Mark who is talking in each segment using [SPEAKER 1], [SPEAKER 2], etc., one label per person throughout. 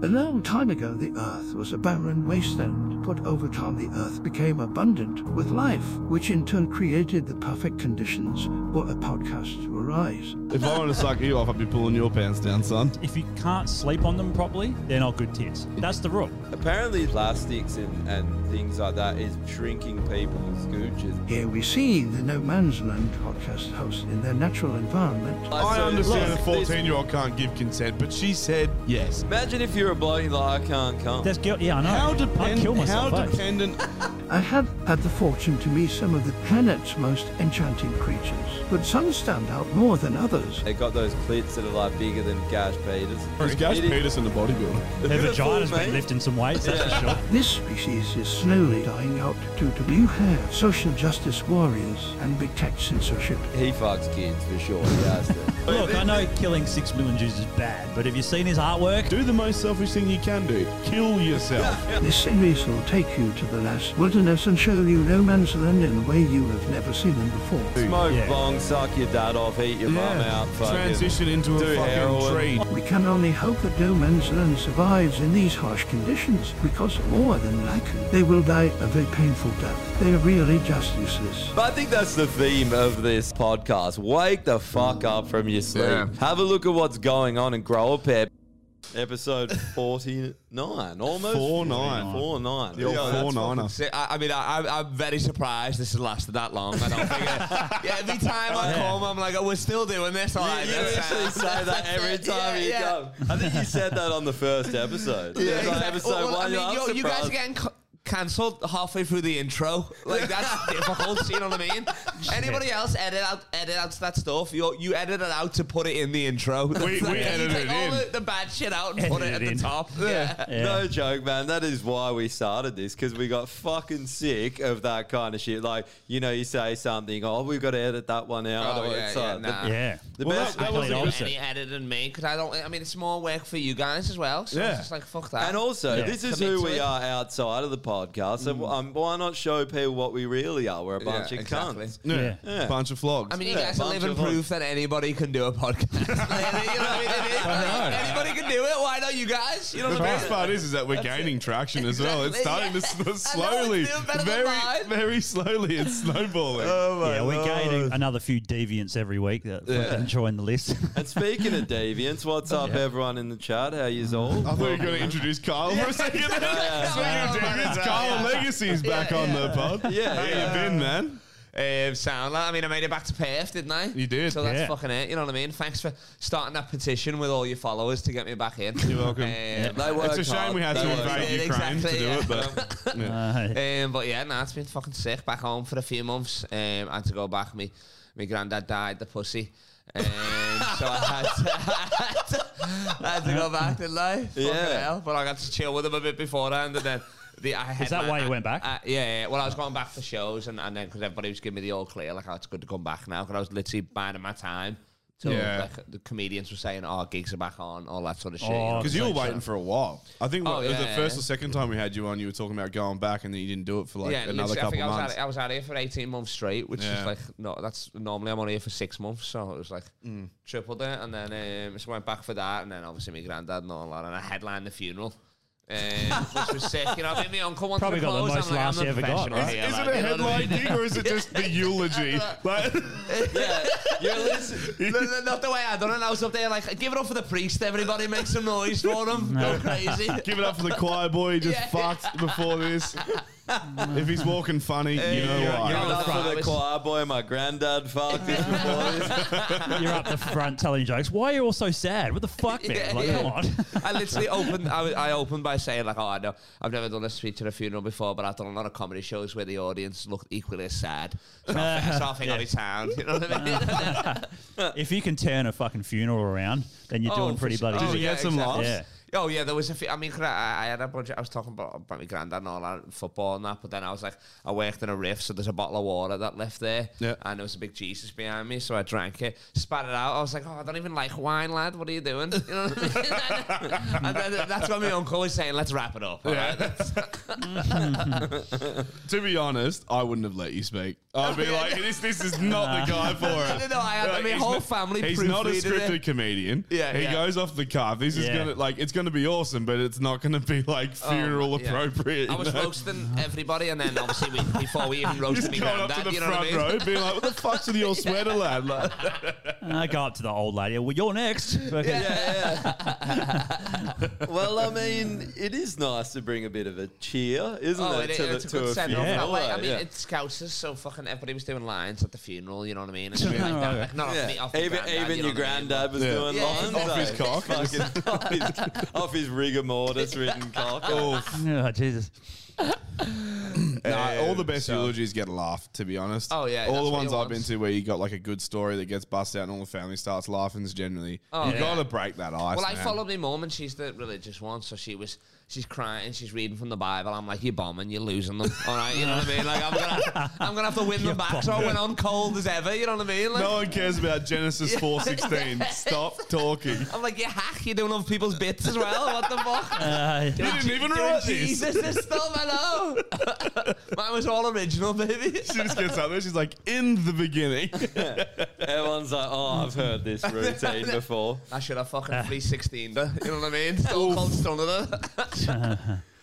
[SPEAKER 1] A long time ago, the earth was a barren wasteland, but over time, the earth became abundant with life, which in turn created the perfect conditions for a podcast to arise.
[SPEAKER 2] If I want to suck you off, I'd be pulling your pants down, son.
[SPEAKER 3] If you can't sleep on them properly, they're not good tits. That's the rule.
[SPEAKER 4] Apparently, plastics and, and things like that is shrinking people's gooches.
[SPEAKER 1] Here we see the No Man's Land podcast host in their natural environment.
[SPEAKER 2] I understand a 14 year old can't give consent, but she said yes.
[SPEAKER 4] Imagine if you're a bloke and you're like, I can't come.
[SPEAKER 3] That's guilt. Yeah, I know.
[SPEAKER 2] How, depend-
[SPEAKER 3] I'd kill myself.
[SPEAKER 2] how
[SPEAKER 3] eh?
[SPEAKER 2] dependent.
[SPEAKER 1] I have had the fortune to meet some of the planet's most enchanting creatures, but some stand out more than others.
[SPEAKER 4] They got those clits that are like bigger than Gash Peters.
[SPEAKER 2] Is Gash
[SPEAKER 4] It is-
[SPEAKER 2] Peterson a bodybuilder?
[SPEAKER 3] Their
[SPEAKER 4] Beautiful,
[SPEAKER 3] vagina's
[SPEAKER 4] mate.
[SPEAKER 3] been lifting some weights, that's for sure.
[SPEAKER 1] This species is slowly dying out due to blue hair, social justice warriors, and big tech censorship.
[SPEAKER 4] He fucks kids for sure. He has to.
[SPEAKER 3] Look, I know killing six million Jews is bad, but have you seen his artwork?
[SPEAKER 2] Do the most selfish thing you can do kill yourself.
[SPEAKER 1] This series will take you to the last wilderness and show you no man's land in a way you have never seen them before.
[SPEAKER 4] Smoke
[SPEAKER 3] Yeah.
[SPEAKER 4] bong, suck your dad off, eat your mum out. Fucking.
[SPEAKER 2] Transition into a
[SPEAKER 4] Do
[SPEAKER 2] fucking
[SPEAKER 4] heroin.
[SPEAKER 2] tree.
[SPEAKER 1] We can only hope that no man's land survives in these harsh conditions, because more than likely they will die a very painful death. They are really just useless.
[SPEAKER 4] But I think that's the theme of this podcast. Wake the fuck up from your sleep.
[SPEAKER 2] Yeah.
[SPEAKER 4] Have a look at what's going on and grow a pair. Episode 49, almost.
[SPEAKER 2] 49.
[SPEAKER 4] 49.
[SPEAKER 2] The old
[SPEAKER 5] Yo, that's
[SPEAKER 2] 4-9er.
[SPEAKER 5] fucking sick. I, I mean, I, I'm, I'm very surprised this has lasted that long. I don't think. it- yeah, every time I come, I'm like, oh, we're still doing this. All right,
[SPEAKER 4] You
[SPEAKER 5] that's-
[SPEAKER 4] actually say that every time
[SPEAKER 5] yeah,
[SPEAKER 4] you
[SPEAKER 5] yeah.
[SPEAKER 4] come. I think you said that on the first episode.
[SPEAKER 5] Yeah,
[SPEAKER 4] It was like
[SPEAKER 5] exactly.
[SPEAKER 4] episode
[SPEAKER 5] Well,
[SPEAKER 4] one.
[SPEAKER 5] I
[SPEAKER 4] you're
[SPEAKER 5] mean,
[SPEAKER 4] like,
[SPEAKER 5] yo,
[SPEAKER 4] "I'm
[SPEAKER 5] you guys are
[SPEAKER 4] surprised."
[SPEAKER 5] getting c- cancelled halfway through the intro. Like that's difficult. You know what I mean? Anybody else edit out edit out that stuff? You you edit it out to put it in the intro.
[SPEAKER 2] we
[SPEAKER 5] You
[SPEAKER 2] edited
[SPEAKER 5] take
[SPEAKER 2] it
[SPEAKER 5] all
[SPEAKER 2] in.
[SPEAKER 5] The, the bad shit out and
[SPEAKER 3] Edit
[SPEAKER 5] put it
[SPEAKER 3] it
[SPEAKER 5] at
[SPEAKER 3] in.
[SPEAKER 5] the top. Yeah.
[SPEAKER 4] No joke, man. That is why we started this because we got fucking sick of that kind of shit. Like, you know, you say something, oh, we've got to edit that one out.
[SPEAKER 5] Oh,
[SPEAKER 4] or
[SPEAKER 5] yeah,
[SPEAKER 4] it's,
[SPEAKER 5] yeah,
[SPEAKER 4] uh, the-
[SPEAKER 5] nah.
[SPEAKER 3] Yeah.
[SPEAKER 4] The
[SPEAKER 2] Well,
[SPEAKER 4] best.
[SPEAKER 2] that- that was
[SPEAKER 3] Complete
[SPEAKER 2] the
[SPEAKER 3] opposite.
[SPEAKER 5] any harder than me because I don't. I mean, it's more work for you guys as well. So
[SPEAKER 2] Yeah.
[SPEAKER 5] it's just like fuck that.
[SPEAKER 4] and also,
[SPEAKER 3] Yeah.
[SPEAKER 4] this is
[SPEAKER 5] Commit
[SPEAKER 4] who
[SPEAKER 5] to
[SPEAKER 4] we
[SPEAKER 5] it.
[SPEAKER 4] are outside of the podcast.
[SPEAKER 2] Mm.
[SPEAKER 4] So, um, why not show people what we really are? We're a
[SPEAKER 5] Yeah,
[SPEAKER 4] bunch of
[SPEAKER 5] exactly.
[SPEAKER 4] cunts.
[SPEAKER 2] Yeah.
[SPEAKER 4] Yeah.
[SPEAKER 2] Bunch of flogs.
[SPEAKER 5] I mean, you
[SPEAKER 4] Yeah,
[SPEAKER 5] guys are
[SPEAKER 4] bunch
[SPEAKER 5] living
[SPEAKER 4] of us.
[SPEAKER 5] proof that anybody can do a podcast. Like, you know what I mean? It is-
[SPEAKER 3] I know.
[SPEAKER 5] Anybody can do it. Why not you guys? You know
[SPEAKER 2] the
[SPEAKER 5] what I
[SPEAKER 2] best
[SPEAKER 5] mean?
[SPEAKER 2] part is, is that we're gaining traction as well. It's starting
[SPEAKER 5] Exactly,
[SPEAKER 2] to s-
[SPEAKER 5] yeah.
[SPEAKER 2] slowly,
[SPEAKER 5] I know, it's doing better than
[SPEAKER 2] very,
[SPEAKER 5] mine. Oh
[SPEAKER 2] very slowly, it's snowballing.
[SPEAKER 3] yeah, we're gaining another few deviants every week that fucking join the list.
[SPEAKER 4] And speaking of deviants, what's up, everyone in the chat? How yous all?
[SPEAKER 2] Mm. I thought you were going to introduce Kyle for a second.
[SPEAKER 5] Yeah.
[SPEAKER 2] Speaking of Davids, Kyle Legacy's back on the pod.
[SPEAKER 4] Yeah,
[SPEAKER 2] How
[SPEAKER 4] yeah.
[SPEAKER 2] you been, man?
[SPEAKER 5] Um, sound like I mean, I made it back to Perth, didn't I?
[SPEAKER 2] You did,
[SPEAKER 5] So that's
[SPEAKER 3] yeah.
[SPEAKER 5] fucking it. You know what I mean? Thanks for starting that petition with all your followers to get me back in.
[SPEAKER 2] You're welcome.
[SPEAKER 5] Um,
[SPEAKER 4] They worked
[SPEAKER 2] It's a shame
[SPEAKER 4] hard.
[SPEAKER 2] we had
[SPEAKER 4] They
[SPEAKER 2] to
[SPEAKER 4] worked
[SPEAKER 5] hard.
[SPEAKER 2] invade Ukraine
[SPEAKER 5] Exactly,
[SPEAKER 2] to do
[SPEAKER 5] yeah.
[SPEAKER 2] it, but yeah.
[SPEAKER 3] Uh,
[SPEAKER 5] Um, but yeah, nah, it's been fucking sick. Back home for a few months. Um, I had to go back. Me, my granddad died. The pussy. Um, so I had, to, I had to go back, didn't I? Fucking
[SPEAKER 4] Yeah.
[SPEAKER 5] hell. But I got to chill with him a bit beforehand, and then. The, I had
[SPEAKER 3] Is that
[SPEAKER 5] my-
[SPEAKER 3] why you went back?
[SPEAKER 5] I- yeah, yeah. Well, I was going back for shows, and, and then because everybody was giving me the all clear, like, oh, it's good to come back now, because I was literally biding my time. Till,
[SPEAKER 2] Yeah.
[SPEAKER 5] like, the comedians were saying, oh, gigs are back on, all that sort of shit.
[SPEAKER 3] Oh,
[SPEAKER 5] you know?
[SPEAKER 2] Because you were waiting for a while. I think
[SPEAKER 5] Oh,
[SPEAKER 2] it was
[SPEAKER 5] yeah,
[SPEAKER 2] the first
[SPEAKER 5] yeah.
[SPEAKER 2] or second time we had you on, you were talking about going back and then you didn't do it for like
[SPEAKER 5] and
[SPEAKER 2] another
[SPEAKER 5] literally,
[SPEAKER 2] couple
[SPEAKER 5] I think
[SPEAKER 2] months.
[SPEAKER 5] I was, out, I was out here for 18 months straight, which
[SPEAKER 2] Yeah.
[SPEAKER 5] is like, no, that's normally I'm on here for six months. So it was like
[SPEAKER 2] Mm.
[SPEAKER 5] triple that. And then um, so went back for that. And then obviously my granddad and all that. And I headlined the funeral. Um, which was sick, you know. I mean, my uncle wanted
[SPEAKER 3] Probably
[SPEAKER 5] to
[SPEAKER 3] got the
[SPEAKER 5] close.
[SPEAKER 3] most
[SPEAKER 5] I'm like,
[SPEAKER 3] laughs
[SPEAKER 5] I'm
[SPEAKER 3] you
[SPEAKER 5] a
[SPEAKER 3] ever got,
[SPEAKER 5] professional
[SPEAKER 3] right?
[SPEAKER 5] here,
[SPEAKER 2] Is it
[SPEAKER 5] like, you
[SPEAKER 2] a
[SPEAKER 5] know what I
[SPEAKER 2] headline
[SPEAKER 5] mean?
[SPEAKER 2] gig or is it just the eulogy? Like,
[SPEAKER 4] Yeah, you're listening.
[SPEAKER 5] No, no, not the way I done it. I was up there like, give it up for the priest. Everybody make some noise for him. Go crazy.
[SPEAKER 2] give it up for the choir boy, he just
[SPEAKER 5] Yeah.
[SPEAKER 2] fucked before this. if he's walking funny, you know
[SPEAKER 4] you're,
[SPEAKER 2] what?
[SPEAKER 4] you're up for the choir boy. My granddad fucked this before this.
[SPEAKER 3] You're up the front telling jokes. Why are you all so sad? What the fuck, man?
[SPEAKER 5] Yeah,
[SPEAKER 3] like,
[SPEAKER 5] yeah.
[SPEAKER 3] come on.
[SPEAKER 5] I literally opened. I, I opened by saying like, "Oh, I know I've never done a speech at a funeral before, but I've done a lot of comedy shows where the audience looked equally as sad." So I think- so I think I'll be sound. You know what I mean?
[SPEAKER 3] if you can turn a fucking funeral around, then you're
[SPEAKER 2] Oh,
[SPEAKER 3] doing
[SPEAKER 5] Oh, for
[SPEAKER 3] pretty
[SPEAKER 5] sure.
[SPEAKER 3] bloody good.
[SPEAKER 5] Yeah. Oh yeah, there was a few. I mean, 'cause I, I had a bunch. Of, I was talking about, about my granddad and all that football and that, but then I was like, I worked in a riff, so there's a bottle of water that left there,
[SPEAKER 2] Yeah.
[SPEAKER 5] and there was a big Jesus behind me, so I drank it, spat it out. I was like, oh, I don't even like wine, lad. What are you doing? You know what I mean? and then, that's when my uncle was saying, let's wrap it up. all
[SPEAKER 2] Yeah.
[SPEAKER 5] right? Um, That's-
[SPEAKER 2] to be honest, I wouldn't have let you speak. I'd be like, this, this is not the guy for it.
[SPEAKER 5] No, no, no, I had- I
[SPEAKER 2] Like,
[SPEAKER 5] mean,
[SPEAKER 2] he's
[SPEAKER 5] whole
[SPEAKER 2] not-
[SPEAKER 5] family
[SPEAKER 2] He's not a
[SPEAKER 5] proofreaded
[SPEAKER 2] scripted
[SPEAKER 5] it.
[SPEAKER 2] comedian.
[SPEAKER 5] Yeah,
[SPEAKER 2] he
[SPEAKER 5] yeah.
[SPEAKER 2] goes off the cuff. This is
[SPEAKER 5] Yeah.
[SPEAKER 2] gonna like it's gonna be awesome, but it's not gonna be like funeral
[SPEAKER 5] Oh, yeah.
[SPEAKER 2] appropriate.
[SPEAKER 5] I
[SPEAKER 2] you
[SPEAKER 5] was
[SPEAKER 2] know?
[SPEAKER 5] roasting everybody, and then obviously we, before we even roasted me
[SPEAKER 2] Just going
[SPEAKER 5] granddad,
[SPEAKER 2] up to the
[SPEAKER 5] you know
[SPEAKER 2] front
[SPEAKER 5] what I mean?
[SPEAKER 2] row, being like, "What the fuck's with your sweater, lad?" Like,
[SPEAKER 3] And I go up to the old lady. Well, you're next.
[SPEAKER 4] well, I mean, it is nice to bring a bit of a cheer, isn't
[SPEAKER 5] oh,
[SPEAKER 4] it?
[SPEAKER 5] it-
[SPEAKER 4] to the-
[SPEAKER 5] it's a
[SPEAKER 4] to
[SPEAKER 5] good send off.
[SPEAKER 4] funeral,
[SPEAKER 5] that way. I
[SPEAKER 4] like,
[SPEAKER 5] mean,
[SPEAKER 4] yeah.
[SPEAKER 5] it's scousers, so fucking everybody was doing lines at the funeral. You know what I mean? It's
[SPEAKER 2] Oh,
[SPEAKER 5] really like that. Like, not off
[SPEAKER 4] Yeah.
[SPEAKER 5] me, off
[SPEAKER 4] even
[SPEAKER 5] the granddad,
[SPEAKER 4] even your
[SPEAKER 5] you know what I mean?
[SPEAKER 4] granddad was
[SPEAKER 5] Yeah.
[SPEAKER 4] doing
[SPEAKER 5] Yeah,
[SPEAKER 4] lines
[SPEAKER 5] off his
[SPEAKER 4] though. Fucking off his, off his rigor mortis written cock.
[SPEAKER 3] oh, Jesus.
[SPEAKER 5] Eh,
[SPEAKER 2] Nah, all the best eulogies get a laugh, to be honest.
[SPEAKER 4] Oh, yeah,
[SPEAKER 2] all
[SPEAKER 4] that's
[SPEAKER 2] the
[SPEAKER 4] what
[SPEAKER 2] ones
[SPEAKER 4] you
[SPEAKER 2] I've
[SPEAKER 4] want.
[SPEAKER 2] been to where you got like a good story that gets bust out and all the family starts laughing is generally
[SPEAKER 5] Oh,
[SPEAKER 2] you
[SPEAKER 5] yeah.
[SPEAKER 2] gotta break that ice.
[SPEAKER 5] well, I
[SPEAKER 2] man.
[SPEAKER 5] followed my mum, and she's the religious one, so she was she's crying, she's reading from the Bible. I'm like, you're bombing, you're losing them. All right, you know what I mean? Like, I'm gonna I'm gonna have to win them back. So I
[SPEAKER 2] bombing.
[SPEAKER 5] went on cold as ever. You know what I mean? Like,
[SPEAKER 2] No one cares about Genesis
[SPEAKER 5] Yeah.
[SPEAKER 2] four sixteen. Stop talking.
[SPEAKER 5] I'm like, you hack, you're doing other people's bits as well. What the fuck?
[SPEAKER 3] Uh,
[SPEAKER 5] Doing
[SPEAKER 2] didn't
[SPEAKER 5] Je-
[SPEAKER 2] even
[SPEAKER 5] doing
[SPEAKER 2] write this.
[SPEAKER 5] Jesus this stuff, I know. Mine was all original, baby.
[SPEAKER 2] She just gets up there. She's like, in the beginning.
[SPEAKER 4] Everyone's like, oh, I've heard this routine before.
[SPEAKER 5] I should have fucking 316 her. You know what I mean? Still cold stunner.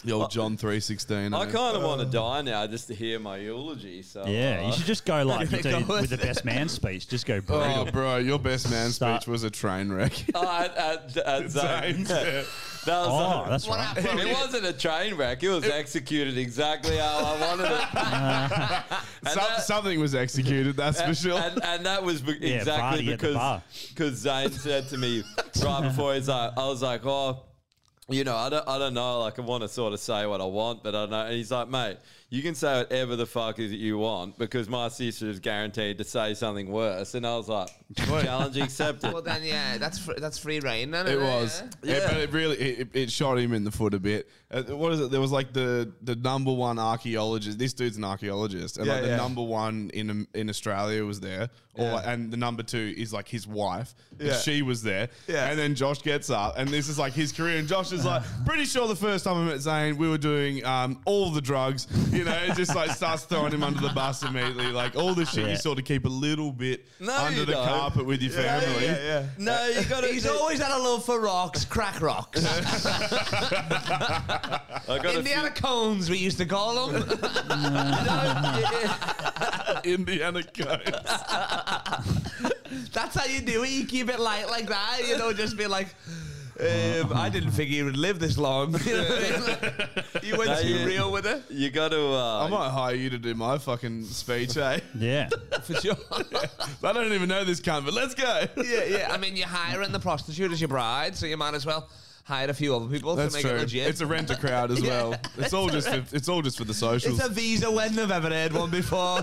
[SPEAKER 2] the old John three sixteen.
[SPEAKER 4] I kind of want
[SPEAKER 2] Uh.
[SPEAKER 5] Oh.
[SPEAKER 4] to die now just to hear my eulogy. So
[SPEAKER 3] Yeah,
[SPEAKER 4] uh,
[SPEAKER 3] you should just go like you do with the best man speech. Just go brutal.
[SPEAKER 2] Oh, bro, your best man speech was a train wreck.
[SPEAKER 4] Oh, at, at, at Zane's.
[SPEAKER 2] Zane's, yeah.
[SPEAKER 4] that was
[SPEAKER 2] Oh,
[SPEAKER 4] like-
[SPEAKER 2] that's What right. happened?
[SPEAKER 4] It wasn't a train wreck. It was executed exactly how I wanted it.
[SPEAKER 2] Some- something was executed, that's for
[SPEAKER 4] And-
[SPEAKER 2] sure.
[SPEAKER 4] And, and that was be-
[SPEAKER 2] Yeah,
[SPEAKER 4] exactly
[SPEAKER 2] party at the
[SPEAKER 4] because
[SPEAKER 2] bar.
[SPEAKER 4] because Zane said to me right before he's like, I was like, oh, you know, I don't, I don't know. Like, I want to sort of say what I want, but I don't know. And he's like, mate, you can say whatever the fuck is that you want because my sister is guaranteed to say something worse. And I was like, challenge accepted.
[SPEAKER 5] Well, then, yeah, that's fr- that's free reign. Then,
[SPEAKER 2] It
[SPEAKER 5] isn't
[SPEAKER 2] was,
[SPEAKER 5] Yeah.
[SPEAKER 2] It- but it really it, it- it shot him in the foot a bit. Uh, what is it? There was like the the number one archaeologist. This dude's an archaeologist, and
[SPEAKER 4] Yeah,
[SPEAKER 2] like the
[SPEAKER 4] yeah.
[SPEAKER 2] number one in Am- in Australia was there, or
[SPEAKER 4] Yeah.
[SPEAKER 2] and the number two is like his wife. and
[SPEAKER 4] Yeah.
[SPEAKER 2] she was there,
[SPEAKER 4] Yeah.
[SPEAKER 2] and then Josh gets up, and this is like his career. And Josh is like, pretty sure the first time I met Zane, we were doing um, all the drugs. You know, it just like starts throwing him under the bus immediately. Like all the shit
[SPEAKER 4] Yeah.
[SPEAKER 2] you sort of keep a little bit
[SPEAKER 4] No,
[SPEAKER 2] under
[SPEAKER 4] you
[SPEAKER 2] the
[SPEAKER 4] don't.
[SPEAKER 2] carpet with your
[SPEAKER 4] Yeah,
[SPEAKER 2] family.
[SPEAKER 4] yeah, yeah. No, you gotta-
[SPEAKER 5] He's always had a love for rocks, crack rocks.
[SPEAKER 4] I got a
[SPEAKER 5] Indiana cones, we used to call them.
[SPEAKER 2] Indiana cones.
[SPEAKER 5] That's how you do it. You keep it light like that. You know, just be like. Um, I didn't think he would live this long. You, know what I mean? Like, you went
[SPEAKER 2] No,
[SPEAKER 5] too
[SPEAKER 2] you-
[SPEAKER 5] real with it.
[SPEAKER 4] You got to. Uh,
[SPEAKER 2] I might hire you to do my fucking speech, eh?
[SPEAKER 3] Yeah.
[SPEAKER 5] For sure.
[SPEAKER 2] I don't even know this cunt, but let's go.
[SPEAKER 5] Yeah, yeah. I mean, you're hiring the prostitute as your bride, so you might as well hire a few other people
[SPEAKER 2] That's
[SPEAKER 5] to make
[SPEAKER 2] true.
[SPEAKER 5] it legit.
[SPEAKER 2] It's a rent a crowd as
[SPEAKER 5] Yeah.
[SPEAKER 2] well. It's all just for, it's all just for the socials.
[SPEAKER 5] It's a visa wedding I've ever had one before.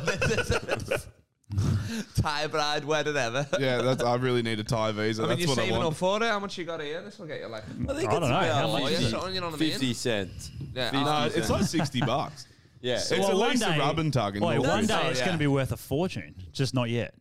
[SPEAKER 5] Thai bride wedding ever.
[SPEAKER 2] yeah, that's I really need a Thai visa.
[SPEAKER 5] I mean,
[SPEAKER 2] that's
[SPEAKER 5] you're
[SPEAKER 2] what I
[SPEAKER 5] saving up
[SPEAKER 2] want.
[SPEAKER 5] for it. How much you got here? This will get you like.
[SPEAKER 4] I think it's
[SPEAKER 2] I don't know, how
[SPEAKER 4] about
[SPEAKER 2] much
[SPEAKER 4] like
[SPEAKER 2] is it?
[SPEAKER 5] something, you know what I mean?
[SPEAKER 4] 50 cents.
[SPEAKER 5] Yeah,
[SPEAKER 4] 50
[SPEAKER 2] No, it's
[SPEAKER 4] cents.
[SPEAKER 2] like sixty bucks.
[SPEAKER 4] Yeah.
[SPEAKER 2] it's at least a rub and tug. in
[SPEAKER 3] Boy,
[SPEAKER 2] Norwood.
[SPEAKER 3] one day
[SPEAKER 4] Oh,
[SPEAKER 3] it's
[SPEAKER 4] yeah.
[SPEAKER 3] going to be worth a fortune. Just not yet.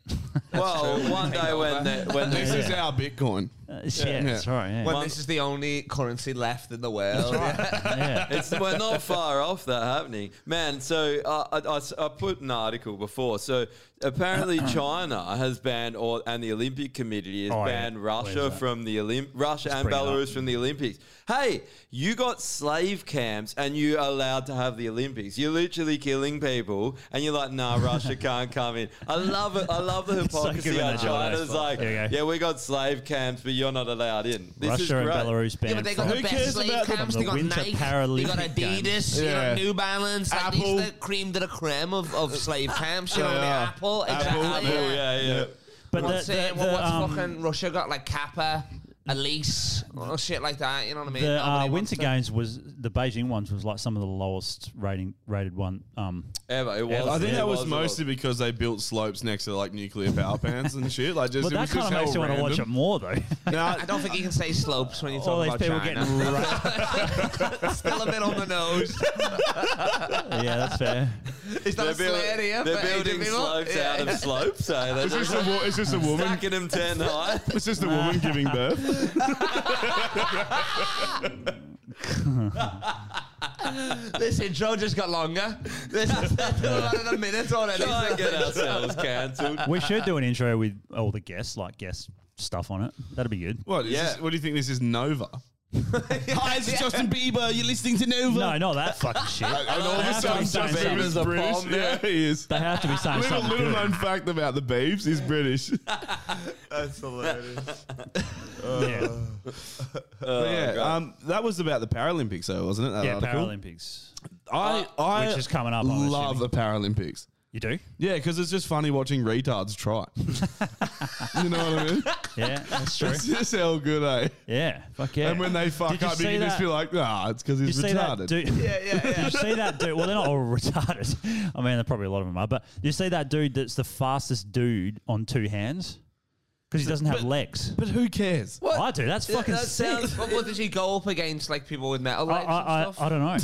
[SPEAKER 4] Well, one day when the, when the,
[SPEAKER 2] This is our Bitcoin.
[SPEAKER 3] Uh, shit, that's right, yeah.
[SPEAKER 5] When
[SPEAKER 4] One-
[SPEAKER 5] this is the only currency left in the world.
[SPEAKER 4] it's we're not far off that happening, man. So uh, I, I s- I put an article before. So Apparently, China has banned, all, and the Olympic Committee has
[SPEAKER 6] Oh, yeah.
[SPEAKER 4] banned
[SPEAKER 6] Where's
[SPEAKER 4] Russia
[SPEAKER 6] that?
[SPEAKER 4] from the Olymp, Russia and
[SPEAKER 6] bring it up.
[SPEAKER 4] Belarus from the Olympics. Hey, you got slave camps, and you are allowed to have the Olympics. You're literally killing people, and you're like, nah, Russia can't come in. I love it. I love the
[SPEAKER 3] It's so
[SPEAKER 4] hypocrisy.
[SPEAKER 3] giving
[SPEAKER 4] on
[SPEAKER 3] it a shot,
[SPEAKER 4] China's
[SPEAKER 3] eh?
[SPEAKER 4] like,
[SPEAKER 3] There you go.
[SPEAKER 4] yeah, we got slave camps, but you're not allowed in. This is
[SPEAKER 3] Russia and
[SPEAKER 4] great.
[SPEAKER 3] Belarus banned.
[SPEAKER 4] but they
[SPEAKER 3] from
[SPEAKER 4] got the best
[SPEAKER 3] from
[SPEAKER 4] slave
[SPEAKER 3] the
[SPEAKER 4] camps, they got
[SPEAKER 3] Winter
[SPEAKER 4] Nike, they
[SPEAKER 3] Paralympic
[SPEAKER 5] got Adidas,
[SPEAKER 3] Games.
[SPEAKER 5] you know, New Balance, like, these
[SPEAKER 3] Apple.
[SPEAKER 5] are the cream to the creme of, of slave camps, you know,
[SPEAKER 3] They
[SPEAKER 5] and
[SPEAKER 3] are.
[SPEAKER 5] Apple,
[SPEAKER 3] Apple,
[SPEAKER 5] exactly.
[SPEAKER 3] Apple, yeah, yeah. But
[SPEAKER 5] But what's,
[SPEAKER 3] the-
[SPEAKER 5] it,
[SPEAKER 3] the- the,
[SPEAKER 5] what's
[SPEAKER 3] um,
[SPEAKER 5] fucking Russia got like Kappa, Elise, or shit like that? You know what I mean?
[SPEAKER 3] The uh,
[SPEAKER 5] Nobody wants
[SPEAKER 3] Winter
[SPEAKER 5] to-
[SPEAKER 3] Games was the Beijing ones was like some of the lowest rating rated one. Um,
[SPEAKER 4] Ever it
[SPEAKER 2] I think
[SPEAKER 3] Ever.
[SPEAKER 2] that was, mostly because they built slopes next to like nuclear power plants and shit. Like just
[SPEAKER 3] But
[SPEAKER 2] it
[SPEAKER 3] that
[SPEAKER 2] was just
[SPEAKER 3] kinda makes
[SPEAKER 2] how
[SPEAKER 3] you wanna watch
[SPEAKER 2] random.
[SPEAKER 3] it more, though.
[SPEAKER 5] I don't think you can say slopes when you
[SPEAKER 3] All
[SPEAKER 5] talk
[SPEAKER 3] these
[SPEAKER 5] about
[SPEAKER 3] people
[SPEAKER 5] China.
[SPEAKER 3] getting ra-
[SPEAKER 5] Still a bit on the nose.
[SPEAKER 3] yeah, that's fair.
[SPEAKER 5] Is that a sled here?
[SPEAKER 4] They're
[SPEAKER 5] for Asian
[SPEAKER 4] building
[SPEAKER 5] people?
[SPEAKER 4] slopes
[SPEAKER 5] Yeah.
[SPEAKER 4] out of slopes. So
[SPEAKER 2] Is this a wo- is this a woman?
[SPEAKER 4] Stacking them ten high.
[SPEAKER 2] It's just a woman giving birth.
[SPEAKER 5] This intro just got longer. This is running a minute already.
[SPEAKER 4] Try and get ourselves cancelled.
[SPEAKER 3] we should do an intro with all the guests, like guest stuff on it. That'd be good.
[SPEAKER 2] What? Is this, what do you think this is? Nova.
[SPEAKER 5] Hi,
[SPEAKER 2] this is Justin Bieber. You're listening to Nova.
[SPEAKER 3] No, not that fucking shit.
[SPEAKER 2] And all of
[SPEAKER 3] They
[SPEAKER 2] a
[SPEAKER 3] have to
[SPEAKER 2] sudden,
[SPEAKER 3] be
[SPEAKER 2] Justin
[SPEAKER 3] saying
[SPEAKER 2] Bieber's
[SPEAKER 3] something.
[SPEAKER 2] British. Yeah, he is.
[SPEAKER 3] They have to be saying
[SPEAKER 2] little,
[SPEAKER 3] something.
[SPEAKER 2] Little
[SPEAKER 3] good.
[SPEAKER 2] known fact about the Beebs, he's British.
[SPEAKER 6] That's hilarious.
[SPEAKER 2] Yeah. But yeah, um, that was about the Paralympics, though, wasn't it? That
[SPEAKER 3] Yeah,
[SPEAKER 2] article?
[SPEAKER 3] Paralympics.
[SPEAKER 2] I,
[SPEAKER 3] Uh,
[SPEAKER 2] I
[SPEAKER 3] which is coming up, I'm
[SPEAKER 2] Love the Paralympics.
[SPEAKER 3] You do?
[SPEAKER 2] Yeah, because it's just funny watching retards try. you know what I mean?
[SPEAKER 3] Yeah, that's true.
[SPEAKER 2] It's just how good, eh?
[SPEAKER 3] Yeah, fuck yeah.
[SPEAKER 2] And when they fuck
[SPEAKER 3] Did you
[SPEAKER 2] up, you
[SPEAKER 3] see
[SPEAKER 2] can just
[SPEAKER 3] that-
[SPEAKER 2] be like, nah, it's because he's
[SPEAKER 3] you see
[SPEAKER 2] retarded.
[SPEAKER 3] that dude? Did you see that dude? Well, they're not all retarded. I mean, there probably a lot of them are. But you see that dude that's the fastest dude on two hands because he doesn't have legs.
[SPEAKER 2] But who cares?
[SPEAKER 3] What? I do. That's fucking sick.
[SPEAKER 5] What, what did he go up against? Like people with metal
[SPEAKER 3] I,
[SPEAKER 5] legs and
[SPEAKER 3] I, I,
[SPEAKER 5] stuff?
[SPEAKER 3] I don't know.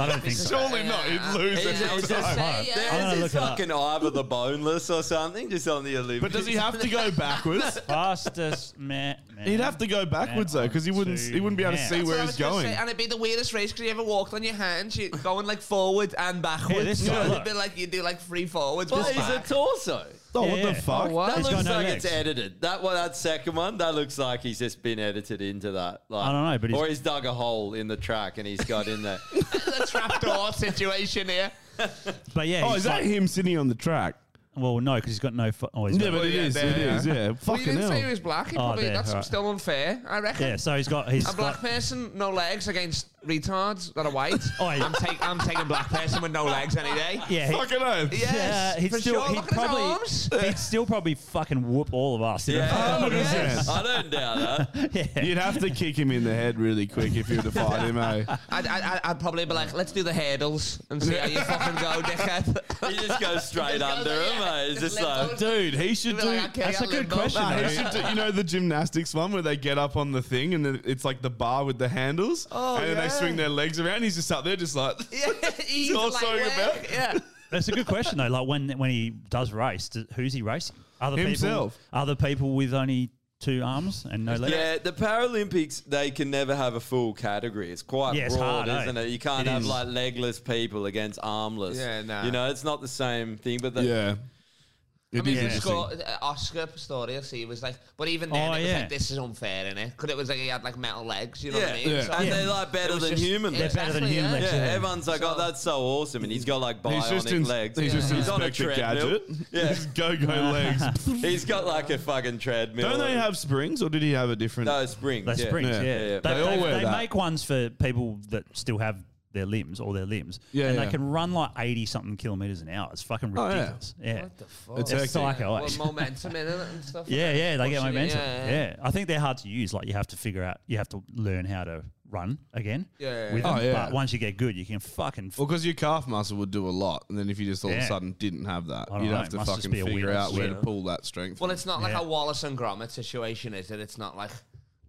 [SPEAKER 3] I don't think so.
[SPEAKER 2] Surely not. He'd lose
[SPEAKER 4] Is
[SPEAKER 2] every
[SPEAKER 4] it-
[SPEAKER 2] time.
[SPEAKER 3] I'm gonna
[SPEAKER 4] There's
[SPEAKER 3] look
[SPEAKER 4] this
[SPEAKER 3] it up.
[SPEAKER 4] fucking Ivor the Boneless or something just on the Olympics.
[SPEAKER 2] But does he have to go backwards?
[SPEAKER 3] Fastest man.
[SPEAKER 2] He'd have to go backwards though, because he wouldn't. He wouldn't be able to
[SPEAKER 3] man.
[SPEAKER 2] see
[SPEAKER 3] That's
[SPEAKER 2] where
[SPEAKER 5] I
[SPEAKER 2] he's
[SPEAKER 5] was gonna
[SPEAKER 2] going.
[SPEAKER 5] say, and it'd be the weirdest race because you ever walked on your hands, you going like forward and backwards.
[SPEAKER 3] Yeah, this
[SPEAKER 5] you
[SPEAKER 3] guy,
[SPEAKER 5] know,
[SPEAKER 3] look.
[SPEAKER 5] it'd be like you do like three forwards.
[SPEAKER 4] Well,
[SPEAKER 5] but
[SPEAKER 4] he's a
[SPEAKER 5] back.
[SPEAKER 4] torso.
[SPEAKER 2] Oh, what the fuck?
[SPEAKER 4] That
[SPEAKER 3] He's got
[SPEAKER 4] looks
[SPEAKER 3] no
[SPEAKER 4] like
[SPEAKER 3] legs.
[SPEAKER 4] it's edited. That one, that second one, that looks like he's just been edited into that. Like,
[SPEAKER 3] I don't know, but he's-
[SPEAKER 4] or he's dug a hole in the track and he's got in there.
[SPEAKER 5] the trapdoor situation here.
[SPEAKER 3] But yeah.
[SPEAKER 2] Oh,
[SPEAKER 3] he's
[SPEAKER 2] is that
[SPEAKER 3] like-
[SPEAKER 2] him sitting on the track?
[SPEAKER 3] Well, no, because he's got no. Fu- oh, he's
[SPEAKER 2] Yeah,
[SPEAKER 3] got-
[SPEAKER 2] but it is. It is. Yeah.
[SPEAKER 5] Well, you
[SPEAKER 2] Fucking
[SPEAKER 5] didn't say he
[SPEAKER 2] hell.
[SPEAKER 5] was black. He
[SPEAKER 3] Oh,
[SPEAKER 5] probably,
[SPEAKER 3] there,
[SPEAKER 5] that's
[SPEAKER 3] right.
[SPEAKER 5] still unfair, I reckon.
[SPEAKER 3] Yeah, so he's got. He's
[SPEAKER 5] A black
[SPEAKER 3] got-
[SPEAKER 5] person, no legs against retards that are white.
[SPEAKER 3] Oh, yeah.
[SPEAKER 5] I'm, take, I'm taking black person with no legs any day.
[SPEAKER 3] Yeah, he-
[SPEAKER 2] Fucking oath.
[SPEAKER 5] Yes,
[SPEAKER 3] Yeah, he'd
[SPEAKER 5] for
[SPEAKER 3] still,
[SPEAKER 5] sure.
[SPEAKER 3] he'd
[SPEAKER 5] Look at his arms.
[SPEAKER 3] probably, he'd still probably fucking whoop all of us.
[SPEAKER 4] Yeah.
[SPEAKER 2] Oh, yes.
[SPEAKER 4] I don't doubt that.
[SPEAKER 2] You'd have to kick him in the head really quick if you were to fight him, eh?
[SPEAKER 5] I'd, I'd, I'd probably be like, let's do the hurdles and see how you fucking go, dickhead.
[SPEAKER 4] He just goes straight under him. eh? It's just like
[SPEAKER 2] Dude, he should
[SPEAKER 5] Be
[SPEAKER 2] do.
[SPEAKER 5] like, okay,
[SPEAKER 3] That's a
[SPEAKER 5] I'll
[SPEAKER 3] good
[SPEAKER 5] limbo.
[SPEAKER 3] question.
[SPEAKER 2] Nah,
[SPEAKER 3] though.
[SPEAKER 2] he should do, you know the gymnastics one where they get up on the thing and then it's like the bar with the handles,
[SPEAKER 5] Oh,
[SPEAKER 2] and then they
[SPEAKER 5] yeah.
[SPEAKER 2] swing their legs around. He's just up there, just like
[SPEAKER 5] Yeah, he's
[SPEAKER 2] all
[SPEAKER 5] like,
[SPEAKER 2] sorry
[SPEAKER 5] "Well,
[SPEAKER 2] about."
[SPEAKER 5] Yeah.
[SPEAKER 3] That's a good question though. Like when when he does race, d- who's he racing? Other
[SPEAKER 2] Himself.
[SPEAKER 3] people. Other people with only two arms and no legs.
[SPEAKER 4] Yeah, the Paralympics they can never have a full category. It's quite
[SPEAKER 3] Yeah, it's hard,
[SPEAKER 4] broad,
[SPEAKER 3] eh?
[SPEAKER 4] isn't it? You can't
[SPEAKER 3] It
[SPEAKER 4] have
[SPEAKER 3] is.
[SPEAKER 4] like legless people against armless.
[SPEAKER 5] Yeah, nah.
[SPEAKER 4] You know, it's not the same thing. But the,
[SPEAKER 2] yeah.
[SPEAKER 5] I
[SPEAKER 2] It
[SPEAKER 5] mean,
[SPEAKER 2] is
[SPEAKER 5] yeah.
[SPEAKER 2] interesting.
[SPEAKER 5] score, uh, Oscar Pistorius, he was like, but even then,
[SPEAKER 3] Oh,
[SPEAKER 5] it was
[SPEAKER 3] yeah.
[SPEAKER 5] like, this is unfair, innit? Because it was like he had like metal legs, you know what I
[SPEAKER 4] Yeah,
[SPEAKER 5] mean? So-
[SPEAKER 4] and
[SPEAKER 3] Yeah.
[SPEAKER 4] they're like
[SPEAKER 5] It
[SPEAKER 4] better
[SPEAKER 5] was
[SPEAKER 4] than
[SPEAKER 5] just-
[SPEAKER 4] human.
[SPEAKER 3] They're
[SPEAKER 4] legs.
[SPEAKER 3] better than
[SPEAKER 5] Exactly,
[SPEAKER 3] human
[SPEAKER 5] yeah.
[SPEAKER 3] legs.
[SPEAKER 4] Yeah,
[SPEAKER 3] Yeah.
[SPEAKER 4] everyone's like, oh, that's so awesome, and he's got like bionic
[SPEAKER 2] He's just in,
[SPEAKER 4] legs.
[SPEAKER 2] He's just
[SPEAKER 4] Yeah.
[SPEAKER 2] Inspector
[SPEAKER 4] on a treadmill.
[SPEAKER 2] Gadget.
[SPEAKER 4] Yeah,
[SPEAKER 2] Just go go legs.
[SPEAKER 4] he's got like a fucking treadmill.
[SPEAKER 2] Don't they have springs, or did he have a different?
[SPEAKER 4] no springs?
[SPEAKER 3] They
[SPEAKER 4] yeah.
[SPEAKER 3] springs, yeah. They,
[SPEAKER 2] They all
[SPEAKER 3] they-
[SPEAKER 2] wear
[SPEAKER 3] they
[SPEAKER 2] that.
[SPEAKER 3] make ones for people that still have their limbs or their limbs.
[SPEAKER 2] Yeah,
[SPEAKER 3] And
[SPEAKER 2] yeah.
[SPEAKER 3] they can run like eighty something kilometers an hour. It's fucking
[SPEAKER 2] Oh, yeah.
[SPEAKER 3] ridiculous. yeah.
[SPEAKER 5] What the fuck?
[SPEAKER 3] It's
[SPEAKER 2] It's hectic.
[SPEAKER 3] psycho. eh?
[SPEAKER 5] Well, momentum in it and stuff.
[SPEAKER 3] Yeah, yeah, they get
[SPEAKER 5] Pushing it,
[SPEAKER 3] momentum.
[SPEAKER 5] yeah,
[SPEAKER 3] Yeah,
[SPEAKER 5] yeah.
[SPEAKER 3] I think they're hard to use. Like you have to figure out, you have to learn how to run again.
[SPEAKER 5] Yeah, yeah,
[SPEAKER 3] with
[SPEAKER 2] yeah.
[SPEAKER 3] them.
[SPEAKER 2] Oh, yeah.
[SPEAKER 3] But once you get good, you can fucking. F-
[SPEAKER 2] Well, because your calf muscle would do a lot, and then if you just all of a
[SPEAKER 3] Yeah.
[SPEAKER 2] sudden didn't have that,
[SPEAKER 3] I don't
[SPEAKER 2] you'd
[SPEAKER 3] know,
[SPEAKER 2] have
[SPEAKER 3] it
[SPEAKER 2] to
[SPEAKER 3] must just
[SPEAKER 2] fucking
[SPEAKER 3] be a
[SPEAKER 2] figure
[SPEAKER 3] weird
[SPEAKER 2] out where to
[SPEAKER 3] shit.
[SPEAKER 2] pull that strength.
[SPEAKER 5] Well,
[SPEAKER 2] from.
[SPEAKER 5] it's not like
[SPEAKER 3] Yeah.
[SPEAKER 5] a Wallace and Gromit situation, is it? It's not like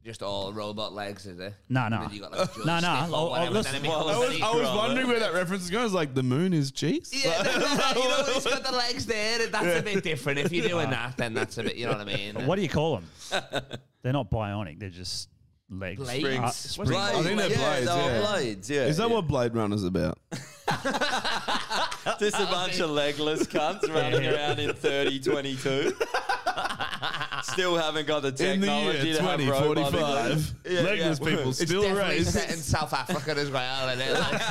[SPEAKER 5] just all robot legs, is it?
[SPEAKER 3] No, no.
[SPEAKER 5] And then you got, like, a
[SPEAKER 3] No, no.
[SPEAKER 5] joystick or
[SPEAKER 2] oh,
[SPEAKER 3] I'll- I'll
[SPEAKER 5] whatever,
[SPEAKER 3] listen-
[SPEAKER 5] then it becomes
[SPEAKER 2] I
[SPEAKER 4] Well,
[SPEAKER 5] an
[SPEAKER 2] was, I was
[SPEAKER 4] Bro.
[SPEAKER 2] wondering where that reference is going. It's like the moon is cheese.
[SPEAKER 5] Yeah, no, no, no, you know, it's got the legs there. That's a bit different. If you're doing that, then that's a bit, you know what I mean?
[SPEAKER 3] what do you call them? they're not bionic. They're just legs.
[SPEAKER 5] Blades?
[SPEAKER 3] Uh,
[SPEAKER 5] What's
[SPEAKER 3] springs.
[SPEAKER 4] Blades.
[SPEAKER 2] I think they're
[SPEAKER 4] yeah,
[SPEAKER 2] blades,
[SPEAKER 4] they're
[SPEAKER 2] yeah.
[SPEAKER 4] blades. Yeah,
[SPEAKER 2] Is that
[SPEAKER 4] yeah.
[SPEAKER 2] what Blade Runner's about?
[SPEAKER 4] Just a bunch of legless cunts running
[SPEAKER 2] Yeah.
[SPEAKER 4] around in 3022. Still haven't got the
[SPEAKER 2] In the
[SPEAKER 4] technology
[SPEAKER 2] year
[SPEAKER 4] to have
[SPEAKER 2] 2045.
[SPEAKER 4] robots.
[SPEAKER 2] Legless people
[SPEAKER 5] it's
[SPEAKER 2] still
[SPEAKER 5] definitely
[SPEAKER 2] raised.
[SPEAKER 5] set in South Africa as well, and it? Like,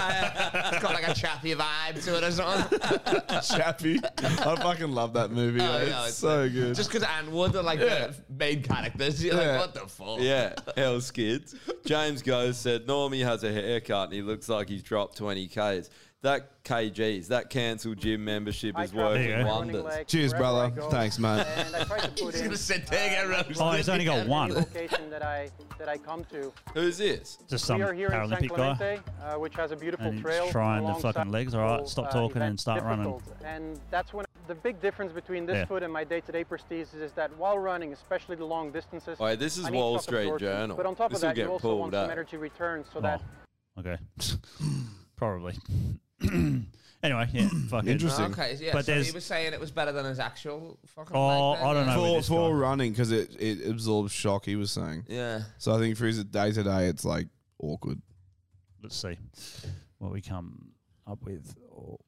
[SPEAKER 5] it's got like a chappy vibe to it or something.
[SPEAKER 2] Chappie. I fucking love that movie. eh?
[SPEAKER 5] Oh,
[SPEAKER 2] it's,
[SPEAKER 5] no, it's
[SPEAKER 2] so good.
[SPEAKER 5] Just because Anne Wood are like
[SPEAKER 2] Yeah.
[SPEAKER 5] the main characters, you're
[SPEAKER 4] Yeah.
[SPEAKER 5] like, what the fuck?
[SPEAKER 4] Yeah, hell's kids. James Goes said Normie has a haircut and he looks like he's dropped 20Ks. That KGs, that cancelled gym membership is working wonders.
[SPEAKER 2] Cheers, brother. Thanks, mate.
[SPEAKER 5] He's gonna sit there and get roasted.
[SPEAKER 3] Oh, he's only got one.
[SPEAKER 7] uh, location that I that I come to.
[SPEAKER 4] Who's this?
[SPEAKER 3] Just some
[SPEAKER 7] we are here in San
[SPEAKER 3] Paralympic guy.
[SPEAKER 7] Clemente, uh, which has a beautiful
[SPEAKER 3] And he's
[SPEAKER 7] trail.
[SPEAKER 3] trying the
[SPEAKER 7] alongside
[SPEAKER 3] fucking legs. All right,
[SPEAKER 7] all,
[SPEAKER 3] stop
[SPEAKER 7] uh,
[SPEAKER 3] talking and
[SPEAKER 7] events
[SPEAKER 3] start running.
[SPEAKER 7] difficult. And that's when the big difference between this
[SPEAKER 4] Yeah.
[SPEAKER 7] foot and my day-to-day prestige is that while running, especially the long distances.
[SPEAKER 4] Wait, this is
[SPEAKER 7] I need
[SPEAKER 4] Wall
[SPEAKER 7] self-absorption.
[SPEAKER 4] Street Journal.
[SPEAKER 7] But on top of
[SPEAKER 4] This'll
[SPEAKER 7] that,
[SPEAKER 4] get
[SPEAKER 7] you also
[SPEAKER 4] pulled
[SPEAKER 7] want
[SPEAKER 4] up.
[SPEAKER 7] some energy return so that
[SPEAKER 3] Oh, Okay. Probably. anyway, yeah. Fucking
[SPEAKER 5] Oh, Okay, yeah.
[SPEAKER 3] But
[SPEAKER 5] so
[SPEAKER 3] there's
[SPEAKER 5] he was saying it was better than his actual fucking.
[SPEAKER 3] Oh,
[SPEAKER 5] life, then,
[SPEAKER 3] I don't
[SPEAKER 5] yeah?
[SPEAKER 3] know.
[SPEAKER 2] for,
[SPEAKER 3] this
[SPEAKER 2] for running because it, it absorbs shock. He was saying.
[SPEAKER 5] Yeah.
[SPEAKER 2] So I think for his day to day, it's like awkward.
[SPEAKER 3] let's see what we come up with. Or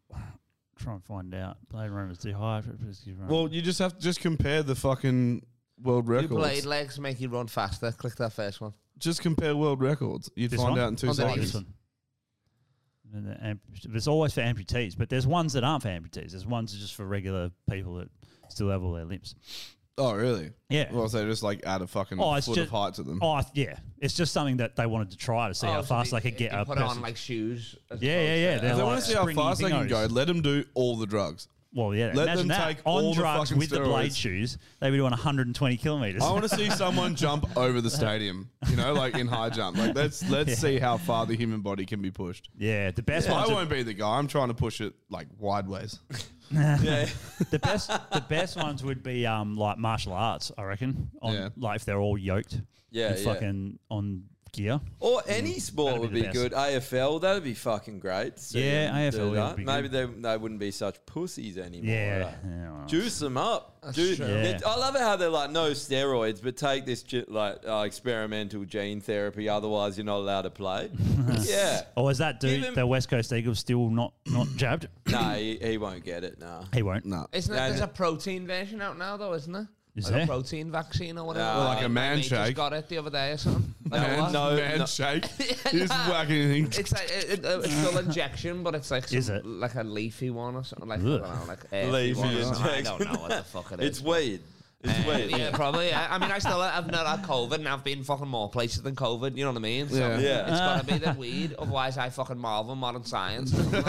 [SPEAKER 3] try and find out. Blade runners do high.
[SPEAKER 2] Well, you just have to just compare the fucking world
[SPEAKER 5] Do blade
[SPEAKER 2] records.
[SPEAKER 5] legs make you run faster? Click that first one.
[SPEAKER 2] Just compare world records. You'd find out in two seconds.
[SPEAKER 3] This one. And the amp- it's always for amputees, but there's ones that aren't for amputees. There's ones just for regular people that still have all their limbs.
[SPEAKER 2] Oh, really?
[SPEAKER 3] Yeah.
[SPEAKER 2] Well, so just like add a fucking
[SPEAKER 3] Oh, it's
[SPEAKER 2] foot
[SPEAKER 3] just-
[SPEAKER 2] of height to them.
[SPEAKER 3] Oh, I- yeah. It's just something that they wanted to try to see
[SPEAKER 5] Oh,
[SPEAKER 3] how
[SPEAKER 5] so
[SPEAKER 3] fast
[SPEAKER 5] they-
[SPEAKER 3] they could get
[SPEAKER 5] you
[SPEAKER 3] a
[SPEAKER 5] put it on
[SPEAKER 3] person-
[SPEAKER 5] like shoes. as
[SPEAKER 3] Yeah, yeah,
[SPEAKER 5] opposed
[SPEAKER 3] yeah, they're
[SPEAKER 5] to-
[SPEAKER 2] if they
[SPEAKER 3] like
[SPEAKER 2] want to see how
[SPEAKER 3] springy
[SPEAKER 2] fast they can go,
[SPEAKER 3] thingos.
[SPEAKER 2] let them do all the drugs.
[SPEAKER 3] Well, yeah.
[SPEAKER 2] Let
[SPEAKER 3] imagine
[SPEAKER 2] them
[SPEAKER 3] that.
[SPEAKER 2] take
[SPEAKER 3] on
[SPEAKER 2] all
[SPEAKER 3] drugs
[SPEAKER 2] the fucking
[SPEAKER 3] with the blade
[SPEAKER 2] steroids.
[SPEAKER 3] shoes, they were doing 120 kilometers.
[SPEAKER 2] I want to see someone jump over the stadium, you know, like in high jump. Like let's let's
[SPEAKER 3] Yeah.
[SPEAKER 2] see how far the human body can be pushed.
[SPEAKER 3] Yeah, the best ones
[SPEAKER 2] I
[SPEAKER 3] are-
[SPEAKER 2] won't be the guy. I'm trying to push it like wideways.
[SPEAKER 3] the best the best ones would be um like martial arts, I reckon. On like if they're all yoked.
[SPEAKER 4] Yeah,
[SPEAKER 3] and
[SPEAKER 4] yeah.
[SPEAKER 3] fucking on gear.
[SPEAKER 4] Or any sport
[SPEAKER 3] Mm. That'd be
[SPEAKER 4] would
[SPEAKER 3] the
[SPEAKER 4] be
[SPEAKER 3] best.
[SPEAKER 4] good. AFL, that'd be fucking great. to see
[SPEAKER 3] Yeah,
[SPEAKER 4] them do
[SPEAKER 3] AFL would
[SPEAKER 4] that.
[SPEAKER 3] be
[SPEAKER 4] Maybe they, they wouldn't be such pussies anymore.
[SPEAKER 3] Yeah,
[SPEAKER 4] right?
[SPEAKER 3] yeah, well.
[SPEAKER 4] Juice them up.
[SPEAKER 3] That's
[SPEAKER 4] Ju-
[SPEAKER 3] true.
[SPEAKER 4] it-
[SPEAKER 3] Yeah.
[SPEAKER 4] I love it how they're like, no steroids, but take this ge- like uh, experimental gene therapy. Otherwise, you're not allowed to play. yeah.
[SPEAKER 3] Or is that dude the West Coast Eagles still not not jabbed?
[SPEAKER 4] No, he, he won't get it. No.
[SPEAKER 3] He won't. No.
[SPEAKER 5] Isn't it,
[SPEAKER 3] Yeah,
[SPEAKER 5] there's
[SPEAKER 3] yeah.
[SPEAKER 5] a protein version out now though, isn't there?
[SPEAKER 3] Is
[SPEAKER 5] like
[SPEAKER 3] there?
[SPEAKER 5] a protein vaccine or whatever.
[SPEAKER 2] Nah. Well, like
[SPEAKER 5] My
[SPEAKER 2] a man
[SPEAKER 5] mate just
[SPEAKER 2] shake.
[SPEAKER 5] got it the other day or something.
[SPEAKER 2] Man-
[SPEAKER 5] what?
[SPEAKER 2] no, man no. shake. He's whacking anything.
[SPEAKER 5] It's like it, it, uh, it's still injection, but it's like some,
[SPEAKER 2] Is it?
[SPEAKER 5] like a leafy one or something. Like, I
[SPEAKER 4] Ugh.
[SPEAKER 5] don't know, like earthy
[SPEAKER 4] Leafy
[SPEAKER 5] one or something. I
[SPEAKER 4] injection.
[SPEAKER 5] don't know what the fuck it is.
[SPEAKER 4] It's weed. It's
[SPEAKER 5] Uh,
[SPEAKER 4] weed.
[SPEAKER 5] Yeah, probably. Yeah. I mean, I still I've not had COVID, and I've been fucking more places than COVID. You know what I mean? So
[SPEAKER 4] Yeah. Yeah.
[SPEAKER 5] It's gotta be the weed, otherwise I fucking marvel modern science. I don't know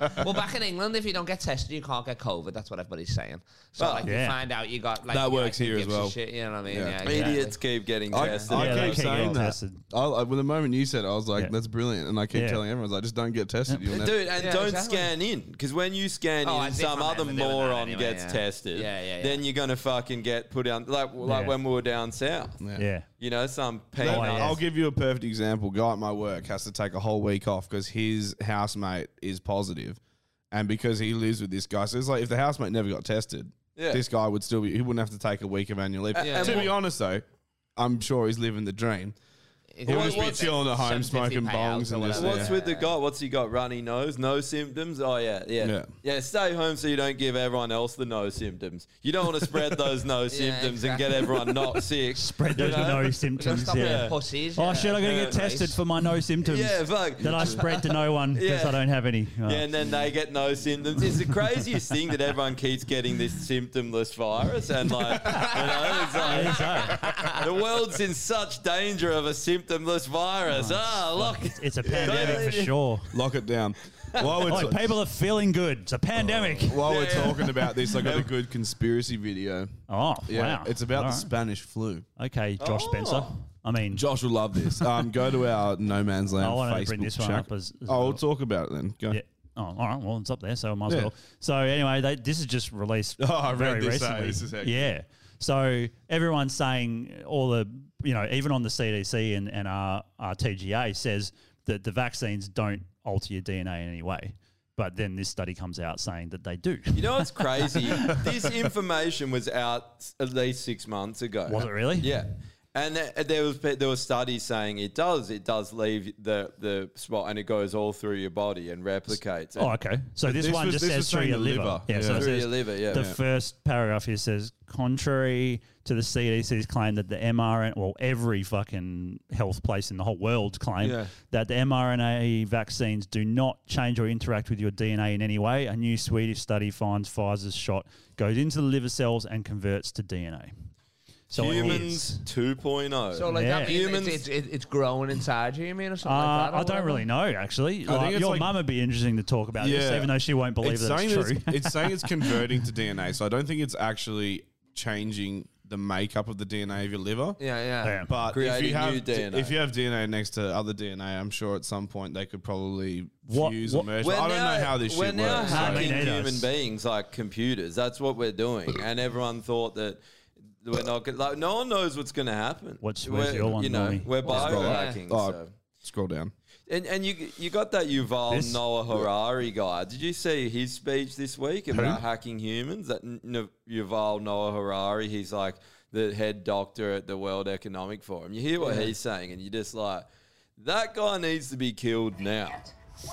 [SPEAKER 5] what it is. well, back in England, if you don't get tested, you can't get COVID. That's what everybody's saying. So
[SPEAKER 4] Well,
[SPEAKER 5] like,
[SPEAKER 4] yeah.
[SPEAKER 5] you find out you got like
[SPEAKER 4] That
[SPEAKER 5] you,
[SPEAKER 4] works
[SPEAKER 5] like, who
[SPEAKER 4] here as
[SPEAKER 5] gives a
[SPEAKER 4] well.
[SPEAKER 5] Shit, you know what I mean? Yeah.
[SPEAKER 4] Idiots keep getting
[SPEAKER 2] I,
[SPEAKER 4] tested.
[SPEAKER 2] I keep saying that. I, I, well, the moment you said it, I was like, "That's brilliant," and I keep
[SPEAKER 4] Yeah.
[SPEAKER 2] telling everyone, I was "Like, just don't get tested." You'll never-
[SPEAKER 4] Dude, and
[SPEAKER 5] Yeah,
[SPEAKER 4] don't
[SPEAKER 5] exactly.
[SPEAKER 4] scan in because when you scan
[SPEAKER 5] Oh, I
[SPEAKER 4] in,
[SPEAKER 5] think
[SPEAKER 4] some
[SPEAKER 5] my
[SPEAKER 4] other
[SPEAKER 5] man's doing that
[SPEAKER 4] moron
[SPEAKER 5] anyway,
[SPEAKER 4] gets
[SPEAKER 5] yeah.
[SPEAKER 4] tested.
[SPEAKER 5] Yeah, yeah, yeah.
[SPEAKER 4] Then you're gonna fucking get put down like like
[SPEAKER 2] Yeah.
[SPEAKER 4] when we were down south.
[SPEAKER 3] Yeah.
[SPEAKER 4] You know, some
[SPEAKER 2] Then
[SPEAKER 4] peanut.
[SPEAKER 2] I'll give you a perfect example. Guy at my work has to take a whole week off because his housemate is positive, and because he lives with this guy, so it's like if the housemate never got tested,
[SPEAKER 4] Yeah.
[SPEAKER 2] this guy would still be. He wouldn't have to take a week of annual leave.
[SPEAKER 4] A- and
[SPEAKER 2] To
[SPEAKER 4] what-
[SPEAKER 2] be honest, though, I'm sure he's living the dream. He'll just be chilling at home, smoking bongs, and just
[SPEAKER 4] What's
[SPEAKER 2] yeah.
[SPEAKER 4] with the guy? What's he got? Runny nose, no symptoms. Oh yeah, yeah, yeah,
[SPEAKER 2] Yeah.
[SPEAKER 4] Stay home so you don't give everyone else the no symptoms. You don't want to spread those no symptoms and get everyone not sick.
[SPEAKER 3] Spread those
[SPEAKER 4] you know?
[SPEAKER 3] no symptoms. Yeah. Oh shit! I'm gonna get tested for my no symptoms.
[SPEAKER 4] Yeah, fuck.
[SPEAKER 3] That I spread to no one because
[SPEAKER 4] Yeah.
[SPEAKER 3] I don't have any. Oh.
[SPEAKER 4] Yeah, and then they get no symptoms. It's the craziest thing that everyone keeps getting this symptomless virus, and like, you know, it's like the world's in such danger of a symptomless virus. Ah, look,
[SPEAKER 3] Oh, it's, a pandemic for sure.
[SPEAKER 2] Lock it down. While we're
[SPEAKER 3] Like,
[SPEAKER 2] ta-
[SPEAKER 3] people are feeling good. It's a
[SPEAKER 4] Oh,
[SPEAKER 3] pandemic.
[SPEAKER 2] While we're talking about this, I got a good conspiracy video.
[SPEAKER 3] Oh,
[SPEAKER 2] yeah,
[SPEAKER 3] wow.
[SPEAKER 2] It's about
[SPEAKER 3] All
[SPEAKER 2] the
[SPEAKER 3] right.
[SPEAKER 2] Spanish flu.
[SPEAKER 3] Okay, Josh
[SPEAKER 4] Oh.
[SPEAKER 3] Spencer. I mean,
[SPEAKER 2] Josh will love this. Um, go to our No Man's Land
[SPEAKER 3] Oh, I wanted
[SPEAKER 2] Facebook
[SPEAKER 3] to bring this one
[SPEAKER 2] chat.
[SPEAKER 3] up as- as
[SPEAKER 2] oh, we'll
[SPEAKER 3] well.
[SPEAKER 2] talk about it then. Go.
[SPEAKER 3] Yeah. Oh, all right. Well, it's up there, so I might
[SPEAKER 2] Yeah.
[SPEAKER 3] as well. So anyway, they, this is just released
[SPEAKER 2] Oh, I read
[SPEAKER 3] very
[SPEAKER 2] this, eh?
[SPEAKER 3] recently.
[SPEAKER 2] This is hectic.
[SPEAKER 3] yeah. So everyone's saying all the you know even on the CDC and and our, our TGA says that the vaccines don't alter your DNA in any way, but then this study comes out saying that they do.
[SPEAKER 4] You know what's crazy? this information was out s- at least six months ago.
[SPEAKER 3] Was it really?
[SPEAKER 4] Yeah. And th- there was pe- there were studies saying it does it does leave the the spot and it goes all through your body and replicates.
[SPEAKER 3] Oh, okay. So this, one just says through your liver. Yeah, so it
[SPEAKER 4] through
[SPEAKER 3] says
[SPEAKER 4] your liver. Yeah,
[SPEAKER 3] The
[SPEAKER 4] yeah.
[SPEAKER 3] first paragraph here says, contrary to the CDC's claim that the mRNA, well, every fucking health place in the whole world claim
[SPEAKER 4] Yeah.
[SPEAKER 3] that the mRNA vaccines do not change or interact with your DNA in any way. A new Swedish study finds Pfizer's shot goes into the liver cells and converts to DNA. So it is.
[SPEAKER 4] humans 2.0.
[SPEAKER 5] So like that means
[SPEAKER 4] humans.
[SPEAKER 5] it's, it's, it's growing inside you, you mean, or
[SPEAKER 3] Uh,
[SPEAKER 5] something like that? or
[SPEAKER 3] I don't
[SPEAKER 5] whatever?
[SPEAKER 3] really know, actually.
[SPEAKER 5] I
[SPEAKER 3] Like,
[SPEAKER 5] think it's
[SPEAKER 3] your
[SPEAKER 5] like-
[SPEAKER 3] mum would be interesting to talk about this, even though she won't believe
[SPEAKER 2] it's
[SPEAKER 3] that it's
[SPEAKER 2] saying
[SPEAKER 3] true.
[SPEAKER 2] It's, it's saying it's converting to DNA, so I don't think it's actually changing the makeup of the DNA of your liver.
[SPEAKER 5] Yeah, yeah. Yeah.
[SPEAKER 2] But if
[SPEAKER 4] Creating
[SPEAKER 2] you have
[SPEAKER 4] new
[SPEAKER 2] d-
[SPEAKER 4] DNA.
[SPEAKER 2] if you have DNA next to other DNA, I'm sure at some point they could probably fuse or merge.
[SPEAKER 4] We're
[SPEAKER 2] I don't
[SPEAKER 4] now-
[SPEAKER 2] know how this
[SPEAKER 4] we're
[SPEAKER 2] shit
[SPEAKER 4] now
[SPEAKER 2] works. so-
[SPEAKER 4] hacking human beings like computers. That's what we're doing, and everyone thought that we're not. Gonna, like, no one knows what's going to happen.
[SPEAKER 3] What's-
[SPEAKER 4] We're-
[SPEAKER 3] where's your one,
[SPEAKER 4] You know,
[SPEAKER 3] Normie?
[SPEAKER 4] we're
[SPEAKER 3] What's
[SPEAKER 2] Scroll up.
[SPEAKER 4] biohacking.
[SPEAKER 2] Oh,
[SPEAKER 4] so.
[SPEAKER 2] Scroll down.
[SPEAKER 4] And, and you you got that Yuval
[SPEAKER 2] This-
[SPEAKER 4] Noah Harari guy. Did you see his speech this week about hacking humans? That N- N- Yuval Noah Harari, he's like the head doctor at the World Economic Forum. You hear what
[SPEAKER 8] Yeah.
[SPEAKER 4] he's saying, and you're just like, that guy needs to be killed now.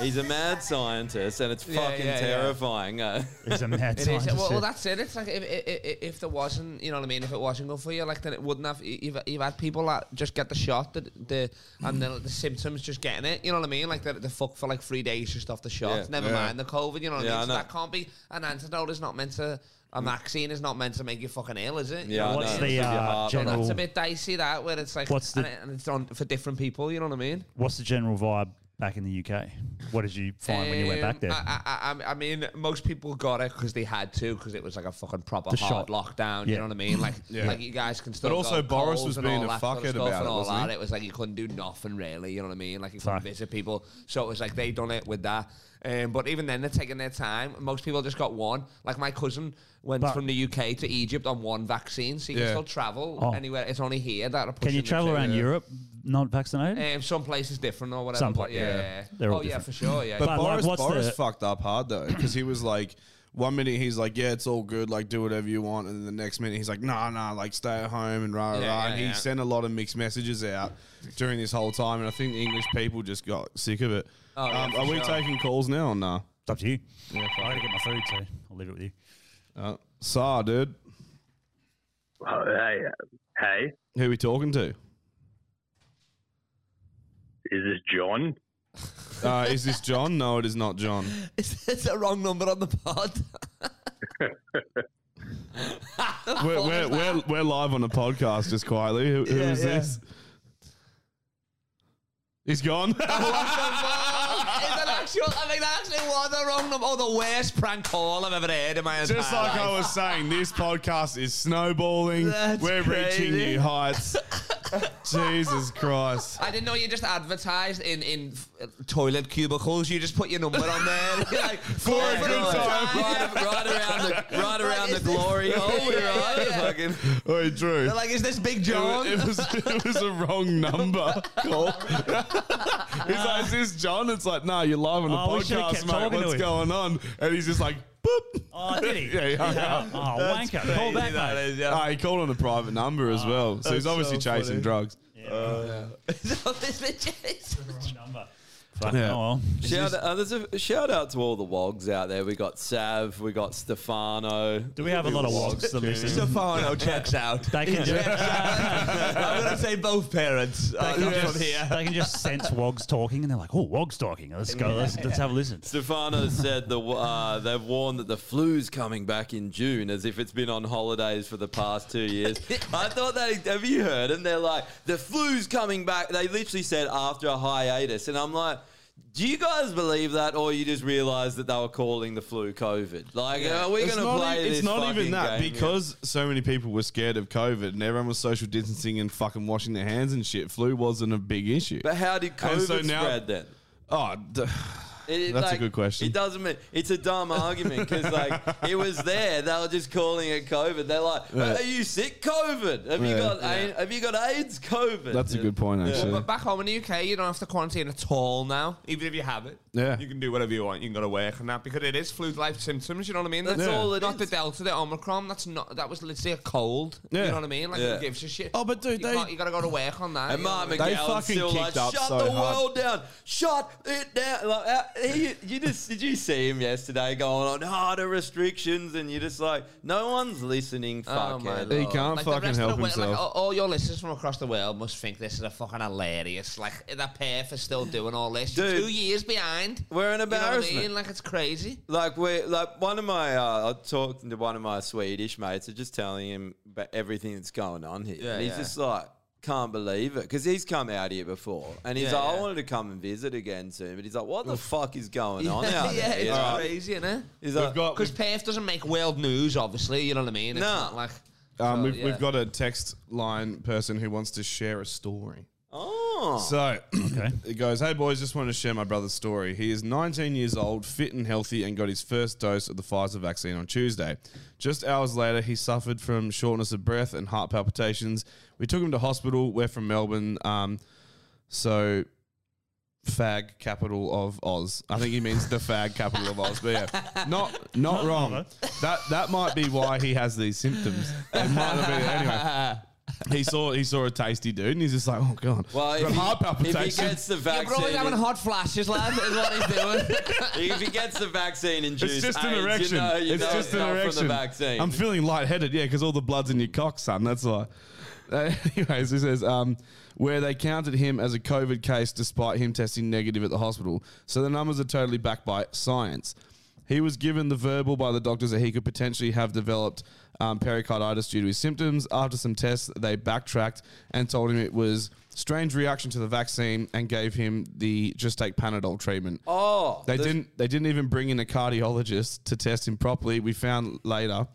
[SPEAKER 4] He's a mad scientist, and it's
[SPEAKER 5] Yeah,
[SPEAKER 4] fucking
[SPEAKER 5] yeah, yeah.
[SPEAKER 4] terrifying. uh.
[SPEAKER 3] He's a mad
[SPEAKER 5] It is. Well, well, that's it. It's like if, if if- if there wasn't, you know what I mean. If it wasn't good for you, like then it wouldn't have. you- You've, you've had people that just get the shot, the the and then the symptoms just getting it. You know what I mean? Like they're, they're fucked for like three days just off the shot.
[SPEAKER 4] Yeah.
[SPEAKER 5] Never
[SPEAKER 4] Yeah.
[SPEAKER 5] mind the COVID. You know what
[SPEAKER 4] Yeah,
[SPEAKER 5] I
[SPEAKER 4] I
[SPEAKER 5] mean? So
[SPEAKER 4] know. Mm.
[SPEAKER 5] that can't be an antidote. Is not meant to. A vaccine is not meant to make you fucking ill, is it? You
[SPEAKER 4] Yeah,
[SPEAKER 5] know
[SPEAKER 4] I
[SPEAKER 5] what I
[SPEAKER 4] know.
[SPEAKER 5] mean?
[SPEAKER 4] It's
[SPEAKER 3] the,
[SPEAKER 5] So
[SPEAKER 3] uh,
[SPEAKER 5] that's-
[SPEAKER 3] general-
[SPEAKER 5] That's a bit dicey. That where it's like
[SPEAKER 3] What's the-
[SPEAKER 5] and, it- and it's on for different people. You know what I mean?
[SPEAKER 3] What's the general vibe back in the UK? What did you find when you went back
[SPEAKER 5] Um,
[SPEAKER 3] there?
[SPEAKER 5] I, I, I- I mean, most people got it because they had to because it was like a fucking proper
[SPEAKER 3] The shot.
[SPEAKER 5] hard lockdown.
[SPEAKER 3] Yeah.
[SPEAKER 5] You know what I mean? Like,
[SPEAKER 3] Yeah.
[SPEAKER 5] like you guys can still.
[SPEAKER 2] But also
[SPEAKER 5] got
[SPEAKER 2] Boris
[SPEAKER 5] colds
[SPEAKER 2] was
[SPEAKER 5] and
[SPEAKER 2] being
[SPEAKER 5] all
[SPEAKER 2] a
[SPEAKER 5] that sort of
[SPEAKER 2] fuckhead
[SPEAKER 5] stuff
[SPEAKER 2] about
[SPEAKER 5] and
[SPEAKER 2] it,
[SPEAKER 5] all
[SPEAKER 2] wasn't
[SPEAKER 5] that.
[SPEAKER 2] he?
[SPEAKER 5] It was like you couldn't do nothing really. You know what I mean? Like you
[SPEAKER 3] Fuck.
[SPEAKER 5] couldn't visit people. So it was like they done it with that. Um, but even then, they're taking their time. Most people just got one. Like my cousin went
[SPEAKER 3] But-
[SPEAKER 5] from the UK to Egypt on one vaccine, so you
[SPEAKER 3] Yeah.
[SPEAKER 5] can still travel
[SPEAKER 3] Oh.
[SPEAKER 5] anywhere. It's only here that are
[SPEAKER 3] Can you
[SPEAKER 5] pushing the
[SPEAKER 3] travel
[SPEAKER 5] shit.
[SPEAKER 3] around Europe not vaccinated?
[SPEAKER 5] Um, some places different or whatever.
[SPEAKER 3] Some
[SPEAKER 5] but
[SPEAKER 3] pla-
[SPEAKER 5] yeah.
[SPEAKER 3] yeah. They're
[SPEAKER 5] oh
[SPEAKER 3] all
[SPEAKER 5] yeah,
[SPEAKER 3] different.
[SPEAKER 5] for sure. Yeah.
[SPEAKER 2] But
[SPEAKER 5] yeah.
[SPEAKER 2] Boris,
[SPEAKER 3] what's
[SPEAKER 2] Boris
[SPEAKER 3] the-
[SPEAKER 2] fucked up hard though because he was like, one minute he's like, yeah, it's all good, like do whatever you want, and then the next minute he's like, nah, nah, like stay at home and rah rah.
[SPEAKER 5] Yeah,
[SPEAKER 2] rah.
[SPEAKER 5] yeah,
[SPEAKER 2] and he
[SPEAKER 5] yeah.
[SPEAKER 2] sent a lot of mixed messages out during this whole time, and I think the English people just got sick of it.
[SPEAKER 5] Oh, yeah,
[SPEAKER 2] um,
[SPEAKER 5] for
[SPEAKER 2] are we
[SPEAKER 5] sure.
[SPEAKER 2] taking calls now or nah?
[SPEAKER 3] It's up to you.
[SPEAKER 2] Yeah,
[SPEAKER 3] I gotta get my food, so I'll leave it with you.
[SPEAKER 2] Uh, Sar, dude,
[SPEAKER 9] Oh, hey, hey,
[SPEAKER 2] who we talking to?
[SPEAKER 9] is this John?
[SPEAKER 2] Uh, is this John? No, it is not John.
[SPEAKER 5] It's a wrong number on the pod.
[SPEAKER 2] We're, we're, we're, we're live on the podcast just quietly. Who, who
[SPEAKER 5] Yeah,
[SPEAKER 2] is
[SPEAKER 5] yeah.
[SPEAKER 2] this? He's gone.
[SPEAKER 5] It's an actual, I mean, that actually was the wrong number. Oh, the worst prank call I've ever heard in my entire
[SPEAKER 2] Just like I
[SPEAKER 5] life.
[SPEAKER 2] was saying, this podcast is snowballing.
[SPEAKER 5] That's
[SPEAKER 2] We're
[SPEAKER 5] crazy.
[SPEAKER 2] reaching new heights. Jesus Christ.
[SPEAKER 5] I didn't know you just advertised in in f- toilet cubicles. You just put your number on there. You're like, for
[SPEAKER 4] a good time.
[SPEAKER 5] Right,
[SPEAKER 4] right around the- right around the
[SPEAKER 5] is this-
[SPEAKER 4] glory hole, we're right, fucking-
[SPEAKER 2] Oi, Drew.
[SPEAKER 5] They're like, is this Big John?
[SPEAKER 2] It, wa- it was, it was a wrong number call. He's like, is this John? It's like, nah, you're live on the
[SPEAKER 3] Oh, we should've
[SPEAKER 2] podcast,
[SPEAKER 3] kept
[SPEAKER 2] mate.
[SPEAKER 3] talking to
[SPEAKER 2] What's
[SPEAKER 3] him."
[SPEAKER 2] going on? And he's just like, boop.
[SPEAKER 3] Oh, did he?
[SPEAKER 2] yeah, yeah, yeah.
[SPEAKER 3] Oh, wanker. Call back, mate.
[SPEAKER 2] Ah, he called on a private number as well. So he's
[SPEAKER 3] that's
[SPEAKER 2] obviously
[SPEAKER 3] so
[SPEAKER 2] chasing
[SPEAKER 3] funny.
[SPEAKER 2] drugs.
[SPEAKER 5] this bitch
[SPEAKER 3] Fuck,
[SPEAKER 4] Yeah.
[SPEAKER 3] oh well.
[SPEAKER 4] Shout out, uh, there's a shout out to all the wogs out there. We got Sav, we got Stefano. Do
[SPEAKER 3] we have a lot of wogs that listen? Stefano
[SPEAKER 5] checks out.
[SPEAKER 3] They can just,
[SPEAKER 5] I'm gonna say both parents.
[SPEAKER 3] they
[SPEAKER 5] Uh,
[SPEAKER 3] can
[SPEAKER 5] not
[SPEAKER 3] just,
[SPEAKER 5] from here.
[SPEAKER 3] they can just sense Wogs talking, and they're like, "Oh, Wogs talking. Let's go. Let's, let's have a listen."
[SPEAKER 4] Stefano said the uh, they've warned that the flu's coming back in June, as if it's been on holidays for the past two years. I thought that. Have you heard? And they're like, the flu's coming back. They literally said after a hiatus, and I'm like. Do you guys believe that, or you just realise that they were calling the flu COVID? Like, are we
[SPEAKER 2] It's
[SPEAKER 4] going to
[SPEAKER 2] not
[SPEAKER 4] play
[SPEAKER 2] e-
[SPEAKER 4] this
[SPEAKER 2] It's not even
[SPEAKER 4] fucking
[SPEAKER 2] that
[SPEAKER 4] game?
[SPEAKER 2] because so many people were scared of COVID and everyone was social distancing and fucking washing their hands and shit. Flu wasn't a big issue.
[SPEAKER 4] But how did
[SPEAKER 2] And
[SPEAKER 4] COVID spread then?
[SPEAKER 2] Oh, d-
[SPEAKER 4] It-
[SPEAKER 2] That's a
[SPEAKER 4] like,
[SPEAKER 2] good question.
[SPEAKER 4] It doesn't mean it's a dumb argument because like it was there. They were just calling it COVID. They're like,
[SPEAKER 2] Yeah.
[SPEAKER 4] "Are you sick? COVID? Have you
[SPEAKER 2] Yeah.
[SPEAKER 4] got? A- have you got AIDS? COVID?"
[SPEAKER 2] That's a good point, actually.
[SPEAKER 5] But back home in the UK, you don't have to quarantine at all now, even if you have it.
[SPEAKER 2] Yeah.
[SPEAKER 5] You can do whatever you want. You can go to work and that because it is flu like symptoms, you know what I mean?
[SPEAKER 4] That's Yeah. all it
[SPEAKER 5] not the Delta, the Omicron. That's not that was literally a cold.
[SPEAKER 2] Yeah.
[SPEAKER 5] You know what I mean? Like
[SPEAKER 4] Yeah.
[SPEAKER 5] who gives a shit.
[SPEAKER 2] Oh, but dude,
[SPEAKER 5] you
[SPEAKER 2] they-
[SPEAKER 5] can't- you gotta go to work on that.
[SPEAKER 4] And
[SPEAKER 5] you know
[SPEAKER 4] Mark
[SPEAKER 5] what I mean?
[SPEAKER 4] McGowan's still like, shut the world down. Shut it down. Like, uh, he, you just did you see him yesterday going on harder restrictions, and you're just like, no one's listening. Fuck it.
[SPEAKER 2] He can't
[SPEAKER 5] Oh, Like, the
[SPEAKER 2] fucking
[SPEAKER 5] rest of
[SPEAKER 2] help
[SPEAKER 5] the world-
[SPEAKER 2] himself.
[SPEAKER 5] Like, all- all your listeners from across the world must think this is a fucking hilarious. Like that pair for still doing all this. You're
[SPEAKER 4] Dude.
[SPEAKER 5] Two years behind.
[SPEAKER 4] We're an
[SPEAKER 5] You know what I
[SPEAKER 4] embarrassment.
[SPEAKER 5] mean? Like it's crazy.
[SPEAKER 4] Like we like one of my uh, I talked to one of my Swedish mates and just telling him about everything that's going on here.
[SPEAKER 5] Yeah,
[SPEAKER 4] and he's
[SPEAKER 5] yeah.
[SPEAKER 4] just like can't believe it because he's come out here before and he's
[SPEAKER 5] Yeah,
[SPEAKER 4] like, I
[SPEAKER 5] yeah.
[SPEAKER 4] wanted to come and visit again soon, but he's like, what the fuck is going on out
[SPEAKER 5] yeah,
[SPEAKER 4] there?
[SPEAKER 5] it's
[SPEAKER 4] Like,
[SPEAKER 5] crazy, isn't it?
[SPEAKER 4] Is that- We've got-
[SPEAKER 5] because Perth doesn't make world news, obviously. You know what I mean? It's
[SPEAKER 4] No.
[SPEAKER 5] not like
[SPEAKER 2] Um,
[SPEAKER 5] So,
[SPEAKER 2] we've,
[SPEAKER 5] yeah.
[SPEAKER 2] we've got a text line person who wants to share a story.
[SPEAKER 4] Oh.
[SPEAKER 2] So it goes, Hey boys, just wanted to share my brother's story. He is 19 years old, fit and healthy, and got his first dose of the Pfizer vaccine on Tuesday. Just hours later, he suffered from shortness of breath and heart palpitations. We took him to hospital. We're from Melbourne. Um, so fag capital of Oz. I think he means the fag capital of Oz. But yeah, not not wrong. That that might be why he has these symptoms. It might have been anyway. He saw he saw a tasty dude and he's just like, oh god.
[SPEAKER 4] Well, Uh, if
[SPEAKER 2] From
[SPEAKER 4] he-
[SPEAKER 2] heart
[SPEAKER 4] if he
[SPEAKER 2] palpitations.
[SPEAKER 4] gets the vaccine, You're probably having it-
[SPEAKER 5] hot flashes, lad. Is what he's doing.
[SPEAKER 4] if he gets the vaccine in June,
[SPEAKER 2] It's just an erection.
[SPEAKER 4] You know, you
[SPEAKER 2] it's
[SPEAKER 4] know
[SPEAKER 2] just
[SPEAKER 4] it's
[SPEAKER 2] an
[SPEAKER 4] not
[SPEAKER 2] erection.
[SPEAKER 4] From the vaccine.
[SPEAKER 2] I'm feeling lightheaded, yeah, because all the blood's in your cock, son. That's why. Uh, anyways, he says um, where they counted him as a COVID case despite him testing negative at the hospital. So the numbers are totally backed by science. He was given the verbal by the doctors that he could potentially have developed um, pericarditis due to his symptoms. After some tests, they backtracked and told him it was strange reaction to the vaccine and gave him the just take Panadol treatment.
[SPEAKER 4] Oh,
[SPEAKER 2] They
[SPEAKER 4] the-
[SPEAKER 2] didn't. They didn't even bring in a cardiologist to test him properly. We found later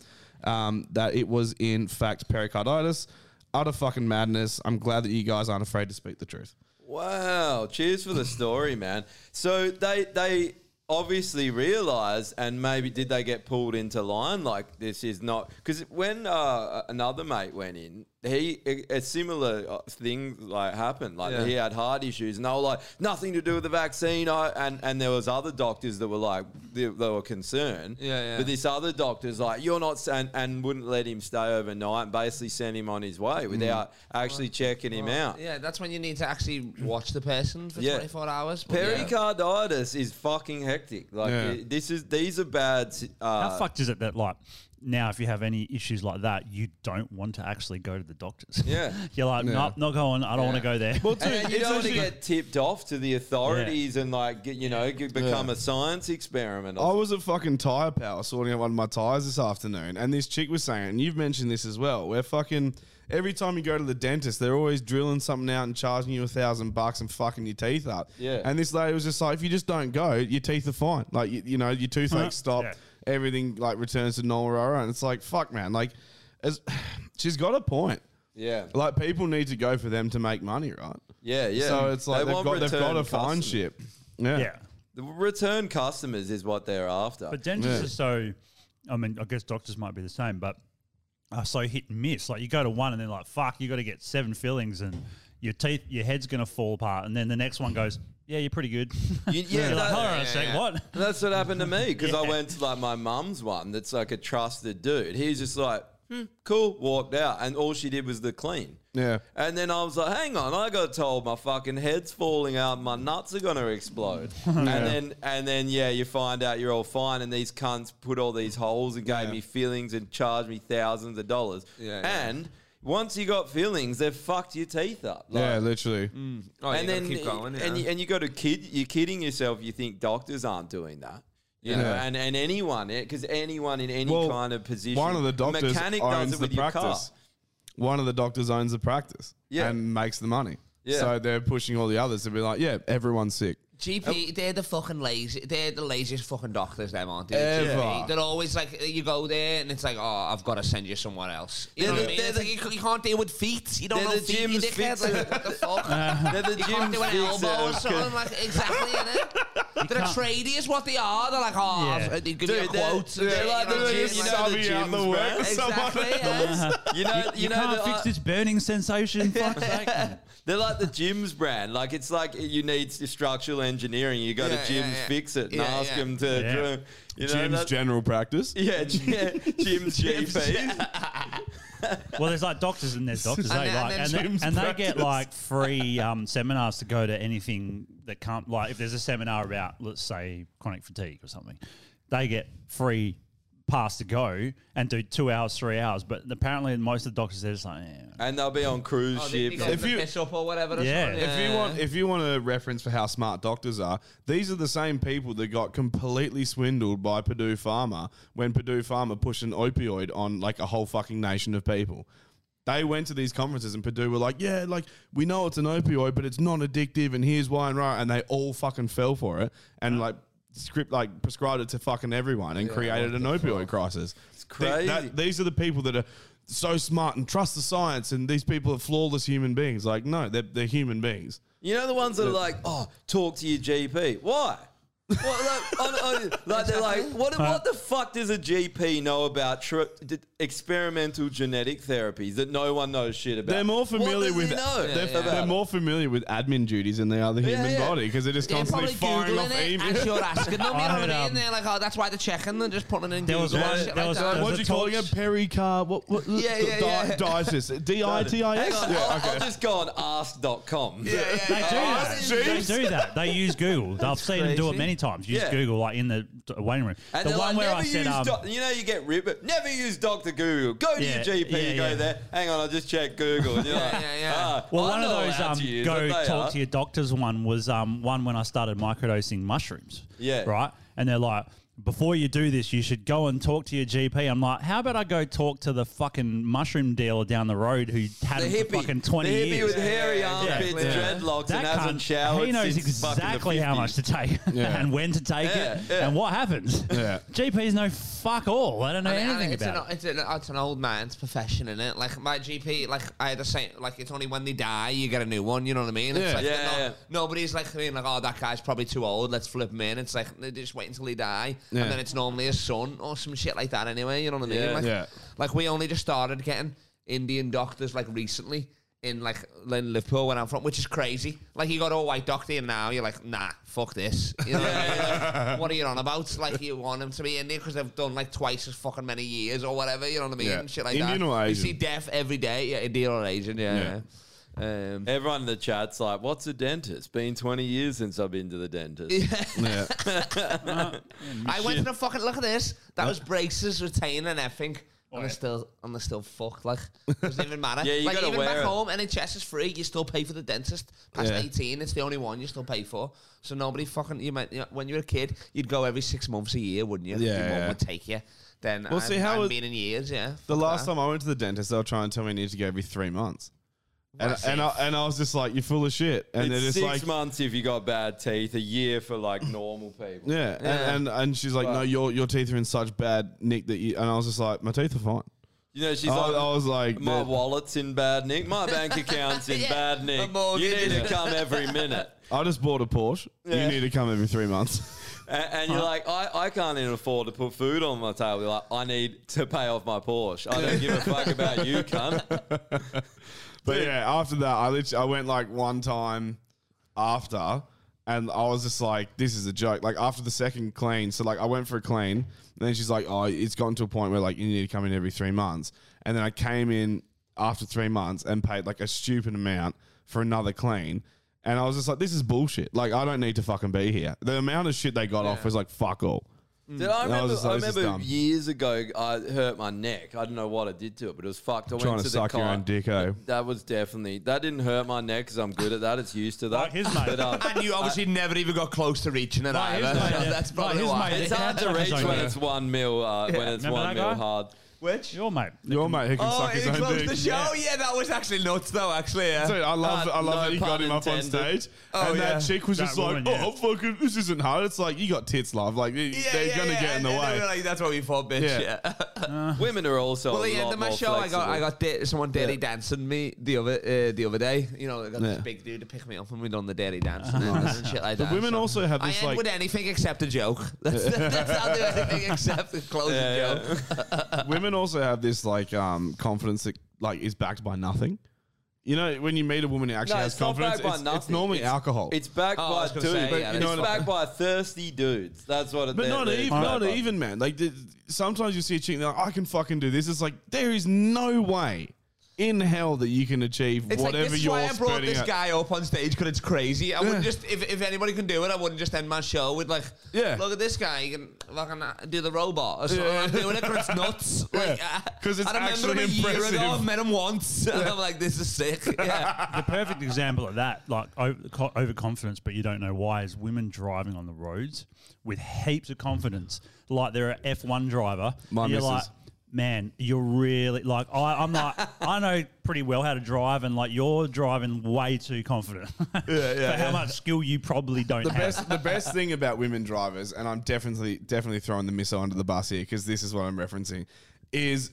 [SPEAKER 2] um, that it was in fact pericarditis. Utter fucking madness. I'm glad that you guys aren't afraid to speak the truth.
[SPEAKER 4] Wow! Cheers for the story, man. So they they obviously realized, and maybe did they get pulled into line? Like this is not because when uh, another mate went in, he a, a similar uh, thing like happened. Like
[SPEAKER 2] Yeah.
[SPEAKER 4] he had heart issues, and they were like nothing to do with the vaccine. I, and and there was other doctors that were like they, they were concerned.
[SPEAKER 5] Yeah, yeah.
[SPEAKER 4] But this other doctor's like you're not, and and wouldn't let him stay overnight. and Basically sent him on his way
[SPEAKER 5] Mm.
[SPEAKER 4] without actually checking him out.
[SPEAKER 5] Yeah, that's when you need to actually watch the person for
[SPEAKER 4] Yeah.
[SPEAKER 5] 24 hours. but yeah.
[SPEAKER 4] Pericarditis is fucking hectic. Like
[SPEAKER 3] Yeah.
[SPEAKER 4] it- this is these are bad. s- Uh,
[SPEAKER 3] How fucked is it that like now if you have any issues like that, you don't want to actually go to the doctors?
[SPEAKER 4] Yeah.
[SPEAKER 3] You're like,
[SPEAKER 4] Yeah.
[SPEAKER 3] nope, not going. I don't want to go there.
[SPEAKER 4] Well, you don't want to get tipped off to the authorities and like get, you know get, become
[SPEAKER 2] Yeah. Oh,
[SPEAKER 4] a science experiment.
[SPEAKER 2] I was at fucking tire power sorting out one of my tires this afternoon, and this chick was saying, and you've mentioned this as well, where fucking every time you go to the dentist, they're always drilling something out and charging you a thousand bucks and fucking your teeth up.
[SPEAKER 4] Yeah.
[SPEAKER 2] And this lady was just like, if you just don't go, your teeth are fine. Like you, you know, your toothache
[SPEAKER 4] Uh-huh.
[SPEAKER 2] stop,
[SPEAKER 4] Yeah.
[SPEAKER 2] everything like returns to normal. And it's like, fuck, man, like, as she's got a point.
[SPEAKER 4] Yeah.
[SPEAKER 2] Like people need to go for them to make money, right?
[SPEAKER 4] Yeah, yeah.
[SPEAKER 2] So it's like
[SPEAKER 4] They
[SPEAKER 2] they have
[SPEAKER 4] want
[SPEAKER 2] got, they've got to
[SPEAKER 4] return
[SPEAKER 2] find
[SPEAKER 4] customers.
[SPEAKER 2] shit. Yeah.
[SPEAKER 3] Yeah.
[SPEAKER 4] The return customers is what they're after.
[SPEAKER 3] But dentists are so. I mean, I guess doctors might be the same, but are so hit and miss. Like you go to one and they're like, "Fuck, you got to get seven fillings," and your teeth, your head's gonna fall apart, and then the next one goes, "Yeah, you're pretty good."
[SPEAKER 4] Yeah,
[SPEAKER 3] You're like,
[SPEAKER 4] that-
[SPEAKER 3] hold on a sec, what?
[SPEAKER 4] That's what happened to me because I
[SPEAKER 3] Yeah.
[SPEAKER 4] went to like my mum's one. That's like a trusted dude. He's just like, hmm, cool, walked out, and all she did was the clean.
[SPEAKER 2] Yeah.
[SPEAKER 4] And then I was like, hang on, I got told my fucking head's falling out, my nuts are gonna explode. And
[SPEAKER 2] Yeah.
[SPEAKER 4] then and then yeah, you find out you're all fine and these cunts put all these holes and gave
[SPEAKER 2] Yeah.
[SPEAKER 4] me fillings and charged me thousands of dollars.
[SPEAKER 2] Yeah, yeah.
[SPEAKER 4] and once you got fillings, they've fucked your teeth up. Like,
[SPEAKER 2] yeah, literally.
[SPEAKER 5] Oh,
[SPEAKER 4] and
[SPEAKER 5] you gotta
[SPEAKER 4] then
[SPEAKER 5] keep going,
[SPEAKER 4] and
[SPEAKER 5] yeah.
[SPEAKER 4] you, and you got to kid you're kidding yourself. You think doctors aren't doing that. You
[SPEAKER 2] Yeah.
[SPEAKER 4] know, and, and anyone, because anyone in any
[SPEAKER 2] Well,
[SPEAKER 4] kind of position,
[SPEAKER 2] One of the doctors
[SPEAKER 4] mechanic
[SPEAKER 2] owns
[SPEAKER 4] does it
[SPEAKER 2] the
[SPEAKER 4] with your car.
[SPEAKER 2] practice. One of the doctors owns the practice
[SPEAKER 4] Yeah.
[SPEAKER 2] and makes the money.
[SPEAKER 4] Yeah.
[SPEAKER 2] So they're pushing all the others to be like, yeah, everyone's sick.
[SPEAKER 4] Oh.
[SPEAKER 5] GP, they're the fucking lazy. They're the laziest fucking doctors, them aren't they?
[SPEAKER 2] Ever.
[SPEAKER 5] GP. They're always like, you go there and it's like, oh, I've got to send you somewhere else. You know what I mean? It's like, you, c- you can't deal with feet. You don't
[SPEAKER 4] They're
[SPEAKER 5] know
[SPEAKER 4] the
[SPEAKER 5] feet, you
[SPEAKER 4] gym's
[SPEAKER 5] dickhead. Like, what the fuck?
[SPEAKER 4] They're the
[SPEAKER 5] you can't
[SPEAKER 4] gym's
[SPEAKER 5] do an elbow or
[SPEAKER 4] fixers,
[SPEAKER 5] something.
[SPEAKER 4] 'cause-
[SPEAKER 5] Like, exactly, innit? They're a tradie is what they are. They're like, oh,
[SPEAKER 4] Yeah.
[SPEAKER 5] they give you
[SPEAKER 4] Dude, they're-
[SPEAKER 5] quotes. and
[SPEAKER 4] they're
[SPEAKER 5] shit,
[SPEAKER 4] like
[SPEAKER 5] you know,
[SPEAKER 4] the
[SPEAKER 5] gym,
[SPEAKER 4] gyms,
[SPEAKER 5] you
[SPEAKER 4] you
[SPEAKER 5] know,
[SPEAKER 4] know, the gyms, man.
[SPEAKER 5] Exactly.
[SPEAKER 4] Exactly. You know, you, know,
[SPEAKER 3] can't
[SPEAKER 4] the-
[SPEAKER 3] fix this burning sensation. Fuck's sake.
[SPEAKER 4] They're like the gyms brand. Like it's like you need structural engineering. You go
[SPEAKER 2] Yeah,
[SPEAKER 4] to gyms,
[SPEAKER 2] yeah, yeah.
[SPEAKER 4] fix it, and
[SPEAKER 2] Yeah,
[SPEAKER 4] ask
[SPEAKER 2] yeah.
[SPEAKER 4] them to.
[SPEAKER 2] Yeah.
[SPEAKER 4] do- You know,
[SPEAKER 2] Jim's
[SPEAKER 4] that-
[SPEAKER 2] general practice.
[SPEAKER 4] Yeah, gy- gyms GPs.
[SPEAKER 3] Well, there's like doctors and there's doctors,
[SPEAKER 4] And
[SPEAKER 3] eh?
[SPEAKER 4] then-
[SPEAKER 3] Like,
[SPEAKER 4] and
[SPEAKER 3] and,
[SPEAKER 4] then
[SPEAKER 3] they-
[SPEAKER 4] gyms
[SPEAKER 3] and they
[SPEAKER 4] practice.
[SPEAKER 3] get like free um, seminars to go to anything that can't. Like, if there's a seminar about, let's say, chronic fatigue or something, they get free pass to go and do two hours, three hours. But apparently, most of the doctors they're just like, yeah.
[SPEAKER 4] and they'll be on cruise
[SPEAKER 3] Oh, they- they
[SPEAKER 4] ships.
[SPEAKER 3] go If for
[SPEAKER 2] you-
[SPEAKER 5] Piss up or whatever. or
[SPEAKER 2] Yeah.
[SPEAKER 5] something.
[SPEAKER 2] If you want, if you want a reference for how smart doctors are, these are the same people that got completely swindled by Purdue Pharma when Purdue Pharma pushed an opioid on like a whole fucking nation of people. They went to these conferences and Purdue were like, "Yeah, like we know it's an opioid, but it's non-addictive, and here's why and right." And they all fucking fell for it and like script like prescribed it to fucking everyone and
[SPEAKER 4] Yeah,
[SPEAKER 2] created
[SPEAKER 4] what
[SPEAKER 2] an opioid crisis. It's
[SPEAKER 4] crazy.
[SPEAKER 2] these are the people that are so smart and trust the science, and these people are flawless human beings. Like, no, they're, they're human beings.
[SPEAKER 4] You know the ones that are like, oh, talk to your GP. Why? what, like, on- on- like, they're like, what, what the fuck does a GP know about tr- d- experimental genetic therapies that no one knows shit about?
[SPEAKER 2] They're more familiar
[SPEAKER 4] what does
[SPEAKER 2] with
[SPEAKER 4] he know
[SPEAKER 2] they're,
[SPEAKER 4] about
[SPEAKER 2] they're
[SPEAKER 4] it?
[SPEAKER 2] more familiar with admin duties than they are the
[SPEAKER 4] Yeah,
[SPEAKER 2] human
[SPEAKER 4] yeah.
[SPEAKER 2] body because they're just
[SPEAKER 4] They're
[SPEAKER 2] constantly
[SPEAKER 5] Googling
[SPEAKER 2] firing off
[SPEAKER 5] it
[SPEAKER 2] emails.
[SPEAKER 5] as you're asking them. You know
[SPEAKER 2] I
[SPEAKER 5] what I
[SPEAKER 2] heard,
[SPEAKER 5] mean?
[SPEAKER 2] um,
[SPEAKER 5] They're like, oh, that's why they're checking. They're just putting it in
[SPEAKER 2] There was
[SPEAKER 5] Google
[SPEAKER 2] one-
[SPEAKER 5] and shit
[SPEAKER 2] there
[SPEAKER 5] like
[SPEAKER 2] was-
[SPEAKER 5] that.
[SPEAKER 4] uh,
[SPEAKER 2] there was What's a it called talk- again? Pericar. What? what
[SPEAKER 5] yeah,
[SPEAKER 2] the-
[SPEAKER 5] yeah,
[SPEAKER 2] di-
[SPEAKER 5] yeah.
[SPEAKER 2] diasis. D-I-T-I-S?
[SPEAKER 4] Hang on,
[SPEAKER 2] Yeah,
[SPEAKER 4] I'll,
[SPEAKER 2] okay.
[SPEAKER 4] I'll just go on ask.com. Yeah, Oh,
[SPEAKER 3] They do that. They do that. They use Google. I've seen them do it
[SPEAKER 4] crazy.
[SPEAKER 3] many times. Use
[SPEAKER 4] Yeah.
[SPEAKER 3] Google, like in the d- waiting room.
[SPEAKER 4] And
[SPEAKER 3] the
[SPEAKER 4] they're
[SPEAKER 3] one
[SPEAKER 4] like,
[SPEAKER 3] where
[SPEAKER 4] never
[SPEAKER 3] I said,
[SPEAKER 4] use
[SPEAKER 3] um,
[SPEAKER 4] doc- you know, you get ripped. Never use Doctor Google. Go to
[SPEAKER 3] Yeah,
[SPEAKER 4] your GP.
[SPEAKER 3] yeah,
[SPEAKER 4] you go
[SPEAKER 3] yeah.
[SPEAKER 4] there. Hang on, I'll just check Google. And you're like, "Ah,
[SPEAKER 3] Well,
[SPEAKER 4] I'm
[SPEAKER 3] one of
[SPEAKER 4] not
[SPEAKER 3] those
[SPEAKER 4] allowed
[SPEAKER 3] um,
[SPEAKER 4] to use
[SPEAKER 3] go
[SPEAKER 4] it. They
[SPEAKER 3] talk
[SPEAKER 4] are."
[SPEAKER 3] to your doctors one was um, one when I started microdosing mushrooms.
[SPEAKER 4] Yeah.
[SPEAKER 3] Right? And they're like, before you do this, you should go and talk to your GP. I'm like, how about I go talk to the fucking mushroom dealer down the road who had
[SPEAKER 4] The
[SPEAKER 3] it
[SPEAKER 4] hippie.
[SPEAKER 3] for fucking 20
[SPEAKER 4] The hippie
[SPEAKER 3] years.
[SPEAKER 4] with hairy armpits, dreadlocks, and hasn't
[SPEAKER 3] cunt,
[SPEAKER 4] showered
[SPEAKER 3] He knows
[SPEAKER 4] since fucking the
[SPEAKER 3] exactly how much to take
[SPEAKER 4] Yeah.
[SPEAKER 3] and when to take it
[SPEAKER 4] Yeah, yeah.
[SPEAKER 3] and what happens.
[SPEAKER 2] Yeah.
[SPEAKER 3] GPs know fuck all. I don't know
[SPEAKER 5] And- and
[SPEAKER 3] anything
[SPEAKER 5] it's
[SPEAKER 3] about it.
[SPEAKER 5] an, It's an, it's an old man's profession, isn't it? Like my GP, like I had the same. Like it's only when they die you get a new one. You know what I mean? It's
[SPEAKER 4] Yeah.
[SPEAKER 5] like
[SPEAKER 4] Yeah,
[SPEAKER 5] they're not-
[SPEAKER 4] yeah.
[SPEAKER 5] Nobody's like being like, oh, that guy's probably too old. Let's flip him in. It's like they just wait until he die,
[SPEAKER 2] Yeah.
[SPEAKER 5] and then it's normally his son or some shit like that. Anyway, you know what I mean?
[SPEAKER 2] Yeah.
[SPEAKER 5] Like,
[SPEAKER 2] Yeah.
[SPEAKER 5] like we only just started getting Indian doctors like recently. In like in Liverpool where I'm from, which is crazy. Like you got all white doctor, and now you're like, nah, fuck this. You know what I mean? Like, what are you on about? Like you want them to be Indian because they've done like twice as fucking many years or whatever. You know what I mean?
[SPEAKER 4] Yeah.
[SPEAKER 5] Shit like that.
[SPEAKER 4] Indian or Asian?
[SPEAKER 5] You see death every day. Yeah, Indian or Asian. Yeah. Um,
[SPEAKER 4] Everyone in the chat's like, "What's a dentist? Been twenty years since I've been to the dentist."
[SPEAKER 2] Yeah.
[SPEAKER 5] I went to the fucking look at this. That was braces, retainer, and everything.
[SPEAKER 2] Oh,
[SPEAKER 5] And they're still, and they're still fucked. Like doesn't even matter.
[SPEAKER 4] Yeah, you
[SPEAKER 5] like
[SPEAKER 4] gotta
[SPEAKER 5] even
[SPEAKER 4] wear
[SPEAKER 5] back
[SPEAKER 4] it.
[SPEAKER 5] home, NHS is free. You still pay for the dentist past
[SPEAKER 4] Yeah.
[SPEAKER 5] eighteen. It's the only one you still pay for. So nobody fucking you. Might, you know, when you were a kid, you'd go every six months a year, wouldn't you?
[SPEAKER 2] Yeah,
[SPEAKER 5] Your mum
[SPEAKER 2] yeah.
[SPEAKER 5] would take you. Then
[SPEAKER 2] Well,
[SPEAKER 5] I've,
[SPEAKER 2] see, how
[SPEAKER 5] I've
[SPEAKER 2] was-
[SPEAKER 5] been in years. Yeah.
[SPEAKER 2] The
[SPEAKER 5] fuck
[SPEAKER 2] last
[SPEAKER 5] that.
[SPEAKER 2] time I went to the dentist, they were trying to tell me I needed to go every three months. And,
[SPEAKER 4] That's
[SPEAKER 2] and, I, and I was just like, you're full of shit. And
[SPEAKER 4] it's
[SPEAKER 2] they're just
[SPEAKER 4] six
[SPEAKER 2] like,
[SPEAKER 4] months if you got bad teeth, a year for like normal people.
[SPEAKER 2] yeah. And, and, and she's like,
[SPEAKER 4] But-
[SPEAKER 2] no, your, your teeth are in such bad nick that you. And I was just like, my teeth are fine.
[SPEAKER 4] You know, she's
[SPEAKER 2] I-
[SPEAKER 4] like,
[SPEAKER 2] I was like,
[SPEAKER 4] my
[SPEAKER 2] the-
[SPEAKER 4] wallet's in bad nick, my bank account's in bad nick. You
[SPEAKER 2] mortgage.
[SPEAKER 4] need to
[SPEAKER 2] Yeah.
[SPEAKER 4] come every minute.
[SPEAKER 2] I just bought a Porsche.
[SPEAKER 4] Yeah.
[SPEAKER 2] You need to come every three months.
[SPEAKER 4] And, and you're like, I, I can't even afford to put food on my table. You're like, I need to pay off my Porsche. I don't give a fuck about you, cunt.
[SPEAKER 2] But yeah, after that, I literally, I went like one time after, and I was just like, "This is a joke." Like after the second clean, so like I went for a clean, and then she's like, "Oh, it's gotten to a point where like you need to come in every three months." And then I came in after three months and paid like a stupid amount for another clean. And I was just like, this is bullshit. Like, I don't need to fucking be here. The amount of shit they got off was like, fuck all.
[SPEAKER 4] Dude, I
[SPEAKER 2] And Mm. was
[SPEAKER 4] remember,
[SPEAKER 2] just
[SPEAKER 4] I
[SPEAKER 2] like, this is
[SPEAKER 4] remember
[SPEAKER 2] dumb.
[SPEAKER 4] years ago, I hurt my neck. I don't know what I did to it, but it was fucked. I
[SPEAKER 2] trying
[SPEAKER 4] went
[SPEAKER 2] to,
[SPEAKER 4] to,
[SPEAKER 2] suck
[SPEAKER 4] the
[SPEAKER 2] your
[SPEAKER 4] chi-
[SPEAKER 2] own dick, oh.
[SPEAKER 4] That was definitely that didn't hurt my neck because I'm good at that. It's used to that. But, um,
[SPEAKER 5] and you obviously never even got close to reaching it
[SPEAKER 4] Right, here's
[SPEAKER 5] either.
[SPEAKER 4] my-
[SPEAKER 5] That's
[SPEAKER 4] right,
[SPEAKER 5] probably
[SPEAKER 4] here's my-
[SPEAKER 5] why.
[SPEAKER 4] It's hard to reach when it's one mil. Uh,
[SPEAKER 5] Yeah.
[SPEAKER 4] When it's
[SPEAKER 5] Remember
[SPEAKER 4] one
[SPEAKER 5] that
[SPEAKER 4] mil
[SPEAKER 5] guy?
[SPEAKER 4] hard.
[SPEAKER 3] Which? Your mate.
[SPEAKER 2] Your mate who can
[SPEAKER 5] Oh,
[SPEAKER 2] suck his
[SPEAKER 5] he
[SPEAKER 2] own
[SPEAKER 5] closed
[SPEAKER 2] dick.
[SPEAKER 5] the show. Yeah. that was actually nuts, though. Actually, yeah.
[SPEAKER 2] Dude, I love,
[SPEAKER 5] Uh,
[SPEAKER 2] I love
[SPEAKER 5] no
[SPEAKER 2] that you got
[SPEAKER 5] pun
[SPEAKER 2] him up on
[SPEAKER 5] intended.
[SPEAKER 2] stage,
[SPEAKER 5] Oh,
[SPEAKER 2] and
[SPEAKER 5] yeah.
[SPEAKER 2] that chick was
[SPEAKER 5] That
[SPEAKER 2] just
[SPEAKER 5] woman,
[SPEAKER 2] like,
[SPEAKER 5] yeah.
[SPEAKER 2] "Oh, fucking, this isn't hard." It's like you got tits, love. Like they- they're gonna get in the
[SPEAKER 5] and they
[SPEAKER 2] way.
[SPEAKER 5] were like, That's what we thought, bitch.
[SPEAKER 2] Yeah.
[SPEAKER 5] Yeah.
[SPEAKER 4] Uh. Women are also
[SPEAKER 5] well,
[SPEAKER 4] a
[SPEAKER 5] at the end
[SPEAKER 4] lot
[SPEAKER 5] of my
[SPEAKER 4] more
[SPEAKER 5] show, I got I
[SPEAKER 4] flexible.
[SPEAKER 5] got da- someone dirty dancing me the other uh, the other day. You know, I got
[SPEAKER 2] Yeah.
[SPEAKER 5] this big dude to pick me up, and we done the dirty dance and, then and shit like
[SPEAKER 2] The
[SPEAKER 5] that.
[SPEAKER 2] women
[SPEAKER 5] so.
[SPEAKER 2] also have this,
[SPEAKER 5] I end
[SPEAKER 2] like-
[SPEAKER 5] with anything except a joke. That's, that's how I do anything except a closing joke.
[SPEAKER 2] Women also have this like um, confidence that like is backed by nothing. You know, when you meet a woman who actually
[SPEAKER 4] No,
[SPEAKER 2] has
[SPEAKER 4] it's not
[SPEAKER 2] confidence,
[SPEAKER 4] backed by
[SPEAKER 2] it's, it's
[SPEAKER 4] nothing.
[SPEAKER 2] normally
[SPEAKER 4] It's-
[SPEAKER 2] alcohol.
[SPEAKER 4] It's backed
[SPEAKER 2] Oh, I
[SPEAKER 4] by
[SPEAKER 2] was gonna
[SPEAKER 4] dudes.
[SPEAKER 2] say, yeah,
[SPEAKER 4] it's
[SPEAKER 2] that's-
[SPEAKER 4] backed by thirsty dudes. That's what it
[SPEAKER 2] But
[SPEAKER 4] they're-
[SPEAKER 2] not
[SPEAKER 4] they're
[SPEAKER 2] even,
[SPEAKER 4] backed
[SPEAKER 2] not
[SPEAKER 4] by.
[SPEAKER 2] even, man. Like th- sometimes you see a chick, and they're like, I can fucking do this. It's like there is no way in hell that you can achieve
[SPEAKER 5] It's
[SPEAKER 2] whatever
[SPEAKER 5] like, this is
[SPEAKER 2] you're
[SPEAKER 5] why I brought
[SPEAKER 2] spurting
[SPEAKER 5] this
[SPEAKER 2] at.
[SPEAKER 5] guy up on stage because it's crazy. I wouldn't just if, if anybody can do it, I wouldn't just end my show with like,
[SPEAKER 2] Yeah.
[SPEAKER 5] look at this guy, he can fucking uh, do the robot. Or something.
[SPEAKER 2] Yeah.
[SPEAKER 5] I'm doing it because it's nuts. Like,
[SPEAKER 2] Because it's
[SPEAKER 5] I remember
[SPEAKER 2] actually
[SPEAKER 5] him a year
[SPEAKER 2] impressive.
[SPEAKER 5] ago. I met him once, and I'm like, this is sick. Yeah.
[SPEAKER 3] the perfect example of that, like over, co- overconfidence, but you don't know why, is women driving on the roads with heaps of confidence, like they're an F one driver.
[SPEAKER 2] My
[SPEAKER 3] and you're
[SPEAKER 2] missus.
[SPEAKER 3] like, man, you're really like I, I'm like I know pretty well how to drive, and like you're driving way too confident for
[SPEAKER 2] yeah, yeah.
[SPEAKER 3] how much skill you probably don't
[SPEAKER 2] the
[SPEAKER 3] have.
[SPEAKER 2] best the best thing about women drivers, and I'm definitely definitely throwing the missile under the bus here because this is what I'm referencing, is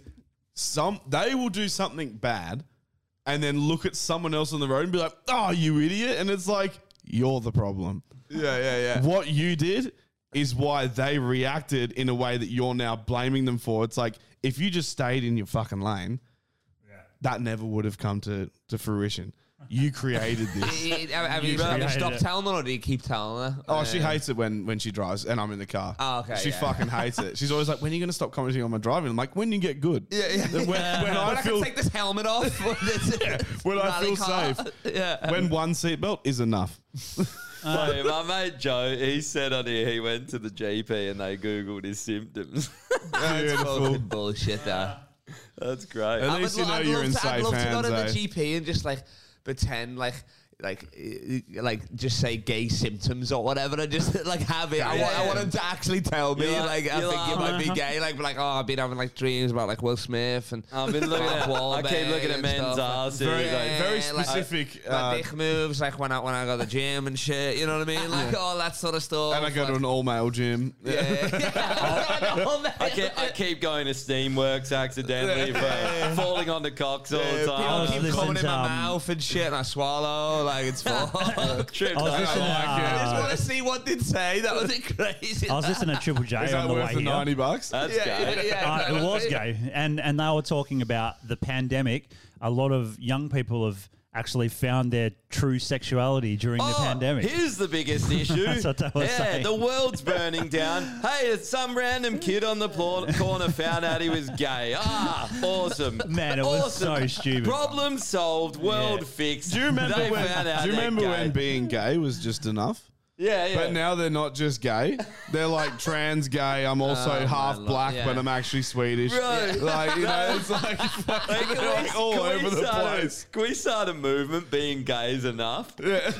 [SPEAKER 2] some they will do something bad and then look at someone else on the road and be like, "Oh, you idiot!" and it's like you're the problem.
[SPEAKER 5] Yeah, yeah, yeah.
[SPEAKER 2] What you did is why they reacted in a way that you're now blaming them for. It's like if you just stayed in your fucking lane, that never would have come to to fruition. You created this.
[SPEAKER 5] I, I, I
[SPEAKER 2] You
[SPEAKER 5] mean, have you
[SPEAKER 2] created
[SPEAKER 5] stopped
[SPEAKER 2] it.
[SPEAKER 5] telling her or do you keep telling her?
[SPEAKER 2] Oh, she hates it when when she drives and I'm in the car.
[SPEAKER 5] Oh, okay,
[SPEAKER 2] She
[SPEAKER 5] yeah.
[SPEAKER 2] fucking hates it. She's always like, "When are you going to stop commenting on my driving?" I'm like, "When you get good." Yeah, yeah. When, when I feel
[SPEAKER 5] can take this helmet off.
[SPEAKER 2] when I
[SPEAKER 5] rally
[SPEAKER 2] feel
[SPEAKER 5] car.
[SPEAKER 2] safe.
[SPEAKER 5] yeah.
[SPEAKER 2] When one seatbelt is enough.
[SPEAKER 4] Mate, my mate Joe, he said on here he went to the GP and they googled his symptoms.
[SPEAKER 5] That's fucking bullshit, that.
[SPEAKER 4] That's great.
[SPEAKER 5] I would lo- I'd love to- I'd love to
[SPEAKER 2] eh?
[SPEAKER 5] go to
[SPEAKER 3] eh?
[SPEAKER 5] the GP and just like pretend like. Like, uh, like, just say gay symptoms or whatever, and just like have it. I,
[SPEAKER 4] Yeah,
[SPEAKER 5] want, I
[SPEAKER 4] yeah.
[SPEAKER 5] want him to actually tell me,
[SPEAKER 4] You're
[SPEAKER 5] like,
[SPEAKER 4] like-
[SPEAKER 5] I
[SPEAKER 4] you're
[SPEAKER 5] think you
[SPEAKER 4] like,
[SPEAKER 5] might be
[SPEAKER 4] uh-huh.
[SPEAKER 5] gay. Like, be like, oh, I've been having like dreams about like Will Smith and
[SPEAKER 4] I've been looking
[SPEAKER 5] Mark
[SPEAKER 4] at- I keep
[SPEAKER 5] Wahlberg
[SPEAKER 4] looking at
[SPEAKER 5] and
[SPEAKER 4] men's
[SPEAKER 5] stuff.
[SPEAKER 4] asses, Very- like- very specific,
[SPEAKER 5] Like, my
[SPEAKER 4] uh,
[SPEAKER 5] dick moves, like when I when I go to the gym and shit. You know what I mean? Like
[SPEAKER 2] Yeah.
[SPEAKER 5] all that sort of stuff.
[SPEAKER 2] And I go to an all male gym.
[SPEAKER 4] I keep, I keep going to Steamworks accidentally, but falling on the cocks all the
[SPEAKER 5] People
[SPEAKER 4] time.
[SPEAKER 5] keep coming in my mouth and shit, and I swallow like it's full.
[SPEAKER 4] True,
[SPEAKER 3] I was I listening, like uh, it.
[SPEAKER 5] I just want to see what did say. That was crazy.
[SPEAKER 3] I was listening to Triple J
[SPEAKER 2] Is
[SPEAKER 3] on
[SPEAKER 2] that
[SPEAKER 3] the
[SPEAKER 2] worth
[SPEAKER 3] way
[SPEAKER 2] the
[SPEAKER 3] here.
[SPEAKER 2] 90 bucks? That's
[SPEAKER 5] Yeah, gay. yeah, yeah.
[SPEAKER 3] Uh, it was gay, and and they were talking about the pandemic. A lot of young people have actually found their true sexuality during
[SPEAKER 2] Oh,
[SPEAKER 3] the pandemic.
[SPEAKER 4] Oh, Here's the biggest issue.
[SPEAKER 3] That's what I was
[SPEAKER 4] yeah,
[SPEAKER 3] saying.
[SPEAKER 4] the world's burning down. Hey, it's some random kid on the pl- corner found out he was gay. Ah, awesome.
[SPEAKER 3] Man, it was
[SPEAKER 4] Awesome.
[SPEAKER 3] so stupid.
[SPEAKER 4] Problem solved, world
[SPEAKER 2] Yeah.
[SPEAKER 4] fixed.
[SPEAKER 2] Do you remember
[SPEAKER 4] they
[SPEAKER 2] when?
[SPEAKER 4] found out
[SPEAKER 2] Do you
[SPEAKER 4] they're
[SPEAKER 2] remember
[SPEAKER 4] gay.
[SPEAKER 2] when being gay was just enough?
[SPEAKER 4] Yeah, yeah.
[SPEAKER 2] But now they're not just gay; they're like trans gay. I'm also
[SPEAKER 4] Oh, my
[SPEAKER 2] half
[SPEAKER 4] lo-
[SPEAKER 2] black,
[SPEAKER 4] yeah.
[SPEAKER 2] but I'm actually Swedish.
[SPEAKER 4] Right.
[SPEAKER 2] Like you know, it's like
[SPEAKER 4] Like, can we-
[SPEAKER 2] like all
[SPEAKER 4] can we
[SPEAKER 2] over the
[SPEAKER 4] start-
[SPEAKER 2] place.
[SPEAKER 4] Can we start a movement? Being gay is enough.
[SPEAKER 2] Yeah.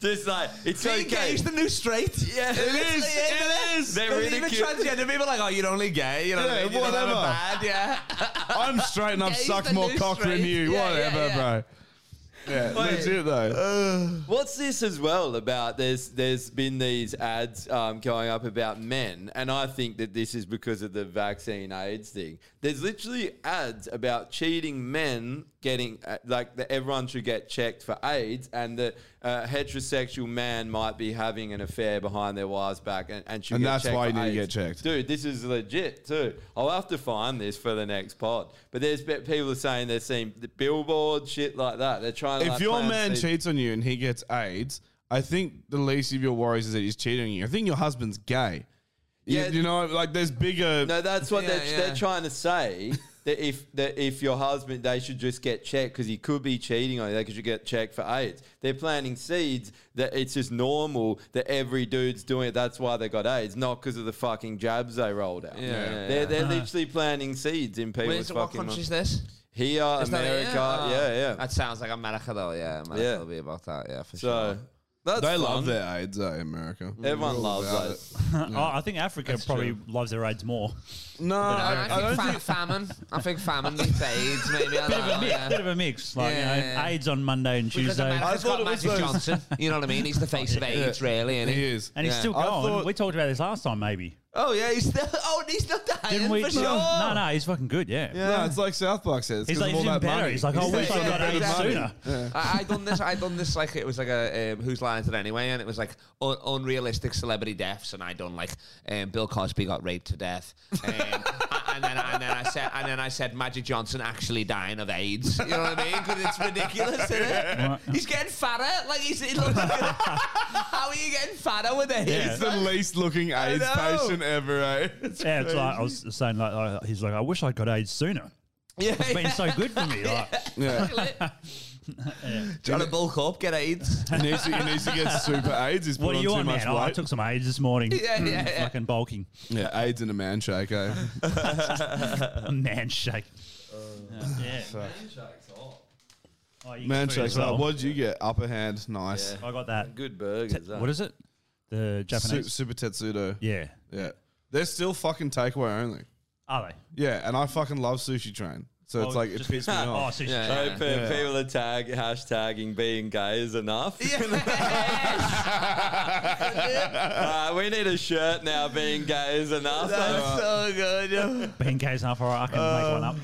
[SPEAKER 4] Just like it's
[SPEAKER 5] Being
[SPEAKER 4] okay.
[SPEAKER 5] gay is the new straight.
[SPEAKER 4] Yeah, it is, it
[SPEAKER 5] is.
[SPEAKER 4] They're
[SPEAKER 5] Because even
[SPEAKER 4] ridiculous.
[SPEAKER 5] transgender people are like, oh, you're only gay. You know,
[SPEAKER 2] Yeah,
[SPEAKER 5] what I mean? You don't have a
[SPEAKER 2] whatever.
[SPEAKER 5] Bad, yeah.
[SPEAKER 2] I'm straight and I've
[SPEAKER 5] Yeah, he's
[SPEAKER 2] sucked
[SPEAKER 5] the
[SPEAKER 2] more
[SPEAKER 5] new
[SPEAKER 2] cock than
[SPEAKER 5] straight.
[SPEAKER 2] you.
[SPEAKER 5] Yeah,
[SPEAKER 2] Whatever,
[SPEAKER 5] yeah, yeah.
[SPEAKER 2] bro. Yeah,
[SPEAKER 4] Wait.
[SPEAKER 2] legit though.
[SPEAKER 4] What's this as well about? There's there's been these ads um, going up about men, and I think that this is because of the vaccine AIDS thing. There's literally ads about cheating men getting uh, like that everyone should get checked for AIDS, and that uh, heterosexual man might be having an affair behind their wives' back, and and, should
[SPEAKER 2] And
[SPEAKER 4] get
[SPEAKER 2] that's
[SPEAKER 4] checked
[SPEAKER 2] why
[SPEAKER 4] for
[SPEAKER 2] you need to
[SPEAKER 4] AIDS.
[SPEAKER 2] get checked.
[SPEAKER 4] dude. This is legit too. I'll have to find this for the next pod. But there's be- people are saying they're seeing the billboard shit like that. They're trying to
[SPEAKER 2] if
[SPEAKER 4] like,
[SPEAKER 2] your
[SPEAKER 4] plant
[SPEAKER 2] man
[SPEAKER 4] seeds.
[SPEAKER 2] cheats on you and he gets AIDS, I think the least of your worries is that he's cheating on you. I think your husband's gay. Yeah,
[SPEAKER 4] Yeah.
[SPEAKER 2] you, know, like there's bigger.
[SPEAKER 4] No, that's what
[SPEAKER 2] Yeah,
[SPEAKER 4] they're,
[SPEAKER 2] yeah.
[SPEAKER 4] they're trying to say. That if that if your husband, they should just get checked because he could be cheating on you. They could get checked for AIDS. They're planting seeds that it's just normal that every dude's doing it. That's why they got AIDS, not because of the fucking jabs they rolled out.
[SPEAKER 5] Yeah, yeah,
[SPEAKER 4] they're
[SPEAKER 5] yeah.
[SPEAKER 4] they're
[SPEAKER 5] Uh-huh.
[SPEAKER 4] literally planting seeds in people's
[SPEAKER 5] Where's- what
[SPEAKER 4] fucking.
[SPEAKER 5] country is this?
[SPEAKER 4] Here,
[SPEAKER 5] Is that it?
[SPEAKER 4] America.
[SPEAKER 5] Oh.
[SPEAKER 4] yeah, yeah.
[SPEAKER 5] That sounds like America, though. Yeah, America
[SPEAKER 4] Yeah.
[SPEAKER 5] will be about that. Yeah, for
[SPEAKER 4] So,
[SPEAKER 5] sure.
[SPEAKER 4] That's
[SPEAKER 2] they love
[SPEAKER 4] fun.
[SPEAKER 2] their AIDS, eh, America.
[SPEAKER 4] Everyone
[SPEAKER 2] They're all
[SPEAKER 4] loves
[SPEAKER 2] about
[SPEAKER 4] AIDS.
[SPEAKER 2] it.
[SPEAKER 3] oh, I think Africa
[SPEAKER 2] That's
[SPEAKER 3] probably
[SPEAKER 2] true.
[SPEAKER 3] loves their AIDS more.
[SPEAKER 2] No,
[SPEAKER 3] than
[SPEAKER 5] I,
[SPEAKER 3] America.
[SPEAKER 5] think fa- famine. I think famine beats AIDS. Maybe I
[SPEAKER 3] bit,
[SPEAKER 5] don't
[SPEAKER 3] of a
[SPEAKER 5] know,
[SPEAKER 3] mix,
[SPEAKER 5] Oh, yeah.
[SPEAKER 3] bit of a mix. Like you know,
[SPEAKER 5] Yeah.
[SPEAKER 3] AIDS on Monday and
[SPEAKER 5] Because
[SPEAKER 3] Tuesday.
[SPEAKER 5] America's got Magic Johnson. You know what I mean? He's the face of AIDS, really. Isn't
[SPEAKER 3] He is, and he's still going. we talked about this last time, maybe.
[SPEAKER 5] Oh yeah, he's still. Oh, he's not dying
[SPEAKER 3] Didn't we?
[SPEAKER 5] for sure.
[SPEAKER 3] No, no, he's fucking good. Yeah.
[SPEAKER 2] Yeah, it's like South Park says.
[SPEAKER 3] He's like,
[SPEAKER 2] 'cause of all
[SPEAKER 3] he's even
[SPEAKER 2] that
[SPEAKER 3] better.
[SPEAKER 2] money.
[SPEAKER 3] He's like, oh, I wish I got AIDS
[SPEAKER 5] exactly.
[SPEAKER 3] sooner.
[SPEAKER 5] I, I done this. I done this like it was like a um, whose line is it anyway? And it was like un- unrealistic celebrity deaths. And I done like um, Bill Cosby got raped to death, um, a- and then and then I said and then I said Magic Johnson actually dying of AIDS. You know what I mean? Because it's ridiculous, isn't it? He's getting fatter. Like he's he looks like a- how are you getting fatter with AIDS?
[SPEAKER 2] He's the least looking AIDS
[SPEAKER 5] know.
[SPEAKER 2] patient ever, eh? It's
[SPEAKER 3] Yeah, it's like I
[SPEAKER 2] crazy.
[SPEAKER 3] was saying, like, like he's like, I wish I got AIDS sooner.
[SPEAKER 5] Yeah,
[SPEAKER 3] it's been so good for me. Like,
[SPEAKER 5] Trying to bulk up, get AIDS.
[SPEAKER 2] He needs to, he needs to get super AIDS. He's put
[SPEAKER 3] what are
[SPEAKER 2] on
[SPEAKER 3] you
[SPEAKER 2] too
[SPEAKER 3] on,
[SPEAKER 2] much
[SPEAKER 3] man? Oh, I
[SPEAKER 2] weight.
[SPEAKER 3] took some AIDS this morning.
[SPEAKER 5] Yeah,
[SPEAKER 3] Mm,
[SPEAKER 5] yeah, yeah.
[SPEAKER 3] Fucking bulking.
[SPEAKER 2] yeah, AIDS in a man shake, eh?
[SPEAKER 3] A man shake. yeah. Oh, you
[SPEAKER 2] Man
[SPEAKER 3] get food as
[SPEAKER 2] shakes.
[SPEAKER 3] well.
[SPEAKER 2] up. What did you get? Upper hand. Nice.
[SPEAKER 3] I got that.
[SPEAKER 4] Good burgers.
[SPEAKER 3] What
[SPEAKER 2] eh?
[SPEAKER 3] is it? The Japanese.
[SPEAKER 2] Super, super Tetsudo.
[SPEAKER 3] Yeah.
[SPEAKER 2] Yeah. They're still fucking takeaway only.
[SPEAKER 3] Are they?
[SPEAKER 2] Yeah, and I fucking love Sushi Train. So it's
[SPEAKER 3] Oh,
[SPEAKER 2] like, it
[SPEAKER 3] just-
[SPEAKER 2] pissed me off.
[SPEAKER 3] Oh, Sushi
[SPEAKER 4] Yeah.
[SPEAKER 3] Train.
[SPEAKER 4] So pe-
[SPEAKER 2] Yeah.
[SPEAKER 4] People are tag hashtagging being gay is enough. uh, we need a shirt now. Being gay is enough.
[SPEAKER 5] That's
[SPEAKER 3] uh,
[SPEAKER 5] so good. yeah.
[SPEAKER 3] Being gay is enough, all right, I can make one up.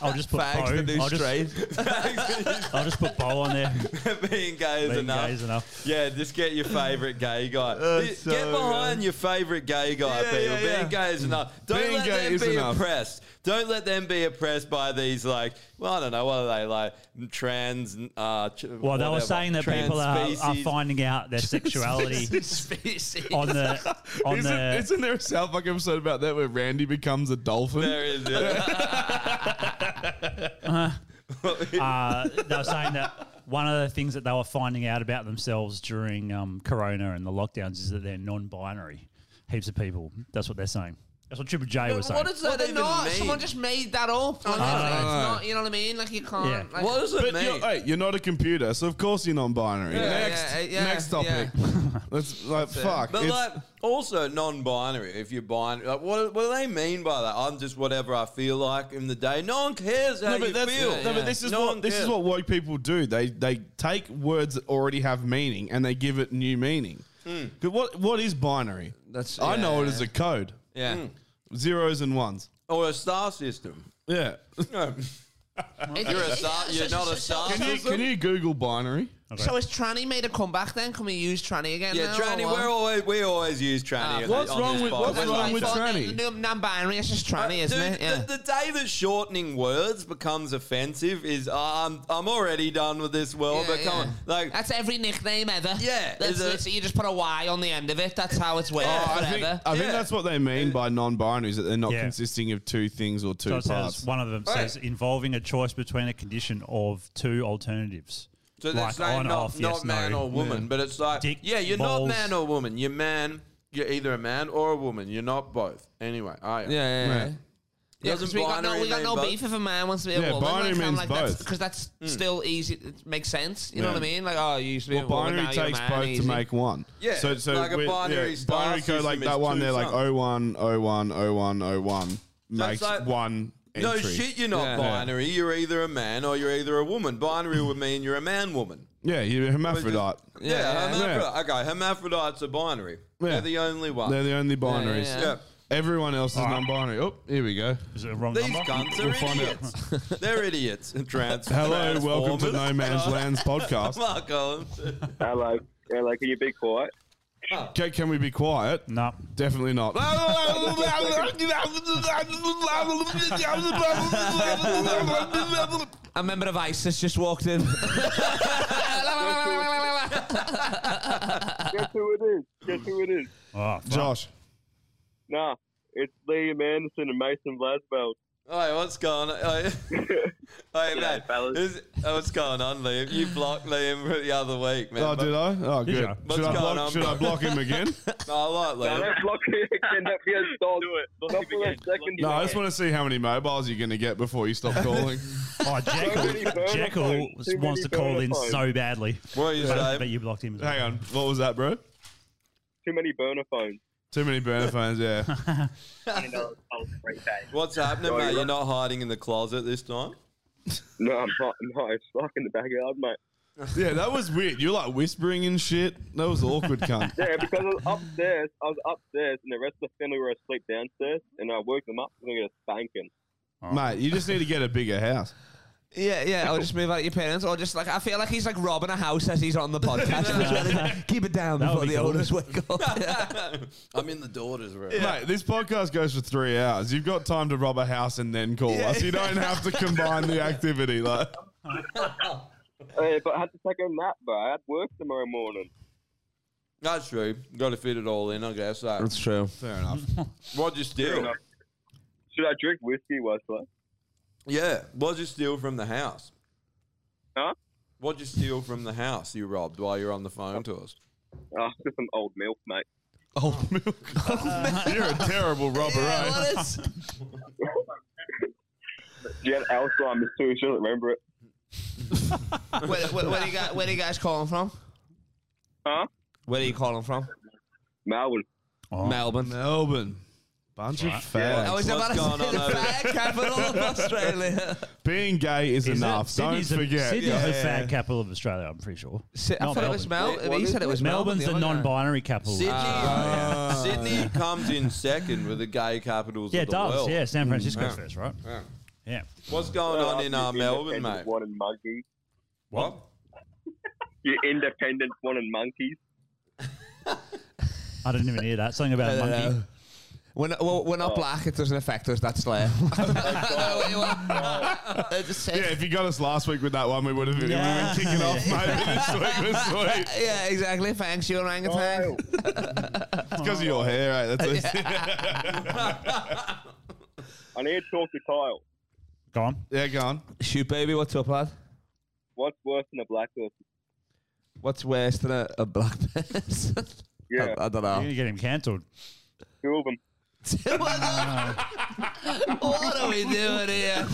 [SPEAKER 3] I'll just put
[SPEAKER 4] Fags the
[SPEAKER 3] bow.
[SPEAKER 4] new
[SPEAKER 3] I'll
[SPEAKER 4] straight.
[SPEAKER 3] just, I'll just put bow on there.
[SPEAKER 4] being gay is
[SPEAKER 3] Being
[SPEAKER 4] enough.
[SPEAKER 3] gay is enough.
[SPEAKER 4] Yeah, just get your favorite gay guy.
[SPEAKER 2] That's
[SPEAKER 4] Get
[SPEAKER 2] so
[SPEAKER 4] behind your favorite gay guy,
[SPEAKER 2] Yeah,
[SPEAKER 4] people.
[SPEAKER 2] yeah, yeah.
[SPEAKER 4] Being gay is enough. Don't
[SPEAKER 2] Being
[SPEAKER 4] let
[SPEAKER 2] gay
[SPEAKER 4] them
[SPEAKER 2] is
[SPEAKER 4] be
[SPEAKER 2] enough.
[SPEAKER 4] oppressed. Don't let them be oppressed by these like, well, I don't know, what are they like? Trans. Uh, ch-
[SPEAKER 3] Well, they were
[SPEAKER 4] whatever.
[SPEAKER 3] saying that
[SPEAKER 4] Trans
[SPEAKER 3] people are, are
[SPEAKER 4] species.
[SPEAKER 3] finding out their sexuality on the on
[SPEAKER 2] Isn't,
[SPEAKER 3] the
[SPEAKER 2] isn't there a South Park episode about that where Randy becomes a dolphin?
[SPEAKER 4] There is. Yeah.
[SPEAKER 3] Uh, uh, they were saying that one of the things that they were finding out about themselves during um, Corona and the lockdowns is that they're non-binary. Heaps of people. That's what they're saying. That's what Triple J was saying.
[SPEAKER 5] What does that
[SPEAKER 4] What
[SPEAKER 5] even
[SPEAKER 4] does that
[SPEAKER 5] not?
[SPEAKER 4] mean?
[SPEAKER 5] Someone just made that up. Like,
[SPEAKER 2] no,
[SPEAKER 5] it's
[SPEAKER 2] no, no.
[SPEAKER 5] not, you know what I mean? Like you can't.
[SPEAKER 3] Yeah.
[SPEAKER 4] Ah.
[SPEAKER 5] Like,
[SPEAKER 4] What does it
[SPEAKER 2] But
[SPEAKER 4] mean?
[SPEAKER 2] you're, hey, you're not a computer, so of course you're non-binary.
[SPEAKER 4] Yeah,
[SPEAKER 2] next,
[SPEAKER 5] yeah, yeah,
[SPEAKER 2] next topic. That's like fuck.
[SPEAKER 4] But
[SPEAKER 2] it's-
[SPEAKER 4] like, also non-binary. If you're binary, like, what, what do they mean by that? I'm just whatever I feel like in the day. No one cares how
[SPEAKER 2] no, but
[SPEAKER 4] you
[SPEAKER 2] that's,
[SPEAKER 4] feel.
[SPEAKER 2] no, but this is
[SPEAKER 4] No one
[SPEAKER 2] what this is
[SPEAKER 4] cares.
[SPEAKER 2] what woke people do. They they take words that already have meaning and they give it new meaning.
[SPEAKER 4] Hmm.
[SPEAKER 2] 'Cause What what is binary?
[SPEAKER 5] That's-
[SPEAKER 2] I know it
[SPEAKER 5] yeah.
[SPEAKER 2] as a code.
[SPEAKER 5] Yeah.
[SPEAKER 2] Zeros and ones.
[SPEAKER 4] or a star system.
[SPEAKER 2] Yeah.
[SPEAKER 5] It-
[SPEAKER 4] You're
[SPEAKER 5] it-
[SPEAKER 4] a
[SPEAKER 5] it-
[SPEAKER 4] star.
[SPEAKER 5] so-
[SPEAKER 4] You're
[SPEAKER 5] so-
[SPEAKER 4] not a
[SPEAKER 5] so-
[SPEAKER 4] star
[SPEAKER 2] Can you
[SPEAKER 4] system.
[SPEAKER 2] can you Google binary?
[SPEAKER 5] So is tranny made a comeback? Then can we use tranny again?
[SPEAKER 4] yeah,
[SPEAKER 5] now,
[SPEAKER 4] tranny.
[SPEAKER 5] or what?
[SPEAKER 4] We're always we always use tranny. on
[SPEAKER 2] What's
[SPEAKER 4] this- on
[SPEAKER 2] wrong
[SPEAKER 4] this
[SPEAKER 2] with-
[SPEAKER 4] podcast.
[SPEAKER 2] what's
[SPEAKER 4] That's
[SPEAKER 2] wrong
[SPEAKER 4] like-
[SPEAKER 2] with
[SPEAKER 5] Well,
[SPEAKER 2] tranny?
[SPEAKER 5] no- Non-binary. It's just tranny, isn't
[SPEAKER 4] Uh, Dude,
[SPEAKER 5] it? Yeah.
[SPEAKER 4] the, the day that shortening words becomes offensive is uh, I'm I'm already done with this world.
[SPEAKER 5] Yeah,
[SPEAKER 4] Oh, but come on,
[SPEAKER 5] yeah.
[SPEAKER 4] like
[SPEAKER 5] That's every nickname ever.
[SPEAKER 4] Yeah,
[SPEAKER 5] That's
[SPEAKER 4] is it- Oh,
[SPEAKER 5] literally- you just put a Y on the end of it. That's how it's worked
[SPEAKER 2] I think,
[SPEAKER 5] forever.
[SPEAKER 2] I think
[SPEAKER 4] Yeah.
[SPEAKER 2] that's what they mean by non-binary is that they're not
[SPEAKER 3] Yeah.
[SPEAKER 2] consisting of two things or two
[SPEAKER 3] So it
[SPEAKER 2] parts.
[SPEAKER 3] says one of them says involving a choice between a condition of two alternatives.
[SPEAKER 4] So that's
[SPEAKER 3] like
[SPEAKER 4] like
[SPEAKER 3] on
[SPEAKER 4] not,
[SPEAKER 3] off,
[SPEAKER 4] not
[SPEAKER 3] yes,
[SPEAKER 4] man
[SPEAKER 3] no.
[SPEAKER 4] or woman, but it's like
[SPEAKER 3] Dick,
[SPEAKER 4] yeah, you're
[SPEAKER 3] balls.
[SPEAKER 4] not man or woman. You're man. You're either a man or a woman. You're not both. Anyway, I am.
[SPEAKER 5] Yeah, yeah, yeah.
[SPEAKER 2] Right.
[SPEAKER 5] Yeah, 'cause we got no, we got
[SPEAKER 4] mean
[SPEAKER 5] no
[SPEAKER 4] both? Hmm.
[SPEAKER 5] beef if a man wants to be a
[SPEAKER 2] Yeah,
[SPEAKER 5] woman.
[SPEAKER 2] binary
[SPEAKER 5] like, I'm
[SPEAKER 2] means
[SPEAKER 5] like, that's-
[SPEAKER 2] both.
[SPEAKER 5] Cause that's still easy. It makes sense. You know
[SPEAKER 2] Yeah.
[SPEAKER 5] what I mean? Like, oh, you used to be
[SPEAKER 2] Well,
[SPEAKER 5] a woman.
[SPEAKER 2] binary
[SPEAKER 5] now you're a
[SPEAKER 2] takes
[SPEAKER 5] man,
[SPEAKER 2] both
[SPEAKER 5] easy.
[SPEAKER 2] to make one.
[SPEAKER 4] Yeah,
[SPEAKER 2] So, so
[SPEAKER 4] like a
[SPEAKER 2] with-
[SPEAKER 4] binary star
[SPEAKER 2] binary code like
[SPEAKER 4] system
[SPEAKER 2] that
[SPEAKER 4] is
[SPEAKER 2] one. oh
[SPEAKER 4] two
[SPEAKER 2] They're like
[SPEAKER 4] sums.
[SPEAKER 2] 01, 01, 01, 01 makes
[SPEAKER 4] like-
[SPEAKER 2] one.
[SPEAKER 4] No
[SPEAKER 2] entry.
[SPEAKER 4] shit, you're not
[SPEAKER 2] Yeah.
[SPEAKER 4] binary. You're either a man or you're either a woman. Binary would mean you're a man woman.
[SPEAKER 2] Yeah, you're a hermaphrodite.
[SPEAKER 4] Yeah,
[SPEAKER 2] Yeah.
[SPEAKER 4] hermaphrodite. Okay, hermaphrodites are binary.
[SPEAKER 2] Yeah.
[SPEAKER 4] They're the only one.
[SPEAKER 2] They're the only binaries.
[SPEAKER 4] yeah, yeah.
[SPEAKER 2] Everyone else is non-binary. Oh, here we go.
[SPEAKER 3] Is it a wrong
[SPEAKER 4] These
[SPEAKER 3] number?
[SPEAKER 4] guns are
[SPEAKER 2] We'll find out.
[SPEAKER 4] idiots. They're idiots. Trans-
[SPEAKER 2] Hello, welcome to
[SPEAKER 4] transformers.
[SPEAKER 2] No Man's Land's podcast.
[SPEAKER 4] Mark Owens.
[SPEAKER 9] Hello. Hello, can you be quiet?
[SPEAKER 2] Can, can we be quiet?
[SPEAKER 3] No.
[SPEAKER 2] Definitely not.
[SPEAKER 5] A member of ISIS just walked in.
[SPEAKER 6] Guess who it is? Guess who it is?
[SPEAKER 3] Oh, fuck.
[SPEAKER 2] Josh.
[SPEAKER 6] Nah, it's Liam Anderson and Mason Blasbelt.
[SPEAKER 4] Hey, what's going on? Hey, hey man, is- oh, what's going on, Liam? You blocked Liam the other week, man.
[SPEAKER 2] Oh, did I? Oh,
[SPEAKER 4] Did
[SPEAKER 2] good.
[SPEAKER 4] ya?
[SPEAKER 2] Should
[SPEAKER 4] What's
[SPEAKER 2] I,
[SPEAKER 4] going
[SPEAKER 2] block,
[SPEAKER 4] on,
[SPEAKER 2] should I
[SPEAKER 4] bro?
[SPEAKER 2] block him again?
[SPEAKER 4] No, I like Liam.
[SPEAKER 9] No, don't block it. End up here, dog. Do it. Not for a second.
[SPEAKER 2] No, I just want to see how many mobiles you're going to get before you stop calling.
[SPEAKER 3] oh, Jekyll, Jekyll wants to call in so badly.
[SPEAKER 2] What you
[SPEAKER 3] but,
[SPEAKER 2] say?
[SPEAKER 3] but you blocked him. As well.
[SPEAKER 2] Hang on, what was that, bro?
[SPEAKER 9] Too many burner phones.
[SPEAKER 2] Too many burner phones, yeah.
[SPEAKER 9] You know, I'll break that.
[SPEAKER 4] What's happening,
[SPEAKER 9] No,
[SPEAKER 4] mate?
[SPEAKER 9] you're
[SPEAKER 4] You're not hiding in the closet this time?
[SPEAKER 9] No, I'm not. No, it's stuck in the backyard, mate.
[SPEAKER 2] yeah, that was weird. You're like whispering and shit. That was awkward, cunt.
[SPEAKER 9] Yeah, because I was upstairs. I was upstairs, and the rest of the family were asleep downstairs, and I woke them up. and they got a spanking.
[SPEAKER 3] Oh.
[SPEAKER 2] Mate, you just need to get a bigger house.
[SPEAKER 5] Yeah, yeah, or just move out your parents, or just like I feel like he's like robbing a house as he's on the podcast. Keep it down
[SPEAKER 2] That
[SPEAKER 5] before
[SPEAKER 2] would be
[SPEAKER 5] the
[SPEAKER 2] cool.
[SPEAKER 5] owners wake up.
[SPEAKER 4] I'm in the daughter's room.
[SPEAKER 2] Mate, this podcast goes for three hours. You've got time to rob a house and then call us. You don't have to combine the activity. Like,
[SPEAKER 9] Hey, but I had to take a nap, bro. I had work tomorrow morning.
[SPEAKER 4] That's true. Got to fit it all in, I guess. eh? That.
[SPEAKER 2] That's true. Fair enough.
[SPEAKER 4] What'd you
[SPEAKER 9] Fair
[SPEAKER 4] steal?
[SPEAKER 9] enough. Should I drink whiskey while I sleep?
[SPEAKER 4] Yeah. What'd you steal from the house?
[SPEAKER 9] Huh?
[SPEAKER 4] What'd you steal from the house you robbed while you're on the phone to us?
[SPEAKER 9] Oh, just some old milk, mate.
[SPEAKER 2] Old milk. You're a terrible robber, eh?
[SPEAKER 9] You had Alzheimer's too. She doesn't remember it.
[SPEAKER 5] where, where, where, are you guys, where are you guys calling from?
[SPEAKER 9] Huh?
[SPEAKER 5] Where are you calling from?
[SPEAKER 9] Melbourne.
[SPEAKER 5] Melbourne.
[SPEAKER 2] Melbourne. Bunch of
[SPEAKER 5] Oh. Right.
[SPEAKER 2] fags.
[SPEAKER 5] I was about to
[SPEAKER 4] What's going
[SPEAKER 5] say
[SPEAKER 4] on
[SPEAKER 5] the
[SPEAKER 4] over
[SPEAKER 5] fag capital of Australia.
[SPEAKER 2] Being gay is,
[SPEAKER 3] Is it?
[SPEAKER 2] enough. Don't
[SPEAKER 3] Sydney's the-
[SPEAKER 2] forget.
[SPEAKER 3] Sydney's
[SPEAKER 2] Yeah.
[SPEAKER 3] the fag capital of Australia, I'm pretty sure.
[SPEAKER 5] I
[SPEAKER 3] Not
[SPEAKER 5] thought it was Mel.
[SPEAKER 4] Wait, what
[SPEAKER 5] he
[SPEAKER 4] is
[SPEAKER 5] said it
[SPEAKER 4] it?
[SPEAKER 5] was
[SPEAKER 3] Melbourne's the
[SPEAKER 5] Melbourne. other guy.
[SPEAKER 3] non-binary capital. Uh,
[SPEAKER 4] Sydney,
[SPEAKER 5] uh,
[SPEAKER 3] Ah.
[SPEAKER 4] Sydney comes in second with the gay capitals
[SPEAKER 3] Yeah,
[SPEAKER 4] of
[SPEAKER 3] it
[SPEAKER 4] the
[SPEAKER 3] does.
[SPEAKER 4] world.
[SPEAKER 3] Yeah, San Francisco
[SPEAKER 4] Yeah.
[SPEAKER 3] first, right?
[SPEAKER 4] Yeah.
[SPEAKER 3] Yeah.
[SPEAKER 4] What's going on in uh, Melbourne, mate?
[SPEAKER 9] One in monkeys.
[SPEAKER 3] What?
[SPEAKER 9] Your independent one in monkeys.
[SPEAKER 3] I didn't even hear that. Something about a
[SPEAKER 5] No, no,
[SPEAKER 3] monkey.
[SPEAKER 5] no. We're not, we're,
[SPEAKER 9] Oh.
[SPEAKER 5] we're not black. It doesn't affect us. That's Slayer.
[SPEAKER 2] Yeah, if you got us last week with that one, we would have been,
[SPEAKER 5] Yeah.
[SPEAKER 2] we were kicking off, mate. This week was sweet.
[SPEAKER 5] yeah, exactly. Thanks, you orangutan.
[SPEAKER 2] It's because of your hair, right? That's it.
[SPEAKER 9] I need to talk to Kyle.
[SPEAKER 3] Go on.
[SPEAKER 2] Yeah, go on.
[SPEAKER 5] Shoot, baby. What's up, lad?
[SPEAKER 9] What's worse than a black person?
[SPEAKER 5] What's worse than a, a black person?
[SPEAKER 9] Yeah.
[SPEAKER 5] I, I don't
[SPEAKER 3] You're
[SPEAKER 5] know.
[SPEAKER 3] gonna get him cancelled.
[SPEAKER 9] Two of them.
[SPEAKER 5] what are we doing here?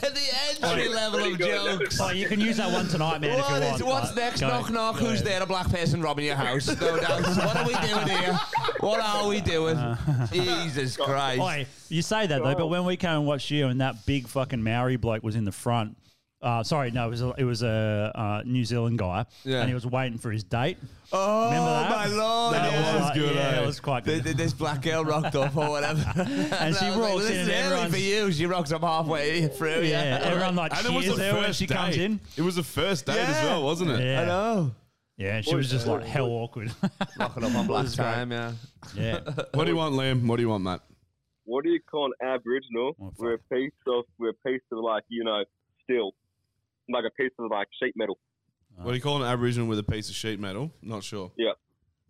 [SPEAKER 5] the entry level of jokes.
[SPEAKER 3] Oh, you can use that one tonight, man. if
[SPEAKER 5] What
[SPEAKER 3] you
[SPEAKER 5] is-
[SPEAKER 3] want.
[SPEAKER 5] what's
[SPEAKER 3] but
[SPEAKER 5] next?
[SPEAKER 3] go-
[SPEAKER 5] knock, knock.
[SPEAKER 3] go
[SPEAKER 5] Who's
[SPEAKER 3] ahead.
[SPEAKER 5] there? A black person robbing your house? No doubt. what are we doing here? What are we doing? Jesus Christ.
[SPEAKER 3] Oi, you say that though, but when we came and watched you, and that big fucking Maori bloke was in the front. Uh, sorry, no, it was a, it was a uh, New Zealand guy,
[SPEAKER 5] Yeah.
[SPEAKER 3] and he was waiting for his date.
[SPEAKER 5] Oh
[SPEAKER 3] Remember that?
[SPEAKER 5] my lord!
[SPEAKER 3] That
[SPEAKER 5] yeah.
[SPEAKER 3] was good, Yeah, eh? it was quite good.
[SPEAKER 5] Th- th- This black girl rocked up or whatever, and,
[SPEAKER 3] she walks
[SPEAKER 5] I was
[SPEAKER 3] in
[SPEAKER 5] "Well, This
[SPEAKER 3] and
[SPEAKER 5] is early
[SPEAKER 3] everyone's-
[SPEAKER 5] for you. She rocks up halfway through.
[SPEAKER 3] Yeah,
[SPEAKER 5] Yeah,
[SPEAKER 3] everyone like
[SPEAKER 2] And it was
[SPEAKER 3] cheers
[SPEAKER 2] the
[SPEAKER 3] her when
[SPEAKER 2] first
[SPEAKER 3] she comes
[SPEAKER 2] date.
[SPEAKER 3] in.
[SPEAKER 2] It was the first date as
[SPEAKER 5] Yeah.
[SPEAKER 2] well, wasn't it?
[SPEAKER 3] Yeah.
[SPEAKER 5] I know.
[SPEAKER 3] Yeah, and she was just like hell awkward.
[SPEAKER 5] Rocking up on black time. Yeah.
[SPEAKER 3] yeah,
[SPEAKER 2] What do you want, Liam? What do you want, mate?
[SPEAKER 9] What do you call an Aboriginal? we're a piece of we're a piece of like you know steel, like a piece of like sheet metal.
[SPEAKER 3] Uh.
[SPEAKER 2] What do you call an Aboriginal with a piece of sheet metal? Not sure.
[SPEAKER 9] Yeah,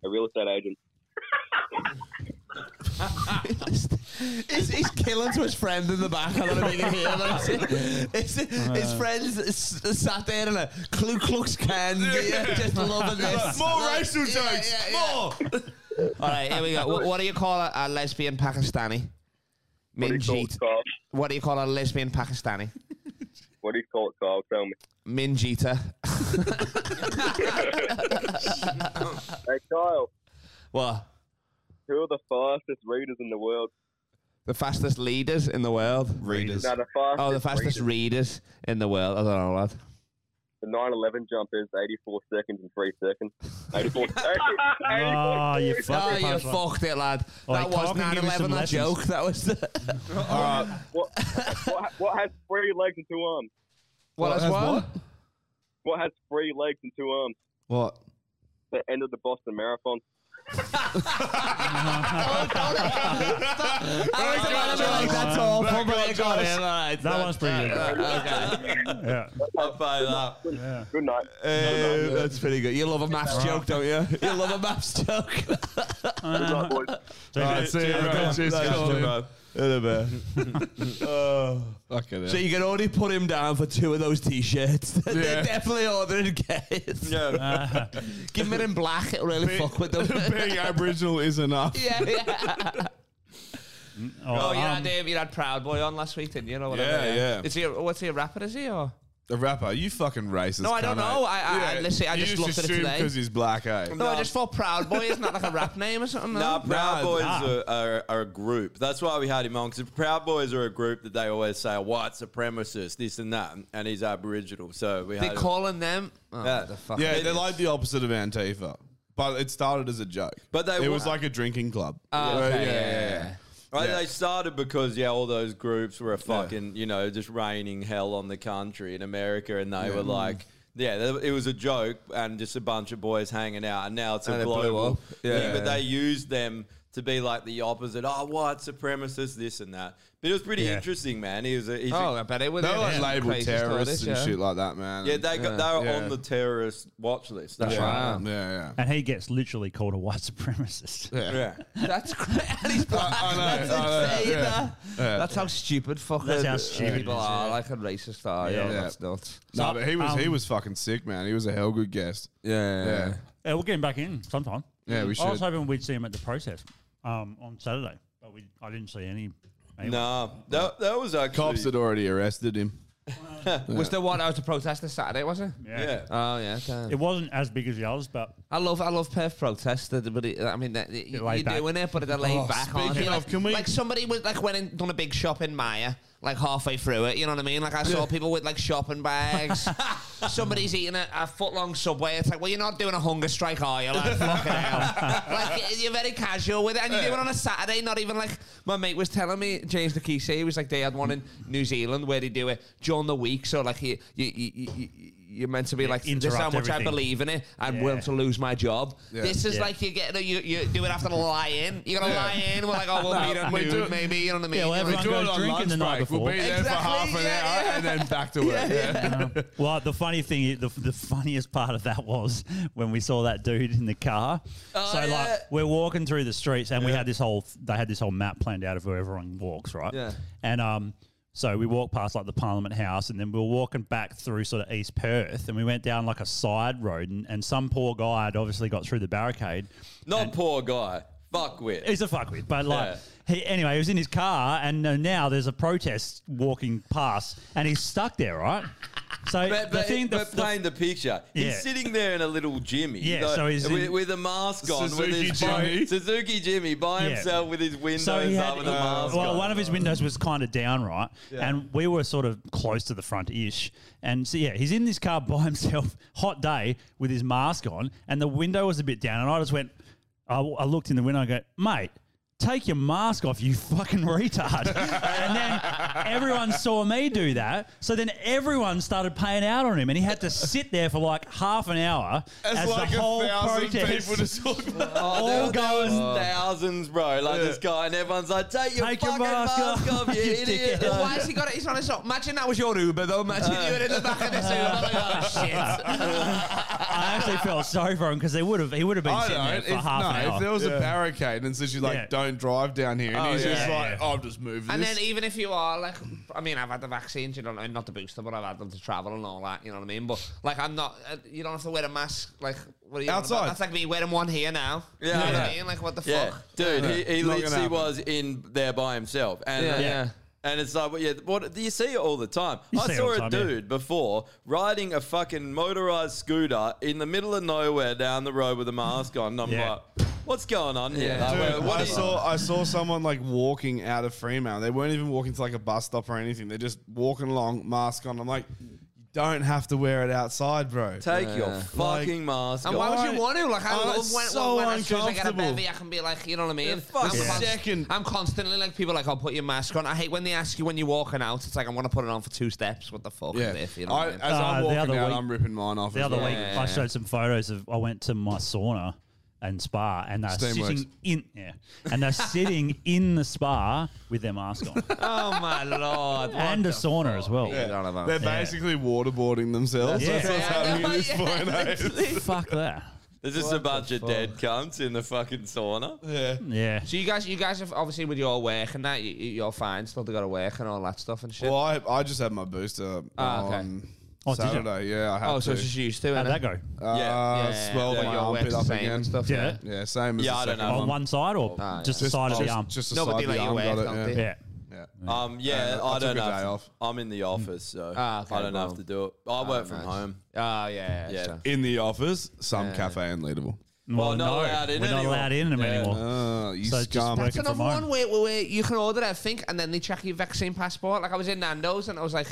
[SPEAKER 9] a real estate agent.
[SPEAKER 5] He's, he's killing to his friend in the back. I don't know if you can hear him. It's, it's, his friend's s- sat there in a Ku Klux Klan gear, just loving this.
[SPEAKER 2] More racial jokes. More.
[SPEAKER 5] All right, here we go. What, what do you call a, a lesbian Pakistani?
[SPEAKER 9] What do you call it,
[SPEAKER 5] Minjeet.
[SPEAKER 9] Kyle?
[SPEAKER 5] What do you call a lesbian Pakistani?
[SPEAKER 9] What do you call it, Kyle? Tell me.
[SPEAKER 5] Minjita.
[SPEAKER 9] Hey, Kyle,
[SPEAKER 5] What?
[SPEAKER 9] who are the fastest readers in the world?
[SPEAKER 5] The fastest leaders in the world.
[SPEAKER 2] Readers.
[SPEAKER 9] No, the fastest.
[SPEAKER 5] Oh, the fastest
[SPEAKER 9] readers.
[SPEAKER 5] readers in the world. I don't know, lad.
[SPEAKER 9] The 9/11 jump is 84 seconds and three seconds. 84. Ah,
[SPEAKER 3] Oh, you
[SPEAKER 5] Oh,
[SPEAKER 3] fucking
[SPEAKER 5] you
[SPEAKER 3] punch one.
[SPEAKER 5] fucked it, lad.
[SPEAKER 3] Oi,
[SPEAKER 5] That was
[SPEAKER 3] Carl can give you
[SPEAKER 5] 9-11,
[SPEAKER 3] some
[SPEAKER 5] that
[SPEAKER 3] lessons.
[SPEAKER 5] joke. That was...
[SPEAKER 2] All right.
[SPEAKER 9] what, what, what has three legs and two arms?
[SPEAKER 5] What has what?
[SPEAKER 9] What has three legs and two arms?
[SPEAKER 2] What?
[SPEAKER 9] The end of the Boston Marathon.
[SPEAKER 5] I was about to be like, that's all. Probably got it. All right.
[SPEAKER 3] That one's pretty good.
[SPEAKER 5] Okay.
[SPEAKER 3] Yeah,
[SPEAKER 4] I'll pay that.
[SPEAKER 3] yeah.
[SPEAKER 9] Good night.
[SPEAKER 5] Eh, that's pretty good. You love a maths joke, don't you? You love a maths joke.
[SPEAKER 9] Good night, boys.
[SPEAKER 2] All right, see you, bro. Cheers,
[SPEAKER 4] That's
[SPEAKER 2] Liam.
[SPEAKER 4] good, bro.
[SPEAKER 8] oh.
[SPEAKER 2] Fucking
[SPEAKER 8] So
[SPEAKER 2] hell.
[SPEAKER 8] you can already put him down for two of those t-shirts.
[SPEAKER 2] Yeah.
[SPEAKER 8] They're definitely ordering guys.
[SPEAKER 2] Yeah.
[SPEAKER 8] Give him it in black. It'll really
[SPEAKER 2] Be-
[SPEAKER 8] fuck with them.
[SPEAKER 2] Being Aboriginal is enough.
[SPEAKER 10] Yeah,
[SPEAKER 5] Oh, you,
[SPEAKER 10] um,
[SPEAKER 5] had, um, you had Proud Boy on last week, didn't you? Or whatever,
[SPEAKER 2] Yeah, yeah.
[SPEAKER 5] Is he? A, what's he a rapper? Is he or?
[SPEAKER 2] A rapper, you fucking racist.
[SPEAKER 5] No, I don't
[SPEAKER 2] cunt, eh?
[SPEAKER 5] know. I, I, I listen. I
[SPEAKER 2] you
[SPEAKER 5] just looked at it today.
[SPEAKER 2] because he's black, eh?
[SPEAKER 5] no, I just thought Proud Boy isn't that like a rap name or something?
[SPEAKER 4] Nah,
[SPEAKER 5] no?
[SPEAKER 4] Proud Boys
[SPEAKER 5] Nah.
[SPEAKER 2] uh,
[SPEAKER 4] are, are, are a group. That's why we had him on because Proud Boys are a group that they always say are white supremacists, this and that, and he's Aboriginal. So we
[SPEAKER 5] They're
[SPEAKER 4] had him.
[SPEAKER 5] calling them. Oh,
[SPEAKER 4] Yeah.
[SPEAKER 5] the fuck.
[SPEAKER 2] yeah, they're like the opposite of Antifa, but it started as a joke. But
[SPEAKER 4] they
[SPEAKER 2] it
[SPEAKER 4] wa-
[SPEAKER 2] was like a drinking club.
[SPEAKER 5] Ah,
[SPEAKER 4] Oh,
[SPEAKER 2] Right,
[SPEAKER 4] okay,
[SPEAKER 2] yeah,
[SPEAKER 4] yeah,
[SPEAKER 2] yeah,
[SPEAKER 4] yeah,
[SPEAKER 2] yeah.
[SPEAKER 4] Right,
[SPEAKER 2] Yeah.
[SPEAKER 4] They started because yeah, all those groups were a fucking you know just raining hell on the country in America, and they
[SPEAKER 2] Yeah.
[SPEAKER 4] were
[SPEAKER 2] Mm.
[SPEAKER 4] like. Yeah, th- it was a joke and just a bunch of boys hanging out, and now it's a
[SPEAKER 2] And it blew up.
[SPEAKER 4] global
[SPEAKER 2] Yeah,
[SPEAKER 4] thing. But
[SPEAKER 2] yeah.
[SPEAKER 4] they used them to be like the opposite. Oh, white supremacists, this and that. But it was pretty
[SPEAKER 2] Yeah.
[SPEAKER 4] interesting, man. He was. A, he's
[SPEAKER 5] Oh,
[SPEAKER 4] a,
[SPEAKER 5] I bet it was.
[SPEAKER 2] They were like
[SPEAKER 5] Yeah.
[SPEAKER 2] labeled
[SPEAKER 5] Crazy story,
[SPEAKER 2] terrorists
[SPEAKER 5] this,
[SPEAKER 2] and
[SPEAKER 5] yeah.
[SPEAKER 2] shit like that, man.
[SPEAKER 4] Yeah, they got they were
[SPEAKER 2] Yeah.
[SPEAKER 4] on the terrorist watch list.
[SPEAKER 3] That's
[SPEAKER 4] That's
[SPEAKER 3] right. Wow.
[SPEAKER 4] right.
[SPEAKER 2] Yeah, yeah.
[SPEAKER 3] And he gets literally called a white supremacist.
[SPEAKER 4] Yeah.
[SPEAKER 5] That's great. And he's black.
[SPEAKER 2] I
[SPEAKER 5] That's
[SPEAKER 2] know, I know,
[SPEAKER 5] insane,
[SPEAKER 2] yeah.
[SPEAKER 5] though.
[SPEAKER 2] Yeah.
[SPEAKER 5] That's how stupid fucking
[SPEAKER 3] That's how stupid
[SPEAKER 5] people
[SPEAKER 3] it is,
[SPEAKER 5] are.
[SPEAKER 3] yeah.
[SPEAKER 5] Like a racist are. Yeah,
[SPEAKER 2] Yeah.
[SPEAKER 5] that's nuts.
[SPEAKER 2] No, but he was he
[SPEAKER 3] Um,
[SPEAKER 2] was fucking sick, man. He was a hell good guest.
[SPEAKER 4] Yeah,
[SPEAKER 2] yeah.
[SPEAKER 3] Yeah, we'll get him back in sometime.
[SPEAKER 2] Yeah, we
[SPEAKER 3] I was
[SPEAKER 2] should.
[SPEAKER 3] hoping we'd see him at the protest um, on Saturday, but we I didn't see any. anyone.
[SPEAKER 4] No, that, that was actually
[SPEAKER 2] Cops had already arrested him.
[SPEAKER 5] Was there one out to protest this Saturday? Was it?
[SPEAKER 3] Yeah. Yeah.
[SPEAKER 5] Oh yeah. damn.
[SPEAKER 3] It wasn't as big as the others, but
[SPEAKER 5] I love I love Perth protest. that- But it, I mean, that, you,
[SPEAKER 3] laid
[SPEAKER 5] you're
[SPEAKER 3] back.
[SPEAKER 5] doing it, but they're laid
[SPEAKER 3] Oh,
[SPEAKER 5] back. aren't
[SPEAKER 3] speaking
[SPEAKER 5] you?
[SPEAKER 3] of,
[SPEAKER 5] like,
[SPEAKER 3] can we-
[SPEAKER 5] like somebody was like went and done a big shop in Maya, like halfway through it. You know what I mean? Like I saw people with like shopping bags. Somebody's eating a, a foot long subway. It's like, well, you're not doing a hunger strike, are you? Like, fucking hell. Like you're very casual with it, and you do it on a Saturday. Not even like my mate was telling me James Nakisi. He was like they had one in New Zealand where they do it during the week. So like you you you. you you're meant to be like, this is how
[SPEAKER 3] interrupt
[SPEAKER 5] much I
[SPEAKER 3] everything.
[SPEAKER 5] believe in it. I'm
[SPEAKER 3] Yeah.
[SPEAKER 5] willing to lose my job.
[SPEAKER 3] Yeah.
[SPEAKER 5] This is
[SPEAKER 3] Yeah.
[SPEAKER 5] like you get you you do it after the lie in. You're gonna
[SPEAKER 2] Yeah.
[SPEAKER 5] lie in. We're like, oh, we'll
[SPEAKER 2] No,
[SPEAKER 5] meet at
[SPEAKER 2] we do
[SPEAKER 5] noon,
[SPEAKER 2] it-
[SPEAKER 5] maybe. You know what I mean?
[SPEAKER 3] Yeah, well,
[SPEAKER 5] You know what I
[SPEAKER 3] everyone
[SPEAKER 5] mean?
[SPEAKER 3] goes drinking the night before.
[SPEAKER 2] We'll be there for
[SPEAKER 5] Exactly,
[SPEAKER 2] half an
[SPEAKER 5] yeah,
[SPEAKER 2] hour and then back to work. Yeah.
[SPEAKER 3] well, the funny thing, is, the, the funniest part of that was when we saw that dude in the car. so
[SPEAKER 5] yeah.
[SPEAKER 3] like we're walking through the streets, and we had this whole they had this whole map planned out of where everyone walks, right?
[SPEAKER 5] Yeah.
[SPEAKER 3] And um, so we walked past like the Parliament House, and then we were walking back through sort of East Perth, and we went down like a side road, and, and some poor guy had obviously got through the barricade.
[SPEAKER 4] Not poor guy. Fuck with.
[SPEAKER 3] He's a fuckwit, but like he anyway, he was in his car, and uh, now there's a protest walking past, and he's stuck there, right? So
[SPEAKER 4] But,
[SPEAKER 3] the
[SPEAKER 4] but,
[SPEAKER 3] thing, the,
[SPEAKER 4] but
[SPEAKER 3] the-
[SPEAKER 4] playing the picture,
[SPEAKER 3] Yeah.
[SPEAKER 4] he's sitting there in a little Jimmy.
[SPEAKER 3] Yeah, so he's
[SPEAKER 4] with,
[SPEAKER 3] in-
[SPEAKER 4] with a mask on, with
[SPEAKER 3] Suzuki
[SPEAKER 4] his
[SPEAKER 3] Jimmy.
[SPEAKER 4] By, Suzuki Jimmy by
[SPEAKER 3] Yeah.
[SPEAKER 4] himself with his windows
[SPEAKER 3] So he had,
[SPEAKER 4] up and a mask
[SPEAKER 3] well,
[SPEAKER 4] on.
[SPEAKER 3] one of his windows was kind of down, right?
[SPEAKER 4] Yeah.
[SPEAKER 3] And we were sort of close to the front ish. And so, yeah, he's in this car by himself, hot day, with his mask on, and the window was a bit down. And I just went, I, I looked in the window and I go, mate, take your mask off, you fucking retard. and then everyone saw me do that. So then everyone started paying out on him, and he had to sit there for like half an hour
[SPEAKER 4] That's
[SPEAKER 3] as
[SPEAKER 4] like
[SPEAKER 3] the
[SPEAKER 4] a
[SPEAKER 3] whole
[SPEAKER 4] thousand
[SPEAKER 3] protest.
[SPEAKER 4] people just
[SPEAKER 2] talk about
[SPEAKER 4] Oh, there,
[SPEAKER 3] all
[SPEAKER 4] there was
[SPEAKER 3] going
[SPEAKER 4] thousands, bro. Like this guy, and everyone's like, "Take your
[SPEAKER 3] Take your
[SPEAKER 4] fucking
[SPEAKER 3] mask
[SPEAKER 4] mask,
[SPEAKER 3] off,
[SPEAKER 4] off, you
[SPEAKER 3] you
[SPEAKER 4] idiot!"
[SPEAKER 3] dickhead.
[SPEAKER 5] Why has he got it? He's on his own. Imagine that was your Uber, though. Imagine
[SPEAKER 3] Uh,
[SPEAKER 5] you were in the back of this Uber. Like, oh, shit.
[SPEAKER 3] I actually felt sorry for him because they would have he would have been
[SPEAKER 2] I
[SPEAKER 3] sitting
[SPEAKER 2] know.
[SPEAKER 3] there
[SPEAKER 2] If,
[SPEAKER 3] for half an
[SPEAKER 2] no,
[SPEAKER 3] hour.
[SPEAKER 2] if there was a barricade and so she's like,
[SPEAKER 3] Yeah.
[SPEAKER 2] "Don't drive down here," and
[SPEAKER 3] Oh,
[SPEAKER 2] he's
[SPEAKER 3] yeah.
[SPEAKER 2] just
[SPEAKER 3] Yeah,
[SPEAKER 2] like,
[SPEAKER 3] yeah.
[SPEAKER 2] "I'll just move this."
[SPEAKER 5] And then even if you are like, I mean, I've had the vaccines, you know, and not the booster, but I've had them to travel and all that. You know what I mean? But like, I'm not. Uh, you don't have to wear a mask. Like, what are you on about?
[SPEAKER 4] Outside.
[SPEAKER 5] That's like me wearing one here now. you
[SPEAKER 4] Yeah,
[SPEAKER 5] know what I
[SPEAKER 4] yeah.
[SPEAKER 5] mean? Like, what the
[SPEAKER 4] Yeah,
[SPEAKER 5] fuck?
[SPEAKER 4] dude, he, he
[SPEAKER 5] Not gonna
[SPEAKER 4] literally
[SPEAKER 5] happen.
[SPEAKER 4] was in there by himself, and uh,
[SPEAKER 5] Yeah. Yeah.
[SPEAKER 4] and it's like, well, yeah, what do you see it all the time?
[SPEAKER 3] You see
[SPEAKER 4] I
[SPEAKER 3] it
[SPEAKER 4] saw
[SPEAKER 3] all the
[SPEAKER 4] a
[SPEAKER 3] time, yeah.
[SPEAKER 4] dude before riding a fucking motorized scooter in the middle of nowhere down the road with a mask on. And I'm
[SPEAKER 3] Yeah.
[SPEAKER 4] like, what's going on here? Like,
[SPEAKER 2] Dude,
[SPEAKER 4] what- what
[SPEAKER 2] I
[SPEAKER 4] are you-
[SPEAKER 2] saw I saw someone like walking out of Fremantle. They weren't even walking to like a bus stop or anything. They're just walking along, mask on. I'm like, you don't have to wear it outside, bro.
[SPEAKER 4] Take your
[SPEAKER 2] Like-
[SPEAKER 4] fucking mask
[SPEAKER 5] And
[SPEAKER 4] off.
[SPEAKER 5] why would you want to? Like, I
[SPEAKER 2] Oh,
[SPEAKER 5] love
[SPEAKER 2] it's
[SPEAKER 5] when,
[SPEAKER 2] so
[SPEAKER 5] when as soon as I get a
[SPEAKER 2] uncomfortable.
[SPEAKER 5] bevy, I can be like, you know what I mean?
[SPEAKER 4] fuck
[SPEAKER 5] I'm,
[SPEAKER 4] yeah.
[SPEAKER 5] second. I'm constantly like, people are like, I'll put your mask on. I hate when they ask you when you're walking out. It's like, I'm going to put it on for two steps. What the fuck?
[SPEAKER 2] Yeah.
[SPEAKER 5] is this? You know
[SPEAKER 2] I,
[SPEAKER 5] what I
[SPEAKER 2] as
[SPEAKER 5] mean?
[SPEAKER 3] Uh,
[SPEAKER 2] I'm
[SPEAKER 3] the
[SPEAKER 2] walking out,
[SPEAKER 3] other week-
[SPEAKER 2] I'm ripping mine off.
[SPEAKER 3] The
[SPEAKER 2] as
[SPEAKER 3] other
[SPEAKER 2] well.
[SPEAKER 3] week, I showed some photos of I went to my sauna and spa, and they're
[SPEAKER 2] Steamworks.
[SPEAKER 3] sitting in yeah, and they're sitting in the spa with their mask on
[SPEAKER 5] oh, my Lord. What
[SPEAKER 3] and a
[SPEAKER 5] the
[SPEAKER 3] sauna as well.
[SPEAKER 5] Yeah. on about?
[SPEAKER 2] They're
[SPEAKER 3] Yeah.
[SPEAKER 2] basically waterboarding themselves.
[SPEAKER 3] Yeah.
[SPEAKER 2] That's what's
[SPEAKER 3] Yeah, I
[SPEAKER 2] happening
[SPEAKER 5] know,
[SPEAKER 2] at this
[SPEAKER 5] yeah.
[SPEAKER 2] point. eh?
[SPEAKER 3] Fuck that.
[SPEAKER 4] There's just
[SPEAKER 5] What
[SPEAKER 4] a bunch
[SPEAKER 5] the
[SPEAKER 4] of dead cunts in the fucking sauna.
[SPEAKER 2] Yeah.
[SPEAKER 3] Yeah.
[SPEAKER 5] So you guys, you guys have obviously with your work and that, you, you- you're fine. Still got to work and all that stuff and shit.
[SPEAKER 2] Well, I, I just had my booster
[SPEAKER 5] Ah, okay.
[SPEAKER 2] on
[SPEAKER 5] Oh, did you?
[SPEAKER 2] Saturday. Yeah, I had
[SPEAKER 5] Oh, so
[SPEAKER 2] to.
[SPEAKER 5] it's just used to, How'd innit? that go? Yeah.
[SPEAKER 2] Uh, yeah,
[SPEAKER 5] Yeah,
[SPEAKER 2] swelled
[SPEAKER 5] yeah.
[SPEAKER 2] my
[SPEAKER 5] Your
[SPEAKER 2] armpit
[SPEAKER 5] wet's
[SPEAKER 2] up
[SPEAKER 5] the same
[SPEAKER 2] again.
[SPEAKER 5] and stuff, Yeah. yeah.
[SPEAKER 2] yeah, same as
[SPEAKER 4] Yeah,
[SPEAKER 2] the
[SPEAKER 4] I don't
[SPEAKER 2] second
[SPEAKER 4] know.
[SPEAKER 3] On one side or just the side of the arm?
[SPEAKER 2] Just the
[SPEAKER 4] No, but
[SPEAKER 2] side
[SPEAKER 4] they
[SPEAKER 2] of the
[SPEAKER 4] let you
[SPEAKER 2] arm.
[SPEAKER 4] wear
[SPEAKER 2] got
[SPEAKER 4] it,
[SPEAKER 2] it,
[SPEAKER 4] don't
[SPEAKER 2] yeah.
[SPEAKER 4] they?
[SPEAKER 3] Yeah.
[SPEAKER 4] Um, yeah,
[SPEAKER 2] I- I
[SPEAKER 4] I,
[SPEAKER 2] took
[SPEAKER 4] don't
[SPEAKER 2] a
[SPEAKER 4] know.
[SPEAKER 2] day
[SPEAKER 4] if-
[SPEAKER 2] off.
[SPEAKER 4] I'm in the office, so
[SPEAKER 5] Ah, okay,
[SPEAKER 4] I don't
[SPEAKER 5] well.
[SPEAKER 4] have to do it. I work
[SPEAKER 5] Ah,
[SPEAKER 4] from
[SPEAKER 5] nice.
[SPEAKER 4] home.
[SPEAKER 5] Ah, yeah, yeah,
[SPEAKER 4] yeah.
[SPEAKER 5] so-
[SPEAKER 2] In the office, some cafe and leadable.
[SPEAKER 4] Well, not allowed in
[SPEAKER 3] We're not
[SPEAKER 4] anymore.
[SPEAKER 3] allowed in them anymore.
[SPEAKER 2] Oh, you
[SPEAKER 3] So just
[SPEAKER 2] scum.
[SPEAKER 3] working
[SPEAKER 5] That's another one where, where, where you can order everything and then they check your vaccine passport. Like I was in Nando's and I was like,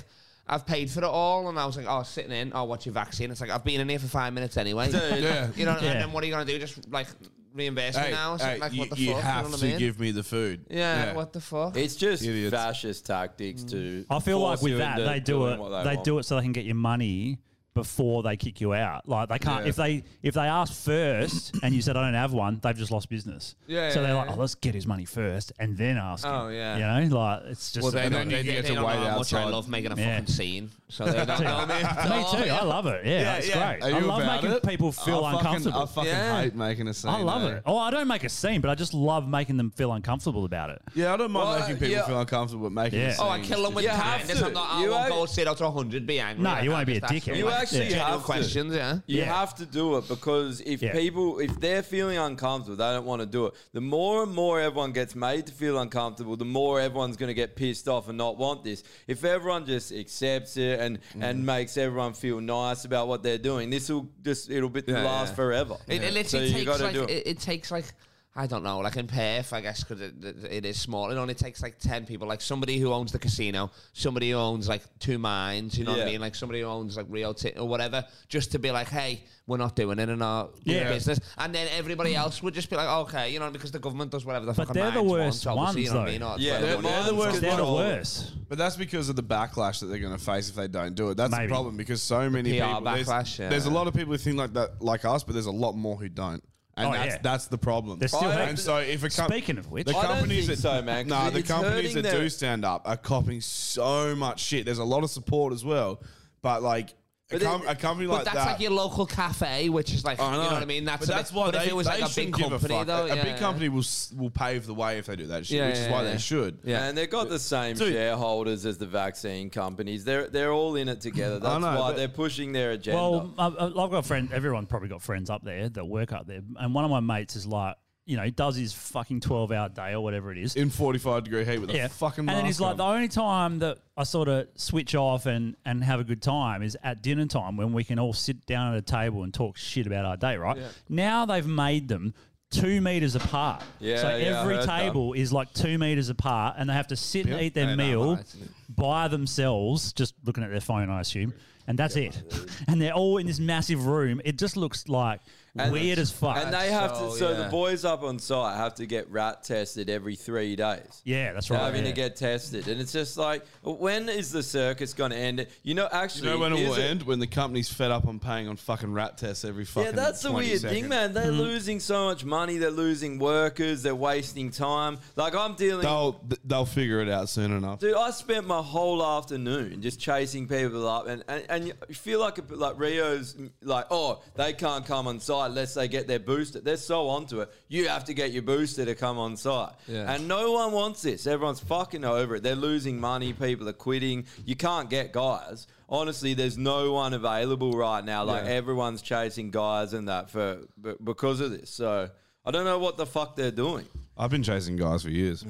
[SPEAKER 5] I've paid for it all, and I was like, oh, sitting in, oh, what's your vaccine? It's like I've been in here for five minutes anyway.
[SPEAKER 2] Dude. Yeah.
[SPEAKER 5] You know, and
[SPEAKER 2] Yeah.
[SPEAKER 5] then what are you gonna do? Just like reimburse me
[SPEAKER 2] Hey,
[SPEAKER 5] now? Or
[SPEAKER 2] hey,
[SPEAKER 5] something? like
[SPEAKER 2] you,
[SPEAKER 5] what the
[SPEAKER 2] you
[SPEAKER 5] fuck?
[SPEAKER 2] have
[SPEAKER 5] you know what
[SPEAKER 2] to
[SPEAKER 5] I mean?
[SPEAKER 2] give me the food.
[SPEAKER 5] Yeah, what the fuck? Mm.
[SPEAKER 4] It's just fascist tactics to.
[SPEAKER 3] I feel like
[SPEAKER 4] force you
[SPEAKER 3] with that,
[SPEAKER 4] into
[SPEAKER 3] they do
[SPEAKER 4] doing
[SPEAKER 3] it.
[SPEAKER 4] what
[SPEAKER 3] They, do it so they can get your money before they kick you out. Like they can't
[SPEAKER 4] Yeah.
[SPEAKER 3] if they if they ask first and you said I don't have one, they've just lost business.
[SPEAKER 5] Yeah,
[SPEAKER 3] So
[SPEAKER 5] yeah,
[SPEAKER 3] they're like,
[SPEAKER 5] yeah.
[SPEAKER 3] oh, let's get his money first and then ask. him."
[SPEAKER 5] Oh, yeah.
[SPEAKER 3] You know, like it's just.
[SPEAKER 5] well, they don't, they,
[SPEAKER 3] need
[SPEAKER 5] they don't know how much I love making a fucking scene, so they don't know me.
[SPEAKER 3] me too. I love it. Yeah, it's great.
[SPEAKER 2] Are
[SPEAKER 3] I
[SPEAKER 2] you
[SPEAKER 3] love
[SPEAKER 2] about
[SPEAKER 3] making
[SPEAKER 2] it?
[SPEAKER 3] people feel
[SPEAKER 2] I fucking-
[SPEAKER 3] uncomfortable.
[SPEAKER 2] I fucking hate making a scene.
[SPEAKER 3] I love
[SPEAKER 2] eh?
[SPEAKER 3] it. Oh, I don't make a scene, but I just love making them feel uncomfortable about it.
[SPEAKER 2] Yeah, I don't mind
[SPEAKER 3] Well,
[SPEAKER 2] making people
[SPEAKER 3] yeah.
[SPEAKER 2] feel uncomfortable but making
[SPEAKER 3] Yeah.
[SPEAKER 2] a scene.
[SPEAKER 3] Oh, I
[SPEAKER 5] kill them with
[SPEAKER 2] It's just-
[SPEAKER 5] kindness. I'm not. I
[SPEAKER 4] You
[SPEAKER 5] want
[SPEAKER 4] have-
[SPEAKER 5] gold straight out to 100. Be angry.
[SPEAKER 3] Nah,
[SPEAKER 5] Like,
[SPEAKER 3] you
[SPEAKER 5] I'm
[SPEAKER 3] wanna be
[SPEAKER 5] just
[SPEAKER 3] a
[SPEAKER 5] asking,
[SPEAKER 3] dickhead.
[SPEAKER 4] You
[SPEAKER 5] like,
[SPEAKER 4] actually
[SPEAKER 5] genuine
[SPEAKER 4] have
[SPEAKER 5] questions,
[SPEAKER 4] to.
[SPEAKER 5] yeah.
[SPEAKER 4] You have to do it because if
[SPEAKER 5] Yeah.
[SPEAKER 4] people, if they're feeling uncomfortable, they don't want to do it. The more and more everyone gets made to feel uncomfortable, the more everyone's going to get pissed off and not want this. If everyone just accepts it and
[SPEAKER 3] Mm.
[SPEAKER 4] and makes everyone feel nice about what they're doing, this will just it'll be
[SPEAKER 5] Yeah,
[SPEAKER 4] last
[SPEAKER 5] yeah.
[SPEAKER 4] forever.
[SPEAKER 5] It, it
[SPEAKER 4] So
[SPEAKER 5] literally
[SPEAKER 4] you
[SPEAKER 5] takes
[SPEAKER 4] gotta
[SPEAKER 5] like
[SPEAKER 4] do
[SPEAKER 5] it. it takes like I don't know, like in Perth, I guess because it, it- it is small. It only takes like ten people, like somebody who owns the casino, somebody who owns like two mines, you know what I
[SPEAKER 4] Yeah.
[SPEAKER 5] mean, like somebody who owns like Rio Tinto or whatever, just to be like, hey, we're not doing it in our
[SPEAKER 3] Yeah.
[SPEAKER 5] business, and then everybody else would just be like, okay, you know, because the government does whatever the
[SPEAKER 3] But
[SPEAKER 5] fucking
[SPEAKER 3] they're the
[SPEAKER 5] mines
[SPEAKER 3] worst
[SPEAKER 5] want, obviously,
[SPEAKER 3] ones,
[SPEAKER 5] you know what I
[SPEAKER 3] though.
[SPEAKER 5] mean?
[SPEAKER 3] Yeah,
[SPEAKER 5] or-
[SPEAKER 3] they're- they're the worst They're the ones. worst.
[SPEAKER 2] But that's because of the backlash that they're going to face if they don't do it. That's
[SPEAKER 3] Maybe.
[SPEAKER 2] the problem because so many
[SPEAKER 5] PR
[SPEAKER 2] people. There's,
[SPEAKER 5] backlash, yeah.
[SPEAKER 2] there's a lot of people who think like that, like us, but there's a lot more who don't. And
[SPEAKER 3] Oh,
[SPEAKER 2] that's
[SPEAKER 3] yeah.
[SPEAKER 2] that's the problem.
[SPEAKER 3] They're still
[SPEAKER 2] and
[SPEAKER 3] hacked.
[SPEAKER 2] so if a com-
[SPEAKER 3] Speaking of which-
[SPEAKER 2] the
[SPEAKER 3] I don't
[SPEAKER 2] companies
[SPEAKER 3] think
[SPEAKER 2] that
[SPEAKER 3] so, man, 'cause
[SPEAKER 2] nah, the
[SPEAKER 3] it's
[SPEAKER 2] companies
[SPEAKER 3] hurting
[SPEAKER 2] that
[SPEAKER 3] their-
[SPEAKER 2] do stand up are copping so much shit. There's a lot of support as well, but like a,
[SPEAKER 5] But it-
[SPEAKER 2] com- a company
[SPEAKER 5] but
[SPEAKER 2] like
[SPEAKER 5] that's
[SPEAKER 2] that.
[SPEAKER 5] like your local cafe, which is like,
[SPEAKER 2] I
[SPEAKER 5] you know what I mean? That's
[SPEAKER 2] But
[SPEAKER 5] a
[SPEAKER 2] that's
[SPEAKER 5] bit-
[SPEAKER 2] why
[SPEAKER 5] but
[SPEAKER 2] they,
[SPEAKER 5] if it was
[SPEAKER 2] they
[SPEAKER 5] like a big
[SPEAKER 2] shouldn't give
[SPEAKER 5] company,
[SPEAKER 2] fuck.
[SPEAKER 5] though,
[SPEAKER 2] a
[SPEAKER 5] yeah,
[SPEAKER 2] big
[SPEAKER 5] yeah.
[SPEAKER 2] company will s- will pave the way if they do that shit,
[SPEAKER 5] Yeah,
[SPEAKER 2] which is
[SPEAKER 5] yeah,
[SPEAKER 2] why
[SPEAKER 5] yeah.
[SPEAKER 2] they should.
[SPEAKER 4] And they've got the same shareholders as the vaccine companies. They're they're all in it together.
[SPEAKER 3] I
[SPEAKER 4] That's
[SPEAKER 3] know,
[SPEAKER 4] why
[SPEAKER 3] but-
[SPEAKER 4] they're pushing their agenda.
[SPEAKER 3] Well, I- I- I've got friends. Everyone probably got friends up there that work up there, and one of my mates is like, you know, he does his fucking twelve-hour day or whatever it is
[SPEAKER 2] in forty-five degree heat with a fucking.
[SPEAKER 3] And then he's
[SPEAKER 2] mask
[SPEAKER 3] like,
[SPEAKER 2] on.
[SPEAKER 3] the only time that I sort of switch off and and have a good time is at dinner time when we can all sit down at a table and talk shit about our day. Right
[SPEAKER 8] Yeah.
[SPEAKER 3] now, they've made them. Two meters apart.
[SPEAKER 8] Yeah,
[SPEAKER 3] so
[SPEAKER 8] yeah, I
[SPEAKER 3] every
[SPEAKER 8] heard that.
[SPEAKER 3] table is like two meters apart, and they have to sit and
[SPEAKER 8] Yeah.
[SPEAKER 3] eat their
[SPEAKER 8] I know,
[SPEAKER 3] meal
[SPEAKER 8] right.
[SPEAKER 3] by themselves, just looking at their phone, I assume, and that's it. and they're all in this massive room. It just looks like weird as fuck.
[SPEAKER 4] And they have to. So the boys up on site have to get rat tested every three days.
[SPEAKER 3] Yeah, that's
[SPEAKER 4] They're
[SPEAKER 3] right,
[SPEAKER 4] Having
[SPEAKER 3] yeah.
[SPEAKER 4] to get tested, and it's just like, when is the circus going to end? You know,
[SPEAKER 2] You
[SPEAKER 4] actually,
[SPEAKER 2] know when it
[SPEAKER 4] here's
[SPEAKER 2] will
[SPEAKER 4] a-
[SPEAKER 2] end? When the company's fed up on paying on fucking rat tests every fucking.
[SPEAKER 4] Yeah, that's the
[SPEAKER 2] 20
[SPEAKER 4] weird
[SPEAKER 2] seconds.
[SPEAKER 4] thing, man. They're
[SPEAKER 3] Mm-hmm.
[SPEAKER 4] losing so much money. They're losing workers. They're wasting time. Like I'm dealing.
[SPEAKER 2] They'll th- they'll figure it out soon enough.
[SPEAKER 4] Dude, I spent my whole afternoon just chasing people up, and, and, and you feel like a, bit like Rio's mm, like, oh, they can't come on site unless they get their booster. They're so onto it. You have to get your booster to come on site,
[SPEAKER 8] Yeah.
[SPEAKER 4] and no one wants this. Everyone's fucking over it. They're losing money. People are quitting. You can't get guys. Honestly, there's no one available right now. Like
[SPEAKER 2] Yeah.
[SPEAKER 4] everyone's chasing guys and that for b- because of this. So I don't know what the fuck they're doing.
[SPEAKER 2] I've been chasing guys for years.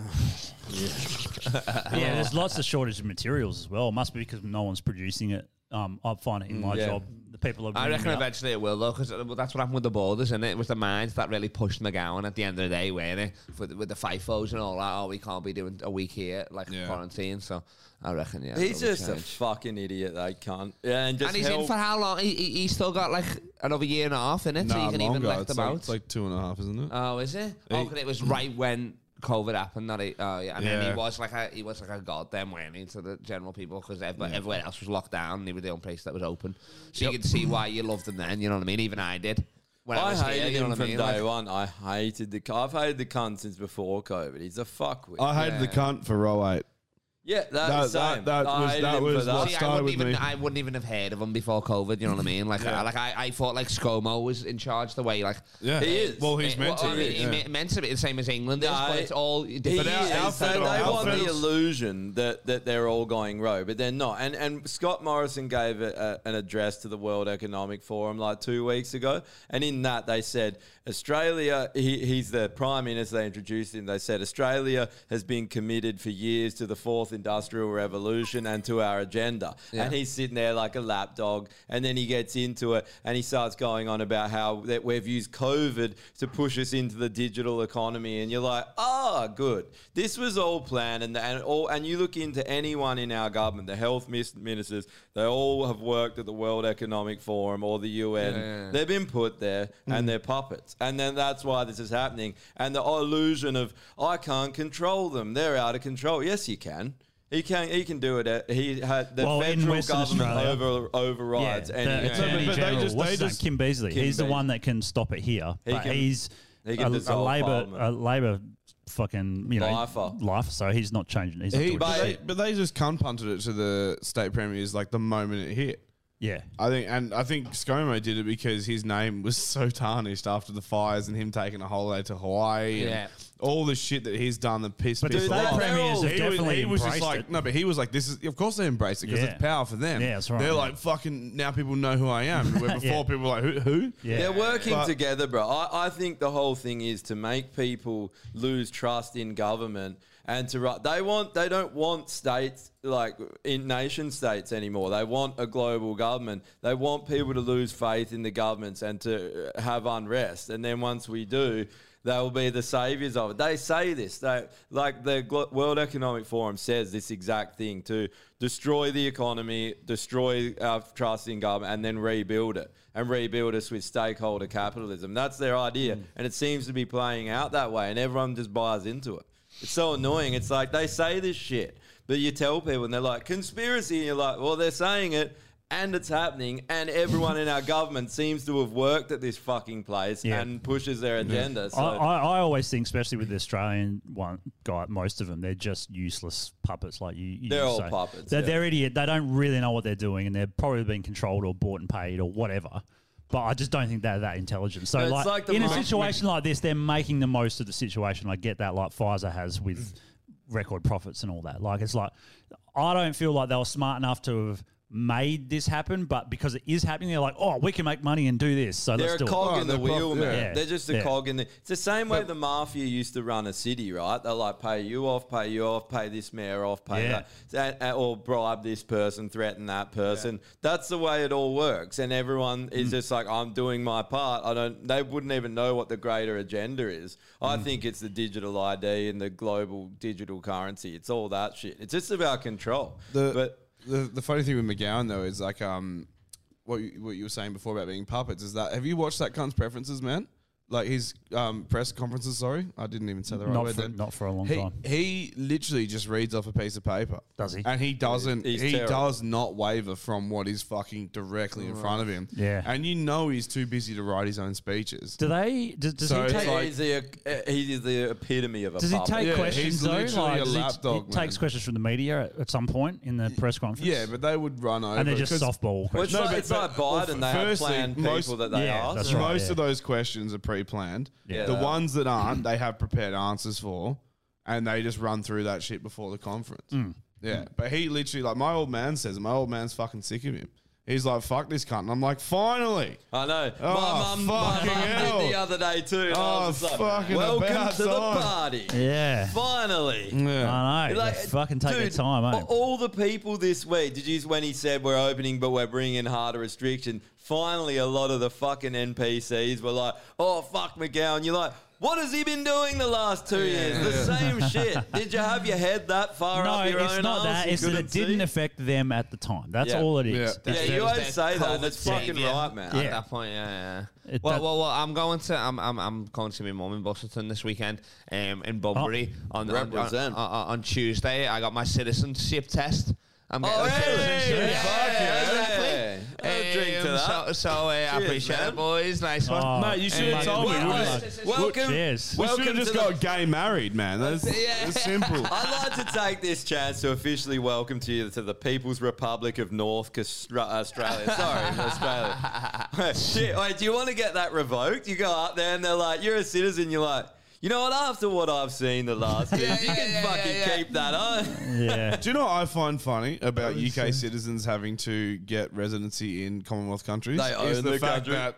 [SPEAKER 3] yeah, there's lots of shortage of materials as well. Must be because no one's producing it. Um, I find it in my
[SPEAKER 4] Mm,
[SPEAKER 5] yeah.
[SPEAKER 3] job. The people are.
[SPEAKER 5] I
[SPEAKER 3] ringing
[SPEAKER 5] reckon
[SPEAKER 3] me up.
[SPEAKER 5] eventually it will, though, because that's what happened with the borders, and it? was the mines that really pushed McGowan at the end of the day, weren't it? With, with the FIFOs and all that. Oh, we can't be doing a week here, like quarantine. So I reckon, yeah.
[SPEAKER 4] He's
[SPEAKER 5] it'll
[SPEAKER 4] just a
[SPEAKER 5] change.
[SPEAKER 4] fucking idiot, that cunt. Yeah, and just
[SPEAKER 5] And he's in
[SPEAKER 4] help-
[SPEAKER 5] for how long? He, he, he's still got like another year and a half in it, so you can even let
[SPEAKER 2] Uh, it's
[SPEAKER 5] them
[SPEAKER 2] like,
[SPEAKER 5] out.
[SPEAKER 2] it's like two and a half, isn't
[SPEAKER 3] Uh,
[SPEAKER 2] it?
[SPEAKER 5] oh, is it? Oh, 'cause it was right when COVID happened that he. Oh, yeah. And then
[SPEAKER 2] Yeah.
[SPEAKER 5] he was like a he was like a goddamn whammy to the general people because
[SPEAKER 2] Yeah.
[SPEAKER 5] everywhere else was locked down. and He was the only place that was open, so you could see why you loved him then. You know what I mean? Even I did. When I,
[SPEAKER 4] I,
[SPEAKER 5] was
[SPEAKER 4] hated
[SPEAKER 5] here, you know
[SPEAKER 4] him
[SPEAKER 5] what I
[SPEAKER 4] from
[SPEAKER 5] mean?
[SPEAKER 4] day
[SPEAKER 5] Like-
[SPEAKER 4] one. I hated the. cu- I've hated the cunt since before COVID. He's a fuckwit.
[SPEAKER 2] I hated the cunt for row eight.
[SPEAKER 4] Yeah, that, was
[SPEAKER 5] that-
[SPEAKER 4] same.
[SPEAKER 5] that
[SPEAKER 4] I
[SPEAKER 5] was-
[SPEAKER 4] hated
[SPEAKER 5] that
[SPEAKER 4] him for
[SPEAKER 5] was what
[SPEAKER 4] See, I
[SPEAKER 5] started
[SPEAKER 4] wouldn't even-
[SPEAKER 5] with me.
[SPEAKER 4] I-
[SPEAKER 5] I wouldn't even have heard of him before COVID. You know what I mean? Like, I, like I, I thought like ScoMo was in charge the way like
[SPEAKER 2] Yeah. He is. Well, he's
[SPEAKER 5] Eh,
[SPEAKER 2] meant to
[SPEAKER 5] I
[SPEAKER 2] be,
[SPEAKER 5] mean, he
[SPEAKER 2] yeah.
[SPEAKER 5] me- meant to be the same as England is, but it's all.
[SPEAKER 4] He
[SPEAKER 5] different.
[SPEAKER 4] is, but they want the
[SPEAKER 5] federal-
[SPEAKER 4] illusion that, that they're all going rogue, but they're not. And and Scott Morrison gave a, a, an address to the World Economic Forum like two weeks ago, and in that they said Australia. He, he's the prime minister. They introduced him. They said Australia has been committed for years to the fourth industrial revolution and to our agenda.
[SPEAKER 11] Yeah.
[SPEAKER 4] And he's sitting there like a lapdog, and then he gets into it and he starts going on about how that we've used COVID to push us into the digital economy, and you're like, ah, good. This was all planned, and and all and you look into anyone in our government, the health mis- ministers, they all have worked at the World Economic Forum or the UN.
[SPEAKER 2] Yeah, yeah, Hmm. yeah.
[SPEAKER 4] They've been put there, and they're puppets, and then that's why this is happening. And the illusion of I can't control them; they're out of control. Yes, you can. He can. He can do it. uh, He had the
[SPEAKER 3] Well, in
[SPEAKER 4] federal
[SPEAKER 3] Western
[SPEAKER 4] government
[SPEAKER 3] Australia-
[SPEAKER 4] over, overrides
[SPEAKER 3] the
[SPEAKER 4] any.
[SPEAKER 3] Attorney General, what's his name? Kim Beazley.
[SPEAKER 4] Kim
[SPEAKER 3] he's the
[SPEAKER 4] Beazley.
[SPEAKER 3] one that can stop it here.
[SPEAKER 4] He
[SPEAKER 3] but
[SPEAKER 4] can-
[SPEAKER 3] he's
[SPEAKER 4] he
[SPEAKER 3] a,
[SPEAKER 4] can
[SPEAKER 3] a
[SPEAKER 4] dissolve
[SPEAKER 3] labor, a
[SPEAKER 4] Parliament.
[SPEAKER 3] labor fucking you know
[SPEAKER 2] Lifer.
[SPEAKER 3] life. So he's not changing. He's not
[SPEAKER 2] He,
[SPEAKER 3] doing
[SPEAKER 2] but, they,
[SPEAKER 3] shit.
[SPEAKER 2] but they just cum punted it to the state premiers like the moment it hit.
[SPEAKER 3] Yeah,
[SPEAKER 2] I think, and I think ScoMo did it because his name was so tarnished after the fires and him taking a holiday to Hawaii.
[SPEAKER 3] Yeah.
[SPEAKER 2] and all the shit that he's done that pissed
[SPEAKER 3] But the
[SPEAKER 2] people
[SPEAKER 3] state
[SPEAKER 2] off.
[SPEAKER 3] premiers have
[SPEAKER 2] he was,
[SPEAKER 3] definitely
[SPEAKER 2] he was just
[SPEAKER 3] embraced
[SPEAKER 2] like,
[SPEAKER 3] it.
[SPEAKER 2] no, but he was like, this is of course they embrace it because
[SPEAKER 3] Yeah.
[SPEAKER 2] it's power for them.
[SPEAKER 3] Yeah, that's right,
[SPEAKER 2] They're
[SPEAKER 3] yeah.
[SPEAKER 2] like fucking now people know who I am. Where before
[SPEAKER 3] Yeah.
[SPEAKER 2] people were like who? who?
[SPEAKER 4] They're working
[SPEAKER 2] But-
[SPEAKER 4] together, bro. I, I think the whole thing is to make people lose trust in government and to ru- they want they don't want states like in nation states anymore. They want a global government. They want people to lose faith in the governments and to uh, have unrest. And then once we do, they will be the saviors of it. They say this. They like the Glo- World Economic Forum says this exact thing to destroy the economy, destroy our trust in government, and then rebuild it and rebuild us with stakeholder capitalism. That's their idea, and it seems to be playing out that way. And everyone just buys into it. It's so annoying. It's like they say this shit, but you tell people, and they're like conspiracy, and you're like, well, they're saying it. And it's happening, and everyone in our government seems to have worked at this fucking place
[SPEAKER 3] Yeah.
[SPEAKER 4] and pushes their agenda. So
[SPEAKER 3] I, oh, I, I always think, especially with the Australian one guy, most of them they're just useless puppets. Like you, you
[SPEAKER 4] They're all
[SPEAKER 3] say.
[SPEAKER 4] puppets,
[SPEAKER 3] They're,
[SPEAKER 4] yeah.
[SPEAKER 3] they're idiot. They don't really know what they're doing, and they're probably being controlled or bought and paid or whatever. But I just don't think they're that intelligent. So,
[SPEAKER 4] But it's
[SPEAKER 3] like,
[SPEAKER 4] like the
[SPEAKER 3] in a
[SPEAKER 4] mark-
[SPEAKER 3] situation like this, they're making the most of the situation. I get that, like Pfizer has with record profits and all that. Like, it's like I don't feel like they were smart enough to have made this happen, but because it is happening, they're like, oh, we can make money and do this. So
[SPEAKER 4] Oh, they're
[SPEAKER 3] let's
[SPEAKER 4] a
[SPEAKER 3] do
[SPEAKER 4] cog
[SPEAKER 3] it.
[SPEAKER 4] in the wheel, man.
[SPEAKER 3] Oh, Yeah.
[SPEAKER 4] They're just a
[SPEAKER 3] Yeah.
[SPEAKER 4] cog in the. It's the same way the mafia used to run a city, right? They're like, pay you off, pay you off, pay this mayor off, pay
[SPEAKER 3] Yeah.
[SPEAKER 4] that, that, or bribe this person, threaten that person. That's the way it all works, and everyone
[SPEAKER 3] Hmm.
[SPEAKER 4] is just like, I'm doing my part. I don't. They wouldn't even know what the greater agenda is. I
[SPEAKER 3] Hmm.
[SPEAKER 4] think it's the digital ID and the global digital currency. It's all that shit. It's just about control.
[SPEAKER 2] The, the the funny thing with McGowan though is like um, what you, what you were saying before about being puppets is that have you watched that cunt's preferences, man? Like his um, press conferences. Sorry, I didn't even say the right
[SPEAKER 3] Not
[SPEAKER 2] word
[SPEAKER 3] for-
[SPEAKER 2] then.
[SPEAKER 3] not for a long
[SPEAKER 2] He-
[SPEAKER 3] time.
[SPEAKER 2] He literally just reads off a piece of paper.
[SPEAKER 3] Does he?
[SPEAKER 2] And he doesn't.
[SPEAKER 3] He's
[SPEAKER 2] he
[SPEAKER 3] terrible.
[SPEAKER 2] does not waver from what is fucking directly in front of him.
[SPEAKER 3] Yeah.
[SPEAKER 2] And you know he's too busy to write his own speaches.
[SPEAKER 3] Do they? Does, does
[SPEAKER 2] So
[SPEAKER 3] he
[SPEAKER 2] it's
[SPEAKER 3] take?
[SPEAKER 2] like-
[SPEAKER 4] he's the he's eh, the epitome of a.
[SPEAKER 3] does he
[SPEAKER 4] puppet.
[SPEAKER 3] take questions though? Like, does he- he takes
[SPEAKER 4] man.
[SPEAKER 3] questions from the media at, at some point in the press conference.
[SPEAKER 2] Yeah, but they would run over.
[SPEAKER 3] And they're just
[SPEAKER 2] 'cause-
[SPEAKER 3] softball
[SPEAKER 4] Well, it's
[SPEAKER 3] questions.
[SPEAKER 4] like- it's like Biden,
[SPEAKER 2] f-
[SPEAKER 4] they have planned people that they Yeah, ask. that's right,
[SPEAKER 2] most
[SPEAKER 4] yeah.
[SPEAKER 2] of those questions are pre-planned.
[SPEAKER 4] Yeah.
[SPEAKER 2] the
[SPEAKER 4] Yeah.
[SPEAKER 2] ones that aren't, they have prepared answers for, and they just run through that shit before the conference.
[SPEAKER 3] Mm.
[SPEAKER 2] Yeah, but he literally, like my old man says, my old man's fucking sick of him. He's like, "Fuck this cunt," and I'm like, "Finally."
[SPEAKER 4] I know.
[SPEAKER 2] Oh,
[SPEAKER 4] my mum, my
[SPEAKER 2] fucking
[SPEAKER 4] mum
[SPEAKER 2] hell.
[SPEAKER 4] did the other day too. And I
[SPEAKER 2] Oh,
[SPEAKER 4] was just like,
[SPEAKER 2] fucking
[SPEAKER 4] Welcome
[SPEAKER 2] about
[SPEAKER 4] to the
[SPEAKER 2] time."
[SPEAKER 4] party.
[SPEAKER 3] Yeah.
[SPEAKER 4] Finally.
[SPEAKER 3] I know.
[SPEAKER 4] Like,
[SPEAKER 3] they fucking take their
[SPEAKER 4] dude,
[SPEAKER 3] time, eh?
[SPEAKER 4] a- All the people this week, did you when he said we're opening but we're bringing harder restriction? Finally, a lot of the fucking NPCs were like, "Oh fuck McGowan," you're like. What has he been doing the last two years? The same shit. Did you have your head that far
[SPEAKER 3] No,
[SPEAKER 4] up your
[SPEAKER 3] it's
[SPEAKER 4] own
[SPEAKER 3] not
[SPEAKER 4] arse
[SPEAKER 3] that.
[SPEAKER 4] you
[SPEAKER 3] It's that
[SPEAKER 4] couldn't
[SPEAKER 3] it didn't
[SPEAKER 4] see?
[SPEAKER 3] affect them at the time. That's
[SPEAKER 4] Yeah.
[SPEAKER 3] all it is.
[SPEAKER 4] Yeah.
[SPEAKER 3] It's
[SPEAKER 4] Yeah,
[SPEAKER 3] their-
[SPEAKER 4] you always say that, and
[SPEAKER 5] COVID
[SPEAKER 4] it's fucking
[SPEAKER 5] savior
[SPEAKER 4] right, man.
[SPEAKER 5] At
[SPEAKER 4] Yeah.
[SPEAKER 5] that point, yeah. yeah.
[SPEAKER 3] It-
[SPEAKER 5] Well,
[SPEAKER 3] that-
[SPEAKER 5] well, well, I'm going to I'm I'm, I'm going to my mum in Busselton this weekend, um, in Bunbury on, on, on,
[SPEAKER 4] Represent.
[SPEAKER 5] on on Tuesday. I got my citizenship test. I'm getting
[SPEAKER 4] Oh,
[SPEAKER 5] a
[SPEAKER 4] hey!
[SPEAKER 5] citizenship.
[SPEAKER 4] Yeah,
[SPEAKER 5] Yeah,
[SPEAKER 4] fuck yeah.
[SPEAKER 5] exactly.
[SPEAKER 4] I'll drink to
[SPEAKER 5] Um, so, so uh, I
[SPEAKER 2] Cheers,
[SPEAKER 5] appreciate
[SPEAKER 2] man.
[SPEAKER 5] it, boys. Nice one.
[SPEAKER 2] Oh, Mate, you should have told me. We'll just-
[SPEAKER 4] Welcome- Cheers.
[SPEAKER 2] We should
[SPEAKER 4] welcome
[SPEAKER 2] have just
[SPEAKER 4] to the-
[SPEAKER 2] got gay married, man. That's, that's simple.
[SPEAKER 4] I'd like to take this chance to officially welcome to you to the People's Republic of North Castra- Australia. Sorry, Australia. Wait, shit, wait, do you want to get that revoked? You go up there and they're like, "You're a citizen." You're like, "You know what? After what I've seen the last, week, you can fucking keep that on."
[SPEAKER 3] Yeah.
[SPEAKER 2] Do you know what I find funny about UK citizens having to get residency in Commonwealth countries?
[SPEAKER 4] They
[SPEAKER 2] is
[SPEAKER 4] own
[SPEAKER 2] the,
[SPEAKER 4] the
[SPEAKER 2] fact
[SPEAKER 4] country.
[SPEAKER 2] that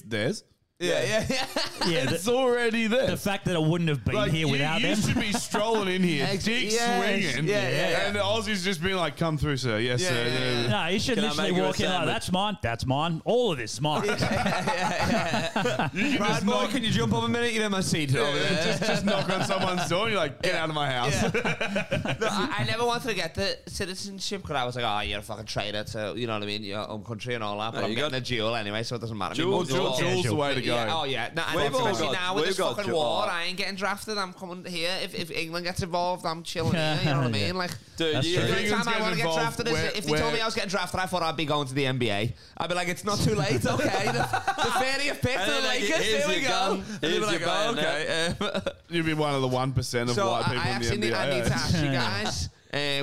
[SPEAKER 2] theirs.
[SPEAKER 4] Yeah, yeah, yeah.
[SPEAKER 2] it's already there. The
[SPEAKER 3] fact that it wouldn't have been
[SPEAKER 2] Like,
[SPEAKER 3] here
[SPEAKER 2] you,
[SPEAKER 3] without
[SPEAKER 2] you
[SPEAKER 3] them.
[SPEAKER 2] should be strolling in here,
[SPEAKER 3] Ex-
[SPEAKER 2] dick
[SPEAKER 3] yes,
[SPEAKER 2] swinging.
[SPEAKER 3] yeah, yeah, yeah.
[SPEAKER 2] And the Aussies just being like, come through, sir. Yes,
[SPEAKER 3] Yeah,
[SPEAKER 2] sir.
[SPEAKER 3] yeah, yeah. No, you should literally walk in like, that's mine, that's mine, all of this is mine.
[SPEAKER 8] You can just knock, can you jump up a minute? You know my seat over there.
[SPEAKER 2] just, just knock on someone's door and you're like, get out of my house.
[SPEAKER 5] No, I, I never wanted to get the citizenship because I was like, oh, you're a fucking traitor to, you know what I mean, your own country and all that. But
[SPEAKER 4] No,
[SPEAKER 5] I'm
[SPEAKER 4] you
[SPEAKER 5] getting a duel anyway, so it doesn't matter.
[SPEAKER 4] Duel's
[SPEAKER 5] I mean,
[SPEAKER 4] the-
[SPEAKER 5] yeah,
[SPEAKER 4] duel's the way to go.
[SPEAKER 5] Yeah, oh, yeah. No, and
[SPEAKER 4] We've all
[SPEAKER 5] especially
[SPEAKER 4] got-
[SPEAKER 5] now with
[SPEAKER 4] we've
[SPEAKER 5] this
[SPEAKER 4] got
[SPEAKER 5] fucking
[SPEAKER 4] duel.
[SPEAKER 5] war, I ain't getting drafted. I'm coming here. If, if England gets involved, I'm chilling here. You know what I
[SPEAKER 4] Yeah.
[SPEAKER 5] mean? Like,
[SPEAKER 4] Dude, That's you-
[SPEAKER 5] the
[SPEAKER 4] true.
[SPEAKER 5] only time
[SPEAKER 4] England's
[SPEAKER 5] I
[SPEAKER 4] getting
[SPEAKER 5] want to get
[SPEAKER 4] involved
[SPEAKER 5] drafted is
[SPEAKER 4] where-
[SPEAKER 5] if you told
[SPEAKER 4] where-
[SPEAKER 5] me I was getting drafted, I thought I'd be going to the NBA. I'd be like, it's not too late, okay? The, the 30th pick for
[SPEAKER 4] And
[SPEAKER 5] the
[SPEAKER 4] they're like,
[SPEAKER 5] Lakers,
[SPEAKER 4] "Here's
[SPEAKER 5] here we
[SPEAKER 4] your
[SPEAKER 5] go.
[SPEAKER 4] gun.
[SPEAKER 5] And they'd be
[SPEAKER 4] Here's
[SPEAKER 5] like,
[SPEAKER 4] your
[SPEAKER 5] oh, okay.
[SPEAKER 4] bayonet."
[SPEAKER 2] You'd be one of the 1% of
[SPEAKER 5] So
[SPEAKER 2] white
[SPEAKER 5] I,
[SPEAKER 2] people
[SPEAKER 5] I
[SPEAKER 2] in the
[SPEAKER 5] actually
[SPEAKER 2] NBA.
[SPEAKER 5] need, I need to ask you
[SPEAKER 2] eh?
[SPEAKER 5] guys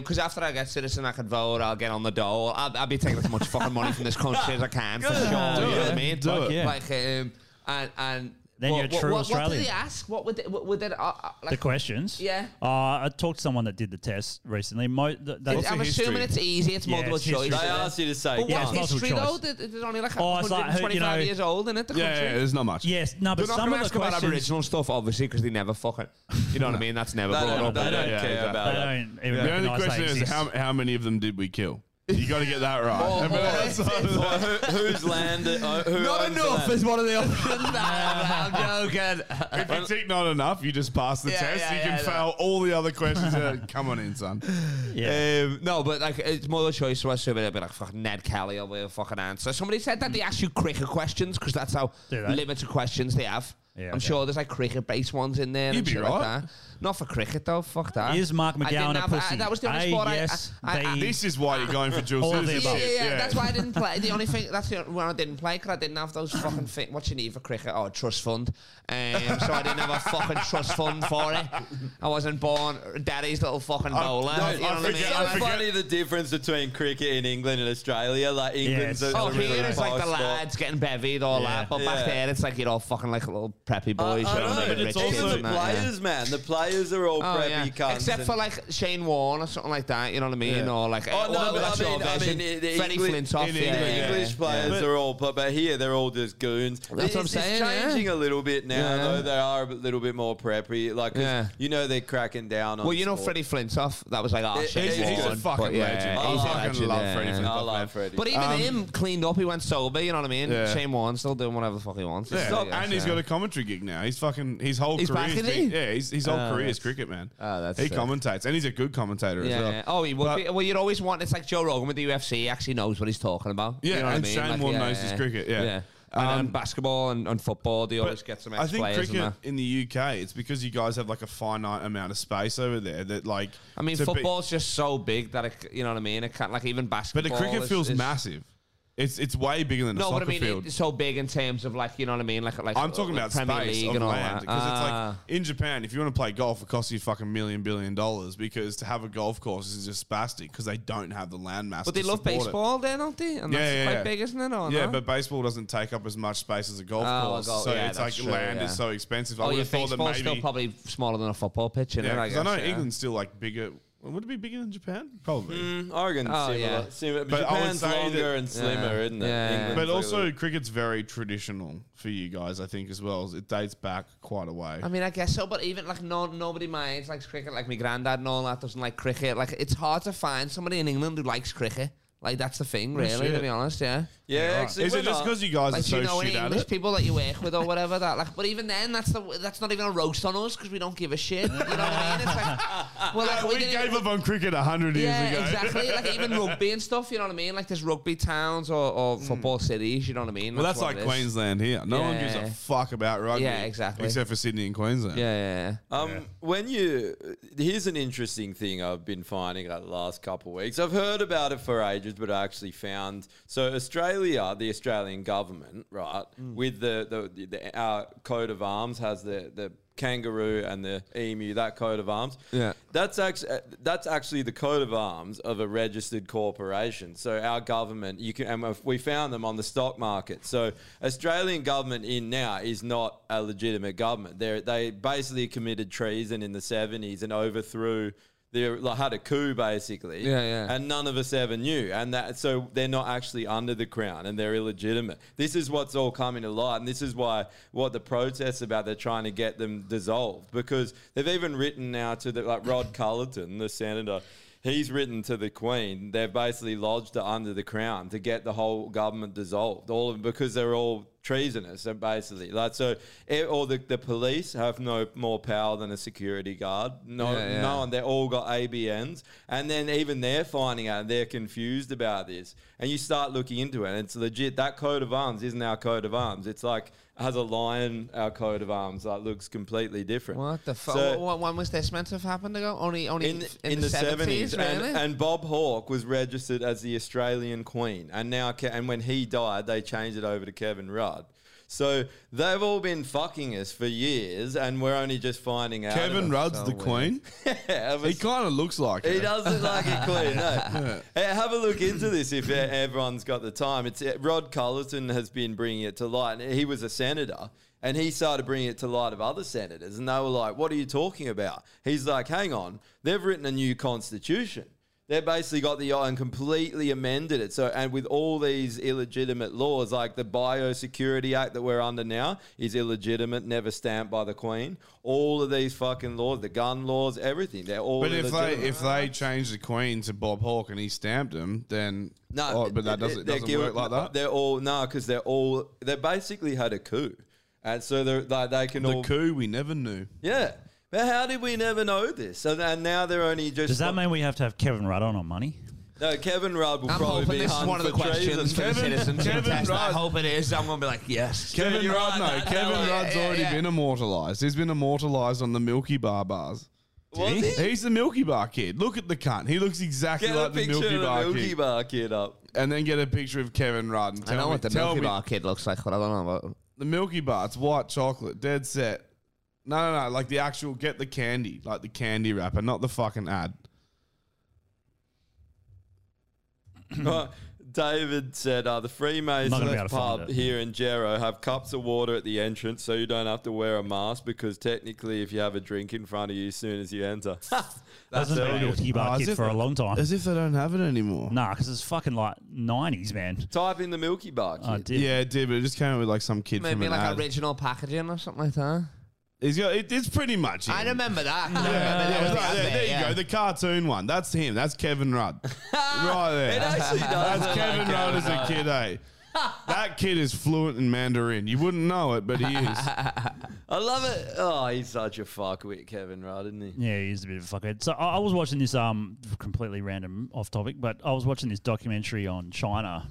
[SPEAKER 5] because after I get citizen, I can vote. I'll get on the dole. I'll, I'll be taking as much fucking money from this country as I can for
[SPEAKER 2] Good.
[SPEAKER 5] sure. you
[SPEAKER 2] Do
[SPEAKER 5] know
[SPEAKER 2] it.
[SPEAKER 5] what I mean?
[SPEAKER 2] Do
[SPEAKER 5] like,
[SPEAKER 2] it.
[SPEAKER 5] Like, um, and and
[SPEAKER 3] Then you're a true
[SPEAKER 5] what, What
[SPEAKER 3] Australian.
[SPEAKER 5] did they ask? What would they, what would they, uh, uh, like,
[SPEAKER 3] the questions.
[SPEAKER 5] Yeah.
[SPEAKER 3] Uh, I talked to someone that did the test recently. Mo- th- they-
[SPEAKER 5] I'm assuming it's easy. It's
[SPEAKER 3] Yeah,
[SPEAKER 5] multiple
[SPEAKER 3] it's
[SPEAKER 5] choice.
[SPEAKER 3] history.
[SPEAKER 5] isn't
[SPEAKER 4] They
[SPEAKER 5] it?
[SPEAKER 4] ask you to say
[SPEAKER 5] But
[SPEAKER 3] Yeah,
[SPEAKER 5] what's
[SPEAKER 3] it's multiple
[SPEAKER 5] history though?
[SPEAKER 3] choice.
[SPEAKER 5] There- There's only like
[SPEAKER 3] Oh, it's like, who- you
[SPEAKER 5] 125
[SPEAKER 3] know-
[SPEAKER 5] years old in it. The
[SPEAKER 3] Yeah,
[SPEAKER 5] country.
[SPEAKER 3] yeah, there's not much. Yes, no, but
[SPEAKER 5] They're not
[SPEAKER 3] some of
[SPEAKER 5] gonna
[SPEAKER 3] the
[SPEAKER 5] ask about
[SPEAKER 3] questions-
[SPEAKER 5] Aboriginal stuff, obviously, because they never fucking. You know what I mean? That's never
[SPEAKER 2] They
[SPEAKER 5] brought
[SPEAKER 2] don't-
[SPEAKER 5] up.
[SPEAKER 2] they
[SPEAKER 5] is it?
[SPEAKER 2] don't
[SPEAKER 5] Yeah,
[SPEAKER 2] care
[SPEAKER 5] exactly.
[SPEAKER 2] about They it. don't even The only recognise question they is exist. how- many of them did we kill? You got to get that right.
[SPEAKER 4] Or-
[SPEAKER 2] I mean,
[SPEAKER 4] or-
[SPEAKER 2] that's-
[SPEAKER 4] or who- whose land? Uh, who
[SPEAKER 2] Not
[SPEAKER 4] owns the
[SPEAKER 2] enough
[SPEAKER 4] land?
[SPEAKER 2] is one of the
[SPEAKER 5] I'm joking.
[SPEAKER 2] if you tick not enough, you just pass the
[SPEAKER 5] Yeah,
[SPEAKER 2] test.
[SPEAKER 5] yeah,
[SPEAKER 2] you
[SPEAKER 5] yeah,
[SPEAKER 2] can
[SPEAKER 5] no.
[SPEAKER 2] fail all the other questions. Uh, Come on in, son.
[SPEAKER 5] Um, no, but like it's more the choice. So I assume it'd be like fucking Ned Kelly or a fucking answer. Somebody said that they ask you cricket questions because that's how
[SPEAKER 2] Do they?
[SPEAKER 5] limited questions they have.
[SPEAKER 3] Yeah,
[SPEAKER 5] I'm
[SPEAKER 3] okay.
[SPEAKER 5] sure there's like cricket based ones in there.
[SPEAKER 3] You'd
[SPEAKER 5] and
[SPEAKER 3] be
[SPEAKER 5] shit
[SPEAKER 3] right.
[SPEAKER 5] Like that. Not for cricket though. Fuck that.
[SPEAKER 3] Is Mark
[SPEAKER 5] I didn't
[SPEAKER 3] McGowan a
[SPEAKER 5] have- I-
[SPEAKER 3] pussy?
[SPEAKER 5] that was the only
[SPEAKER 3] A,
[SPEAKER 5] sport I-
[SPEAKER 3] yes,
[SPEAKER 5] I. I-
[SPEAKER 3] B.
[SPEAKER 2] This is why you're going for dual
[SPEAKER 3] All of the
[SPEAKER 2] citizenship.
[SPEAKER 5] yeah, yeah, yeah, That's why I didn't play. The only thing that's the only one I didn't play because I didn't have those fucking thing. What you need for cricket? Oh, a trust fund. Um, so I didn't have a fucking trust fund for it. I wasn't born daddy's little fucking
[SPEAKER 4] I-
[SPEAKER 5] bowler.
[SPEAKER 4] no,
[SPEAKER 5] you know
[SPEAKER 4] I
[SPEAKER 5] what I mean?
[SPEAKER 4] forget-
[SPEAKER 5] Like-
[SPEAKER 4] It's funny the difference between cricket in England and Australia. Like England's
[SPEAKER 5] Yeah,
[SPEAKER 4] a,
[SPEAKER 5] it's oh,
[SPEAKER 4] a really
[SPEAKER 5] here it's like
[SPEAKER 4] fast
[SPEAKER 5] the
[SPEAKER 4] sport.
[SPEAKER 5] lads getting bevied all
[SPEAKER 4] Yeah.
[SPEAKER 5] that, but
[SPEAKER 4] Yeah.
[SPEAKER 5] back there it's like you're all fucking like little preppy boys.
[SPEAKER 4] I
[SPEAKER 5] you know,
[SPEAKER 4] know,
[SPEAKER 5] what I
[SPEAKER 4] but
[SPEAKER 5] mean?
[SPEAKER 4] it's
[SPEAKER 5] rich
[SPEAKER 4] also
[SPEAKER 5] kids
[SPEAKER 4] the
[SPEAKER 5] and that, yeah.
[SPEAKER 4] players, man. The players are all
[SPEAKER 5] Oh,
[SPEAKER 4] preppy
[SPEAKER 5] yeah.
[SPEAKER 4] cunts.
[SPEAKER 5] Except for like Shane Warne or something like that, you know what I mean?
[SPEAKER 4] Yeah.
[SPEAKER 5] Or like,
[SPEAKER 4] Oh,
[SPEAKER 5] uh,
[SPEAKER 4] no,
[SPEAKER 5] although
[SPEAKER 4] but
[SPEAKER 5] that's
[SPEAKER 4] I
[SPEAKER 5] your
[SPEAKER 4] mean- I
[SPEAKER 5] version,
[SPEAKER 4] mean, the
[SPEAKER 5] Freddie
[SPEAKER 4] Engli-
[SPEAKER 5] Flintoff.
[SPEAKER 4] in
[SPEAKER 5] E- yeah,
[SPEAKER 4] England,
[SPEAKER 5] yeah,
[SPEAKER 4] English
[SPEAKER 5] yeah.
[SPEAKER 4] players are all, but, but here they're all just goons. That's
[SPEAKER 5] what I'm saying,
[SPEAKER 4] It's changing
[SPEAKER 5] yeah.
[SPEAKER 4] a little bit now,
[SPEAKER 5] Yeah.
[SPEAKER 4] though. They are a bit- little bit more preppy. Like, 'cause
[SPEAKER 5] Yeah.
[SPEAKER 4] you know, they're cracking down on.
[SPEAKER 5] Well, you know
[SPEAKER 4] sport.
[SPEAKER 5] Freddie Flintoff. That was like, oh,
[SPEAKER 4] He's-
[SPEAKER 5] Shane
[SPEAKER 4] he's a
[SPEAKER 5] Warne,
[SPEAKER 4] fucking
[SPEAKER 5] but yeah,
[SPEAKER 4] legend. I
[SPEAKER 5] he's a
[SPEAKER 4] fucking
[SPEAKER 5] legend,
[SPEAKER 4] love
[SPEAKER 5] yeah.
[SPEAKER 4] Freddie Flintoff, I love man. Freddie.
[SPEAKER 5] But even
[SPEAKER 4] Um,
[SPEAKER 5] him cleaned up. He went sober. You know what I mean?
[SPEAKER 2] Yeah.
[SPEAKER 5] Shane Warne still doing whatever the fuck he wants.
[SPEAKER 2] Yeah.
[SPEAKER 5] So, yeah,
[SPEAKER 2] and he's
[SPEAKER 5] so.
[SPEAKER 2] got a commentary gig now. He's fucking his whole
[SPEAKER 5] He's
[SPEAKER 2] career.
[SPEAKER 5] back,
[SPEAKER 2] has
[SPEAKER 5] is
[SPEAKER 2] been-
[SPEAKER 5] he?
[SPEAKER 2] Yeah, he's, his whole
[SPEAKER 5] Oh,
[SPEAKER 2] career is
[SPEAKER 5] that's-
[SPEAKER 2] cricket, man.
[SPEAKER 5] Oh, that's
[SPEAKER 2] he
[SPEAKER 5] sick.
[SPEAKER 2] commentates, and he's a good commentator
[SPEAKER 5] Yeah,
[SPEAKER 2] as well.
[SPEAKER 5] yeah. Oh, he would
[SPEAKER 2] But-
[SPEAKER 5] be. Well, you'd always want. It's like Joe Rogan with the UFC. He actually knows what he's talking about.
[SPEAKER 2] Yeah,
[SPEAKER 5] you know
[SPEAKER 2] and
[SPEAKER 5] what I mean?
[SPEAKER 2] Shane
[SPEAKER 5] Like,
[SPEAKER 2] Warne
[SPEAKER 5] yeah,
[SPEAKER 2] knows his
[SPEAKER 5] yeah.
[SPEAKER 2] cricket, yeah.
[SPEAKER 5] And,
[SPEAKER 2] Um,
[SPEAKER 5] and basketball and, and football, they
[SPEAKER 2] But
[SPEAKER 5] always get some
[SPEAKER 2] I
[SPEAKER 5] ex
[SPEAKER 2] think
[SPEAKER 5] players.
[SPEAKER 2] cricket
[SPEAKER 5] And that.
[SPEAKER 2] in the UK, it's because you guys have like a finite amount of space over there that like.
[SPEAKER 5] I mean,
[SPEAKER 2] to be-
[SPEAKER 5] football's just so big that it, c- you know what I mean. It can't like even
[SPEAKER 2] but
[SPEAKER 5] basketball.
[SPEAKER 2] the cricket
[SPEAKER 5] is-
[SPEAKER 2] feels
[SPEAKER 5] is-
[SPEAKER 2] massive. It's it's way bigger than a
[SPEAKER 5] No, but
[SPEAKER 2] soccer
[SPEAKER 5] I mean,
[SPEAKER 2] field.
[SPEAKER 5] it's so big in terms of like you know what I mean. Like like
[SPEAKER 2] I'm talking
[SPEAKER 5] uh,
[SPEAKER 2] about
[SPEAKER 5] Premier
[SPEAKER 2] space
[SPEAKER 5] League
[SPEAKER 2] of
[SPEAKER 5] and all
[SPEAKER 2] land
[SPEAKER 5] that.
[SPEAKER 2] because
[SPEAKER 5] Ah.
[SPEAKER 2] it's like in Japan, if you want to play golf, it costs you fucking million billion dollars because to have a golf course is just spastic because they don't have the land mass.
[SPEAKER 5] But they
[SPEAKER 2] to
[SPEAKER 5] love
[SPEAKER 2] support it.
[SPEAKER 5] baseball, there, don't they? And that's quite big, isn't it? Or
[SPEAKER 2] yeah,
[SPEAKER 5] no?
[SPEAKER 2] but baseball doesn't take up as much space as a golf
[SPEAKER 5] Oh,
[SPEAKER 2] course,
[SPEAKER 5] golf-
[SPEAKER 2] so
[SPEAKER 5] yeah,
[SPEAKER 2] it's like
[SPEAKER 5] that's true,
[SPEAKER 2] land
[SPEAKER 5] yeah.
[SPEAKER 2] is so expensive. I
[SPEAKER 5] Oh,
[SPEAKER 2] would
[SPEAKER 5] yeah,
[SPEAKER 2] have thought that
[SPEAKER 5] baseball's
[SPEAKER 2] maybe
[SPEAKER 5] still probably smaller than a football pitch.
[SPEAKER 2] yeah,
[SPEAKER 5] innit, I,
[SPEAKER 2] because I, know
[SPEAKER 5] guess, yeah.
[SPEAKER 2] England's still like bigger. Would it be bigger than Japan? Probably.
[SPEAKER 4] Mm, Oregon's
[SPEAKER 2] Oh,
[SPEAKER 4] similar.
[SPEAKER 2] yeah.
[SPEAKER 4] similar.
[SPEAKER 2] But I would
[SPEAKER 4] Japan's
[SPEAKER 2] say
[SPEAKER 4] longer
[SPEAKER 2] that-
[SPEAKER 4] and slimmer,
[SPEAKER 2] Yeah.
[SPEAKER 4] isn't it? England's
[SPEAKER 2] But
[SPEAKER 4] like a
[SPEAKER 2] also,
[SPEAKER 4] little-
[SPEAKER 2] cricket's very traditional for you guys, I think, as well. It dates back quite a way.
[SPEAKER 5] I mean, I guess so, but even like no, nobody minds likes cricket. Like my granddad and all that doesn't like cricket. Like it's hard to find somebody in England who likes cricket. Like that's the thing,
[SPEAKER 2] No
[SPEAKER 5] really. to
[SPEAKER 2] shit.
[SPEAKER 5] be honest, yeah.
[SPEAKER 2] Yeah, Yeah, actually, right. Is it we're just not- 'cause you guys
[SPEAKER 5] Like,
[SPEAKER 2] are
[SPEAKER 5] do you
[SPEAKER 2] so
[SPEAKER 5] know
[SPEAKER 2] shit
[SPEAKER 5] any
[SPEAKER 2] at
[SPEAKER 5] English
[SPEAKER 2] it?
[SPEAKER 5] people that you work with or whatever that like? But even then, that's the that's not even a roast on us because we don't give a shit. You know what I mean? It's like,
[SPEAKER 4] Uh,
[SPEAKER 5] well, like,
[SPEAKER 2] we,
[SPEAKER 5] didn't
[SPEAKER 2] gave up on cricket hundred years
[SPEAKER 5] yeah,
[SPEAKER 2] ago.
[SPEAKER 5] exactly. Like even rugby and stuff. You know what I mean? Like there's rugby towns or, or football cities. You know what I mean?
[SPEAKER 2] Hmm. Well, that's
[SPEAKER 5] what
[SPEAKER 2] like
[SPEAKER 5] it is.
[SPEAKER 2] Queensland here. No one gives a
[SPEAKER 5] Yeah.
[SPEAKER 2] fuck about rugby.
[SPEAKER 5] Yeah, exactly.
[SPEAKER 2] Except for Sydney and Queensland.
[SPEAKER 5] Yeah,
[SPEAKER 4] Um, when you here's an interesting thing I've been finding like the last couple of weeks. I've heard about it for ages, pages, but I actually found so Australia, the Australian government, right,
[SPEAKER 11] Mm.
[SPEAKER 4] with the the, the, the our coat of arms has the the kangaroo and the emu, that coat of arms.
[SPEAKER 2] Yeah.
[SPEAKER 4] That's actually that's actually the coat of arms of a registered corporation. So our government, you can, and we found them on the stock market. So Australian government in now is not a legitimate government. They they basically committed treason in the seventies and overthrew. They like, had a coup basically,
[SPEAKER 5] Yeah, yeah.
[SPEAKER 4] and none of us ever knew. And that so they're not actually under the crown and they're illegitimate. This is what's all coming to light, and this is why what the protests about they're trying to get them dissolved because they've even written now to the like Rod Cullerton, the senator. He's written to the Queen. They've basically lodged it under the Crown to get the whole government dissolved, all of because they're all treasonous and basically like so. eh, Or the, the police have no more power than a security guard. No,
[SPEAKER 2] Yeah, yeah.
[SPEAKER 4] no one. They all got ABNs, and then even they're finding out they're confused about this. And you start looking into it, and it's legit. That coat of arms isn't our coat of arms. It's like has a lion. Our coat of arms like looks completely different.
[SPEAKER 5] What the fuck?
[SPEAKER 4] So-
[SPEAKER 5] when was this meant to have happened ago? Only, only
[SPEAKER 4] in, in, the seventies, and,
[SPEAKER 5] really?
[SPEAKER 4] and Bob Hawke was registered as the Australian Queen, and now Ke- and when he died, they changed it over to Kevin Rudd. So they've all been fucking us for years, and we're only just finding out.
[SPEAKER 2] Kevin
[SPEAKER 4] about it.
[SPEAKER 2] Rudd's the Queen.
[SPEAKER 4] yeah,
[SPEAKER 2] he kind of looks like
[SPEAKER 4] He
[SPEAKER 2] her.
[SPEAKER 4] doesn't like it clean. No. Hey, have a look into this if e- everyone's got the time. It's uh, Rod Cullerton has been bringing it to light. and He was a senator. And he started bringing it to light of other senators, and they were like, "What are you talking about?" He's like, "Hang on, they've written a new constitution. They basically got the and completely amended it. So, and with all these illegitimate laws, like the Biosecurity Act that we're under now is illegitimate, never stamped by the Queen. All of these fucking laws, the gun laws, everything, they're all.
[SPEAKER 2] But if they
[SPEAKER 4] illegitimate.
[SPEAKER 2] if they change the Queen to Bob Hawke and he stamped him, then
[SPEAKER 4] No,
[SPEAKER 2] oh, but that
[SPEAKER 4] they-
[SPEAKER 2] doesn't,
[SPEAKER 4] they're
[SPEAKER 2] doesn't
[SPEAKER 4] guilt-
[SPEAKER 2] work like that.
[SPEAKER 4] They're all no, because they're all they basically had a coup, and so they're like they can
[SPEAKER 2] The
[SPEAKER 4] all
[SPEAKER 2] coup we never knew.
[SPEAKER 4] yeah. But how did we never know this? And, and now they're only just
[SPEAKER 3] Does that mean we have to have Kevin Rudd on on money?
[SPEAKER 4] no. Kevin Rudd will
[SPEAKER 3] I'm
[SPEAKER 4] probably
[SPEAKER 3] hoping
[SPEAKER 4] be
[SPEAKER 3] this is
[SPEAKER 4] hung
[SPEAKER 3] one of the
[SPEAKER 4] for treason.
[SPEAKER 3] questions for the Kevin- citizens to Kevin contest. I Rudd-
[SPEAKER 8] hope it is. I'm gonna be like, yes.
[SPEAKER 2] Kevin Rudd, no. Kevin Rudd's already been immortalized. He's been immortalized on the Milky Bar bars. He's the Milky Bar kid. Look at the cunt. He looks exactly
[SPEAKER 4] Get a
[SPEAKER 2] like the
[SPEAKER 4] picture of
[SPEAKER 2] Milky
[SPEAKER 4] the
[SPEAKER 2] Bar
[SPEAKER 4] Milky
[SPEAKER 2] kid.
[SPEAKER 4] Bar kid up.
[SPEAKER 2] And then get a picture of Kevin Rudd. And
[SPEAKER 8] I
[SPEAKER 2] tell
[SPEAKER 8] know
[SPEAKER 2] me,
[SPEAKER 8] what the
[SPEAKER 2] tell
[SPEAKER 8] Milky
[SPEAKER 2] me-
[SPEAKER 8] Bar kid looks like, but I don't know about.
[SPEAKER 2] The Milky Bar. It's white chocolate. Dead set. No, no, no. Like the actual, get the candy. Like the candy wrapper, not the fucking ad.
[SPEAKER 4] Right. David said, uh, the
[SPEAKER 2] Not gonna be
[SPEAKER 4] Freemasons
[SPEAKER 2] able to find
[SPEAKER 4] pub
[SPEAKER 2] it.
[SPEAKER 4] here in Jero have cups of water at the entrance so you don't have to wear a mask because technically if you have a drink in front of you as soon as you enter.
[SPEAKER 3] That's been a Milky
[SPEAKER 2] Oh,
[SPEAKER 3] Bar kid for a long time.
[SPEAKER 2] As if they don't have it anymore.
[SPEAKER 3] Nah, because it's fucking like nineties, man.
[SPEAKER 4] Type in the Milky Bar.
[SPEAKER 3] Oh, did.
[SPEAKER 2] Yeah, it did, but it just came out with like some kid from
[SPEAKER 5] Maybe
[SPEAKER 2] an
[SPEAKER 5] like
[SPEAKER 2] ad.
[SPEAKER 5] original packaging or something like that.
[SPEAKER 2] He's got, it, it's pretty much.
[SPEAKER 5] I
[SPEAKER 2] him.
[SPEAKER 5] remember that. I
[SPEAKER 2] Yeah,
[SPEAKER 5] remember
[SPEAKER 2] yeah,
[SPEAKER 5] that
[SPEAKER 2] yeah,
[SPEAKER 5] was
[SPEAKER 2] right
[SPEAKER 5] out
[SPEAKER 2] there, there you
[SPEAKER 5] yeah.
[SPEAKER 2] go. The cartoon one. That's him. That's Kevin Rudd. right there.
[SPEAKER 5] It actually does
[SPEAKER 2] That's
[SPEAKER 5] look
[SPEAKER 2] Kevin
[SPEAKER 5] like
[SPEAKER 2] Rudd
[SPEAKER 5] Kevin
[SPEAKER 2] as a
[SPEAKER 5] Rudd.
[SPEAKER 2] kid, eh? that kid is fluent in Mandarin. You wouldn't know it, but he is.
[SPEAKER 4] I love it. Oh, he's such a fuckwit, Kevin Rudd, isn't he?
[SPEAKER 3] Yeah, he is a bit of a fuckhead. So I, I was watching this um completely random off topic, but I was watching this documentary on China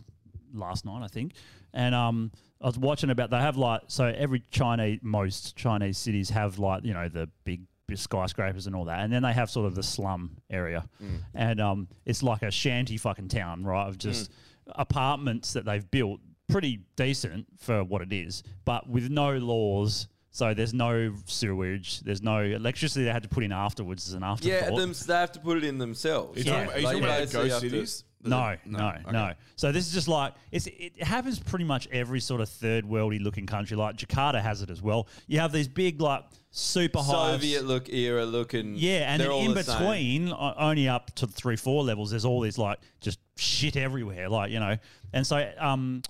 [SPEAKER 3] last night, I think, and um I was watching about they have like so every Chinese most Chinese cities have like you know the big big skyscrapers and all that, and then they have sort of the slum area,
[SPEAKER 11] Mm.
[SPEAKER 3] and um it's like a shanty fucking town, right? Of just apartments that they've built pretty decent for what it is, but with no laws. So there's no sewage, there's no electricity they had to put in afterwards as an afterthought.
[SPEAKER 4] Yeah, them, they have to put it in themselves.
[SPEAKER 3] You talking-
[SPEAKER 4] Like,
[SPEAKER 3] are you talking
[SPEAKER 4] they
[SPEAKER 3] about
[SPEAKER 4] basically
[SPEAKER 3] ghost
[SPEAKER 4] have to-
[SPEAKER 3] cities? No, no, no, So this is just like it's, it happens pretty much every sort of third worldy looking country. Like Jakarta has it as well. You have these big like super high
[SPEAKER 4] Soviet look era looking.
[SPEAKER 3] yeah, and
[SPEAKER 4] they're
[SPEAKER 3] then
[SPEAKER 4] all
[SPEAKER 3] in
[SPEAKER 4] the same.
[SPEAKER 3] between, o- only up to three, four levels, there's all these like just shit everywhere, like you know. And so um,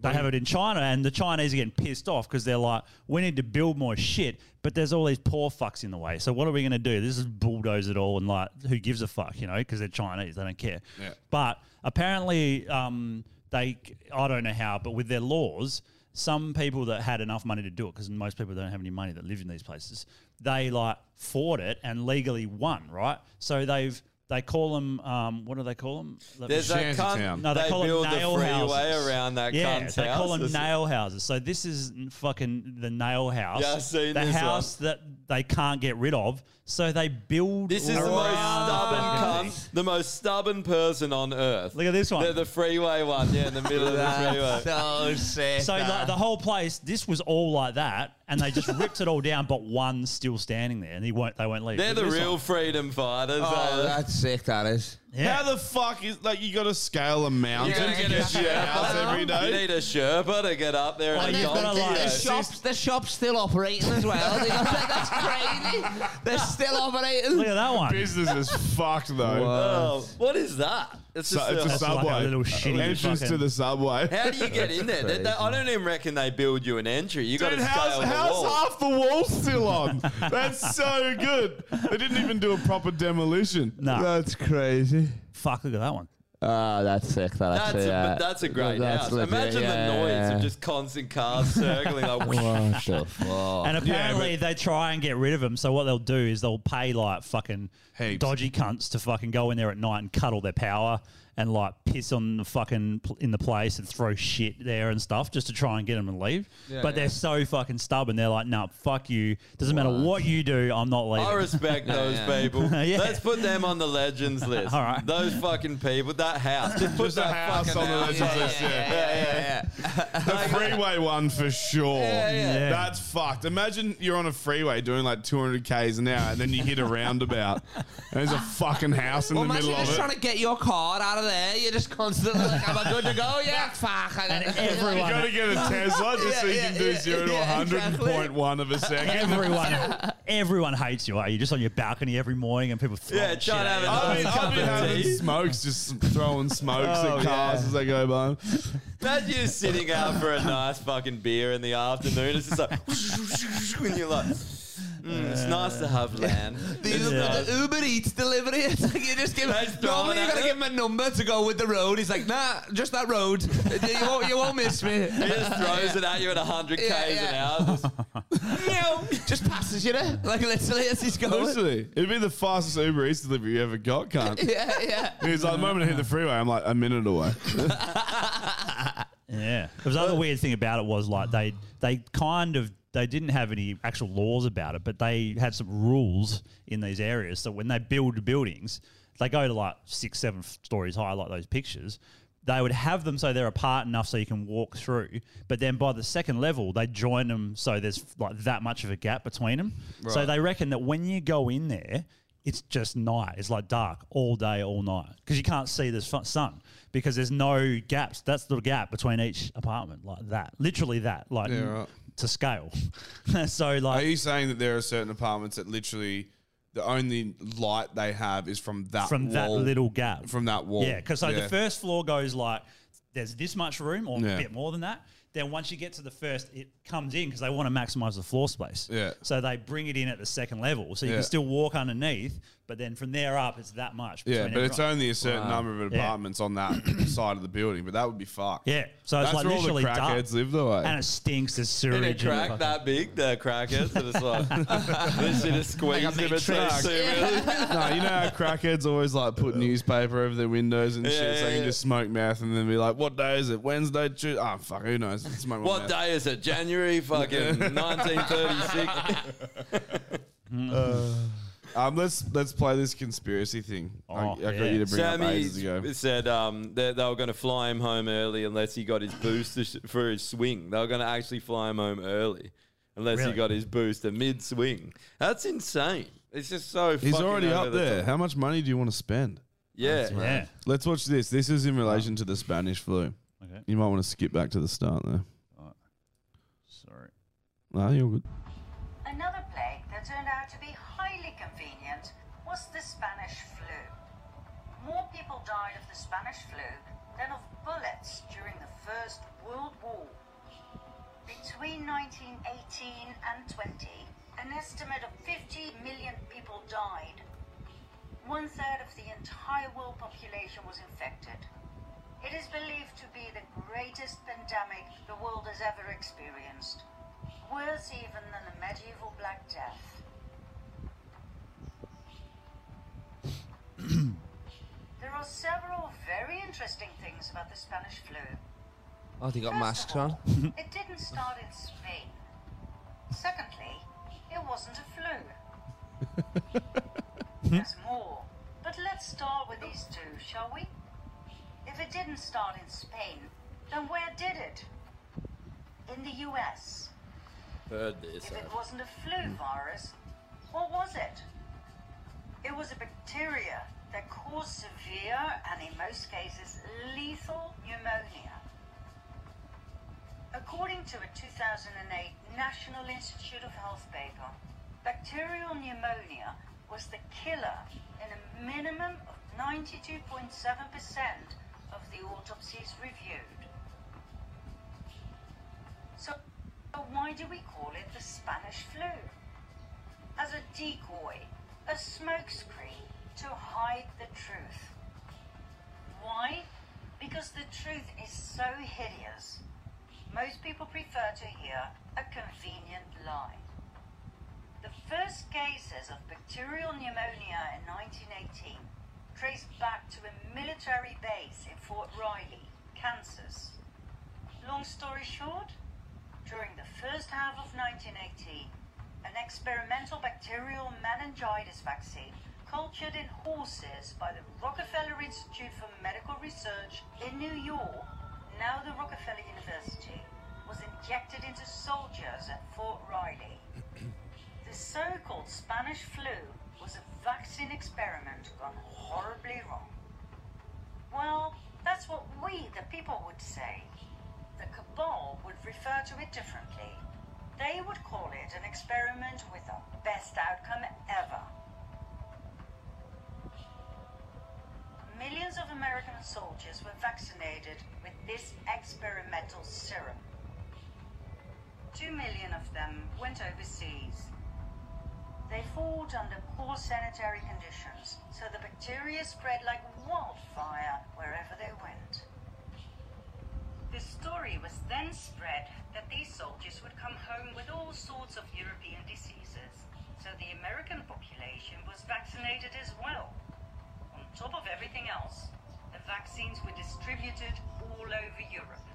[SPEAKER 3] they have it in China, and the Chinese are getting pissed off because they're like, we need to build more shit, but there's all these poor fucks in the way. So what are we going to do? This is bulldoze it all, and like, who gives a fuck, you know? Because they're Chinese, they don't care.
[SPEAKER 11] Yeah.
[SPEAKER 3] But apparently, um, they I don't know how, but with their laws, some people that had enough money to do it, because most people don't have any money that live in these places, they like fought it and legally won, right? So they've they call them um, what do they call them?
[SPEAKER 4] There's that cunt.
[SPEAKER 3] No, they,
[SPEAKER 4] they
[SPEAKER 3] call
[SPEAKER 4] build
[SPEAKER 3] it
[SPEAKER 4] the
[SPEAKER 3] nail
[SPEAKER 4] freeway
[SPEAKER 3] houses.
[SPEAKER 4] around around that
[SPEAKER 3] yeah,
[SPEAKER 4] cunt's
[SPEAKER 3] they
[SPEAKER 4] house.
[SPEAKER 3] call them
[SPEAKER 4] This-
[SPEAKER 3] nail houses. So this is n- fucking the nail house.
[SPEAKER 4] Yeah, I've seen
[SPEAKER 3] the
[SPEAKER 4] this
[SPEAKER 3] house that they can't get rid of. So they build.
[SPEAKER 4] This is the most stubborn cunt, the most stubborn person on earth. Look
[SPEAKER 3] at this one.
[SPEAKER 4] They're the freeway one, yeah, in the middle of the freeway.
[SPEAKER 3] That's So like, the whole place, this was all like that, and they just ripped it all down, but one's still standing there, and he won't. They won't leave.
[SPEAKER 4] They're
[SPEAKER 3] Look
[SPEAKER 4] the
[SPEAKER 3] at this
[SPEAKER 4] real
[SPEAKER 3] one.
[SPEAKER 4] freedom fighters.
[SPEAKER 3] Oh,
[SPEAKER 4] eh?
[SPEAKER 3] that's
[SPEAKER 5] sick. That is.
[SPEAKER 2] How the fuck is like you got to scale a mountain
[SPEAKER 4] You
[SPEAKER 2] to
[SPEAKER 4] gotta
[SPEAKER 2] get to your house every day?
[SPEAKER 4] You need a Sherpa to get up there and
[SPEAKER 5] And
[SPEAKER 4] adopt
[SPEAKER 5] the,
[SPEAKER 4] it.
[SPEAKER 5] the shops, the shops still operating as well. They got- That's crazy. They're still operating.
[SPEAKER 3] Look at that one.
[SPEAKER 2] Business is fucked though.
[SPEAKER 4] Oh, what is that? It's
[SPEAKER 2] Su-
[SPEAKER 4] just
[SPEAKER 2] it's a
[SPEAKER 4] a-
[SPEAKER 2] subway. Uh, entrance to the subway.
[SPEAKER 4] How do you get in there? They- they- I don't even reckon they build you an entry. You got to
[SPEAKER 2] Dude,
[SPEAKER 4] scale
[SPEAKER 2] how's,
[SPEAKER 4] the
[SPEAKER 2] how's
[SPEAKER 4] wall.
[SPEAKER 2] half the wall still on? That's so good. They didn't even do a proper demolition. No. That's crazy.
[SPEAKER 3] Fuck, look at that one.
[SPEAKER 11] Oh, that's sick. That
[SPEAKER 4] That's, a, but that's a great
[SPEAKER 11] That's
[SPEAKER 4] house.
[SPEAKER 11] legit,
[SPEAKER 4] Imagine
[SPEAKER 11] yeah,
[SPEAKER 4] the noise
[SPEAKER 11] yeah.
[SPEAKER 4] of just constant cars circling. Like,
[SPEAKER 11] What the fuck?
[SPEAKER 3] And apparently they try and get rid of them. So what they'll do is they'll pay like fucking dodgy cunts to fucking go in there at night and cut all their power and like piss on the fucking pl- in the place and throw shit there and stuff just to try and get them to leave.
[SPEAKER 4] Yeah,
[SPEAKER 3] but they're
[SPEAKER 4] yeah.
[SPEAKER 3] so fucking stubborn. They're like, no, fuck you. Doesn't matter what you do, I'm not leaving.
[SPEAKER 4] I respect those people.
[SPEAKER 3] yeah.
[SPEAKER 4] Let's put them on the legends list.
[SPEAKER 3] All right.
[SPEAKER 4] Those fucking people, that house. Just put that
[SPEAKER 2] house
[SPEAKER 4] fucking
[SPEAKER 2] on the
[SPEAKER 4] house.
[SPEAKER 2] legends list, yeah. The freeway one for sure.
[SPEAKER 4] Yeah, yeah. Yeah.
[SPEAKER 2] That's fucked. Imagine you're on a freeway doing like 200 k's an hour, and then you hit a roundabout, and there's a fucking house in
[SPEAKER 5] Well,
[SPEAKER 2] the
[SPEAKER 5] imagine
[SPEAKER 2] middle of
[SPEAKER 5] just
[SPEAKER 2] it.
[SPEAKER 5] trying to get your car out of there. You're just constantly like, "Am I good to go? Yeah, fuck." I got
[SPEAKER 2] you gotta get a Tesla just so you can do zero to 100.1 of a second.
[SPEAKER 3] everyone, everyone hates you. Are you just on your balcony every morning and people? Throw
[SPEAKER 2] Yeah,
[SPEAKER 3] shit
[SPEAKER 2] John
[SPEAKER 3] at you.
[SPEAKER 2] I've been, I've been having smokes, just throwing smokes
[SPEAKER 4] Oh,
[SPEAKER 2] at cars
[SPEAKER 4] yeah.
[SPEAKER 2] as they go by.
[SPEAKER 4] Imagine you're sitting out for a nice fucking beer in the afternoon. It's just like, and you're like, "Mm, it's nice to have land. It's
[SPEAKER 5] These
[SPEAKER 4] nice."
[SPEAKER 5] are the Uber Eats delivery. It's like you just give. Normally you gotta give him a number to go with the road. He's like, nah, just that road. you, won't, you won't miss me.
[SPEAKER 4] He just throws it at you at 100 k's
[SPEAKER 5] Yeah, yeah.
[SPEAKER 3] Uh,
[SPEAKER 4] an hour. Just-
[SPEAKER 5] Meow. just passes you there. Like literally, as he's going.
[SPEAKER 2] Literally, it'd be the fastest Uber Eats delivery you ever got, cunt.
[SPEAKER 5] Yeah, yeah.
[SPEAKER 2] Because like, the moment I hit the freeway, I'm like a minute away.
[SPEAKER 3] Yeah. There was other weird thing about it was like they they kind of they didn't have any actual laws about it, but they had some rules in these areas. So when they build buildings, they go to like six, seven f- stories high, like those pictures. They would have them so they're apart enough so you can walk through, but then by the second level they join them so there's like that much of a gap between them. So
[SPEAKER 4] Right.
[SPEAKER 3] they reckon that when you go in there, it's just night. It's like dark all day, all night because you can't see the fu- sun because there's no gaps. That's the gap between each apartment, like that, literally that, like
[SPEAKER 2] Yeah, right.
[SPEAKER 3] to scale. so like,
[SPEAKER 2] are you saying that there are certain apartments that literally the only light they have is from that
[SPEAKER 3] From that
[SPEAKER 2] wall-
[SPEAKER 3] little gap.
[SPEAKER 2] from that wall?
[SPEAKER 3] Yeah, because so
[SPEAKER 2] Yeah.
[SPEAKER 3] the first floor goes like there's this much room or
[SPEAKER 2] Yeah.
[SPEAKER 3] a bit more than that. Then once you get to the first, it comes in because they want to maximize the floor space.
[SPEAKER 2] Yeah.
[SPEAKER 3] So they bring it in at the second level, so you
[SPEAKER 2] Yeah.
[SPEAKER 3] can still walk underneath, but then from there up, it's that much.
[SPEAKER 2] Yeah,
[SPEAKER 3] between
[SPEAKER 2] but it's
[SPEAKER 3] everyone.
[SPEAKER 2] only a certain number of
[SPEAKER 3] Yeah.
[SPEAKER 2] apartments on that side of the building, but that would be fucked.
[SPEAKER 3] Yeah, so it's
[SPEAKER 2] That's
[SPEAKER 3] like
[SPEAKER 2] where all the
[SPEAKER 3] literally dark.
[SPEAKER 2] crackheads live, though. eh?
[SPEAKER 3] and it stinks. There's
[SPEAKER 4] And
[SPEAKER 3] sewage.
[SPEAKER 4] it crack that big, the crackheads, and it's like, this shit is squeezing
[SPEAKER 2] Like a
[SPEAKER 4] between
[SPEAKER 2] matrix.
[SPEAKER 4] two really.
[SPEAKER 2] no, Uh, you know how crackheads always like put newspaper over their windows and shit,
[SPEAKER 4] Yeah,
[SPEAKER 2] so they
[SPEAKER 4] yeah,
[SPEAKER 2] can
[SPEAKER 4] yeah.
[SPEAKER 2] just smoke meth and then be like, "What day is it? Wednesday? Tuesday? Oh fuck, who knows? Smoke my
[SPEAKER 4] What
[SPEAKER 2] meth.
[SPEAKER 4] day is it? January fucking 1936.
[SPEAKER 3] Mm.
[SPEAKER 2] Um, let's let's play this conspiracy thing.
[SPEAKER 3] Oh,
[SPEAKER 2] I, I got you to bring up
[SPEAKER 4] Sammy
[SPEAKER 2] ages ago.
[SPEAKER 4] said um, that they were going to fly him home early unless he got his boost to sh- for his swing. They were going to actually fly him home early unless
[SPEAKER 2] Really?
[SPEAKER 4] he got his boost mid swing. That's insane. It's just so.
[SPEAKER 2] He's
[SPEAKER 4] fucking
[SPEAKER 2] already
[SPEAKER 4] over
[SPEAKER 2] up
[SPEAKER 4] the
[SPEAKER 2] there.
[SPEAKER 4] top.
[SPEAKER 2] How much money do you want to spend?
[SPEAKER 4] Yeah. That's right. Yeah.
[SPEAKER 2] Let's watch this. This is in relation to the Spanish flu.
[SPEAKER 3] Okay.
[SPEAKER 2] You might want to skip back to the start there.
[SPEAKER 3] Sorry.
[SPEAKER 2] No, you're good.
[SPEAKER 12] Another plague that turned out to be highly convenient was the Spanish flu. More people died of the Spanish flu than of bullets during the First World War. Between 1918 and 20, an estimate of 50 million people died. One third of the entire world population was infected. It is believed to be the greatest pandemic the world has ever experienced, worse even than the medieval Black Death. There are several very interesting things about the Spanish flu.
[SPEAKER 5] Oh, they got masks on.
[SPEAKER 12] It didn't start in Spain. Secondly, it wasn't a flu.
[SPEAKER 3] Oh.
[SPEAKER 12] There's more. But let's start with these two, shall we? If it didn't start in Spain, then where did it? In the US.
[SPEAKER 4] Heard this. uh,
[SPEAKER 12] If it wasn't a flu virus, what was it? It was a bacteria that caused severe and, in most cases, lethal pneumonia. According to a 2008 National Institute of Health paper, bacterial pneumonia was the killer in a minimum of 92.7% of the autopsies reviewed. So, so why do we call it the Spanish flu? As a decoy, a smokescreen to hide the truth. Why? Because the truth is so hideous. Most people prefer to hear a convenient lie. The first cases of bacterial pneumonia in 1918 traced back to a military base in Fort Riley, Kansas. Long story short, during the first half of 1918, an experimental bacterial meningitis vaccine cultured in horses by the Rockefeller Institute for Medical Research in New York, now the Rockefeller University, was injected into soldiers at Fort Riley. The so called Spanish flu was a vaccine experiment gone horribly wrong. Well, that's what we, the people, would say. The cabal would refer to it differently. They would call it an experiment with the best outcome ever. Millions of American soldiers were vaccinated with this experimental serum. Two million of them went overseas. They fought under poor sanitary conditions, so the bacteria spread like wildfire wherever they went. The story was then spread that these soldiers would come home with all sorts of European diseases, so the American population was vaccinated as well. On top of everything else, the vaccines were distributed all over Europe.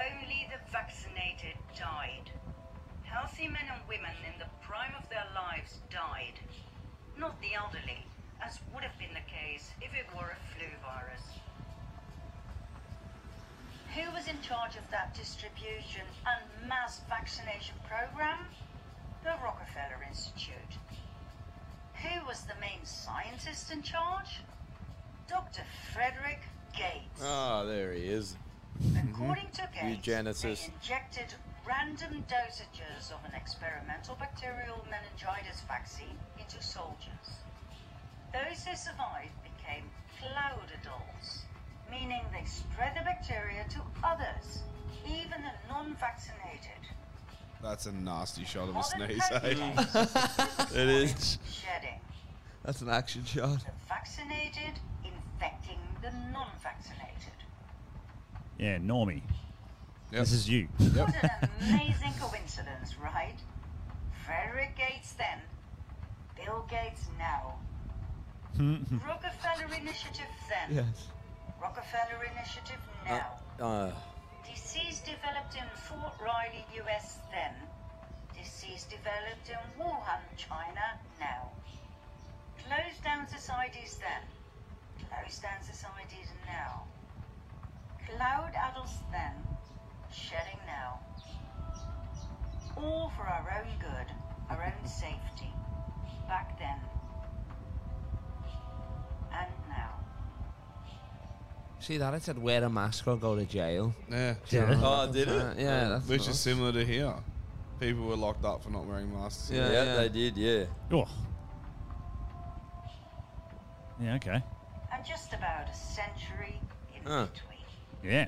[SPEAKER 12] Only the vaccinated died. Healthy men and women in the prime of their lives died, not the elderly, as would have been the case if it were a flu virus. Who was in charge of that distribution and mass vaccination program? The Rockefeller Institute. Who was the main scientist in charge? Dr. Frederick Gates.
[SPEAKER 4] Ah, there he is.
[SPEAKER 12] According to Gates,
[SPEAKER 4] Eugenicist.
[SPEAKER 12] they injected random dosages of an experimental bacterial meningitis vaccine into soldiers. Those who survived became cloud adults, meaning they spread the bacteria to others, even the non-vaccinated.
[SPEAKER 2] That's a nasty shot of a
[SPEAKER 12] Modern
[SPEAKER 2] sneeze.
[SPEAKER 12] COVID
[SPEAKER 2] eh? it
[SPEAKER 12] is. Shedding.
[SPEAKER 8] That's an action shot.
[SPEAKER 12] Vaccinated infecting the non-vaccinated.
[SPEAKER 3] Yeah, Normie. This is you.
[SPEAKER 12] What an amazing coincidence, right? Frederick Gates then, Bill Gates now, Rockefeller Initiative then,
[SPEAKER 4] Hmm. Yes.
[SPEAKER 12] Rockefeller Initiative now,
[SPEAKER 4] Uh,
[SPEAKER 12] disease developed in Fort Riley, US then, disease developed in Wuhan, China now, closed down societies then, closed down societies now, cloud adults then, shedding now. All for our own good, our own safety. Back then. And now.
[SPEAKER 5] See that? It said wear a mask or go to jail.
[SPEAKER 2] Yeah.
[SPEAKER 5] Yeah.
[SPEAKER 4] Oh, did it?
[SPEAKER 5] Yeah, that's
[SPEAKER 2] Which
[SPEAKER 5] nice.
[SPEAKER 2] is similar to here. People were locked up for not wearing masks.
[SPEAKER 4] yeah, they did, yeah.
[SPEAKER 3] Oh. Yeah, okay.
[SPEAKER 12] And just about a century in
[SPEAKER 4] Huh.
[SPEAKER 12] between.
[SPEAKER 3] Yeah.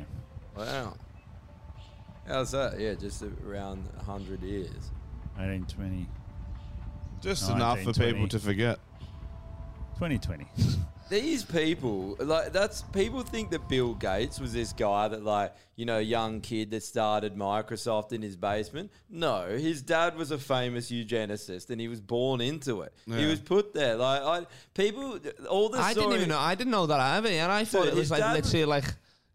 [SPEAKER 4] Wow. How's that? Yeah, just around 100 years.
[SPEAKER 3] 1820.
[SPEAKER 4] Just
[SPEAKER 2] enough for people to forget.
[SPEAKER 3] 2020.
[SPEAKER 4] These people, like, that's people think that Bill Gates was this guy that, like, you know, young kid that started Microsoft in his basement. No, his dad was a famous eugenicist and he was born into it. He
[SPEAKER 8] Yeah.
[SPEAKER 4] was put there. Like, I, people, all the
[SPEAKER 8] I didn't
[SPEAKER 4] story-
[SPEAKER 8] even know. I didn't know that either, and I thought
[SPEAKER 4] Dude,
[SPEAKER 8] it was
[SPEAKER 4] his
[SPEAKER 8] like
[SPEAKER 4] dad-
[SPEAKER 8] literally like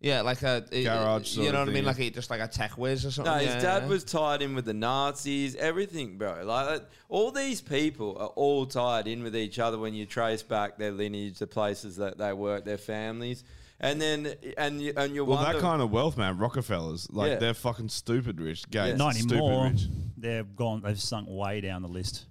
[SPEAKER 5] Yeah, like a a-
[SPEAKER 4] Garage
[SPEAKER 5] You
[SPEAKER 4] sort
[SPEAKER 5] know
[SPEAKER 4] of
[SPEAKER 5] what I mean?
[SPEAKER 4] thingy.
[SPEAKER 5] Like a, just like a tech whiz or something.
[SPEAKER 4] No, his
[SPEAKER 5] yeah,
[SPEAKER 4] dad
[SPEAKER 5] yeah.
[SPEAKER 4] was tied in with the Nazis, everything, bro. Like that- all these people are all tied in with each other when you trace back their lineage, the places that they work, their families, and then and you and you
[SPEAKER 2] Well, that
[SPEAKER 4] wonder-
[SPEAKER 2] kind of wealth, man, Rockefellers, like
[SPEAKER 4] Yeah.
[SPEAKER 2] they're fucking stupid rich. Gates,
[SPEAKER 3] Not
[SPEAKER 2] stupid
[SPEAKER 3] anymore.
[SPEAKER 2] rich.
[SPEAKER 3] They're gone. They've sunk way down the list.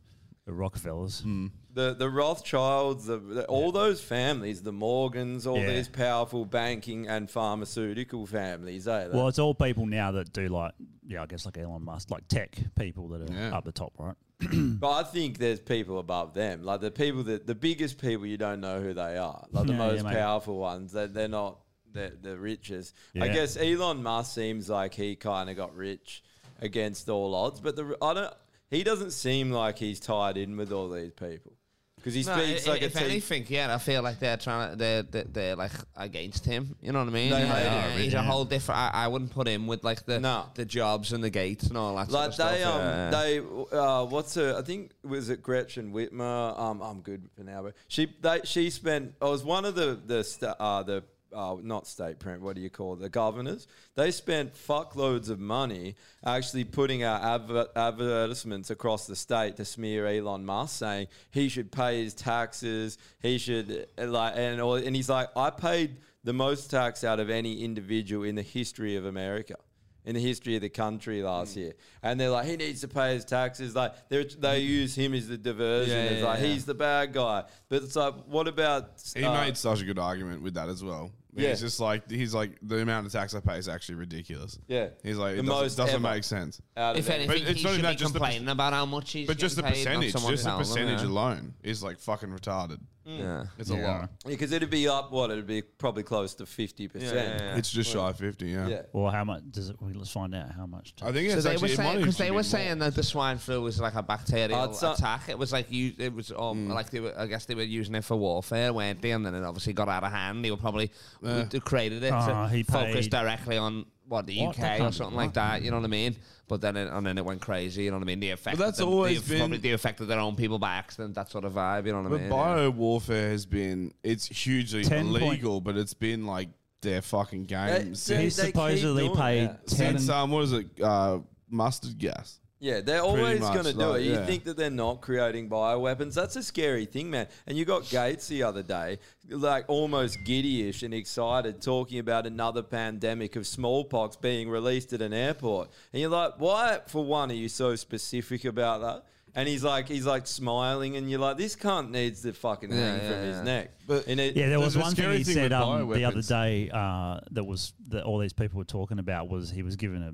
[SPEAKER 3] The Rockefellers.
[SPEAKER 2] Hmm.
[SPEAKER 4] the the Rothschilds, the, the, all those families, the Morgans, all
[SPEAKER 3] Yeah.
[SPEAKER 4] these powerful banking and pharmaceutical families. Eh,
[SPEAKER 3] Well, it's all people now that do like, yeah, I guess like Elon Musk, like tech people that are up the top, right? Mm.
[SPEAKER 4] But I think there's people above them, like the people that the biggest people you don't know who they are, like the
[SPEAKER 3] Yeah, yeah,
[SPEAKER 4] most
[SPEAKER 3] mate.
[SPEAKER 4] powerful ones. That they're, not the the richest. I
[SPEAKER 3] Yeah.
[SPEAKER 4] guess Elon Musk seems like he kind of got rich against all odds, but the I don't. He doesn't seem like he's tied in with all these people because he
[SPEAKER 5] No,
[SPEAKER 4] speaks
[SPEAKER 5] i-
[SPEAKER 4] like a
[SPEAKER 5] if
[SPEAKER 4] tea-
[SPEAKER 5] anything, yeah, I feel like they're trying to they're they're, they're like against him. You know what I mean?
[SPEAKER 4] They
[SPEAKER 5] Yeah,
[SPEAKER 4] hate
[SPEAKER 5] yeah,
[SPEAKER 4] him.
[SPEAKER 5] He's a
[SPEAKER 4] Yeah.
[SPEAKER 5] whole different. I, I wouldn't put him with like the the jobs and the gates and all that. sort
[SPEAKER 4] Like
[SPEAKER 5] of stuff,
[SPEAKER 4] they, um,
[SPEAKER 5] yeah.
[SPEAKER 4] they, uh, what's her? I think was it Gretchen Whitmer. Um, I'm good for now, but she, they, she spent. I was one of the the sta- uh, the uh, not state print. What do you call it? the governors? They spent fuckloads of money actually putting out adver- advertisements across the state to smear Elon Musk, saying he should pay his taxes. He should uh, like and all, and he's like, I paid the most tax out of any individual in the history of America in the history of the country
[SPEAKER 2] Hmm.
[SPEAKER 4] last year. And they're like, he needs to pay his taxes. Like they're- they use him as the diversion.
[SPEAKER 2] Hmm. Yeah,
[SPEAKER 4] it's
[SPEAKER 2] yeah,
[SPEAKER 4] like
[SPEAKER 2] yeah.
[SPEAKER 4] he's the bad guy. But it's like, what about?
[SPEAKER 2] He
[SPEAKER 4] uh,
[SPEAKER 2] made such a good argument with that as well.
[SPEAKER 4] Yeah.
[SPEAKER 2] He's just like he's like the amount of tax I pay is actually ridiculous.
[SPEAKER 4] Yeah.
[SPEAKER 2] he's like
[SPEAKER 4] The
[SPEAKER 2] it doesn't,
[SPEAKER 4] most
[SPEAKER 2] doesn't
[SPEAKER 4] ever
[SPEAKER 2] make sense.
[SPEAKER 4] out
[SPEAKER 5] if anything,
[SPEAKER 2] But it's
[SPEAKER 5] he should
[SPEAKER 2] not even that,
[SPEAKER 5] be
[SPEAKER 2] just the-
[SPEAKER 5] complaining about how much he's.
[SPEAKER 2] but just the
[SPEAKER 5] getting paid, not
[SPEAKER 2] percentage,
[SPEAKER 5] someone
[SPEAKER 2] just the
[SPEAKER 5] telling them,
[SPEAKER 2] percentage
[SPEAKER 5] yeah.
[SPEAKER 2] alone is like fucking retarded.
[SPEAKER 4] Yeah.
[SPEAKER 2] it's a lot.
[SPEAKER 4] Because it'd be up what? It'd be probably close to fifty percent.
[SPEAKER 2] It's just shy of fifty. Yeah.
[SPEAKER 3] Or how much does it? Well, let's find out how much.
[SPEAKER 2] I think
[SPEAKER 5] So
[SPEAKER 2] it's
[SPEAKER 5] they
[SPEAKER 2] actually
[SPEAKER 5] were
[SPEAKER 2] it might
[SPEAKER 5] saying
[SPEAKER 2] even
[SPEAKER 5] because they
[SPEAKER 2] be
[SPEAKER 5] were
[SPEAKER 2] more.
[SPEAKER 5] saying that the swine flu was like a bacterial
[SPEAKER 2] Oh, it's not-
[SPEAKER 5] attack. It was like you, it was um,
[SPEAKER 2] Mm.
[SPEAKER 5] like they were. I guess they were using it for warfare, weren't they? And then it obviously got out of hand. They were probably
[SPEAKER 2] Yeah.
[SPEAKER 5] they created it
[SPEAKER 2] Ah, he
[SPEAKER 5] to focus
[SPEAKER 2] paid-
[SPEAKER 5] directly on what the
[SPEAKER 2] What?
[SPEAKER 5] UK
[SPEAKER 2] That
[SPEAKER 5] or something like that. You know what I mean? But then it, and then it went crazy. You know what I mean? They affected.
[SPEAKER 2] that's
[SPEAKER 5] them-
[SPEAKER 2] always
[SPEAKER 5] they, probably
[SPEAKER 2] been-
[SPEAKER 5] they affected their own people by accident. That sort of vibe. You know what I
[SPEAKER 2] But
[SPEAKER 5] mean?
[SPEAKER 2] bio warfare has been it's hugely
[SPEAKER 5] 10 point-
[SPEAKER 2] illegal, but it's been like their fucking game.
[SPEAKER 4] They-
[SPEAKER 2] since-
[SPEAKER 4] they- He they keep supposedly doing paid that. 10
[SPEAKER 2] since um what is it uh, mustard gas.
[SPEAKER 4] Yeah, they're
[SPEAKER 2] Pretty
[SPEAKER 4] always
[SPEAKER 2] much,
[SPEAKER 4] going to do
[SPEAKER 2] like,
[SPEAKER 4] it. You
[SPEAKER 2] yeah.
[SPEAKER 4] think that they're not creating bioweapons? That's a scary thing, man. And you got Gates the other day, like almost giddyish and excited, talking about another pandemic of smallpox being released at an airport. And you're like, why, for one, are you so specific about that? And he's like, he's like smiling, and you're like, this cunt needs the fucking
[SPEAKER 3] Yeah,
[SPEAKER 4] hang
[SPEAKER 3] yeah,
[SPEAKER 4] from his
[SPEAKER 3] yeah.
[SPEAKER 4] neck.
[SPEAKER 2] But
[SPEAKER 4] And it-
[SPEAKER 3] yeah, there was one thing he said um, the other day uh, that was that all these people were talking about was he was given a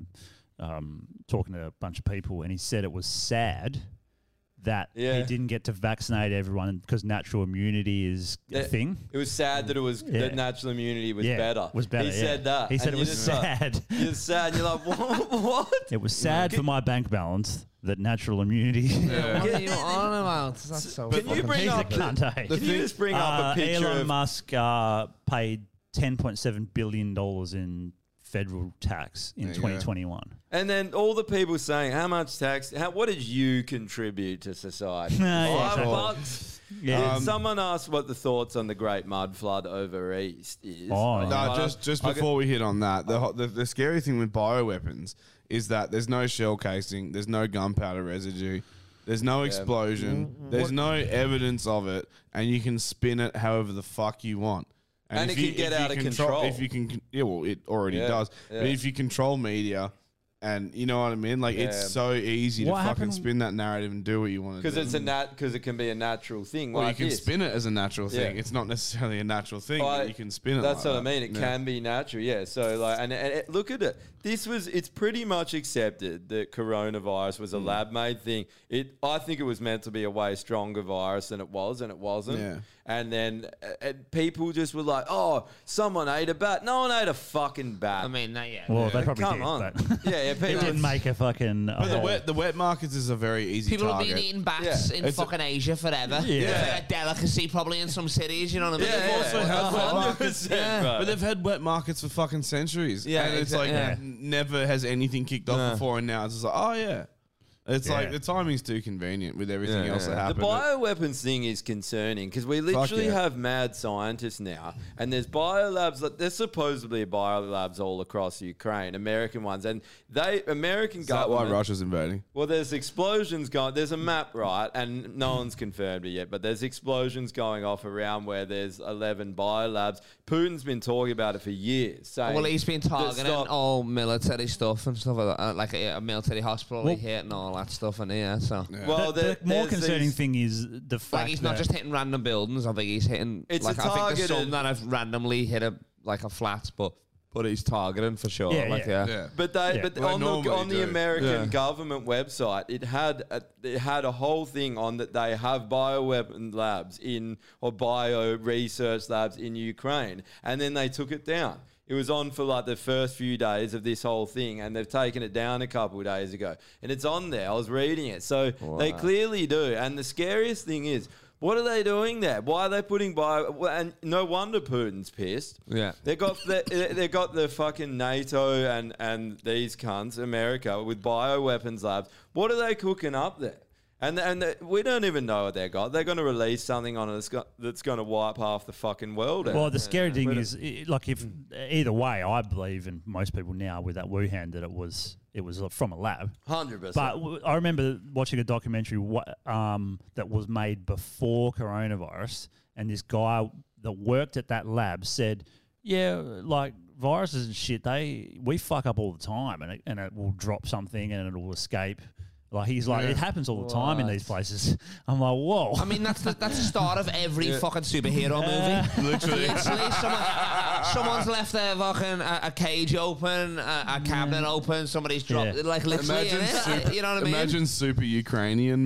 [SPEAKER 3] um, talking to a bunch of people and he said it was sad that
[SPEAKER 4] Yeah.
[SPEAKER 3] he didn't get to vaccinate everyone because natural immunity is a
[SPEAKER 4] Yeah.
[SPEAKER 3] thing.
[SPEAKER 4] It was sad that it was
[SPEAKER 3] Yeah.
[SPEAKER 4] that natural immunity was
[SPEAKER 3] Yeah,
[SPEAKER 4] better.
[SPEAKER 3] was better,
[SPEAKER 4] He
[SPEAKER 3] yeah.
[SPEAKER 4] said that.
[SPEAKER 3] He said
[SPEAKER 4] and
[SPEAKER 3] it
[SPEAKER 4] you're
[SPEAKER 3] was
[SPEAKER 4] just like-
[SPEAKER 3] sad.
[SPEAKER 4] you're sad. You're like, what? what?
[SPEAKER 3] It was sad for my bank balance that natural immunity.
[SPEAKER 5] What are you on about? That's so.
[SPEAKER 4] Can you
[SPEAKER 5] fucking-
[SPEAKER 4] bring
[SPEAKER 3] He's
[SPEAKER 4] up
[SPEAKER 3] a cunt, eh?
[SPEAKER 4] Can you just bring up a
[SPEAKER 3] Uh,
[SPEAKER 4] picture
[SPEAKER 3] Elon
[SPEAKER 4] of
[SPEAKER 3] Musk uh, paid ten point seven billion dollars in federal tax in
[SPEAKER 4] There you go.
[SPEAKER 3] twenty twenty one.
[SPEAKER 4] And then all the people saying, "How much tax? How, what did you contribute to society?"
[SPEAKER 3] Yeah,
[SPEAKER 4] Five
[SPEAKER 3] exactly.
[SPEAKER 4] bucks.
[SPEAKER 3] Yeah.
[SPEAKER 2] Um,
[SPEAKER 4] Did someone asked what the thoughts on the Great Mud Flood over East is.
[SPEAKER 3] Oh.
[SPEAKER 2] no, just just before we hit on that, the, ho- the the scary thing with bioweapons is that there's no shell casing, there's no gunpowder residue, there's no explosion, there's
[SPEAKER 4] Mm-hmm. What-
[SPEAKER 2] no evidence of it, and you can spin it however the fuck you want.
[SPEAKER 4] And
[SPEAKER 2] if
[SPEAKER 4] it
[SPEAKER 2] you-
[SPEAKER 4] can get
[SPEAKER 2] if you
[SPEAKER 4] out of
[SPEAKER 2] contro-
[SPEAKER 4] control.
[SPEAKER 2] If you can, con- yeah, well, it already
[SPEAKER 4] Yeah,
[SPEAKER 2] does. But
[SPEAKER 4] yeah.
[SPEAKER 2] if you control media, and you know what I mean, like
[SPEAKER 4] Yeah.
[SPEAKER 2] it's so easy to
[SPEAKER 4] What
[SPEAKER 2] fucking
[SPEAKER 4] happened-
[SPEAKER 2] spin that narrative and do what you want to do.
[SPEAKER 4] because it's a nat because it can be a natural thing.
[SPEAKER 2] well,
[SPEAKER 4] like
[SPEAKER 2] you can
[SPEAKER 4] this.
[SPEAKER 2] spin it as a natural thing.
[SPEAKER 4] Yeah.
[SPEAKER 2] It's not necessarily a natural thing, but
[SPEAKER 4] Like,
[SPEAKER 2] you can spin it.
[SPEAKER 4] That's
[SPEAKER 2] like
[SPEAKER 4] what
[SPEAKER 2] that.
[SPEAKER 4] I mean. It
[SPEAKER 2] Yeah.
[SPEAKER 4] can be natural, yeah. So like, and, and it- look at it. This was it's pretty much accepted that coronavirus was a
[SPEAKER 2] Hmm.
[SPEAKER 4] lab made thing. It I think it was meant to be a way stronger virus than it was, and it wasn't.
[SPEAKER 2] Yeah.
[SPEAKER 4] And then uh, and people just were like, "Oh, someone ate a bat. No one ate a fucking bat." I
[SPEAKER 5] mean, not yet.
[SPEAKER 3] Well, they probably
[SPEAKER 4] Come
[SPEAKER 3] did,
[SPEAKER 4] on.
[SPEAKER 3] but-
[SPEAKER 4] yeah, yeah.
[SPEAKER 3] It
[SPEAKER 4] People,
[SPEAKER 3] didn't make a fucking.
[SPEAKER 2] But the
[SPEAKER 3] oh.
[SPEAKER 2] wet the wet markets is a very easy
[SPEAKER 5] People
[SPEAKER 2] target.
[SPEAKER 5] have been eating bats
[SPEAKER 2] Yeah.
[SPEAKER 5] in
[SPEAKER 2] It's a-
[SPEAKER 5] fucking Asia forever.
[SPEAKER 2] Yeah.
[SPEAKER 5] It's like a delicacy probably in some cities, you know what I mean?
[SPEAKER 2] They've also had wet markets,
[SPEAKER 5] Yeah.
[SPEAKER 2] but they've had wet markets for fucking centuries.
[SPEAKER 5] Yeah,
[SPEAKER 2] and it's
[SPEAKER 5] exa-
[SPEAKER 2] like
[SPEAKER 5] yeah.
[SPEAKER 2] n- never has anything kicked off before, and now it's just like, oh yeah, It's like the timing's too convenient with everything
[SPEAKER 4] Yeah,
[SPEAKER 2] else
[SPEAKER 4] yeah.
[SPEAKER 2] that happened.
[SPEAKER 4] The bioweapons thing is concerning because we literally
[SPEAKER 2] yeah.
[SPEAKER 4] have mad scientists now, and there's biolabs. That, there's supposedly biolabs all across Ukraine, American ones, and they American
[SPEAKER 2] Is that why
[SPEAKER 4] government-
[SPEAKER 2] Russia's invading?
[SPEAKER 4] Well, there's explosions going. There's a map, right, and no one's confirmed it yet. But there's explosions going off around where there's 11 biolabs. Putin's been talking about it for years. Saying
[SPEAKER 5] well, he's been
[SPEAKER 4] that
[SPEAKER 5] targeting
[SPEAKER 4] stop-
[SPEAKER 5] all military stuff and stuff like that, like a, a military hospital
[SPEAKER 4] Well-
[SPEAKER 5] he hit and all that stuff. And yeah, so
[SPEAKER 4] Well,
[SPEAKER 3] the, the more concerning thing is the fact
[SPEAKER 5] like he's not
[SPEAKER 3] that-
[SPEAKER 5] just hitting random buildings. I think he's hitting.
[SPEAKER 3] It's
[SPEAKER 5] like
[SPEAKER 3] a
[SPEAKER 5] I think there's some
[SPEAKER 4] targeted-
[SPEAKER 5] that have randomly hit a like a flat, but but he's targeting for sure.
[SPEAKER 4] Yeah,
[SPEAKER 5] like,
[SPEAKER 4] yeah.
[SPEAKER 5] yeah.
[SPEAKER 4] But they, but on the on the American
[SPEAKER 5] Yeah.
[SPEAKER 4] government website, it had a, it had a whole thing on that they have bioweapon labs in or bio research labs in Ukraine, and then they took it down. It was on for like the first few days of this whole thing, and they've taken it down a couple of days ago, and it's on there. I was reading it, so they
[SPEAKER 13] Wow.
[SPEAKER 4] clearly do. And the scariest thing is. What are they doing there? Why are they putting bio? well, And no wonder Putin's pissed.
[SPEAKER 5] Yeah.
[SPEAKER 4] They got the, they- they got the fucking NATO and and these cunts America with bioweapons labs. What are they cooking up there? And and the, we don't even know what they got. They're going to release something on us go- that's going to wipe half the fucking world out.
[SPEAKER 3] Well, the scary
[SPEAKER 4] Yeah.
[SPEAKER 3] thing
[SPEAKER 4] We
[SPEAKER 3] is, i- like, if either way, I believe, and most people now with that Wuhan, that it was it was uh, from a lab.
[SPEAKER 4] 100%.
[SPEAKER 3] But w- I remember watching a documentary wha- um, that was made before coronavirus, and this guy that worked at that lab said, "Yeah, like." Viruses and shit, they we fuck up all the time, and it, and it will drop something and it will escape. Like he's like,
[SPEAKER 5] Yeah.
[SPEAKER 3] it happens all the time in
[SPEAKER 5] What?
[SPEAKER 3] these places. I'm like, whoa.
[SPEAKER 5] I mean, that's the, that's the start of every
[SPEAKER 3] Yeah.
[SPEAKER 5] fucking superhero movie.
[SPEAKER 3] Literally.
[SPEAKER 5] Literally, someone, someone's left their fucking uh, a, a cage open, a, a cabinet
[SPEAKER 3] Mm.
[SPEAKER 5] open. Somebody's dropped
[SPEAKER 2] Yeah.
[SPEAKER 5] like literally.
[SPEAKER 2] Imagine
[SPEAKER 5] innit?
[SPEAKER 2] super-
[SPEAKER 5] you know what I mean?
[SPEAKER 2] Imagine super Ukrainian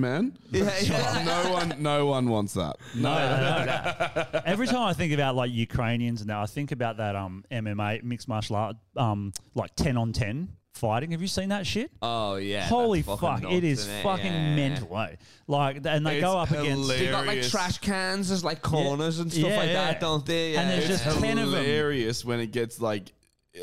[SPEAKER 2] man. no one, no one wants that. No,
[SPEAKER 3] Every time I think about like Ukrainians and that, I think about that um MMA mixed martial art um like ten on ten fighting. Have you seen that shit?
[SPEAKER 5] Oh yeah.
[SPEAKER 3] Holy
[SPEAKER 5] that's
[SPEAKER 3] fuck!
[SPEAKER 5] nuts,
[SPEAKER 3] It is
[SPEAKER 5] innit?
[SPEAKER 3] fucking
[SPEAKER 5] Yeah.
[SPEAKER 3] mental. eh? Like, th- and they go up against.
[SPEAKER 5] They got like trash cans as like corners and stuff
[SPEAKER 3] Yeah,
[SPEAKER 5] like
[SPEAKER 3] yeah.
[SPEAKER 5] that, don't they?
[SPEAKER 3] And there's
[SPEAKER 2] it's
[SPEAKER 3] just 10 of 'em.
[SPEAKER 2] hilarious when it gets like,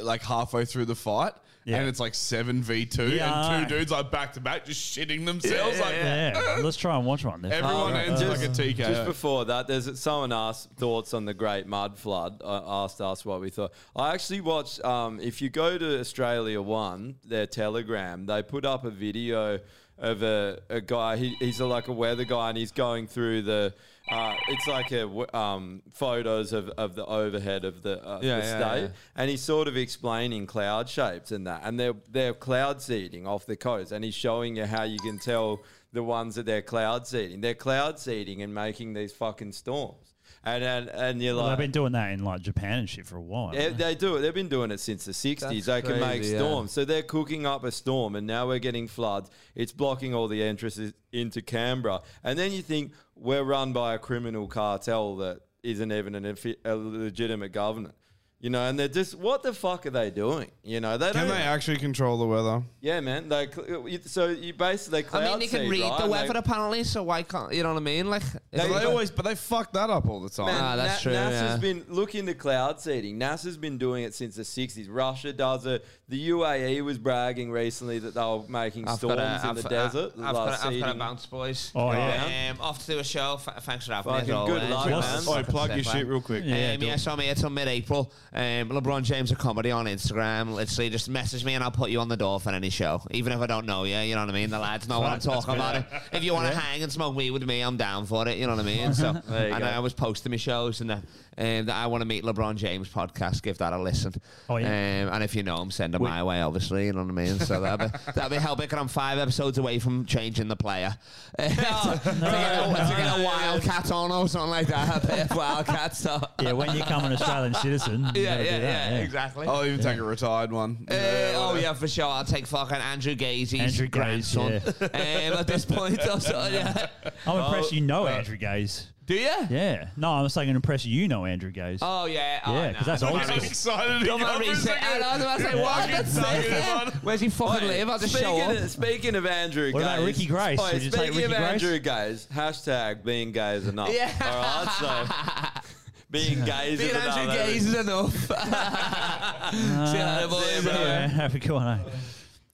[SPEAKER 2] like halfway through the fight. And it's like seven v two,
[SPEAKER 3] Yeah.
[SPEAKER 2] and two dudes like back to back, just shitting themselves. like,
[SPEAKER 3] yeah. Let's try and watch one. They're
[SPEAKER 2] Everyone
[SPEAKER 3] fucking-
[SPEAKER 2] ends
[SPEAKER 3] uh,
[SPEAKER 2] like a TKO.
[SPEAKER 4] Just before that, there's someone asked thoughts on the Great Mud Flood. I asked us what we thought. I actually watched. Um, if you go to Australia One, their Telegram, they put up a video of a, a guy. He, he's a, like a weather guy, and he's going through the. Uh, it's like a w- um, photos of, of the overhead of the, uh,
[SPEAKER 13] Yeah,
[SPEAKER 4] the
[SPEAKER 13] yeah,
[SPEAKER 4] state,
[SPEAKER 13] yeah.
[SPEAKER 4] and he's sort of explaining cloud shapes and that, and they're they're cloud seeding off the coast, and he's showing you how you can tell the ones that they're cloud seeding. They're cloud seeding and making these fucking storms, and and, and you're
[SPEAKER 3] well,
[SPEAKER 4] like,
[SPEAKER 3] I've been doing that in like Japan and shit for a while.
[SPEAKER 4] yeah, they do it. They've been doing it since the 60s. they
[SPEAKER 3] That's
[SPEAKER 4] can make
[SPEAKER 3] crazy, yeah.
[SPEAKER 4] storms. So they're cooking up a storm, and now we're getting floods. It's blocking all the entrances into Canberra. And then you think we're run by a criminal cartel that isn't even an, effi- a legitimate government. You know, and they're just, what the fuck are they doing? You know, they
[SPEAKER 2] Can
[SPEAKER 4] don't.
[SPEAKER 2] they actually control the weather?
[SPEAKER 4] yeah, man. They cl- you- so you basically they cloud
[SPEAKER 5] I mean, they can
[SPEAKER 4] seed,
[SPEAKER 5] read
[SPEAKER 4] right?
[SPEAKER 5] the
[SPEAKER 4] And
[SPEAKER 5] weather
[SPEAKER 4] they-
[SPEAKER 5] apparently, so why can't you know what I mean? Like,
[SPEAKER 4] They- they always-
[SPEAKER 2] but they fuck that up all the time.
[SPEAKER 4] Man,
[SPEAKER 5] ah, that's
[SPEAKER 4] Na-
[SPEAKER 5] true.
[SPEAKER 4] NASA's
[SPEAKER 5] yeah.
[SPEAKER 4] been look into cloud seeding. NASA's been doing it since the sixties. Russia does it. The UAE was bragging recently that they were making storms in the desert.
[SPEAKER 5] uh, I've, got a, I've got a
[SPEAKER 4] seeding.
[SPEAKER 5] bounce, boys.
[SPEAKER 4] Oh, yeah.
[SPEAKER 5] Um, off to do a show. F- thanks for having
[SPEAKER 4] Fucking
[SPEAKER 5] me. as
[SPEAKER 4] good
[SPEAKER 5] always.
[SPEAKER 4] luck,
[SPEAKER 5] Well,
[SPEAKER 4] man.
[SPEAKER 5] that's
[SPEAKER 4] Oi,
[SPEAKER 5] fucking
[SPEAKER 4] plug your
[SPEAKER 5] sick,
[SPEAKER 4] shit
[SPEAKER 5] man.
[SPEAKER 4] real quick.
[SPEAKER 5] Um,
[SPEAKER 4] Yeah,
[SPEAKER 5] Yeah,
[SPEAKER 4] do it.
[SPEAKER 5] so I'm here till mid-April. Um, LeBron James of comedy on Instagram. Literally, just message me and I'll put you on the door for any show, even if I don't know you. You know what I mean? The lads know what I'm
[SPEAKER 13] Fuck, that's
[SPEAKER 5] talking about.
[SPEAKER 13] good.
[SPEAKER 5] It. If you want to
[SPEAKER 13] Yeah.
[SPEAKER 5] hang and smoke weed with me, I'm down for it. You know what I mean? So,
[SPEAKER 13] There you
[SPEAKER 5] and
[SPEAKER 13] go.
[SPEAKER 5] I always post to my shows and that. Um, that I want to meet LeBron James podcast. Give that a listen.
[SPEAKER 13] Oh, yeah.
[SPEAKER 5] Um, and if you know him, send him my way. Obviously, you know what I mean. So that'll be that'll be helping. I'm five episodes away from changing the player.
[SPEAKER 3] Oh,
[SPEAKER 5] to get a wildcat on or something like that. A bit of wildcat stuff.
[SPEAKER 3] yeah, when you become an Australian citizen. you
[SPEAKER 5] Yeah,
[SPEAKER 3] gotta do
[SPEAKER 5] yeah,
[SPEAKER 3] that,
[SPEAKER 5] yeah, exactly.
[SPEAKER 2] I'll Oh, even take a retired one.
[SPEAKER 5] Uh, oh yeah, for sure. I'll take fucking Andrew Gazy's
[SPEAKER 3] Andrew Gaze,
[SPEAKER 5] grandson um, at this point. Or something, yeah.
[SPEAKER 3] I'm impressed
[SPEAKER 5] Oh,
[SPEAKER 3] you know
[SPEAKER 5] uh,
[SPEAKER 3] Andrew Gaze.
[SPEAKER 5] Do you?
[SPEAKER 3] Yeah. No, I'm saying I'm impressed you know Andrew Gaze.
[SPEAKER 5] Oh yeah, oh,
[SPEAKER 3] yeah, because that's
[SPEAKER 5] no.
[SPEAKER 3] old
[SPEAKER 5] Don't
[SPEAKER 3] school.
[SPEAKER 5] worry. Don't worry, say- I know, I was like, what? That's it, yeah. Where's he fucking live? I'll just show
[SPEAKER 4] speaking
[SPEAKER 5] up.
[SPEAKER 4] Of, speaking of Andrew
[SPEAKER 5] What about
[SPEAKER 4] Gaze-
[SPEAKER 5] Ricky Grace?
[SPEAKER 4] Oi,
[SPEAKER 5] Would you
[SPEAKER 4] speaking
[SPEAKER 5] take
[SPEAKER 4] of
[SPEAKER 5] Ricky Grace?
[SPEAKER 4] Andrew Gaze, hashtag being gay is enough.
[SPEAKER 5] Yeah.
[SPEAKER 4] All right, so being gay is
[SPEAKER 5] Being
[SPEAKER 4] enough.
[SPEAKER 5] Andrew Gaze is enough.
[SPEAKER 3] Uh,
[SPEAKER 5] See you later, boys.
[SPEAKER 3] yeah, have a good one. eh?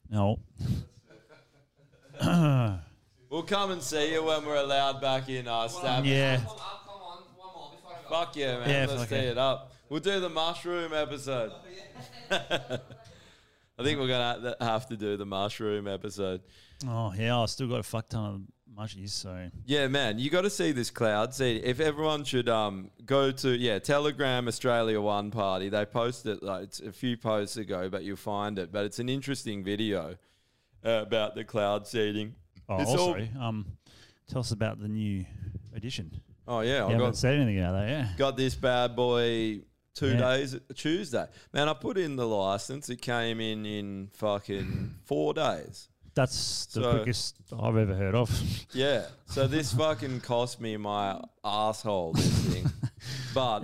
[SPEAKER 3] No.
[SPEAKER 4] We'll come and see you when we're allowed back in our stab.
[SPEAKER 3] Yeah.
[SPEAKER 4] Fuck yeah, man.
[SPEAKER 3] Yeah,
[SPEAKER 4] Let's
[SPEAKER 3] fuck
[SPEAKER 4] tee
[SPEAKER 3] yeah.
[SPEAKER 4] it up. We'll do the mushroom episode. I think we're going to have to do the mushroom episode.
[SPEAKER 3] Oh yeah, I still got a fuck ton of mushies. So
[SPEAKER 4] Yeah, man, you got to see this cloud seed. If everyone should um go to yeah Telegram Australia One Party, they posted it like it's a few posts ago, but you'll find it. But it's an interesting video uh, about the cloud seeding.
[SPEAKER 3] oh,
[SPEAKER 4] It's all-
[SPEAKER 3] also, um, tell us about the new edition.
[SPEAKER 4] oh yeah,
[SPEAKER 3] you
[SPEAKER 4] I
[SPEAKER 3] haven't
[SPEAKER 4] got
[SPEAKER 3] said anything about that. Yeah.
[SPEAKER 4] got this bad boy two
[SPEAKER 3] Yeah.
[SPEAKER 4] days Tuesday. Man, I put in the license. It came in in fucking four days.
[SPEAKER 3] That's the
[SPEAKER 4] So-
[SPEAKER 3] quickest I've ever heard of.
[SPEAKER 4] Yeah. So this fucking cost me my asshole. This thing, but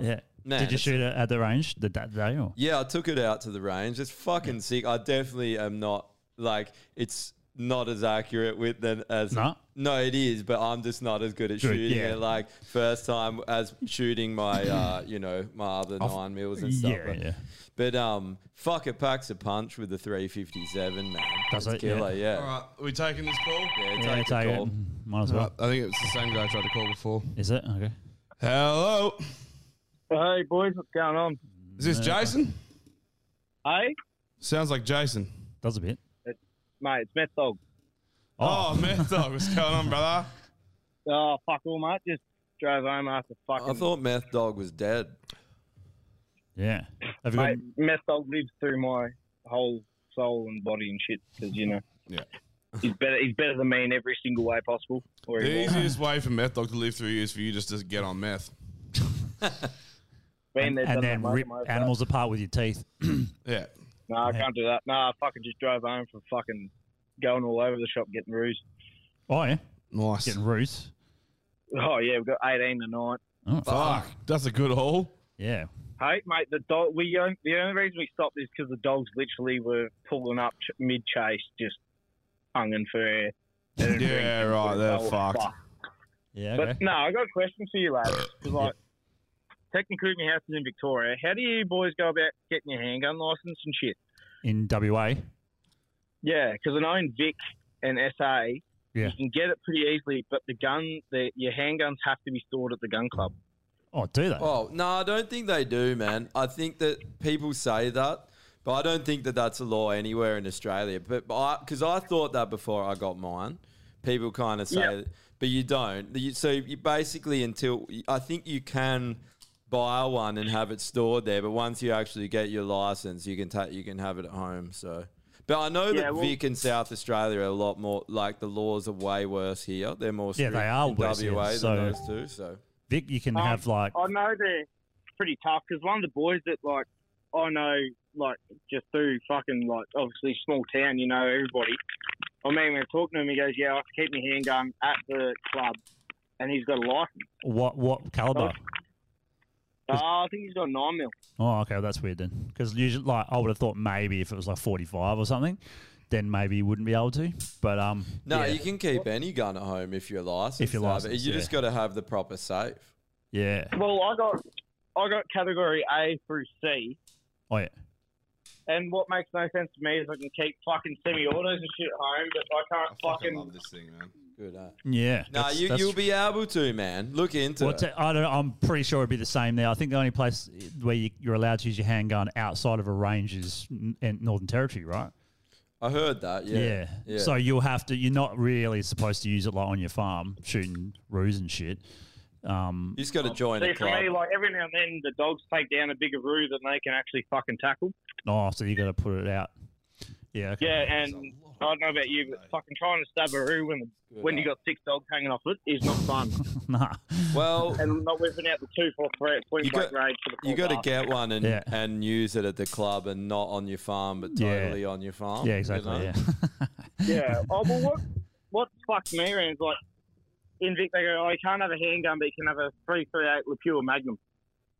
[SPEAKER 3] yeah.
[SPEAKER 4] Man,
[SPEAKER 3] Did you
[SPEAKER 4] it's-
[SPEAKER 3] shoot it at the range the, that day or?
[SPEAKER 4] Yeah, I took it out to the range. It's fucking sick. I definitely am not like it's not as accurate with than as
[SPEAKER 3] No?
[SPEAKER 4] no, it is, but I'm just not as good at
[SPEAKER 3] Good,
[SPEAKER 4] shooting
[SPEAKER 3] yeah.
[SPEAKER 4] it. Like first time as shooting my uh, you know my other
[SPEAKER 3] Off-
[SPEAKER 4] nine mils and stuff.
[SPEAKER 3] Yeah,
[SPEAKER 4] but,
[SPEAKER 3] yeah.
[SPEAKER 4] but um, fuck it packs a punch with the 357 man.
[SPEAKER 3] Does
[SPEAKER 4] It's
[SPEAKER 3] it? Yeah.
[SPEAKER 4] Killer, yeah.
[SPEAKER 2] All right, are we taking this call?
[SPEAKER 4] Yeah,
[SPEAKER 3] Yeah,
[SPEAKER 4] take,
[SPEAKER 3] take
[SPEAKER 4] the
[SPEAKER 3] it.
[SPEAKER 4] call.
[SPEAKER 3] Might as well.
[SPEAKER 2] Uh, I think it was the same guy I tried to call before.
[SPEAKER 3] Is it okay?
[SPEAKER 2] Hello.
[SPEAKER 6] Hey boys, what's going on?
[SPEAKER 2] Is this Jason?
[SPEAKER 6] Hey,
[SPEAKER 2] Sounds like Jason.
[SPEAKER 3] Does a bit.
[SPEAKER 6] it's, mate, it's Meth Dog.
[SPEAKER 2] Oh, meth dog. What's going on, brother?
[SPEAKER 6] Oh fuck all, mate. Just drove home after fucking.
[SPEAKER 4] I thought Meth Dog was dead.
[SPEAKER 3] Yeah. Have you got,
[SPEAKER 6] mate, Meth Dog lives through my whole soul and body and shit because you know.
[SPEAKER 2] Yeah.
[SPEAKER 6] He's better. He's better than me in every single way possible. Or he
[SPEAKER 2] The
[SPEAKER 6] was.
[SPEAKER 2] easiest way for meth dog to live through you is for you just to get on meth.
[SPEAKER 6] Been
[SPEAKER 3] and,
[SPEAKER 6] there, done
[SPEAKER 3] and
[SPEAKER 6] that,
[SPEAKER 3] then
[SPEAKER 6] mate,
[SPEAKER 3] rip
[SPEAKER 6] mate, but-
[SPEAKER 3] animals apart with your teeth.
[SPEAKER 2] Yeah.
[SPEAKER 6] No, I can't do that. No, I fucking just drove home from fucking going all over the shop getting roos.
[SPEAKER 3] Oh yeah.
[SPEAKER 2] Nice.
[SPEAKER 3] Getting roots.
[SPEAKER 6] Oh yeah, we've got eighteen tonight.
[SPEAKER 3] Oh,
[SPEAKER 2] Fuck. That's a good haul.
[SPEAKER 3] Yeah.
[SPEAKER 6] Hey, mate, the dog. We on- the only reason we stopped is because the dogs literally were pulling up ch- mid chase, just hunging for air. They didn't drink
[SPEAKER 2] Yeah,
[SPEAKER 6] and
[SPEAKER 2] right, they're
[SPEAKER 6] they were
[SPEAKER 2] fucked.
[SPEAKER 3] Yeah.
[SPEAKER 6] But no, I got a question for you, lads. 'cause, like, technically, my house is in Victoria. How do you boys go about getting your handgun license and shit?
[SPEAKER 3] In WA.
[SPEAKER 6] Yeah, because I know in Vic and SA,
[SPEAKER 3] Yeah.
[SPEAKER 6] you can get it pretty easily, but the gun, the, your handguns have to be stored at the gun club.
[SPEAKER 3] Oh, do they?
[SPEAKER 4] Oh no, I don't think they do, man. I think that people say that, but I don't think that that's a law anywhere in Australia. But because I, thought that before I got mine, people kind of say,
[SPEAKER 6] Yeah.
[SPEAKER 4] that, but you don't. You- so you basically until I think you can buy one and have it stored there, but once you actually get your license, you can take you can have it at home. So. But I know
[SPEAKER 6] Yeah,
[SPEAKER 4] that
[SPEAKER 6] well-
[SPEAKER 4] Vic and South Australia are a lot more like the laws are way worse here. They're more
[SPEAKER 3] Yeah,
[SPEAKER 4] strict
[SPEAKER 3] they are
[SPEAKER 4] in
[SPEAKER 3] worse here,
[SPEAKER 4] WA than
[SPEAKER 3] so-
[SPEAKER 4] those two. So
[SPEAKER 3] Vic, you can
[SPEAKER 6] Um,
[SPEAKER 3] have like
[SPEAKER 6] I know they're pretty tough because one of the boys that like I know like just through fucking like obviously small town, you know everybody. I mean, we're talking to him. He goes, "Yeah, I can keep my handgun at the club," and he's got a license.
[SPEAKER 3] what what caliber?
[SPEAKER 6] Oh, I think he's got a nine mil.
[SPEAKER 3] Oh, okay, well, that's weird then. Because usually, like, I would have thought maybe if it was like forty-five or something, then maybe you wouldn't be able to. But um,
[SPEAKER 4] No,
[SPEAKER 3] yeah,
[SPEAKER 4] you can keep any gun at home if you're licensed.
[SPEAKER 3] If you're
[SPEAKER 4] though, but
[SPEAKER 3] licensed,
[SPEAKER 4] you
[SPEAKER 3] yeah.
[SPEAKER 4] just got to have the proper safe.
[SPEAKER 3] yeah.
[SPEAKER 6] Well, I got I got category A through C,
[SPEAKER 3] Oh yeah.
[SPEAKER 6] and what makes no sense to me is I can keep fucking semi-autos and shit at home, but I can't fucking.
[SPEAKER 2] this thing, man.
[SPEAKER 4] Good. Eh?
[SPEAKER 3] Yeah.
[SPEAKER 4] No,
[SPEAKER 3] that's-
[SPEAKER 4] you
[SPEAKER 3] that's-
[SPEAKER 4] you'll be able to, man. Look into
[SPEAKER 3] Well,
[SPEAKER 4] it.
[SPEAKER 3] t- I don't know. I'm pretty sure it'd be the same there. I think the only place where you, you're allowed to use your handgun outside of a range is n- in Northern Territory, right?
[SPEAKER 4] I heard that. Uh, Yeah.
[SPEAKER 3] yeah.
[SPEAKER 4] Yeah.
[SPEAKER 3] So you'll have to. You're not really supposed to use it like on your farm, shooting roos and shit. Um,
[SPEAKER 4] you just got to join
[SPEAKER 6] See,
[SPEAKER 4] a
[SPEAKER 6] for
[SPEAKER 4] club.
[SPEAKER 6] me, like every now and then, the dogs take down a bigger roo than they can actually fucking tackle.
[SPEAKER 3] oh, so you got to put it out. Yeah. Okay.
[SPEAKER 6] Yeah, and I don't know about you, but fucking trying to stab a roo when when you got six dogs hanging off it is not fun.
[SPEAKER 3] Nah.
[SPEAKER 4] Well,
[SPEAKER 6] and not whipping out the two for three at swing
[SPEAKER 4] You
[SPEAKER 6] break
[SPEAKER 4] got-
[SPEAKER 6] range for the
[SPEAKER 4] you
[SPEAKER 6] full
[SPEAKER 4] got to
[SPEAKER 6] bar.
[SPEAKER 4] get one and
[SPEAKER 3] Yeah.
[SPEAKER 4] and use it at the club and not on your farm, but
[SPEAKER 3] Yeah.
[SPEAKER 4] totally on your farm.
[SPEAKER 3] Yeah. Exactly.
[SPEAKER 4] you know?
[SPEAKER 3] Yeah.
[SPEAKER 6] Yeah. Oh well, what what fucks me around is like in Vic they go, oh, you can't have a handgun, but you can have a three three eight Lapua Magnum.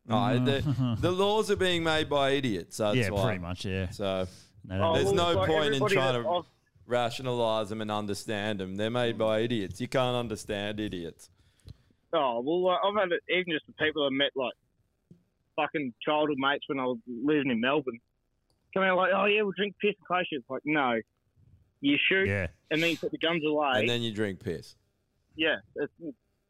[SPEAKER 4] No, the, the laws are being made by idiots. That's
[SPEAKER 3] Mm. yeah.
[SPEAKER 4] why.
[SPEAKER 3] Pretty much. Yeah.
[SPEAKER 4] So
[SPEAKER 3] No,
[SPEAKER 4] there's
[SPEAKER 6] well,
[SPEAKER 4] no
[SPEAKER 6] like,
[SPEAKER 4] point in
[SPEAKER 6] everybody
[SPEAKER 4] trying
[SPEAKER 6] that
[SPEAKER 4] to rationalize them and understand them. They're made by idiots. You can't understand idiots.
[SPEAKER 6] Oh well, like, I've had it, even just the people I met like fucking childhood mates when I was living in Melbourne. Come out like, oh yeah, we'll drink piss and clash. It's like, no, You shoot,
[SPEAKER 4] Yeah.
[SPEAKER 6] and then you put the guns away.
[SPEAKER 4] and then you drink piss.
[SPEAKER 6] yeah, it's,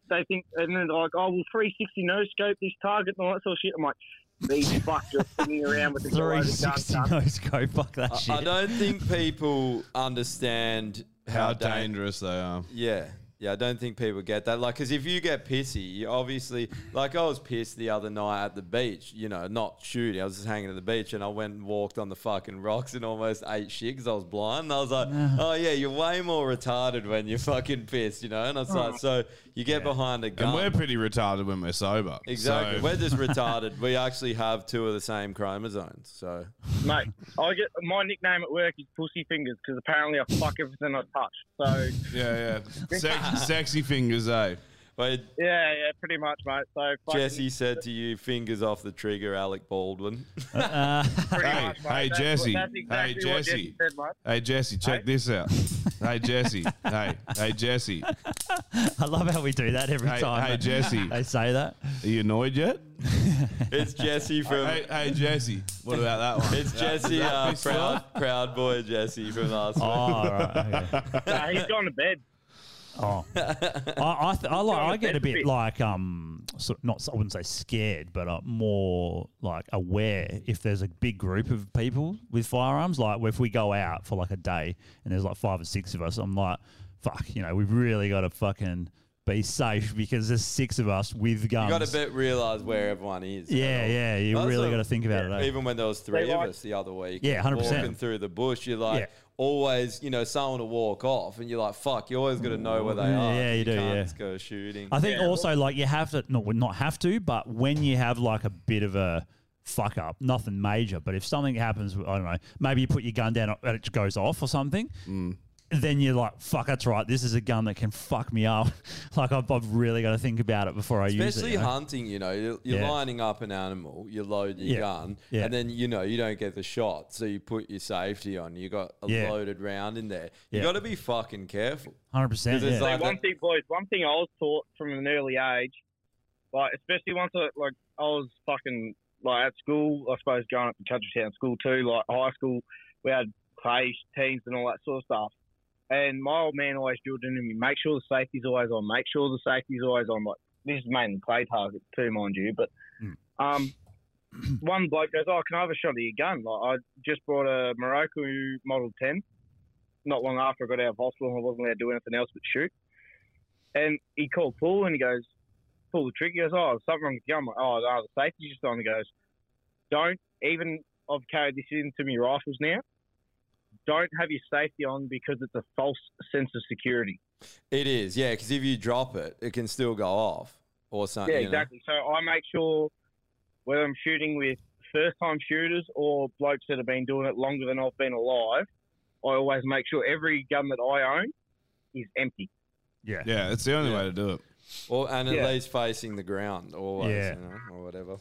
[SPEAKER 6] they think, and then they're like, oh, well, 360 no scope this target and all that sort of shit. I'm like, these fucks are sitting around with the guy with the gun.
[SPEAKER 3] 360 no scope. Fuck that
[SPEAKER 4] I,
[SPEAKER 3] shit.
[SPEAKER 4] I don't think people understand how,
[SPEAKER 2] How
[SPEAKER 4] dan-
[SPEAKER 2] dangerous they are.
[SPEAKER 4] Yeah. Yeah, I don't think people get that. Like, because if you get pissy, you obviously, like, I was pissed the other night at the beach, you know, not shooting. I was just hanging at the beach and I went and walked on the fucking rocks and almost ate shit because I was blind. And I was like, oh, yeah, you're way more retarded when you're fucking pissed, you know? And I was like, so you get behind a gun.
[SPEAKER 2] And we're pretty retarded when we're sober.
[SPEAKER 4] Exactly.
[SPEAKER 2] So-
[SPEAKER 4] We're just retarded. We actually have two of the same chromosomes. So
[SPEAKER 6] Mate, I get my nickname at work is Pussy Fingers because apparently I fuck everything I touch. So
[SPEAKER 2] yeah, yeah. Sex, sexy fingers, eh?
[SPEAKER 4] But
[SPEAKER 6] yeah, yeah, pretty much, mate. So fucking,
[SPEAKER 4] Jesse said to you, fingers off the trigger, Alec Baldwin.
[SPEAKER 6] pretty
[SPEAKER 2] hey,
[SPEAKER 6] much, mate.
[SPEAKER 2] hey,
[SPEAKER 6] That's-
[SPEAKER 2] Jesse.
[SPEAKER 6] that's exactly
[SPEAKER 2] hey,
[SPEAKER 6] what
[SPEAKER 2] Jesse.
[SPEAKER 6] Jesse said, mate.
[SPEAKER 2] hey, Jesse. Check this out. hey, Jesse. Hey, hey, Jesse.
[SPEAKER 3] I love how we do that every
[SPEAKER 2] Hey-
[SPEAKER 3] time.
[SPEAKER 2] hey, Jesse.
[SPEAKER 3] They say that.
[SPEAKER 2] Are you annoyed yet?
[SPEAKER 4] it's Jesse from.
[SPEAKER 2] Hey, hey, Jesse. What about that one?
[SPEAKER 4] It's
[SPEAKER 2] That-
[SPEAKER 4] Jesse,
[SPEAKER 2] that
[SPEAKER 4] uh,
[SPEAKER 2] piece
[SPEAKER 4] proud,
[SPEAKER 2] off?
[SPEAKER 4] proud boy Jesse from last week.
[SPEAKER 6] Nah, he's gone to bed.
[SPEAKER 3] Oh, I I, th- I like
[SPEAKER 6] Trying to
[SPEAKER 3] I get a bit
[SPEAKER 6] benefit.
[SPEAKER 3] like um sort of not I wouldn't say scared, but uh, more like aware if there's a big group of people with firearms. Like if we go out for like a day and there's like five or six of us, I'm like, fuck, you know, we've really got to fucking be safe because there's six of us with
[SPEAKER 4] You
[SPEAKER 3] guns.
[SPEAKER 4] got to bit realize where everyone is.
[SPEAKER 3] yeah, yeah, you
[SPEAKER 4] That's
[SPEAKER 3] really
[SPEAKER 4] a-
[SPEAKER 3] got to think about it. eh?
[SPEAKER 4] Even when there was three
[SPEAKER 3] They
[SPEAKER 4] of
[SPEAKER 3] like-
[SPEAKER 4] us the other week,
[SPEAKER 3] Yeah, 100%.
[SPEAKER 4] walking through the bush, you're like
[SPEAKER 3] Yeah.
[SPEAKER 4] always, you know, someone to walk off, and you're like, fuck, you always got to know where they
[SPEAKER 3] Yeah,
[SPEAKER 4] are.
[SPEAKER 3] Mm, yeah, you do,
[SPEAKER 4] can't
[SPEAKER 3] yeah.
[SPEAKER 4] just go shooting.
[SPEAKER 3] I think also like you have to no, well, not have to, but when you have like a bit of a fuck up, nothing major, but if something happens, I don't know, maybe you put your gun down and it goes off or something.
[SPEAKER 2] Mm.
[SPEAKER 3] Then you're like, fuck, that's right. This is a gun that can fuck me up. like, I've, I've really got to think about it before I use it.
[SPEAKER 4] Especially
[SPEAKER 3] you know?
[SPEAKER 4] hunting, you know, you're, you're
[SPEAKER 3] Yeah.
[SPEAKER 4] lining up an animal, you load your
[SPEAKER 3] Yeah.
[SPEAKER 4] gun,
[SPEAKER 3] Yeah.
[SPEAKER 4] and then you know you don't get the shot, so you put your safety on. You got a
[SPEAKER 3] Yeah.
[SPEAKER 4] loaded round in there. You
[SPEAKER 3] Yeah.
[SPEAKER 4] got to be fucking careful.
[SPEAKER 3] 100%.
[SPEAKER 4] 'Cause it's
[SPEAKER 3] Yeah.
[SPEAKER 4] like
[SPEAKER 6] So one thing, boys, one thing I was taught from an early age, like especially once I like I was fucking like at school, I suppose going up to country town school too, like high school, we had plays, teams, and all that sort of stuff. And my old man always drilled into me: make sure the safety's always on, make sure the safety's always on. Like this is mainly clay targets too, mind you, but
[SPEAKER 3] Mm.
[SPEAKER 6] um, one bloke goes, "Oh, can I have a shot of your gun?" Like I just bought a Morocco Model Ten. Not long after I got out of hospital, and I wasn't allowed to do anything else but shoot. And he called Paul and he goes, "Pull the trigger." He goes, "Oh, something wrong with the gun." I'm like, "Oh, no, the safety's just on." He goes, "Don't even." I've carried this into my rifles now. Don't have your safety on because it's a false sense of security.
[SPEAKER 4] It is, yeah, because if you drop it, it can still go off or something.
[SPEAKER 6] yeah,
[SPEAKER 4] Uh, you know?
[SPEAKER 6] exactly. So I make sure whether I'm shooting with first time shooters or blokes that have been doing it longer than I've been alive, I always make sure every gun that I own is empty.
[SPEAKER 3] Yeah.
[SPEAKER 2] Yeah, it's the only way to do it.
[SPEAKER 4] Or and at
[SPEAKER 6] Yeah.
[SPEAKER 4] least facing the ground, always,
[SPEAKER 2] Yeah.
[SPEAKER 4] you know, or whatever.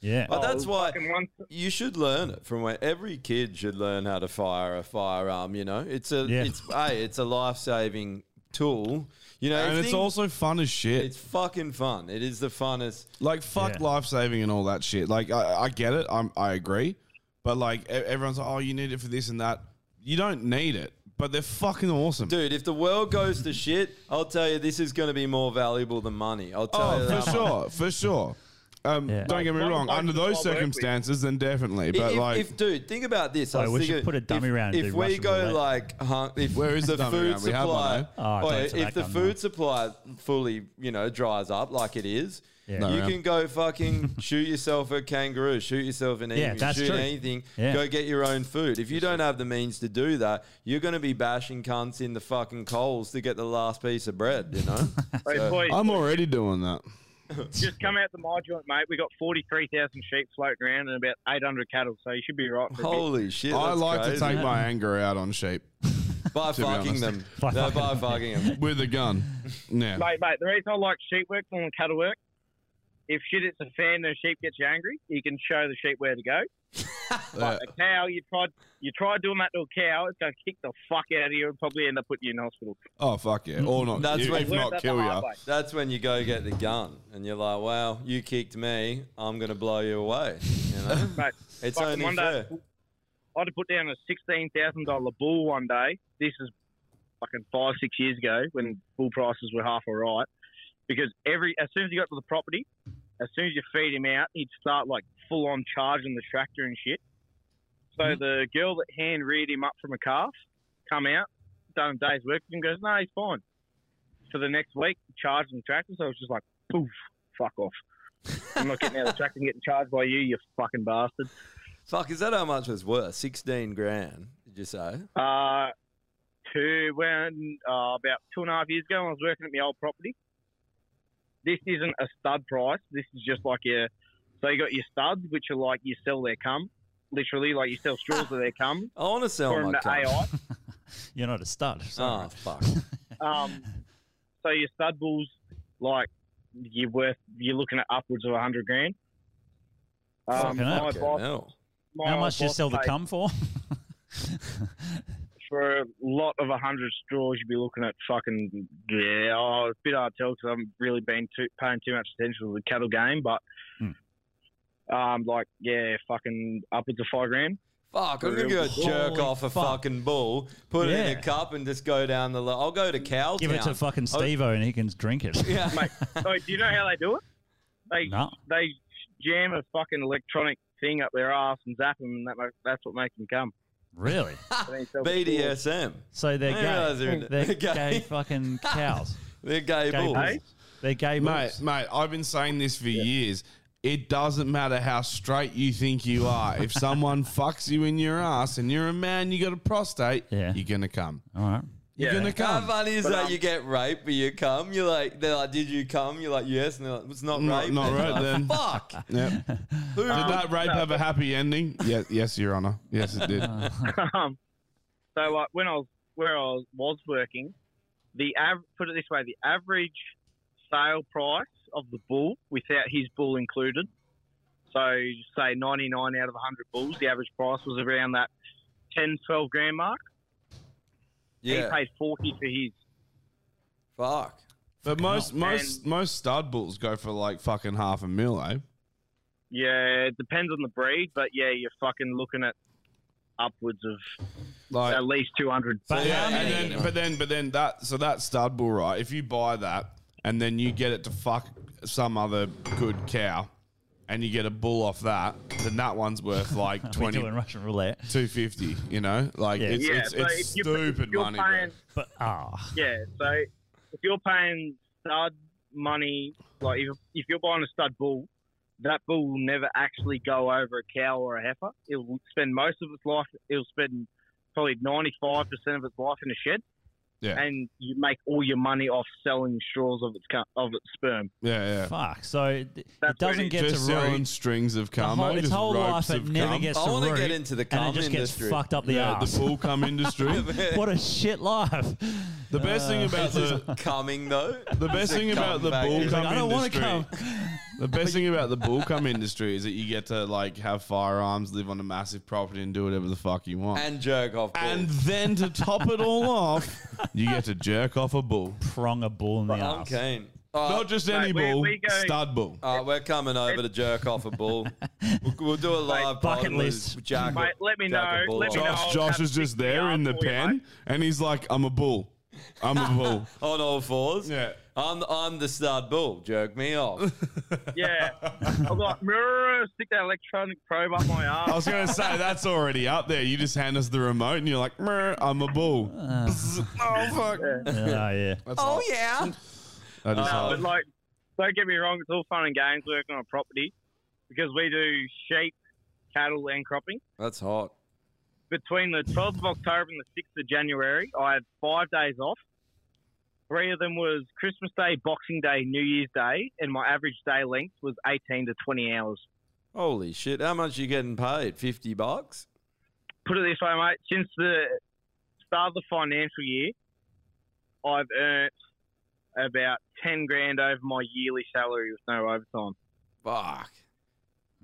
[SPEAKER 3] Yeah,
[SPEAKER 4] but that's why
[SPEAKER 6] one-
[SPEAKER 4] you should learn it from where every kid should learn how to fire a firearm. You know, it's a
[SPEAKER 2] Yeah.
[SPEAKER 4] it's hey, it's a life saving tool. You know,
[SPEAKER 2] and
[SPEAKER 4] if
[SPEAKER 2] it's
[SPEAKER 4] things-
[SPEAKER 2] also fun as shit.
[SPEAKER 4] it's fucking fun. It is the funnest.
[SPEAKER 2] Like fuck life saving and all that shit. Like I, I get it. I'm, I agree. But like e- everyone's like, oh, you need it for this and that. You don't need it. But they're fucking awesome.
[SPEAKER 4] Dude, if the world goes to shit, I'll tell you this is going to be more valuable than money. I'll tell you
[SPEAKER 2] Oh,
[SPEAKER 4] that
[SPEAKER 2] for
[SPEAKER 4] much.
[SPEAKER 2] sure, for sure. Um, Don't get me wrong. Under those circumstances, then definitely. But
[SPEAKER 4] if,
[SPEAKER 2] like,
[SPEAKER 4] if- dude, think about this. I
[SPEAKER 2] Oh,
[SPEAKER 4] was
[SPEAKER 2] we should
[SPEAKER 4] thinking,
[SPEAKER 2] put a dummy
[SPEAKER 4] if,
[SPEAKER 2] round and
[SPEAKER 4] If
[SPEAKER 2] do
[SPEAKER 4] we
[SPEAKER 2] Russian
[SPEAKER 4] go
[SPEAKER 2] roulette.
[SPEAKER 4] like, hun- if
[SPEAKER 2] Where is the
[SPEAKER 4] the
[SPEAKER 2] dummy
[SPEAKER 4] food
[SPEAKER 2] round? We have
[SPEAKER 4] supply,
[SPEAKER 2] one, eh? Oh, I
[SPEAKER 4] Oh,
[SPEAKER 2] don't
[SPEAKER 4] yeah,
[SPEAKER 2] for
[SPEAKER 4] if
[SPEAKER 2] that
[SPEAKER 4] the
[SPEAKER 2] gun,
[SPEAKER 4] food supply fully, you know, dries up like it is,
[SPEAKER 2] Yeah. No
[SPEAKER 4] you
[SPEAKER 2] round.
[SPEAKER 4] can go fucking shoot yourself a kangaroo, shoot yourself an
[SPEAKER 2] Yeah,
[SPEAKER 4] emu,
[SPEAKER 2] that's
[SPEAKER 4] shoot
[SPEAKER 2] true.
[SPEAKER 4] anything.
[SPEAKER 2] Yeah.
[SPEAKER 4] Go get your own food. If you don't have the means to do that, you're going to be bashing cunts in the fucking coals to get the last piece of bread. You know, So-
[SPEAKER 6] boys.
[SPEAKER 2] I'm already doing that.
[SPEAKER 6] Just come out to my joint, mate. We got forty-three thousand sheep floating around and about eight hundred cattle, so you should be right. For a bit.
[SPEAKER 2] I like to take my anger out on sheep.
[SPEAKER 4] By
[SPEAKER 2] to be
[SPEAKER 4] fucking
[SPEAKER 2] honest.
[SPEAKER 4] them. By No, fucking by them. fucking them.
[SPEAKER 2] with a gun. Yeah.
[SPEAKER 6] Mate, mate, the reason I like sheep work more than cattle work, if shit hits a fan and sheep gets you angry, you can show the sheep where to go. like a cow, you tried you try doing that to a cow, it's gonna kick the fuck out of you and probably end up putting you in hospital.
[SPEAKER 2] Oh fuck yeah! Or not.
[SPEAKER 4] That's
[SPEAKER 2] if
[SPEAKER 4] when
[SPEAKER 2] if not kill ya.
[SPEAKER 4] That's when you go get the gun, and you're like, "Wow, you kicked me. I'm gonna blow you away." You know,
[SPEAKER 6] Mate,
[SPEAKER 4] it's
[SPEAKER 6] fucking
[SPEAKER 4] only
[SPEAKER 6] one day-
[SPEAKER 4] fair.
[SPEAKER 6] I had to put down a sixteen thousand dollar bull one day. This is fucking five six years ago when bull prices were half alright. Because every as soon as you got to the property, as soon as you feed him out, he'd start like full on charging the tractor and shit. So the girl that hand reared him up from a calf, come out, done a day's work, and goes, no, he's fine. For the next week, charged the tractor. So I was just like, poof, fuck off. I'm not getting out of the tractor and getting charged by you, you fucking bastard.
[SPEAKER 4] Fuck, is that how much it was worth? 16 grand, did you say?
[SPEAKER 6] Uh, two when uh, about two and a half years ago, I was working at my old property. This isn't a stud price. This is just like your so you got your studs, which are like you sell their cum, literally like you sell straws of their cum.
[SPEAKER 4] I want to sell
[SPEAKER 6] From
[SPEAKER 4] my
[SPEAKER 6] the
[SPEAKER 4] car.
[SPEAKER 6] AI.
[SPEAKER 3] You're not a stud. Sorry.
[SPEAKER 4] Oh, fuck.
[SPEAKER 6] Um, so your stud bulls, like you're worth, you're looking at upwards of a hundred grand. Um,
[SPEAKER 3] Fucking hell.
[SPEAKER 6] my
[SPEAKER 3] Fucking
[SPEAKER 6] boss-
[SPEAKER 3] hell.
[SPEAKER 6] my
[SPEAKER 3] How much do you
[SPEAKER 6] boss
[SPEAKER 3] sell the
[SPEAKER 6] paid-
[SPEAKER 3] cum for?
[SPEAKER 6] for a lot of 100 straws, you'd be looking at fucking, yeah, oh, it's a bit hard to tell because I haven't really been too, paying too much attention to the cattle game, but um, like, yeah, fucking upwards of five grand.
[SPEAKER 4] Fuck, I'm gonna go jerk off a fucking bull, put it in
[SPEAKER 3] Yeah.
[SPEAKER 4] a cup, and just go down the. Lo- I'll go to Cal.
[SPEAKER 3] Give it to fucking
[SPEAKER 4] Oh.
[SPEAKER 3] Steve and he can drink it.
[SPEAKER 4] Yeah.
[SPEAKER 6] Mate, so do you know how they do it? They
[SPEAKER 3] No.
[SPEAKER 6] they jam a fucking electronic thing up their ass and zap them, and that, ma- that's what makes them come.
[SPEAKER 3] Really?
[SPEAKER 4] BDSM.
[SPEAKER 3] So they're
[SPEAKER 4] I didn't
[SPEAKER 3] gay.
[SPEAKER 4] realize
[SPEAKER 3] They're gay,
[SPEAKER 4] they're- they're gay.
[SPEAKER 3] fucking cows.
[SPEAKER 4] They're gay,
[SPEAKER 3] Gay
[SPEAKER 4] bulls.
[SPEAKER 3] bulls. They're gay
[SPEAKER 2] mate, mate. I've been saying this for years. It doesn't matter how straight you think you are. If someone fucks you in your ass and you're a man, you got a prostate, you're gonna come.
[SPEAKER 3] All right.
[SPEAKER 2] You're gonna
[SPEAKER 4] How
[SPEAKER 2] come.
[SPEAKER 4] funny is
[SPEAKER 2] But,
[SPEAKER 4] that
[SPEAKER 2] um,
[SPEAKER 4] you get raped, but you come. You're like, they're like, did you come? You're like, yes, and they're like, it's not
[SPEAKER 2] Not-
[SPEAKER 4] rape.
[SPEAKER 2] not
[SPEAKER 4] And you're
[SPEAKER 2] rape
[SPEAKER 4] like,
[SPEAKER 2] then.
[SPEAKER 4] Fuck.
[SPEAKER 2] Yep. Did
[SPEAKER 6] Um,
[SPEAKER 2] that rape have a happy ending? Yes, yes, Your Honour. Yes, it did.
[SPEAKER 6] um, so like when I was where I was, was working, the av- put it this way, the average sale price of the bull without his bull included, so say ninety nine out of hundred bulls, the average price was around that 10, 12 grand mark.
[SPEAKER 2] Yeah.
[SPEAKER 6] He paid forty for his.
[SPEAKER 4] Fuck.
[SPEAKER 2] But most
[SPEAKER 6] hell.
[SPEAKER 2] most
[SPEAKER 6] And-
[SPEAKER 2] most stud bulls go for like fucking half a mil, eh?
[SPEAKER 6] Yeah, it depends on the breed, but yeah, you're fucking looking at upwards of
[SPEAKER 2] Like
[SPEAKER 6] at least two hundred.
[SPEAKER 2] So, yeah, and then, but then but then that so that stud bull right? If you buy that and then you get it to fuck some other good cow, and you get a bull off that, then that one's worth like
[SPEAKER 3] We're
[SPEAKER 2] twenty
[SPEAKER 3] doing Russian roulette.
[SPEAKER 2] two fifty. You know, like it's
[SPEAKER 6] Yeah, Ah.
[SPEAKER 2] it's,
[SPEAKER 6] so
[SPEAKER 2] it's
[SPEAKER 6] if you- if
[SPEAKER 2] stupid
[SPEAKER 6] you're
[SPEAKER 2] money.
[SPEAKER 6] paying-
[SPEAKER 2] bro.
[SPEAKER 6] Yeah, so if you're paying stud money, like if, if you're buying a stud bull, that bull will never actually go over a cow or a heifer. It'll spend most of its life, it'll spend probably 95% of its life in a shed.
[SPEAKER 2] Yeah.
[SPEAKER 6] And you make all your money off selling straws of its cu- of its sperm.
[SPEAKER 2] yeah, yeah.
[SPEAKER 3] Fuck. So it, it doesn't get
[SPEAKER 2] just
[SPEAKER 3] to root.
[SPEAKER 2] selling strings of
[SPEAKER 3] The
[SPEAKER 2] cum.
[SPEAKER 3] whole-
[SPEAKER 2] mate,
[SPEAKER 3] its
[SPEAKER 2] just
[SPEAKER 3] whole life
[SPEAKER 2] ropes
[SPEAKER 3] it
[SPEAKER 2] of
[SPEAKER 3] never
[SPEAKER 2] cum.
[SPEAKER 3] gets to root. and it just gets fucked up the
[SPEAKER 2] yeah,
[SPEAKER 3] arse.
[SPEAKER 2] The bull cum industry.
[SPEAKER 3] what a shit life.
[SPEAKER 2] The best
[SPEAKER 4] Uh,
[SPEAKER 2] thing about the
[SPEAKER 4] coming though.
[SPEAKER 2] The best thing about the bull
[SPEAKER 3] He's
[SPEAKER 2] cum
[SPEAKER 3] like, I don't want to
[SPEAKER 2] industry.
[SPEAKER 3] come.
[SPEAKER 2] The best thing about the bull cum industry is that you get to like have firearms, live on a massive property, and do whatever the fuck you want.
[SPEAKER 4] And jerk off. Bull.
[SPEAKER 2] And then to top it all off, you get to jerk off a bull,
[SPEAKER 3] prong a bull in the
[SPEAKER 4] I'm
[SPEAKER 3] arse.
[SPEAKER 4] keen. Uh,
[SPEAKER 2] Not just any
[SPEAKER 4] Mate, we-
[SPEAKER 2] bull,
[SPEAKER 4] we go-
[SPEAKER 2] stud bull.
[SPEAKER 4] All right, we're coming over to jerk off a bull. We'll, we'll do a live pod with Jack-
[SPEAKER 6] Mate, let me
[SPEAKER 4] Jack and
[SPEAKER 6] know,
[SPEAKER 4] Bull
[SPEAKER 6] let me
[SPEAKER 4] off.
[SPEAKER 6] know.
[SPEAKER 2] Josh, Josh is just there in the pen, and he's like, "I'm a bull, I'm a bull."
[SPEAKER 4] on all fours. Yeah. I'm, I'm the stud bull. Jerk me off.
[SPEAKER 6] Yeah. I was like, "Mrrr, stick that electronic probe up my arse.
[SPEAKER 2] I was gonna say that's already up there. You just hand us the remote, and you're like, "Meh, "I'm a bull." Bzz. oh, fuck.
[SPEAKER 3] Oh, yeah.
[SPEAKER 4] oh, yeah.
[SPEAKER 2] That is
[SPEAKER 6] No,
[SPEAKER 2] hard.
[SPEAKER 6] but like, don't get me wrong, it's all fun and games working on a property because we do sheep, cattle, and cropping.
[SPEAKER 4] That's hot.
[SPEAKER 6] Between the 12th of October and the 6th of January, I had five days off. Three of them was Christmas Day, Boxing Day, New Year's Day, and my average day length was 18 to 20 hours.
[SPEAKER 4] Holy shit. How much you getting paid? 50 bucks?
[SPEAKER 6] Put it this way, mate, since the start of the financial year, I've earned about 10 grand over my yearly salary with no overtime.
[SPEAKER 4] Fuck.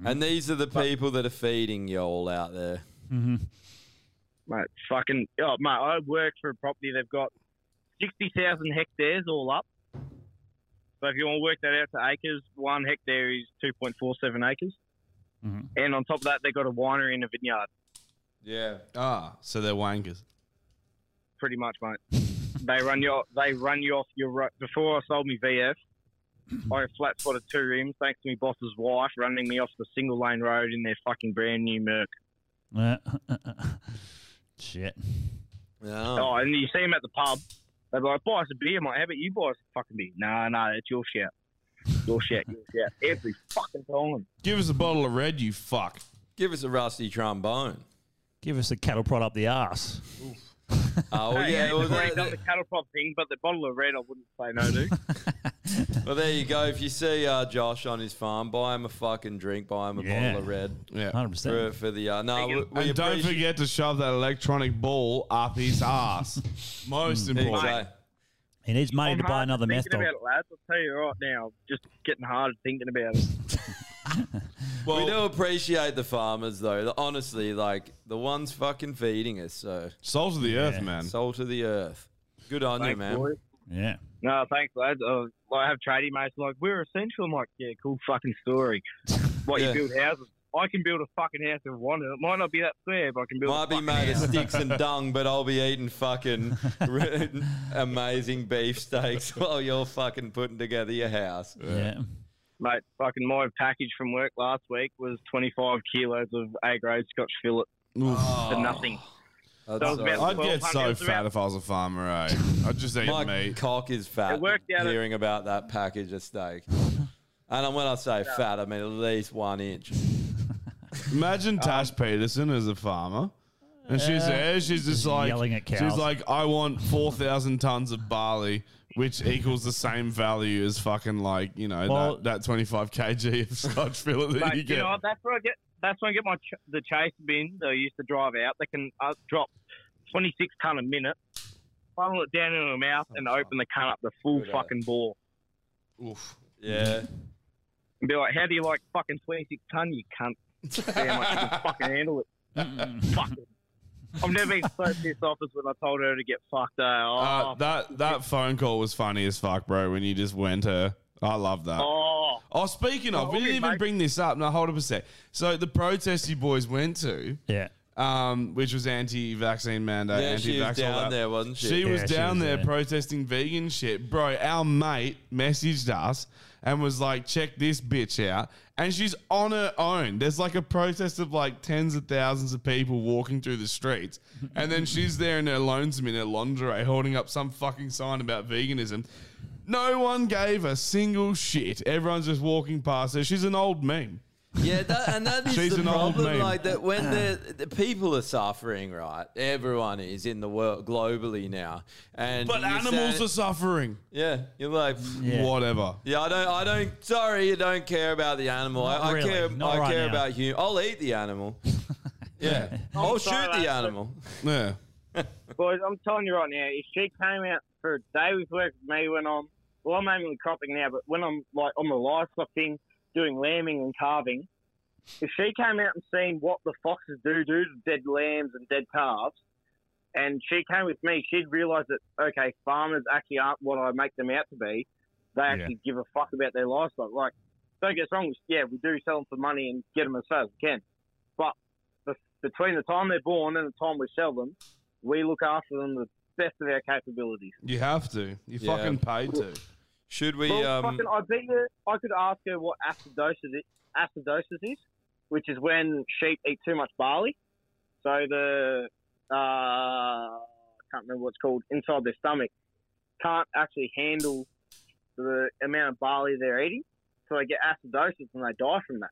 [SPEAKER 4] And these are the people that are feeding you all out there.
[SPEAKER 3] Mm-hmm.
[SPEAKER 6] mate. Fucking, oh, mate, I work for a property. They've got 60,000 hectares all up. So if you want to work that out to acres, one hectare is 2.47 acres.
[SPEAKER 3] Mhm.
[SPEAKER 6] And on top of that, they've got a winery and a vineyard.
[SPEAKER 4] Yeah.
[SPEAKER 2] Ah, so they're wankers.
[SPEAKER 6] pretty much, mate. they run you. They run you off your. ro- Before I sold me VF, I flat spotted two rims thanks to my boss's wife running me off the single lane road in their fucking brand new Merc.
[SPEAKER 3] Shit.
[SPEAKER 6] Oh. and you see them at the pub. They're like, buy us a beer, mate. How about you buy us a fucking beer? No, no, it's your shit. Your shit. Your shit. Every fucking time.
[SPEAKER 2] Give us a bottle of red, you fuck.
[SPEAKER 4] Give us a rusty trombone.
[SPEAKER 3] Give us a cattle prod up the arse.
[SPEAKER 4] Oh, well,
[SPEAKER 6] Hey,
[SPEAKER 4] yeah.
[SPEAKER 6] hey,
[SPEAKER 4] Well,
[SPEAKER 6] they've already
[SPEAKER 4] there,
[SPEAKER 6] done the cattle prod thing, but the bottle of red, I wouldn't say no to.
[SPEAKER 4] well, there you go. If you see uh, Josh on his farm, buy him a fucking drink, buy him a
[SPEAKER 2] Yeah.
[SPEAKER 4] bottle of red.
[SPEAKER 2] Yeah.
[SPEAKER 3] 100%.
[SPEAKER 4] For, for the. Uh, no, we, we
[SPEAKER 2] and don't
[SPEAKER 4] appreciate-
[SPEAKER 2] forget to shove that electronic ball up his ass. Most
[SPEAKER 4] There you
[SPEAKER 2] important.
[SPEAKER 4] go.
[SPEAKER 3] He needs money
[SPEAKER 6] I'm
[SPEAKER 3] to buy
[SPEAKER 6] hard
[SPEAKER 3] another meth
[SPEAKER 6] thinking
[SPEAKER 3] dog.
[SPEAKER 6] about it, lads. I'll tell you right now, just getting hard thinking about it.
[SPEAKER 4] we do appreciate the farmers, though. The- Honestly, like the ones fucking feeding us. So
[SPEAKER 2] salt of the earth, Yeah. man.
[SPEAKER 4] Salt of the earth. Good on you,
[SPEAKER 6] Thanks,
[SPEAKER 4] man.
[SPEAKER 6] boys.
[SPEAKER 3] Yeah.
[SPEAKER 6] No, thanks, lads. Uh, like, I have tradie mates like we're essential. I'm like, yeah, cool fucking story. What
[SPEAKER 4] Yeah.
[SPEAKER 6] you build houses? I can build a fucking house in one. It might not be that fair, but I can build. a
[SPEAKER 4] Might be
[SPEAKER 6] fucking
[SPEAKER 4] made of
[SPEAKER 6] house.
[SPEAKER 4] sticks and dung, but I'll be eating fucking r- amazing beefsteaks while you're fucking putting together your house.
[SPEAKER 3] Yeah.
[SPEAKER 6] Mate, fucking my package from work last week was 25 kilos of A grade Scotch fillet for nothing. So it was about
[SPEAKER 2] I'd
[SPEAKER 6] 1200
[SPEAKER 2] get so
[SPEAKER 6] it was about-
[SPEAKER 2] fat if I was a farmer, eh? I'd just eat
[SPEAKER 4] My
[SPEAKER 2] meat.
[SPEAKER 4] cock is fat.
[SPEAKER 6] It worked out at-
[SPEAKER 4] Hearing about that package of steak, and when I say fat, I mean at least one inch. Uh,
[SPEAKER 2] Imagine Tash Peterson as a farmer. And she's
[SPEAKER 4] Yeah.
[SPEAKER 2] there, she's just
[SPEAKER 4] Just
[SPEAKER 2] like
[SPEAKER 4] yelling at
[SPEAKER 2] She's
[SPEAKER 4] cows.
[SPEAKER 2] like, I want four thousand tons of barley, which equals the same value as fucking like, you know,
[SPEAKER 6] Well-
[SPEAKER 2] that, that twenty five kg of Scotch fillet that
[SPEAKER 6] Mate,
[SPEAKER 2] you
[SPEAKER 6] you,
[SPEAKER 2] get.
[SPEAKER 6] know what? that's where I get. That's when I get my ch- the chase bin that I used to drive out. They can uh, drop 26 ton a minute, funnel it down into my mouth, and open the can up the full
[SPEAKER 4] Good, eh?
[SPEAKER 6] fucking bore.
[SPEAKER 2] Oof.
[SPEAKER 4] Yeah.
[SPEAKER 6] And be like, how do you like fucking 26 ton, you cunt? Damn, I can fucking handle it. fucking. I've never been so pissed off as when I told her to get fucked. Uh, oh,
[SPEAKER 2] Uh, that that phone call was funny as fuck, bro, when you just went to I love that.
[SPEAKER 6] Oh.
[SPEAKER 2] Oh, speaking of, we didn't even bring this up. No, hold up a sec. So the protest you boys went to,
[SPEAKER 3] yeah,
[SPEAKER 2] um, which was anti-vaccine mandate,
[SPEAKER 4] Yeah, she was
[SPEAKER 2] anti-vax. all
[SPEAKER 4] down
[SPEAKER 2] that.
[SPEAKER 4] there, wasn't she?
[SPEAKER 2] She
[SPEAKER 4] Yeah,
[SPEAKER 2] was
[SPEAKER 4] she
[SPEAKER 2] down
[SPEAKER 4] was
[SPEAKER 2] there
[SPEAKER 4] there.
[SPEAKER 2] protesting vegan shit, bro. Our mate messaged us and was like, "Check this bitch out," and she's on her own. There's like a protest of like tens of thousands of people walking through the streets, and then she's there in her lonesome in her lingerie, holding up some fucking sign about veganism. No one gave a single shit. Everyone's just walking past her. She's an old meme.
[SPEAKER 4] Yeah, that, and that is
[SPEAKER 2] She's
[SPEAKER 4] the
[SPEAKER 2] an old
[SPEAKER 4] problem.
[SPEAKER 2] meme.
[SPEAKER 4] Like that, when the, the people are suffering, right? Everyone is in the world globally now, and
[SPEAKER 2] But
[SPEAKER 4] you
[SPEAKER 2] animals
[SPEAKER 4] stand-
[SPEAKER 2] are suffering.
[SPEAKER 4] Yeah, you're like
[SPEAKER 2] Yeah. Whatever.
[SPEAKER 4] Yeah, I don't. I don't. Sorry, you don't care about the animal. I, I
[SPEAKER 2] really,
[SPEAKER 4] care.
[SPEAKER 2] not
[SPEAKER 4] I
[SPEAKER 2] right
[SPEAKER 4] care
[SPEAKER 2] now.
[SPEAKER 4] about you. I'll eat the animal. yeah,
[SPEAKER 6] Oh,
[SPEAKER 4] I'll shoot the animal.
[SPEAKER 2] Yeah.
[SPEAKER 6] Boys, I'm telling you right now, if she came out for a day with work with me when I'm, well, I'm mainly cropping now, but when I'm like on the livestock thing, doing lambing and calving, if she came out and seen what the foxes do do to dead lambs and dead calves, and she came with me, she'd realise that, okay, farmers actually aren't what I make them out to be. They actually give a fuck about their livestock. Like, don't get us wrong, yeah, we do sell them for money and get them as far as we can. But the, between the time they're born and the time we sell them, we look after them the best of our capabilities.
[SPEAKER 2] You have to. You
[SPEAKER 4] Yeah.
[SPEAKER 2] fucking paid to.
[SPEAKER 4] Should we?
[SPEAKER 6] well,
[SPEAKER 4] um,
[SPEAKER 6] fucking, I bet you I could ask her what acidosis is, acidosis is, which is when sheep eat too much barley. So the uh, I can't remember what it's called inside their stomach can't actually handle the amount of barley they're eating, so they get acidosis and they die from that.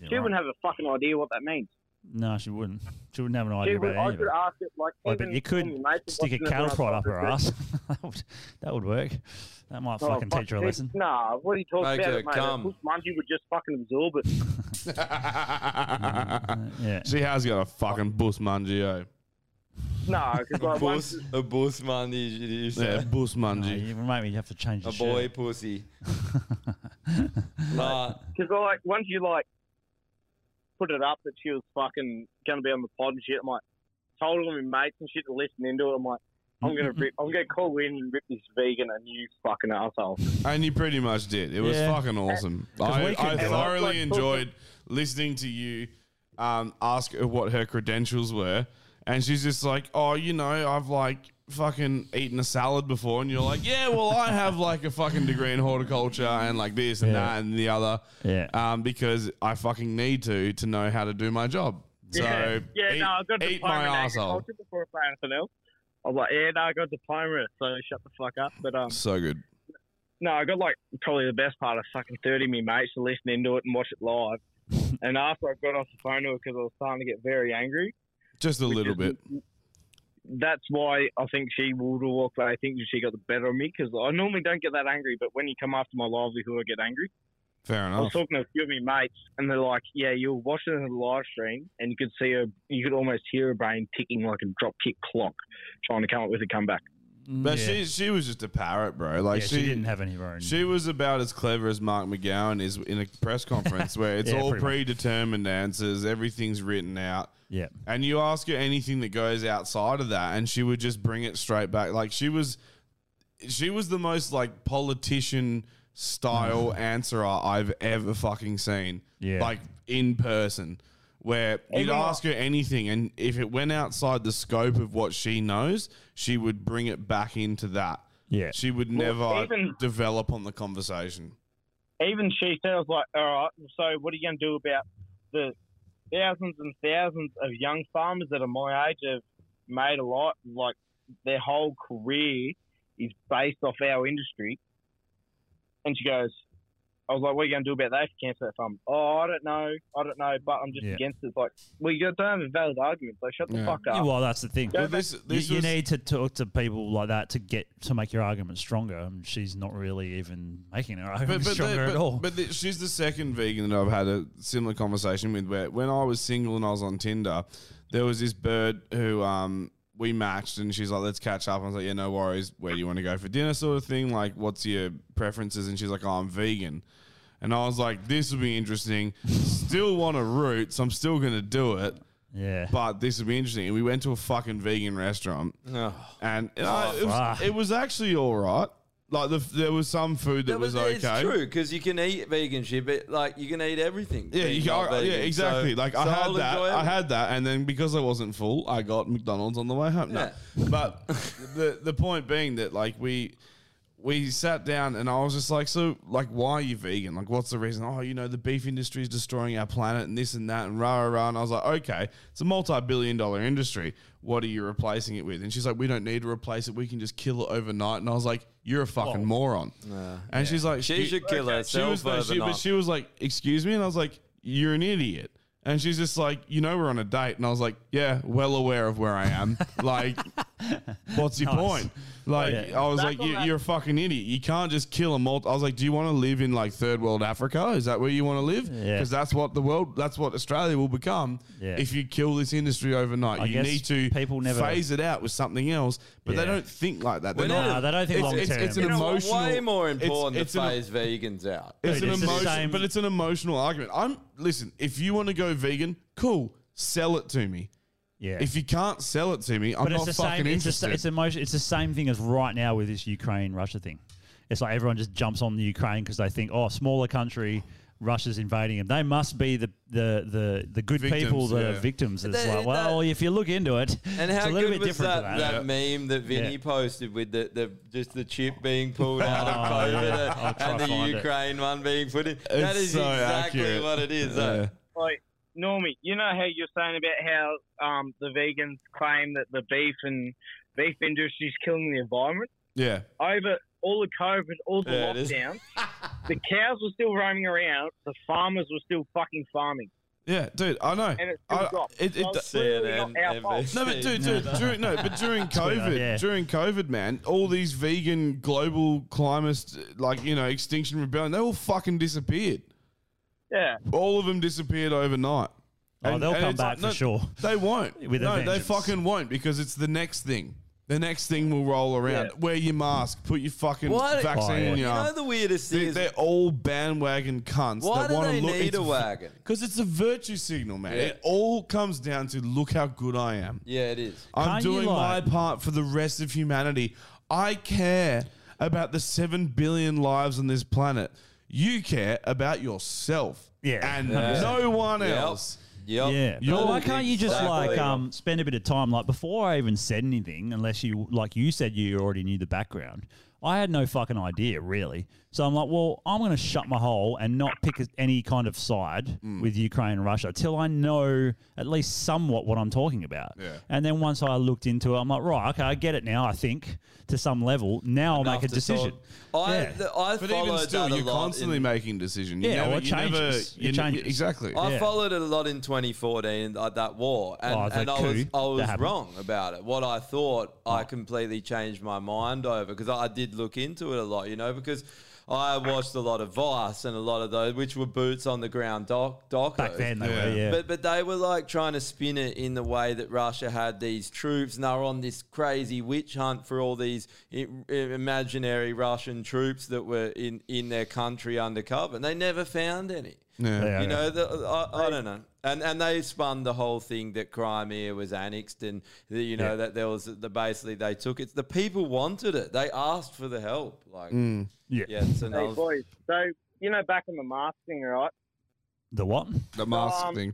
[SPEAKER 3] Yeah,
[SPEAKER 6] she
[SPEAKER 3] right.
[SPEAKER 6] wouldn't have a fucking idea what that means.
[SPEAKER 3] No, she wouldn't. She wouldn't have an
[SPEAKER 6] She
[SPEAKER 3] idea
[SPEAKER 6] would,
[SPEAKER 3] about
[SPEAKER 6] I
[SPEAKER 3] any of it.
[SPEAKER 6] could ask it like
[SPEAKER 3] Oh,
[SPEAKER 6] even
[SPEAKER 3] but you
[SPEAKER 6] when
[SPEAKER 3] could
[SPEAKER 6] your mates are
[SPEAKER 3] stick a
[SPEAKER 6] watching it
[SPEAKER 3] cattle
[SPEAKER 6] when I
[SPEAKER 3] prod up her
[SPEAKER 6] told
[SPEAKER 3] ass. that, would, that would work. That might
[SPEAKER 6] Oh,
[SPEAKER 3] fucking
[SPEAKER 6] fuck,
[SPEAKER 3] teach her a
[SPEAKER 6] dude,
[SPEAKER 3] lesson.
[SPEAKER 6] Nah, what are you talking
[SPEAKER 3] Make
[SPEAKER 6] about,
[SPEAKER 3] her
[SPEAKER 6] mate?
[SPEAKER 3] come.
[SPEAKER 6] Puss Mungie would just fucking absorb it.
[SPEAKER 2] yeah. She has got a fucking bus mungio.
[SPEAKER 6] no, because
[SPEAKER 4] a bus,
[SPEAKER 6] like once,
[SPEAKER 4] a bus man. You, you say.
[SPEAKER 2] Yeah, bus mungie.
[SPEAKER 3] You remind me, you have to change the
[SPEAKER 4] a boy
[SPEAKER 3] shirt.
[SPEAKER 4] pussy. nah,
[SPEAKER 6] cause like once you like put it up that she was fucking gonna be on the pod and shit, I'm like, told all my mates and shit to listen into it. I'm like, I'm gonna rip, I'm gonna call in and rip this vegan a new fucking asshole.
[SPEAKER 2] And you pretty much did. It was
[SPEAKER 6] Yeah. Uh,
[SPEAKER 2] fucking awesome.
[SPEAKER 6] 'Cause
[SPEAKER 2] I,
[SPEAKER 6] we could
[SPEAKER 2] I
[SPEAKER 6] do it.
[SPEAKER 2] thoroughly
[SPEAKER 6] Like,
[SPEAKER 2] enjoyed listening to you um, ask her what her credentials were, and she's just like, "Oh, you know, I've like fucking eaten a salad before," and you're like, "Yeah, well, I have like a fucking degree in horticulture and like this and
[SPEAKER 3] Yeah.
[SPEAKER 2] that and the other,
[SPEAKER 3] Yeah.
[SPEAKER 2] um, because I fucking need to to know how to do my job." So
[SPEAKER 6] yeah, yeah,
[SPEAKER 2] eat,
[SPEAKER 6] no, I got a
[SPEAKER 2] eat
[SPEAKER 6] diploma
[SPEAKER 2] my
[SPEAKER 6] in
[SPEAKER 2] asshole.
[SPEAKER 6] agriculture before I play anything else. I was like, yeah, no, I got a diploma, so shut the fuck up. But um,
[SPEAKER 2] So good.
[SPEAKER 6] no, I got like probably the best part of fucking thirty of me mates to listen into it and watch it live. and after I got off the phone to her because I was starting to get very angry,
[SPEAKER 2] Just a little bit.
[SPEAKER 6] that's why I think she would walk away thinking she got the better of me because I normally don't get that angry, but when you come after my livelihood, I get angry.
[SPEAKER 2] Fair
[SPEAKER 6] I was
[SPEAKER 2] enough.
[SPEAKER 6] talking to a few of my mates, and they're like, "Yeah, you're watching the live stream, and you could see her, you could almost hear her brain ticking like a drop kick clock, trying to come up with a comeback."
[SPEAKER 2] But she she was just a parrot, bro. Like
[SPEAKER 3] Yeah, she didn't have any of her own.
[SPEAKER 2] She was about as clever as Mark McGowan is in a press conference where it's
[SPEAKER 3] Yeah,
[SPEAKER 2] all
[SPEAKER 3] pretty much.
[SPEAKER 2] predetermined answers, everything's written out.
[SPEAKER 3] Yeah.
[SPEAKER 2] And you ask her anything that goes outside of that, and she would just bring it straight back. Like she was, she was the most like politician style answerer I've ever fucking seen.
[SPEAKER 3] Mm. Yeah.
[SPEAKER 2] Like in person, where you'd
[SPEAKER 3] Even like-
[SPEAKER 2] ask her anything, and if it went outside the scope of what she knows, she would bring it back into that.
[SPEAKER 3] Yeah.
[SPEAKER 2] She would
[SPEAKER 6] Well,
[SPEAKER 2] never
[SPEAKER 6] even-
[SPEAKER 2] develop on the conversation.
[SPEAKER 6] Even she said, "I was like, all right, so what are you going to do about the thousands and thousands of young farmers that are my age have made a lot, like their whole career is based off our industry?" And she goes, I was like, what are you going to do about that if you cancel that farm? Oh, I don't know. I don't know, but I'm just
[SPEAKER 3] Yeah.
[SPEAKER 6] against it. It's like, well, you don't have a valid argument, so shut the fuck
[SPEAKER 3] Yeah,
[SPEAKER 6] up.
[SPEAKER 3] well, that's the thing.
[SPEAKER 6] Go Well, back- this-
[SPEAKER 3] You-
[SPEAKER 6] this
[SPEAKER 3] you,
[SPEAKER 6] was-
[SPEAKER 3] need to talk to people like that to get to make your argument stronger. And she's not really even making her argument
[SPEAKER 2] the-
[SPEAKER 3] stronger
[SPEAKER 2] but,
[SPEAKER 3] at all.
[SPEAKER 2] but the- she's the second vegan that I've had a similar conversation with. Where when I was single and I was on Tinder, there was this bird who um we matched, and she's like, "Let's catch up." I was like, "Yeah, no worries. Where do you want to go for dinner?" Sort of thing. Like, what's your preferences? And she's like, "Oh, I'm vegan." And I was like, "This would be interesting. Still want to root, so I'm still gonna do it."
[SPEAKER 3] Yeah.
[SPEAKER 2] But this would be interesting. And we went to a fucking vegan restaurant. And uh,
[SPEAKER 4] Oh,
[SPEAKER 2] it, was,
[SPEAKER 4] fuck.
[SPEAKER 2] it was actually all right. Like the, there was some food that, was,
[SPEAKER 4] It's
[SPEAKER 2] okay.
[SPEAKER 4] true because you can eat vegan shit, but like you can eat everything.
[SPEAKER 2] Yeah,
[SPEAKER 4] being
[SPEAKER 2] you
[SPEAKER 4] not
[SPEAKER 2] can, yeah,
[SPEAKER 4] vegan. So-
[SPEAKER 2] exactly. like I
[SPEAKER 4] so
[SPEAKER 2] had
[SPEAKER 4] I'll
[SPEAKER 2] that,
[SPEAKER 4] enjoy
[SPEAKER 2] I
[SPEAKER 4] everything.
[SPEAKER 2] had that, and then because I wasn't full, I got McDonald's on the way home. No, but the the point being that like we we sat down and I was just like, so like, why are you vegan? Like, what's the reason? Oh, you know, the beef industry is destroying our planet and this and that and rah rah rah. And I was like, okay, it's a multi-billion dollar industry. What are you replacing it with? And she's like, we don't need to replace it. We can just kill it overnight. And I was like, you're a
[SPEAKER 4] Whoa.
[SPEAKER 2] fucking moron. and she's like,
[SPEAKER 4] She should kill
[SPEAKER 2] She was,
[SPEAKER 4] herself
[SPEAKER 2] she, but
[SPEAKER 4] overnight.
[SPEAKER 2] she was like, excuse me, and I was like, you're an idiot. And she's just like, you know, we're on a date, and I was like, yeah, well aware of where I am. like, what's your
[SPEAKER 3] Nice.
[SPEAKER 2] point? Like,
[SPEAKER 3] Yeah.
[SPEAKER 2] I was
[SPEAKER 3] Back
[SPEAKER 2] like,
[SPEAKER 3] on
[SPEAKER 2] you,
[SPEAKER 3] that-
[SPEAKER 2] you're a fucking idiot. You can't just kill a multi. I was like, do you want to live in like third world Africa? Is that where you want to live?
[SPEAKER 3] Yeah.
[SPEAKER 2] Because that's what the world, that's what Australia will become
[SPEAKER 3] Yeah.
[SPEAKER 2] if you kill this industry overnight.
[SPEAKER 3] I
[SPEAKER 2] you
[SPEAKER 3] guess
[SPEAKER 2] need to
[SPEAKER 3] people never-
[SPEAKER 2] phase it out with something else, but they
[SPEAKER 3] Yeah.
[SPEAKER 2] don't think like that.
[SPEAKER 3] Well,
[SPEAKER 2] They're
[SPEAKER 3] no, they don't think
[SPEAKER 2] it's-
[SPEAKER 3] long
[SPEAKER 2] it's-
[SPEAKER 3] term.
[SPEAKER 2] It's an
[SPEAKER 3] You know what?
[SPEAKER 2] emotional.
[SPEAKER 4] Way more
[SPEAKER 2] it's-
[SPEAKER 4] important
[SPEAKER 2] it's
[SPEAKER 4] to
[SPEAKER 2] an-
[SPEAKER 4] phase vegans out.
[SPEAKER 2] it's an
[SPEAKER 3] It's the
[SPEAKER 2] emotion,
[SPEAKER 3] same-
[SPEAKER 2] but it's an emotional argument. I'm listen. If you want to go vegan, cool. Sell it to me.
[SPEAKER 3] Yeah.
[SPEAKER 2] If you can't sell it to me, I'm
[SPEAKER 3] but
[SPEAKER 2] not
[SPEAKER 3] it's the
[SPEAKER 2] fucking
[SPEAKER 3] same. It's, the sa-
[SPEAKER 2] interested.
[SPEAKER 3] it's, emotion, it's the same thing as right now with this Ukraine Russia thing. It's like everyone just jumps on the Ukraine because they think, oh, smaller country, Russia's invading them. They must be the the the, the good people
[SPEAKER 4] Victims,
[SPEAKER 3] that
[SPEAKER 4] yeah.
[SPEAKER 3] are victims. It's
[SPEAKER 4] They-
[SPEAKER 3] like, well, if you look into it,
[SPEAKER 4] And
[SPEAKER 3] it's
[SPEAKER 4] how
[SPEAKER 3] a little bit
[SPEAKER 4] good was
[SPEAKER 3] different
[SPEAKER 4] that,
[SPEAKER 3] to that.
[SPEAKER 4] that meme that Vinny posted with the, the just the chip being pulled out of
[SPEAKER 3] Oh,
[SPEAKER 4] COVID
[SPEAKER 3] yeah. I'll
[SPEAKER 4] and,
[SPEAKER 3] try
[SPEAKER 4] and the
[SPEAKER 3] find it.
[SPEAKER 4] Ukraine one being put in? that
[SPEAKER 2] It's
[SPEAKER 4] is
[SPEAKER 2] so
[SPEAKER 4] exactly
[SPEAKER 2] accurate.
[SPEAKER 4] what it is.
[SPEAKER 2] Yeah.
[SPEAKER 4] though.
[SPEAKER 6] Like, Normie, you know how you're saying about how um, the vegans claim that the beef and beef industry is killing the environment?
[SPEAKER 2] yeah.
[SPEAKER 6] over all the COVID, all the
[SPEAKER 2] Yeah, it is.
[SPEAKER 6] lockdown, the cows were still roaming around. The farmers were still fucking farming.
[SPEAKER 2] Yeah, dude, I know.
[SPEAKER 6] And it still
[SPEAKER 2] I,
[SPEAKER 6] dropped.
[SPEAKER 2] it, it,
[SPEAKER 6] Well, it's clearly not CNN, our fault.
[SPEAKER 2] No, but dude, dude,
[SPEAKER 6] No.
[SPEAKER 2] during, no, but during
[SPEAKER 3] Twitter,
[SPEAKER 2] COVID,
[SPEAKER 3] yeah.
[SPEAKER 2] during COVID, man, all these vegan global climate, like you know, extinction rebellion, they all fucking disappeared.
[SPEAKER 6] Yeah.
[SPEAKER 2] All of them disappeared overnight.
[SPEAKER 3] Oh, they'll come
[SPEAKER 2] it's
[SPEAKER 3] back for sure.
[SPEAKER 2] They won't.
[SPEAKER 3] With a
[SPEAKER 2] no, they
[SPEAKER 3] vengeance.
[SPEAKER 2] fucking won't because it's the next thing. The next thing will roll around.
[SPEAKER 4] Yeah.
[SPEAKER 2] Wear your mask. Put your fucking
[SPEAKER 4] Why-
[SPEAKER 2] vaccine
[SPEAKER 4] Oh, yeah.
[SPEAKER 2] in your
[SPEAKER 4] You know
[SPEAKER 2] arm.
[SPEAKER 4] the weirdest thing
[SPEAKER 2] They-
[SPEAKER 4] is-
[SPEAKER 2] they're all bandwagon cunts.
[SPEAKER 4] Why
[SPEAKER 2] that
[SPEAKER 4] do
[SPEAKER 2] wanna
[SPEAKER 4] they
[SPEAKER 2] look,
[SPEAKER 4] need a wagon?
[SPEAKER 2] Because it's a virtue signal, man.
[SPEAKER 4] Yeah.
[SPEAKER 2] It all comes down to look how good I am.
[SPEAKER 4] Yeah, it is.
[SPEAKER 2] I'm
[SPEAKER 4] Can't you,
[SPEAKER 2] doing
[SPEAKER 4] like-
[SPEAKER 2] my part for the rest of humanity. I care about the 7 billion lives on this planet. You care about yourself.
[SPEAKER 3] Yeah.
[SPEAKER 2] And
[SPEAKER 3] Yeah.
[SPEAKER 2] no one
[SPEAKER 3] Yep.
[SPEAKER 2] else.
[SPEAKER 4] Yep.
[SPEAKER 3] Yeah.
[SPEAKER 4] You're-
[SPEAKER 3] But why can't you just
[SPEAKER 4] Exactly.
[SPEAKER 3] like um, spend a bit of time like before I even said anything, unless you like you said you already knew the background. I had no fucking idea really. So I'm like, well, I'm gonna shut my hole and not pick any kind of side with Ukraine and Russia till I know at least somewhat what I'm talking about.
[SPEAKER 13] Yeah.
[SPEAKER 3] And then once I looked into it, I'm like, right, okay, I get it now. I think to some level, now I'll make a
[SPEAKER 4] to
[SPEAKER 3] decision.
[SPEAKER 4] sort- I,
[SPEAKER 3] Yeah.
[SPEAKER 4] th- I
[SPEAKER 2] But even
[SPEAKER 4] followed
[SPEAKER 2] still,
[SPEAKER 4] that a
[SPEAKER 2] you're
[SPEAKER 4] lot
[SPEAKER 2] constantly
[SPEAKER 4] in-
[SPEAKER 2] making decisions. You never, you never- you ne- Exactly.
[SPEAKER 4] I followed it a lot in 2014, like that war, and,
[SPEAKER 2] Oh, the
[SPEAKER 4] and I was
[SPEAKER 2] coup
[SPEAKER 4] I
[SPEAKER 2] that
[SPEAKER 4] was
[SPEAKER 2] happened.
[SPEAKER 4] wrong about it. What I thought,
[SPEAKER 3] Oh.
[SPEAKER 4] I completely changed my mind over because I, I did look into it a lot, you know, because. I watched a lot of Vice and a lot of those, which were boots on the ground doc, docos.
[SPEAKER 3] Back then they were, yeah.
[SPEAKER 4] But but they were like trying to spin it in the way that Russia had these troops, and they were on this crazy witch hunt for all these i- i- imaginary Russian troops that were in, in their country undercover, and they never found any.
[SPEAKER 2] Yeah. Yeah,
[SPEAKER 4] you
[SPEAKER 2] yeah.
[SPEAKER 4] know, the, I, I don't know. And and they spun the whole thing that Crimea was annexed, and the, you know
[SPEAKER 2] Yeah.
[SPEAKER 4] that there was the basically they took it. The people wanted it. They asked for the help. Like
[SPEAKER 3] Mm. Yeah.
[SPEAKER 4] yeah, it's another.
[SPEAKER 6] Hey, boys. So, you know, back on the mask thing, right?
[SPEAKER 3] The what?
[SPEAKER 2] The
[SPEAKER 6] mask Um, thing.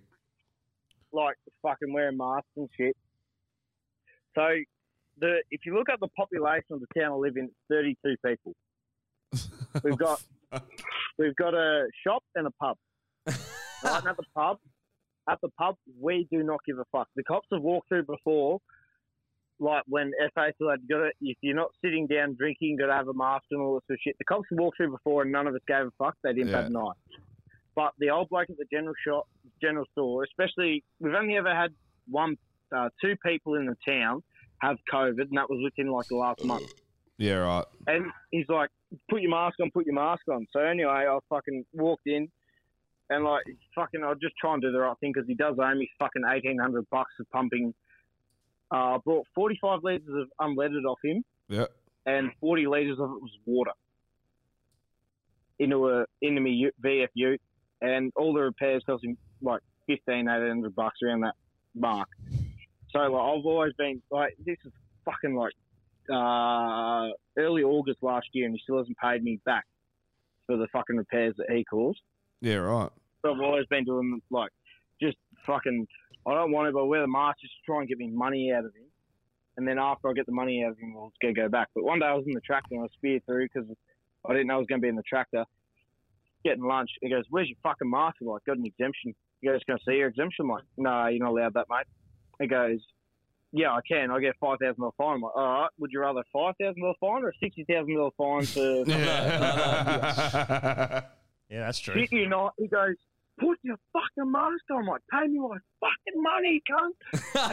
[SPEAKER 6] Like, fucking wearing masks and shit. So, the if you look at the population of the town I live in, it's 32 people. We've got we've got a shop and a pub. right, and at the pub, at the pub, we do not give a fuck. The cops have walked through before, like when FA said, "Got to, if you're not sitting down drinking, got to have a mask and all this sort of shit." The cops have walked through before, and none of us gave a fuck. They didn't
[SPEAKER 14] Yeah.
[SPEAKER 6] have knives. But the old bloke at the general shop, general store, especially, we've only ever had one, uh, two people in the town have COVID, and that was within like the last month.
[SPEAKER 2] Yeah, right.
[SPEAKER 6] And he's like, put your mask on, put your mask on. So anyway, I fucking walked in and like, fucking, I'll just try and do the right thing because he does owe me fucking 1800 bucks for pumping. Uh, I bought 45 litres of unleaded off him
[SPEAKER 2] Yeah.
[SPEAKER 6] and 40 litres of it was water into a into me U- VFU, and all the repairs cost him like 15, 1800 bucks around that mark. So like I've always been like this is fucking like uh, early August last year, and he still hasn't paid me back for the fucking repairs that he caused.
[SPEAKER 2] Yeah, right.
[SPEAKER 6] So I've always been doing like just fucking. I don't want to, but I wear the mask just to try and get me money out of him. And then after I get the money out of him, I'll go go back. But one day I was in the tractor and I speared through because I didn't know I was going to be in the tractor. Getting lunch, he goes, "Where's your fucking mask?" I'm like, "Got an exemption." He goes, "Can I see your exemption?" I'm like, "No, you're not allowed that, mate." He goes, "Yeah, I can. I get a five thousand dollar fine." I'm like, "All right, would you rather a five thousand dollar fine or a sixty thousand dollar fine for?"
[SPEAKER 2] yeah,
[SPEAKER 3] that's true.
[SPEAKER 6] Shit you not. He goes, put your fucking mask on. I'm like, pay me my fucking money, cunt.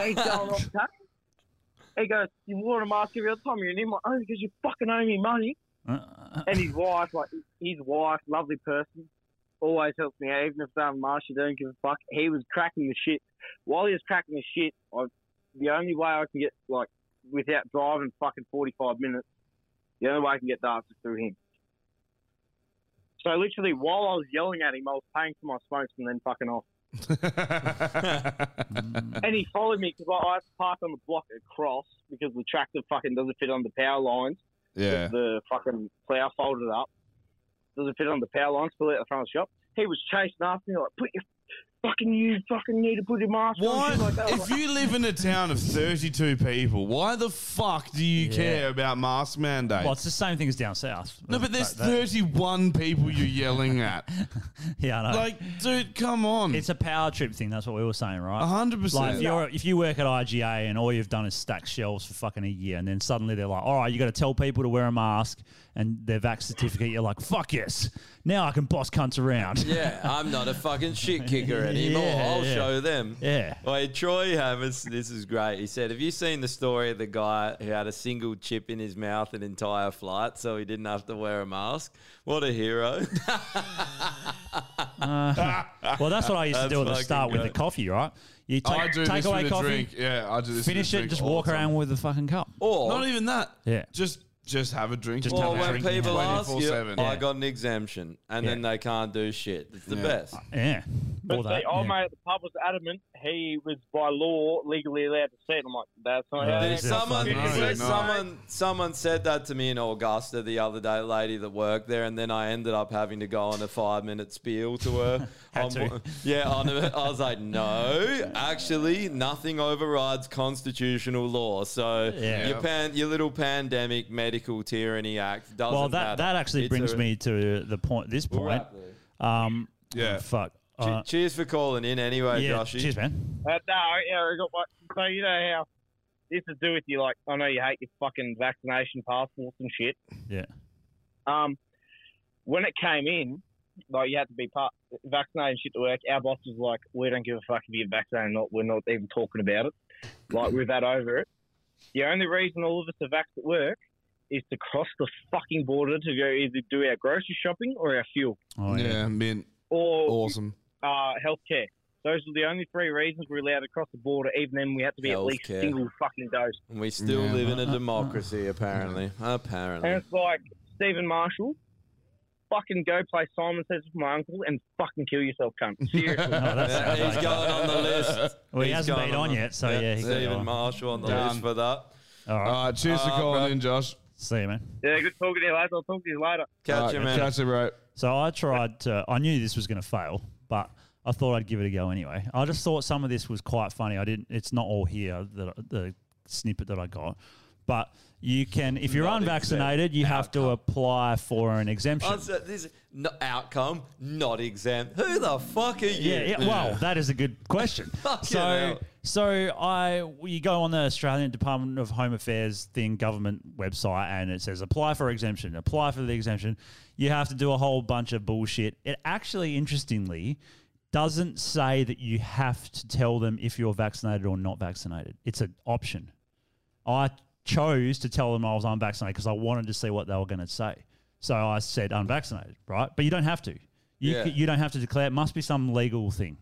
[SPEAKER 6] And he's going off tap. He goes, you wore a mask every other time you're in. I'm like, oh, because you fucking owe me money. and his wife, like, his wife, lovely person, always helps me out. Even if they're on mask, she don't give a fuck. He was cracking the shit. While he was cracking the shit, I, the only way I can get, like, without driving fucking 45 minutes, the only way I can get the answer is through him. So literally, while I was yelling at him, I was paying for my smokes and then fucking off. and he followed me because I, I parked on the block across because the tractor fucking doesn't fit on the power lines.
[SPEAKER 2] Yeah.
[SPEAKER 6] The fucking plough folded up. Doesn't fit on the power lines. Pull out the front of the shop. He was chasing after me like, put your fucking you fucking need to put your mask on.
[SPEAKER 2] Why,
[SPEAKER 6] shit Like that. I'm
[SPEAKER 2] if
[SPEAKER 6] like,
[SPEAKER 2] you live in a town of 32 people, why the fuck do you
[SPEAKER 3] Yeah.
[SPEAKER 2] care about mask mandates?
[SPEAKER 3] Well, it's the same thing as down south.
[SPEAKER 2] no, but there's
[SPEAKER 3] Like that.
[SPEAKER 2] 31 people you're yelling at.
[SPEAKER 3] Yeah, I know.
[SPEAKER 2] Like, dude, come on.
[SPEAKER 3] It's a power trip thing. That's what we were saying, right?
[SPEAKER 2] A hundred percent.
[SPEAKER 3] Like, if, you're, if you work at IGA and all you've done is stack shelves for fucking a year, and then suddenly they're like, all right, you got to tell people to wear a mask and their vax certificate, you're like, fuck yes. Now I can boss cunts around.
[SPEAKER 4] yeah, I'm not a fucking shit kicker anymore.
[SPEAKER 3] Yeah,
[SPEAKER 4] I'll
[SPEAKER 3] yeah.
[SPEAKER 4] show them.
[SPEAKER 3] Yeah.
[SPEAKER 4] Wait, Troy Hammers, this is great. He said, Have you seen the story of the guy who had a single chip in his mouth an entire flight so he didn't have to wear a mask? What a hero.
[SPEAKER 3] Uh, well, that's what I used to
[SPEAKER 4] That's
[SPEAKER 3] do at the
[SPEAKER 4] fucking
[SPEAKER 3] start with the
[SPEAKER 4] great.
[SPEAKER 3] coffee, right? You take,
[SPEAKER 2] I do
[SPEAKER 3] take
[SPEAKER 2] this
[SPEAKER 3] away
[SPEAKER 2] with a
[SPEAKER 3] coffee,
[SPEAKER 2] drink. Yeah, I do this with a
[SPEAKER 3] finish it,
[SPEAKER 2] drink
[SPEAKER 3] just
[SPEAKER 2] all
[SPEAKER 3] walk
[SPEAKER 2] the time.
[SPEAKER 3] around with a fucking cup.
[SPEAKER 4] Or
[SPEAKER 2] Not even that.
[SPEAKER 3] Oh. Yeah.
[SPEAKER 2] Just just have a drink.
[SPEAKER 4] Just or when people ask you, Oh,
[SPEAKER 2] 24/7.
[SPEAKER 4] I got an exemption, and then they can't do shit. It's the
[SPEAKER 2] Yeah.
[SPEAKER 4] best.
[SPEAKER 3] Yeah.
[SPEAKER 6] But see, old mate at the pub was adamant. he was by law legally allowed to see it. I'm like, that's not how it
[SPEAKER 4] Oh, someone, someone, someone said that to me in Augusta the other day, lady that worked there, and then I ended up having to go on a five minute spiel to her.
[SPEAKER 3] Had
[SPEAKER 4] on
[SPEAKER 3] to.
[SPEAKER 4] wha- Yeah, on a, I was like, no, actually, nothing overrides constitutional law. So
[SPEAKER 3] Yeah.
[SPEAKER 4] your pan, your little pandemic medical tyranny act doesn't.
[SPEAKER 3] well, that
[SPEAKER 4] matter.
[SPEAKER 3] that actually
[SPEAKER 4] It's
[SPEAKER 3] brings
[SPEAKER 4] a-
[SPEAKER 3] me to the point. This point. Um, yeah. Fuck.
[SPEAKER 4] Che-
[SPEAKER 3] Uh,
[SPEAKER 4] cheers for calling in anyway,
[SPEAKER 3] yeah,
[SPEAKER 4] Joshy.
[SPEAKER 3] cheers, man.
[SPEAKER 6] Uh, no, yeah, I got what. So you know how this to do with you. Like, I know you hate your fucking vaccination passports and shit.
[SPEAKER 3] yeah.
[SPEAKER 6] Um, when it came in, like you had to be part vaccinated and shit to work. Our boss was like, "We don't give a fuck if you're vaccinated or not. We're not even talking about it. Like we've had over it. The only reason all of us are vaxxed at work is to cross the fucking border to go either do our grocery shopping or our fuel
[SPEAKER 3] Oh, yeah.
[SPEAKER 2] yeah, mint. Oh.
[SPEAKER 6] or
[SPEAKER 2] Awesome.
[SPEAKER 6] uh, healthcare. Those are the only three reasons we're allowed to cross the border. Even then, we have to be at least
[SPEAKER 4] Healthcare.
[SPEAKER 6] single fucking dose.
[SPEAKER 4] And we still
[SPEAKER 6] Yeah.
[SPEAKER 4] live in a democracy, apparently. Apparently.
[SPEAKER 6] And it's like Stephen Marshall, fucking go play Simon Says with my uncle and fucking kill yourself, cunt. Seriously.
[SPEAKER 4] Yeah, he's going on the list.
[SPEAKER 3] Well, he
[SPEAKER 4] He's
[SPEAKER 3] hasn't
[SPEAKER 4] going
[SPEAKER 3] been on
[SPEAKER 4] the-
[SPEAKER 3] yet, so yeah, he could go
[SPEAKER 4] Stephen
[SPEAKER 3] on.
[SPEAKER 4] Marshall on the
[SPEAKER 3] Done.
[SPEAKER 4] list for that.
[SPEAKER 3] All right.
[SPEAKER 2] Uh, cheers for
[SPEAKER 4] Alright,
[SPEAKER 2] calling
[SPEAKER 4] bro.
[SPEAKER 2] in, Josh.
[SPEAKER 3] See you, man.
[SPEAKER 6] yeah, good talking to you, lads. I'll talk to you later.
[SPEAKER 3] Alright,
[SPEAKER 2] Catch you, bro.
[SPEAKER 3] So I tried to. I knew this was going to fail, but I thought I'd give it a go anyway. I just thought some of this was quite funny. I didn't. It's not all here that the snippet that I got, but you can if you're
[SPEAKER 4] Not
[SPEAKER 3] unvaccinated, you have to apply for an exemption.
[SPEAKER 4] Also, this no, outcome not exempt. Who the fuck are you?
[SPEAKER 3] Yeah, yeah. Well, that is a good question.
[SPEAKER 4] Fucking
[SPEAKER 3] so,
[SPEAKER 4] hell.
[SPEAKER 3] so I you go on the Australian Department of Home Affairs thing government website, and it says apply for exemption. Apply for the exemption. You have to do a whole bunch of bullshit. It actually, interestingly, doesn't say that you have to tell them if you're vaccinated or not vaccinated. It's an option. I chose to tell them I was unvaccinated because I wanted to see what they were going to say. So I said unvaccinated, right? But you don't have to. You,
[SPEAKER 4] Yeah.
[SPEAKER 3] c- you don't have to declare. It must be some legal thing.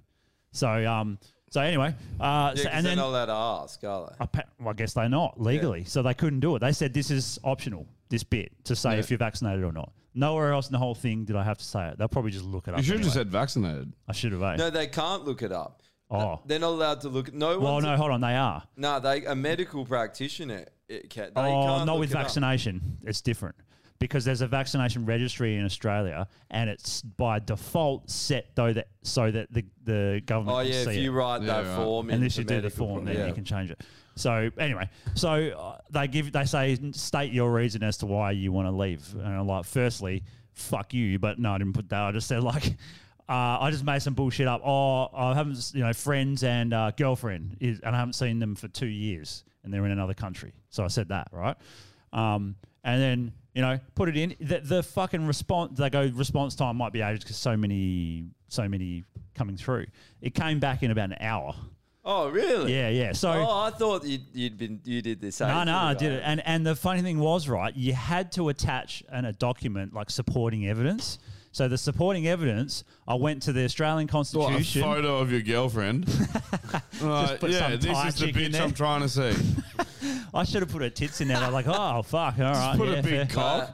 [SPEAKER 3] So um. So anyway, uh, so,
[SPEAKER 4] 'cause
[SPEAKER 3] and
[SPEAKER 4] they're
[SPEAKER 3] then
[SPEAKER 4] not allowed to ask, are they?
[SPEAKER 3] appa- well, I guess they're not legally, so they couldn't do it. They said this is optional. This bit to say
[SPEAKER 2] Yeah.
[SPEAKER 3] if you're vaccinated or not. Nowhere else in the whole thing did I have to say it. They'll probably just look it up.
[SPEAKER 2] You should have
[SPEAKER 3] anyway.
[SPEAKER 2] just said vaccinated.
[SPEAKER 3] I should have. eh?
[SPEAKER 4] No, they can't look it up.
[SPEAKER 3] oh,
[SPEAKER 4] They're not allowed to look. No
[SPEAKER 3] well,
[SPEAKER 4] one's-
[SPEAKER 3] no, hold on. They are.
[SPEAKER 4] No, they a medical practitioner. It can, they
[SPEAKER 3] Oh,
[SPEAKER 4] can't
[SPEAKER 3] not
[SPEAKER 4] look
[SPEAKER 3] with
[SPEAKER 4] it up.
[SPEAKER 3] vaccination. It's different because there's a vaccination registry in Australia, and it's by default set though that so that the, the government.
[SPEAKER 4] Oh,
[SPEAKER 3] can
[SPEAKER 4] yeah, if
[SPEAKER 3] see
[SPEAKER 4] you
[SPEAKER 3] it.
[SPEAKER 4] write that Yeah, right. form
[SPEAKER 3] and this
[SPEAKER 4] into
[SPEAKER 3] you do the
[SPEAKER 4] medical
[SPEAKER 3] form,
[SPEAKER 4] pro-
[SPEAKER 3] then
[SPEAKER 4] yeah.
[SPEAKER 3] you can change it. So anyway, so uh, they give they say state your reason as to why you want to leave, and I'm like, firstly, fuck you, but no, I didn't put that. I just said like. Uh, I just made some bullshit up. Oh, I haven't, s- you know, friends and uh, girlfriend is, and I haven't seen them for two years, and they're in another country. So I said that, right? Um, and then you know, put it in the, the fucking response. They go response time might be aged because so many, so many coming through. It came back in about an hour.
[SPEAKER 4] Oh, really?
[SPEAKER 3] Yeah, yeah. So-
[SPEAKER 4] oh, I thought you'd, you'd been you did this.
[SPEAKER 3] No,
[SPEAKER 4] ages
[SPEAKER 3] no, I
[SPEAKER 4] ago.
[SPEAKER 3] did it. And and the funny thing was, right, you had to attach an, a document like supporting evidence. So the supporting evidence, I went to the Australian
[SPEAKER 2] What, a
[SPEAKER 3] Constitution.
[SPEAKER 2] photo of your girlfriend. Right,
[SPEAKER 3] put
[SPEAKER 2] yeah,
[SPEAKER 3] some
[SPEAKER 2] this
[SPEAKER 3] Thai
[SPEAKER 2] is the
[SPEAKER 3] chick in
[SPEAKER 2] bitch
[SPEAKER 3] there.
[SPEAKER 2] I'm trying to see.
[SPEAKER 3] I should have put her tits in there. I'm like, oh fuck, all right.
[SPEAKER 2] put a
[SPEAKER 3] yeah,
[SPEAKER 2] big
[SPEAKER 3] fair.
[SPEAKER 2] cock.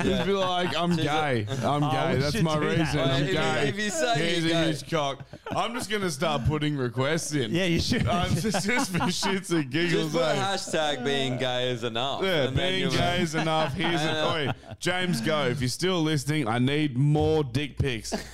[SPEAKER 2] Just be like, I'm gay. I'm
[SPEAKER 3] Oh,
[SPEAKER 2] gay.
[SPEAKER 3] we
[SPEAKER 2] That's
[SPEAKER 3] should
[SPEAKER 2] my
[SPEAKER 3] do that.
[SPEAKER 2] reason.
[SPEAKER 3] Well,
[SPEAKER 2] I'm
[SPEAKER 3] if you-
[SPEAKER 2] gay.
[SPEAKER 3] if you say
[SPEAKER 2] Here's
[SPEAKER 3] you're
[SPEAKER 2] a
[SPEAKER 3] gay.
[SPEAKER 2] huge cock. I'm just gonna start putting requests in.
[SPEAKER 3] Yeah, you should.
[SPEAKER 2] Uh, just, just for shits and
[SPEAKER 4] Just
[SPEAKER 2] giggles.
[SPEAKER 4] put
[SPEAKER 2] like,
[SPEAKER 4] hashtag being gay is enough.
[SPEAKER 2] Yeah,
[SPEAKER 4] and then
[SPEAKER 2] being
[SPEAKER 4] you'll-
[SPEAKER 2] gay is enough. Here's
[SPEAKER 4] And, uh,
[SPEAKER 2] a Oi, James Go. If you're still listening, I need more dick pics.
[SPEAKER 3] you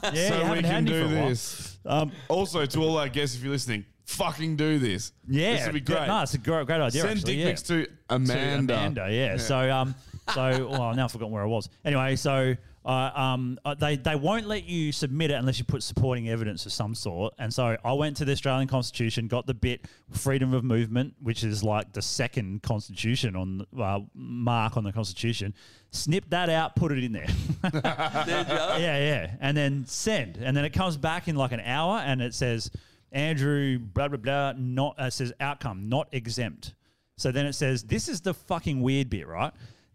[SPEAKER 2] so we
[SPEAKER 3] haven't had
[SPEAKER 2] can
[SPEAKER 3] any for
[SPEAKER 2] do
[SPEAKER 3] a while. Um,
[SPEAKER 2] this. also, to all our guests, if you're listening, fucking do this.
[SPEAKER 3] Yeah,
[SPEAKER 2] this would be
[SPEAKER 3] yeah,
[SPEAKER 2] great.
[SPEAKER 3] No, it's a great, great idea.
[SPEAKER 2] Send
[SPEAKER 3] actually,
[SPEAKER 2] dick
[SPEAKER 3] yeah.
[SPEAKER 2] pics to Amanda.
[SPEAKER 3] To Amanda, yeah. So, um, so well, now I've forgotten where I was. Anyway, so uh, um, uh, they they won't let you submit it unless you put supporting evidence of some sort. And so I went to the Australian Constitution, got the bit freedom of movement, which is like the second constitution on uh, mark on the Constitution. Snipped that out, put it in there. yeah, yeah. And then send. And then it comes back in like an hour and it says, Andrew, blah, blah, blah, not, uh, says outcome, not exempt. So then it says, this is the fucking weird bit, right?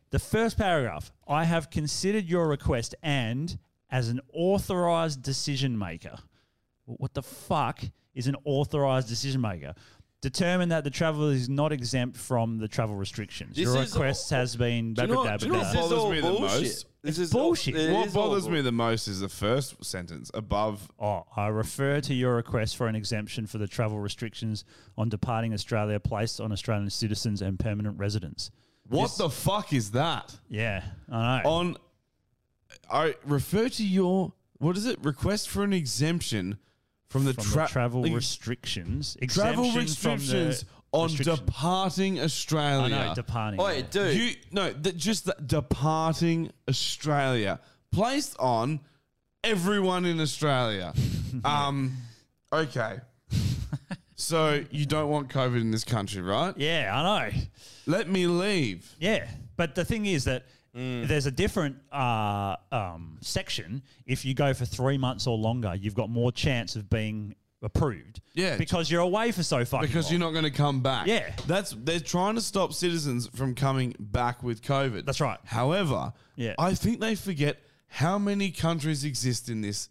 [SPEAKER 3] The first paragraph I have considered your request and as an authorized decision maker. What the fuck is an authorized decision maker? Determine that the traveler is not exempt from the travel restrictions.
[SPEAKER 4] This
[SPEAKER 3] your
[SPEAKER 4] is-
[SPEAKER 3] request has been. Blah,
[SPEAKER 4] Do you know
[SPEAKER 3] blah, blah,
[SPEAKER 4] what- do you know
[SPEAKER 3] blah,
[SPEAKER 4] what
[SPEAKER 3] blah.
[SPEAKER 4] bothers me the most?
[SPEAKER 3] This is bullshit.
[SPEAKER 2] what bothers me the most is the first sentence above.
[SPEAKER 3] Oh, I refer to your request for an exemption for the travel restrictions on departing Australia placed on Australian citizens and permanent residents.
[SPEAKER 2] What the fuck is that? Oh,
[SPEAKER 3] Yeah, I know.
[SPEAKER 2] On, I refer to your what is it? Request for an exemption from the,
[SPEAKER 3] From the
[SPEAKER 2] tra-
[SPEAKER 3] travel
[SPEAKER 2] like-
[SPEAKER 3] restrictions.
[SPEAKER 2] Travel
[SPEAKER 3] Exemption from the
[SPEAKER 2] restrictions on
[SPEAKER 3] restrictions.
[SPEAKER 2] departing Australia.
[SPEAKER 3] I know, departing, Oi, yeah.
[SPEAKER 4] dude.
[SPEAKER 2] You no, th- just the departing Australia placed on everyone in Australia. um, okay. So you don't want COVID in this country, right?
[SPEAKER 3] Yeah, I know.
[SPEAKER 2] Let me leave.
[SPEAKER 3] Yeah, but the thing is that
[SPEAKER 4] Mm.
[SPEAKER 3] there's a different uh, um, section. If you go for three months or longer, you've got more chance of being approved.
[SPEAKER 2] Yeah,
[SPEAKER 3] because you're away for so fucking.
[SPEAKER 2] because you're not going to come back.
[SPEAKER 3] Yeah.
[SPEAKER 2] that's they're trying to stop citizens from coming back with COVID. That's
[SPEAKER 3] right.
[SPEAKER 2] However,
[SPEAKER 3] Yeah.
[SPEAKER 2] I think they forget how many countries exist in this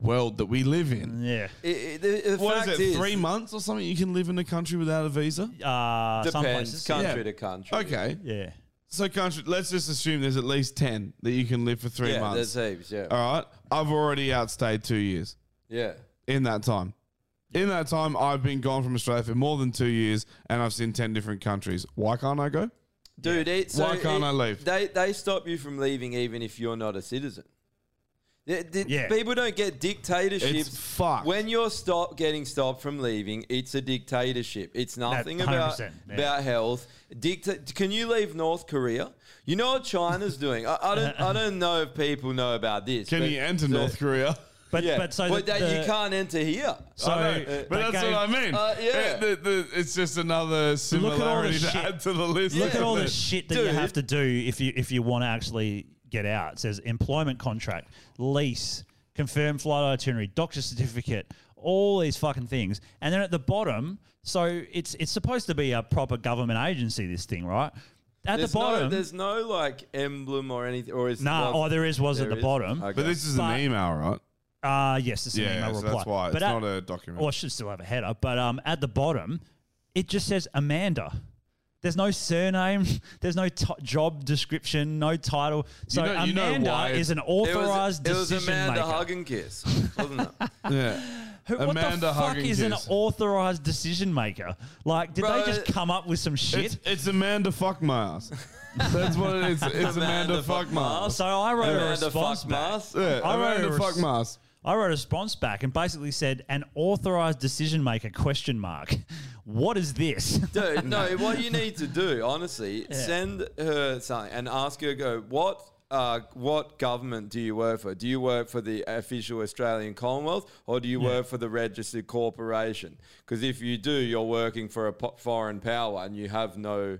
[SPEAKER 2] world that we live in.
[SPEAKER 3] Mm, Yeah,
[SPEAKER 4] It, it, the
[SPEAKER 2] What is
[SPEAKER 4] fact
[SPEAKER 2] it,
[SPEAKER 4] is-
[SPEAKER 2] three months or something? You can live in a country without a visa.
[SPEAKER 3] Uh,
[SPEAKER 4] some Depends, places. country to country.
[SPEAKER 2] Okay.
[SPEAKER 3] Yeah.
[SPEAKER 2] So country, let's just assume there's at least ten that you can live for three
[SPEAKER 4] Yeah,
[SPEAKER 2] months.
[SPEAKER 4] there's heaps, yeah.
[SPEAKER 2] All right. I've already outstayed two years.
[SPEAKER 4] Yeah.
[SPEAKER 2] In that time. In that time, I've been gone from Australia for more than two years, and I've seen ten different countries. Why can't I go?
[SPEAKER 4] Dude, it, so
[SPEAKER 2] Why can't
[SPEAKER 4] it-
[SPEAKER 2] I leave?
[SPEAKER 4] They they stop you from leaving even if you're not a citizen. Yeah, the-
[SPEAKER 2] Yeah.
[SPEAKER 4] People don't get dictatorships.
[SPEAKER 2] It's fucked.
[SPEAKER 4] When you're stop getting stopped from leaving, it's a dictatorship. It's nothing about
[SPEAKER 2] 100%, yeah.
[SPEAKER 4] about health. Dicta- can you leave North Korea? You know what China's doing. I, I don't I don't know if people know about this.
[SPEAKER 2] Can
[SPEAKER 4] but-
[SPEAKER 2] you enter
[SPEAKER 4] so-
[SPEAKER 2] North Korea?
[SPEAKER 3] But-
[SPEAKER 4] yeah,
[SPEAKER 3] but so the-
[SPEAKER 4] that
[SPEAKER 3] the-
[SPEAKER 4] you can't enter here.
[SPEAKER 3] So-
[SPEAKER 2] I know,
[SPEAKER 3] Uh,
[SPEAKER 2] but
[SPEAKER 3] that
[SPEAKER 2] that's what I
[SPEAKER 3] gave-
[SPEAKER 2] mean.
[SPEAKER 4] Uh, yeah.
[SPEAKER 2] It- the- the- it's just
[SPEAKER 3] Look at all
[SPEAKER 2] another
[SPEAKER 3] the
[SPEAKER 2] similarity to
[SPEAKER 3] shit.
[SPEAKER 2] add to the list.
[SPEAKER 3] Look at all the
[SPEAKER 2] isn't
[SPEAKER 3] shit
[SPEAKER 2] it?
[SPEAKER 3] that you have to do if you if you want to actually get out. It says employment contract, lease, confirmed flight itinerary, doctor certificate, all these fucking things. And then at the bottom, so it's it's supposed to be a proper government agency. This thing, right? At
[SPEAKER 4] There's
[SPEAKER 3] the bottom,
[SPEAKER 4] no, there's no like emblem or anything, or is
[SPEAKER 3] Nah,
[SPEAKER 4] well,
[SPEAKER 3] oh, there is was at
[SPEAKER 4] there
[SPEAKER 3] the bottom.
[SPEAKER 4] Okay.
[SPEAKER 2] But this is an email, right?
[SPEAKER 3] Uh yes, it's an
[SPEAKER 2] Yeah,
[SPEAKER 3] email
[SPEAKER 2] so
[SPEAKER 3] reply.
[SPEAKER 2] that's why it's
[SPEAKER 3] But at-
[SPEAKER 2] not a document.
[SPEAKER 3] Or it should still have a header. But um, at the bottom, it just says Amanda. There's no surname. There's no t- job description. No title. So
[SPEAKER 4] know- you know
[SPEAKER 3] Amanda
[SPEAKER 4] why
[SPEAKER 3] is an
[SPEAKER 4] it was-
[SPEAKER 3] authorized
[SPEAKER 4] it was
[SPEAKER 3] decision
[SPEAKER 4] Amanda
[SPEAKER 3] maker.
[SPEAKER 4] hug and kiss, wasn't it?
[SPEAKER 2] yeah.
[SPEAKER 3] Who, what the fuck is an authorized decision maker? Like, did
[SPEAKER 2] Bro,
[SPEAKER 3] they just
[SPEAKER 2] it-
[SPEAKER 3] come up with some shit?
[SPEAKER 2] It's, it's Amanda fuck my ass. That's what it is. It's Amanda, fuck my ass.
[SPEAKER 3] So I wrote a
[SPEAKER 2] Amanda
[SPEAKER 3] response
[SPEAKER 2] fuck
[SPEAKER 3] back.
[SPEAKER 2] my ass. Yeah,
[SPEAKER 3] I wrote
[SPEAKER 2] Amanda
[SPEAKER 3] a
[SPEAKER 2] fuck my ass.
[SPEAKER 3] I wrote a response back and basically said an authorized decision maker question mark. What is this?
[SPEAKER 4] Dude, no, what you need to do, honestly, send her something and ask her, go, what uh, what government do you work for? Do you work for the official Australian Commonwealth or do you work for the registered corporation? Because if you do, you're working for a po- foreign power and you have no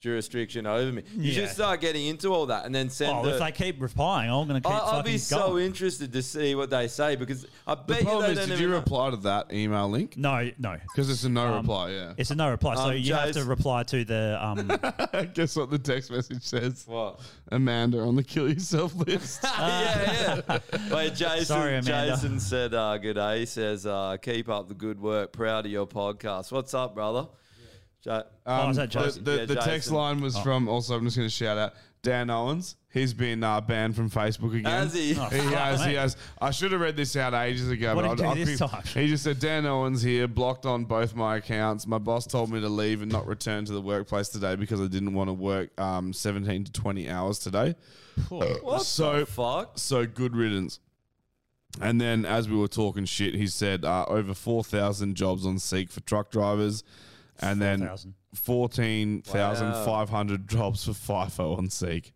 [SPEAKER 4] jurisdiction over me. You
[SPEAKER 3] Yeah.
[SPEAKER 4] should start getting into all that and then send
[SPEAKER 3] Oh,
[SPEAKER 4] her.
[SPEAKER 3] if they keep replying, I'm going to keep
[SPEAKER 4] I- I'll
[SPEAKER 3] fucking
[SPEAKER 4] be so
[SPEAKER 3] going.
[SPEAKER 4] interested to see what they say because I
[SPEAKER 2] The
[SPEAKER 4] bet you
[SPEAKER 2] problem
[SPEAKER 4] they
[SPEAKER 2] is,
[SPEAKER 4] don't
[SPEAKER 2] did
[SPEAKER 4] even
[SPEAKER 2] you
[SPEAKER 4] know.
[SPEAKER 2] reply to that email link?
[SPEAKER 3] No, no.
[SPEAKER 2] Because it's a no
[SPEAKER 3] Um,
[SPEAKER 2] reply, yeah.
[SPEAKER 3] It's a no reply, so
[SPEAKER 2] Um,
[SPEAKER 3] you have to
[SPEAKER 2] Jace-
[SPEAKER 3] reply to the. Um,
[SPEAKER 2] Guess what the text message says?
[SPEAKER 4] What?
[SPEAKER 2] Amanda on the kill yourself
[SPEAKER 3] Oh,
[SPEAKER 2] list.
[SPEAKER 4] yeah, yeah. Wait, Jason.
[SPEAKER 2] Sorry, Amanda.
[SPEAKER 4] Jason said, uh, "Good day." He says, uh, "Keep up the good work. Proud of your podcast. What's up, brother?" Ja-
[SPEAKER 2] Um, The, the,
[SPEAKER 4] Yeah,
[SPEAKER 2] the text
[SPEAKER 4] Jason.
[SPEAKER 2] line
[SPEAKER 3] Oh.
[SPEAKER 2] was from also. I'm just going to shout out Dan Owens. He's been uh, banned from Facebook again.
[SPEAKER 4] Has he? Oh, fuck,
[SPEAKER 2] has. He
[SPEAKER 4] mate.
[SPEAKER 2] has. I should have read this out ages ago.
[SPEAKER 4] What
[SPEAKER 2] but
[SPEAKER 4] did he
[SPEAKER 2] I'll-
[SPEAKER 4] do
[SPEAKER 2] I'll
[SPEAKER 4] this
[SPEAKER 2] pick-
[SPEAKER 4] time?
[SPEAKER 2] He just said Dan Owens here blocked on both my accounts. My boss told me to leave and not return to the workplace today because I didn't want to work um, 17 to 20 hours today. Uh,
[SPEAKER 4] What
[SPEAKER 2] so
[SPEAKER 4] fuck?
[SPEAKER 2] So good riddance. And then, as we were talking shit, he said uh, over four thousand jobs on Seek for truck drivers, and then
[SPEAKER 3] 4,000.
[SPEAKER 2] fourteen thousand
[SPEAKER 4] Wow.
[SPEAKER 2] five hundred jobs for FIFO on Seek.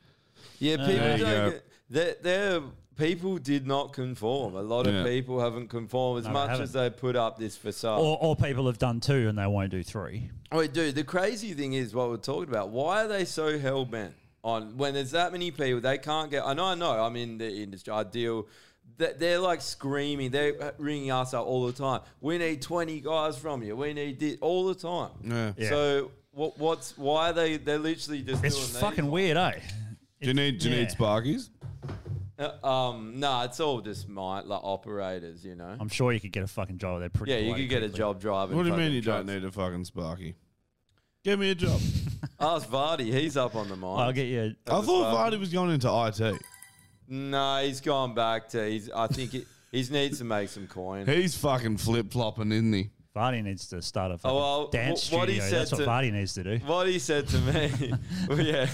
[SPEAKER 4] Yeah,
[SPEAKER 2] Uh,
[SPEAKER 4] people
[SPEAKER 2] There you
[SPEAKER 4] don't.
[SPEAKER 2] go.
[SPEAKER 4] Get, they're, they're, people did not conform. A lot of
[SPEAKER 3] Yeah.
[SPEAKER 4] people haven't conformed as
[SPEAKER 3] No, they
[SPEAKER 4] much
[SPEAKER 3] haven't.
[SPEAKER 4] as they put up this facade.
[SPEAKER 3] or, or people have done two and they won't do three.
[SPEAKER 4] Oh, Wait, dude, the crazy thing is what we're talking about. Why are they so hell bent on when there's that many people they can't get? I know, I know. I'm in the industry. I deal. they- They're like screaming. They're ringing us up all the time. We need 20 guys from you. We need this all the time.
[SPEAKER 2] Yeah. Yeah.
[SPEAKER 4] So what? What's why are they? They're literally just.
[SPEAKER 3] It's
[SPEAKER 4] doing these
[SPEAKER 3] fucking weird, eh?
[SPEAKER 2] Do you need do you need
[SPEAKER 4] yeah.
[SPEAKER 2] Sparkies?
[SPEAKER 4] Uh, um, no, nah, it's all just my like operators, you know.
[SPEAKER 3] I'm sure you could get a fucking job there pretty
[SPEAKER 4] Yeah, you
[SPEAKER 3] bloody
[SPEAKER 4] could get a
[SPEAKER 3] quickly.
[SPEAKER 4] job driving.
[SPEAKER 2] What do you
[SPEAKER 4] fucking
[SPEAKER 2] mean you don't
[SPEAKER 4] trucks.
[SPEAKER 2] need a fucking Sparky? Give me a job.
[SPEAKER 4] Ask Vardy, he's up on the mine.
[SPEAKER 2] I thought Vardy was going into IT.
[SPEAKER 4] No, he's gone back to. He's. I think he, he needs to make some coin.
[SPEAKER 2] He's fucking flip flopping, isn't he?
[SPEAKER 3] Vardy needs to start a fucking
[SPEAKER 4] Oh, well,
[SPEAKER 3] dance
[SPEAKER 4] wh- what he
[SPEAKER 3] studio.
[SPEAKER 4] said
[SPEAKER 3] That's what
[SPEAKER 4] to-
[SPEAKER 3] Vardy needs to do.
[SPEAKER 4] What he said to me, well, yeah,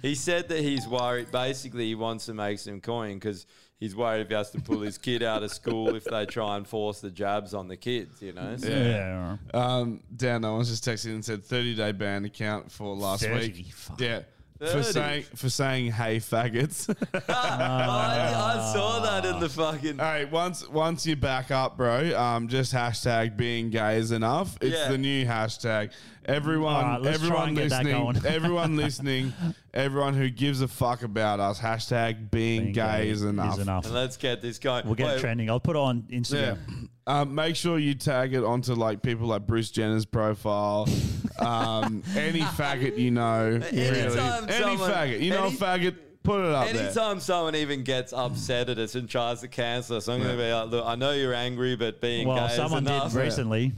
[SPEAKER 4] he said that he's worried. Basically, he wants to make some coin because he's worried if he has to pull his kid out of school if they try and force the jabs on the kids. You know,
[SPEAKER 2] Yeah. Um, Dan, no one's just texted and said 30 day ban account for last
[SPEAKER 4] 30,
[SPEAKER 2] week. Yeah. For
[SPEAKER 4] 30.
[SPEAKER 2] saying for saying hey faggots.
[SPEAKER 4] I, I saw that in the fucking.
[SPEAKER 2] All right, once once you back up, bro, um, just hashtag being gay is enough. It's
[SPEAKER 4] Yeah.
[SPEAKER 2] the new hashtag. Everyone,
[SPEAKER 3] All right, let's try
[SPEAKER 2] everyone
[SPEAKER 3] and get that
[SPEAKER 2] listening,
[SPEAKER 3] going.
[SPEAKER 2] everyone listening, everyone who gives a fuck about us, hashtag being, gay, is enough.
[SPEAKER 4] And let's get this going.
[SPEAKER 2] We'll get
[SPEAKER 4] Wait,
[SPEAKER 2] it
[SPEAKER 3] Trending. I'll put it on Instagram.
[SPEAKER 2] Yeah. Um, make sure you tag it onto like people like Bruce Jenner's profile. um, any faggot you know, really.
[SPEAKER 4] Anytime
[SPEAKER 2] any
[SPEAKER 4] someone-
[SPEAKER 2] faggot you know, a
[SPEAKER 4] any-
[SPEAKER 2] faggot, put it up there.
[SPEAKER 4] Anytime someone even gets upset at us and tries to cancel us, I'm going to be like, look, I know you're angry, but being
[SPEAKER 3] Well,
[SPEAKER 4] gay
[SPEAKER 3] someone
[SPEAKER 4] is enough.
[SPEAKER 3] did recently.
[SPEAKER 2] You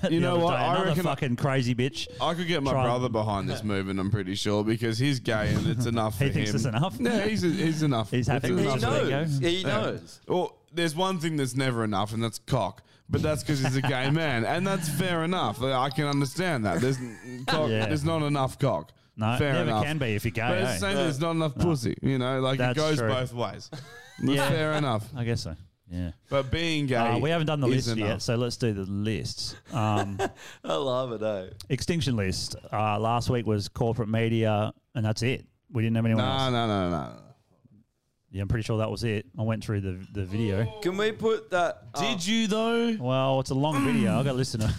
[SPEAKER 3] the
[SPEAKER 2] know
[SPEAKER 3] other
[SPEAKER 2] what?
[SPEAKER 3] day.
[SPEAKER 2] I
[SPEAKER 3] Another
[SPEAKER 2] reckon I-
[SPEAKER 3] fucking crazy bitch.
[SPEAKER 2] I could get my
[SPEAKER 3] Try-
[SPEAKER 2] brother behind this movement. I'm pretty sure because he's gay and it's enough.
[SPEAKER 3] He
[SPEAKER 2] for
[SPEAKER 3] thinks
[SPEAKER 2] him.
[SPEAKER 3] it's enough.
[SPEAKER 2] Yeah, he's he's enough.
[SPEAKER 3] He's happy
[SPEAKER 2] It's
[SPEAKER 3] with
[SPEAKER 2] enough
[SPEAKER 3] his
[SPEAKER 2] for him.
[SPEAKER 3] knows.
[SPEAKER 4] He
[SPEAKER 2] Yeah.
[SPEAKER 4] knows.
[SPEAKER 2] Well, there's one thing that's never enough, and that's cock. But that's because he's a gay man, and that's fair enough. Like, I can understand that. There's n- cock,
[SPEAKER 3] Yeah.
[SPEAKER 2] there's not enough cock.
[SPEAKER 3] No,
[SPEAKER 2] fair
[SPEAKER 3] never
[SPEAKER 2] enough.
[SPEAKER 3] can be if you're gay,
[SPEAKER 2] But it's
[SPEAKER 3] eh?
[SPEAKER 2] the same.
[SPEAKER 3] No.
[SPEAKER 2] There's not enough pussy. You know, like
[SPEAKER 3] That's
[SPEAKER 2] it goes
[SPEAKER 3] true.
[SPEAKER 2] both ways. That's
[SPEAKER 3] Yeah.
[SPEAKER 2] fair enough.
[SPEAKER 3] I guess so. Yeah.
[SPEAKER 2] But being gay,
[SPEAKER 3] Uh, we haven't done the
[SPEAKER 2] is
[SPEAKER 3] list
[SPEAKER 2] enough.
[SPEAKER 3] yet, so let's do the lists. Um,
[SPEAKER 4] I love it, eh?
[SPEAKER 3] extinction list. Uh, last week was corporate media, and that's it. We didn't have anyone
[SPEAKER 2] No,
[SPEAKER 3] else.
[SPEAKER 2] no, no, no.
[SPEAKER 3] Yeah, I'm pretty sure that was it. I went through the, the video.
[SPEAKER 4] Can we put that? Did
[SPEAKER 2] you though?
[SPEAKER 3] Well, it's a long video. I got to listen to.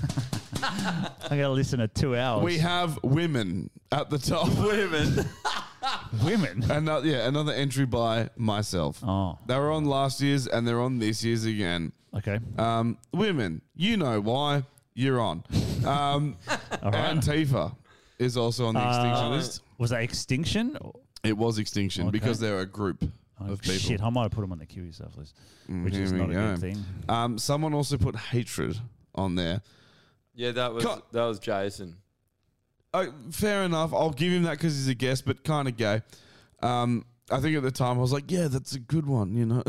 [SPEAKER 3] I got to listen to two hours.
[SPEAKER 2] We have women at the top.
[SPEAKER 4] Women.
[SPEAKER 3] women.
[SPEAKER 2] And uh, yeah, another entry by myself.
[SPEAKER 3] Oh.
[SPEAKER 2] They were on last year's and they're on this year's again.
[SPEAKER 3] Okay.
[SPEAKER 2] Um, women, you know why. You're on. Um, Antifa is also on the extinction
[SPEAKER 3] Uh,
[SPEAKER 2] list.
[SPEAKER 3] Was that extinction?
[SPEAKER 2] It was extinction
[SPEAKER 3] Okay.
[SPEAKER 2] because they're a group of people. Mm,
[SPEAKER 3] Shit, I might have put them on the Q yourself list, which
[SPEAKER 2] Here
[SPEAKER 3] is
[SPEAKER 2] we
[SPEAKER 3] not a
[SPEAKER 2] go.
[SPEAKER 3] good thing.
[SPEAKER 2] Um, someone also put hatred on there.
[SPEAKER 4] Yeah, that was
[SPEAKER 2] Cut.
[SPEAKER 4] that was Jason.
[SPEAKER 2] Oh, fair enough. I'll give him that because he's a guest, but kind of gay. Um, I think at the time I was like, yeah, that's a good one, you know.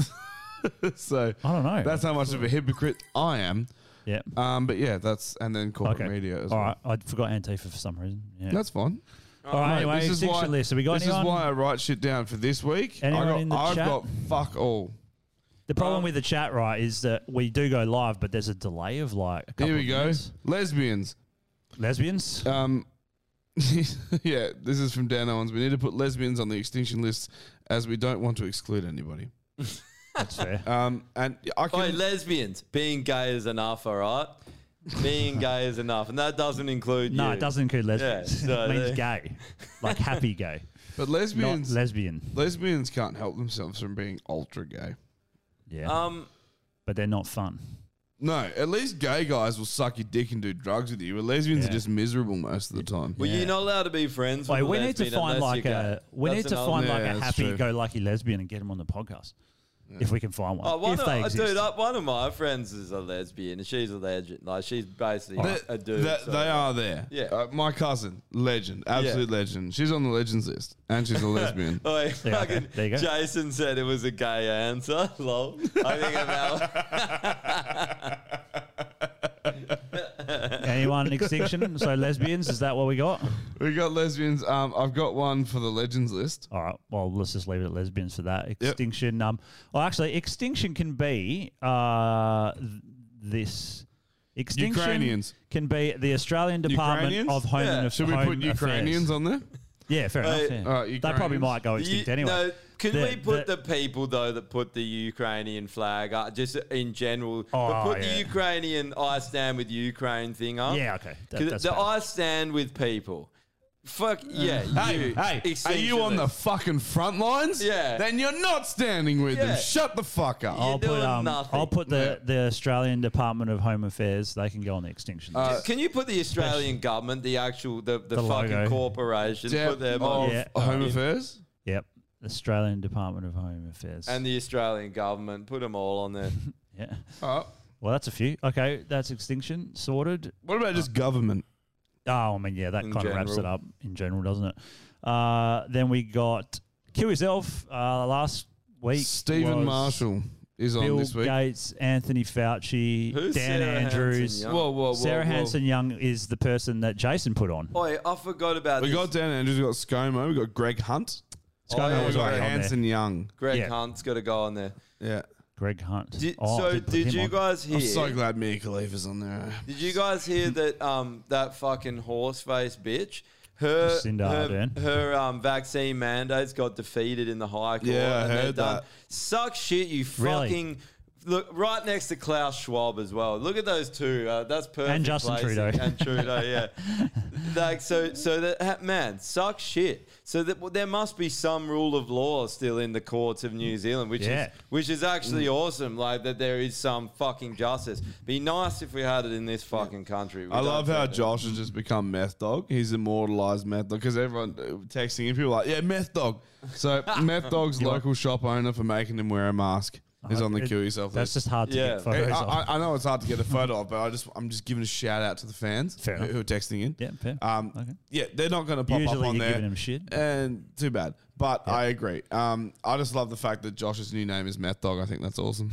[SPEAKER 2] so
[SPEAKER 3] I don't know.
[SPEAKER 2] That's how much of a hypocrite I am.
[SPEAKER 3] Yeah.
[SPEAKER 2] Um, but yeah, that's and then corporate
[SPEAKER 3] Okay.
[SPEAKER 2] media as
[SPEAKER 3] All
[SPEAKER 2] well.
[SPEAKER 3] right, I forgot Antifa for some reason. Yeah.
[SPEAKER 2] That's fine.
[SPEAKER 3] All right,
[SPEAKER 2] Mate,
[SPEAKER 3] anyway, extinction list. Have we got
[SPEAKER 2] this
[SPEAKER 3] anyone?
[SPEAKER 2] is why I write shit down for this week.
[SPEAKER 3] Anyone
[SPEAKER 2] I got,
[SPEAKER 3] in the
[SPEAKER 2] I've
[SPEAKER 3] chat?
[SPEAKER 2] got fuck all. Um,
[SPEAKER 3] The problem with the chat, right, is that we do go live, but there's a delay of like. A
[SPEAKER 2] Here
[SPEAKER 3] couple
[SPEAKER 2] we
[SPEAKER 3] of
[SPEAKER 2] go.
[SPEAKER 3] minutes.
[SPEAKER 2] Lesbians.
[SPEAKER 3] Lesbians.
[SPEAKER 2] Um, yeah, this is from Dan Owens. We need to put lesbians on the extinction list as we don't want to exclude anybody.
[SPEAKER 3] That's fair.
[SPEAKER 2] Um, and I can
[SPEAKER 4] Wait, lesbians. Being gay is enough, all right? Being gay is enough. And that doesn't include
[SPEAKER 3] No,
[SPEAKER 4] you.
[SPEAKER 3] it doesn't include lesbians.
[SPEAKER 4] Yeah, so
[SPEAKER 3] it means
[SPEAKER 4] there-
[SPEAKER 3] gay, like happy gay.
[SPEAKER 2] But lesbians,
[SPEAKER 3] lesbian,
[SPEAKER 2] lesbians can't help themselves from being ultra gay.
[SPEAKER 3] Yeah.
[SPEAKER 4] Um,
[SPEAKER 3] but they're not fun.
[SPEAKER 2] No, at least gay guys will suck your dick and do drugs with you. But lesbians
[SPEAKER 3] Yeah.
[SPEAKER 2] are just miserable most of the time.
[SPEAKER 4] Well, you're not allowed to be friends with
[SPEAKER 3] Wait,
[SPEAKER 4] a
[SPEAKER 3] we need to
[SPEAKER 4] lesbian
[SPEAKER 3] find
[SPEAKER 4] unless
[SPEAKER 3] like
[SPEAKER 4] you're
[SPEAKER 3] a
[SPEAKER 4] gay.
[SPEAKER 3] we
[SPEAKER 4] That's
[SPEAKER 3] need to
[SPEAKER 4] another-
[SPEAKER 3] find
[SPEAKER 2] Yeah,
[SPEAKER 3] like a
[SPEAKER 2] that's
[SPEAKER 3] happy
[SPEAKER 2] true.
[SPEAKER 3] go lucky lesbian and get him on the podcast if we can find one.
[SPEAKER 4] Oh, one
[SPEAKER 3] if
[SPEAKER 4] of,
[SPEAKER 3] they
[SPEAKER 4] uh,
[SPEAKER 3] exist.
[SPEAKER 4] dude, uh, one of my friends is a lesbian, and she's a legend. Like she's basically a dude.
[SPEAKER 2] That-
[SPEAKER 4] so-
[SPEAKER 2] they are there.
[SPEAKER 4] Yeah.
[SPEAKER 2] Uh, my cousin, legend, absolute legend. She's on the legends list, and she's a lesbian.
[SPEAKER 4] Oh, wait,
[SPEAKER 2] Yeah, okay.
[SPEAKER 4] fucking
[SPEAKER 2] There you go.
[SPEAKER 4] Jason said it was a gay answer. Lol. I think about
[SPEAKER 3] Anyone extinction? So lesbians, is that what we got?
[SPEAKER 2] We got lesbians. Um, I've got one for the legends list.
[SPEAKER 3] All right. Well, let's just leave it at lesbians for that. Extinction. Um. Well, actually, extinction can be uh th- this. Extinction
[SPEAKER 2] Ukrainians.
[SPEAKER 3] can be the Australian Department
[SPEAKER 2] Ukrainians?
[SPEAKER 3] of Home and
[SPEAKER 2] Should we
[SPEAKER 3] Home
[SPEAKER 2] put
[SPEAKER 3] Affairs.
[SPEAKER 2] Ukrainians on there? Uh,
[SPEAKER 3] Yeah, fair enough. yeah. they probably might go
[SPEAKER 4] You-
[SPEAKER 3] extinct anyway.
[SPEAKER 4] No, can
[SPEAKER 3] The-
[SPEAKER 4] we put the, people though that put the Ukrainian flag up, just in general? but
[SPEAKER 3] Oh,
[SPEAKER 4] put
[SPEAKER 3] yeah.
[SPEAKER 4] the Ukrainian "I stand with Ukraine" thing up.
[SPEAKER 3] Yeah, okay. That-
[SPEAKER 4] 'Cause
[SPEAKER 3] that's
[SPEAKER 4] the
[SPEAKER 3] fair. Mm.
[SPEAKER 4] "I stand with people." Fuck yeah!
[SPEAKER 2] Um, Hey,
[SPEAKER 4] you,
[SPEAKER 2] hey, are you on the
[SPEAKER 4] extinctionist.
[SPEAKER 2] fucking front lines?
[SPEAKER 4] Yeah.
[SPEAKER 2] Then you're not standing with
[SPEAKER 4] Yeah.
[SPEAKER 2] them. Shut the fuck up.
[SPEAKER 3] I'll put um, I'll put the, the Australian Department of Home Affairs. They can go on the extinction.
[SPEAKER 2] Uh,
[SPEAKER 3] list.
[SPEAKER 4] Just- can you put the Australian government, the actual, the, the,
[SPEAKER 3] uh, The
[SPEAKER 4] fucking
[SPEAKER 3] logo.
[SPEAKER 4] corporation, put them on
[SPEAKER 2] Home Affairs.
[SPEAKER 3] Yep, Australian Department of Home Affairs.
[SPEAKER 4] and the Australian government, put them all on there.
[SPEAKER 3] yeah.
[SPEAKER 2] Oh.
[SPEAKER 3] Well, that's a few. Okay, that's extinction sorted.
[SPEAKER 2] What about just government?
[SPEAKER 3] Oh, I mean, yeah, that
[SPEAKER 2] In
[SPEAKER 3] kind of wraps it
[SPEAKER 2] general.
[SPEAKER 3] up in general, doesn't it? Uh, then we got kill yourself. Uh, last week.
[SPEAKER 2] Stephen
[SPEAKER 3] was
[SPEAKER 2] Marshall is on
[SPEAKER 3] Bill
[SPEAKER 2] this week.
[SPEAKER 3] Gates, Anthony Fauci,
[SPEAKER 4] Who's
[SPEAKER 3] Dan
[SPEAKER 4] Sarah
[SPEAKER 3] Andrews.
[SPEAKER 4] Hanson-Young? Whoa, whoa, whoa,
[SPEAKER 3] Sarah
[SPEAKER 4] whoa.
[SPEAKER 3] Hanson Young is the person that Jason put on.
[SPEAKER 4] Oi, I forgot about
[SPEAKER 2] We
[SPEAKER 4] this.
[SPEAKER 2] got Dan Andrews, we got ScoMo, we got Greg Hunt.
[SPEAKER 4] ScoMo
[SPEAKER 2] Oh, yeah,
[SPEAKER 4] was
[SPEAKER 2] we got
[SPEAKER 4] already on
[SPEAKER 2] Hanson
[SPEAKER 4] there.
[SPEAKER 2] Young.
[SPEAKER 4] Greg Hunt's got to go on there.
[SPEAKER 2] Yeah.
[SPEAKER 3] Greg Hunt.
[SPEAKER 4] Did- Oh, so I did put did him you on. guys
[SPEAKER 2] I'm
[SPEAKER 4] hear-
[SPEAKER 2] so glad Mia Khalifa's on there. eh?
[SPEAKER 4] Did you guys hear that? Um, that fucking horse face bitch. Her,
[SPEAKER 3] Jacinda
[SPEAKER 4] her,
[SPEAKER 3] Ardern.
[SPEAKER 4] her um, vaccine mandates got defeated in the High Court.
[SPEAKER 2] Yeah, I
[SPEAKER 4] and they're
[SPEAKER 2] heard
[SPEAKER 4] done.
[SPEAKER 2] that.
[SPEAKER 4] Suck shit, you
[SPEAKER 3] Really?
[SPEAKER 4] fucking. Look right next to Klaus Schwab as well. Look at those two. Uh, that's perfect.
[SPEAKER 3] And Justin
[SPEAKER 4] placing.
[SPEAKER 3] Trudeau.
[SPEAKER 4] And Trudeau, yeah. like so, so that ha- man suck shit. So that well, there must be some rule of law still in the courts of New Zealand, which
[SPEAKER 3] Yeah.
[SPEAKER 4] is which is actually
[SPEAKER 2] Mm.
[SPEAKER 4] awesome. Like that, there is some fucking justice. Be nice if we had it in this fucking country. We
[SPEAKER 2] I
[SPEAKER 4] don't
[SPEAKER 2] love how
[SPEAKER 4] have it.
[SPEAKER 2] Josh has just become meth dog. He's immortalized meth dog because everyone uh, texting him, people are like, yeah, meth dog. So meth dog's
[SPEAKER 3] You're-
[SPEAKER 2] local shop owner for making him wear a mask is
[SPEAKER 3] Uh,
[SPEAKER 2] on the
[SPEAKER 3] it-
[SPEAKER 2] kill yourself
[SPEAKER 3] that's
[SPEAKER 2] list.
[SPEAKER 3] just hard to get
[SPEAKER 2] Hey,
[SPEAKER 3] photos
[SPEAKER 2] I,
[SPEAKER 3] of.
[SPEAKER 2] I, I know it's hard to get a photo of, but I just I'm just giving a shout out to the fans who,
[SPEAKER 3] enough.
[SPEAKER 2] who are texting in. Yeah, fair. Um, yeah, they're not going to pop
[SPEAKER 3] Usually
[SPEAKER 2] up on
[SPEAKER 3] you're
[SPEAKER 2] there.
[SPEAKER 3] giving 'em shit.
[SPEAKER 2] and too bad. But I agree. Um, I just love the fact that Josh's new name is Meth Dog. I think that's awesome.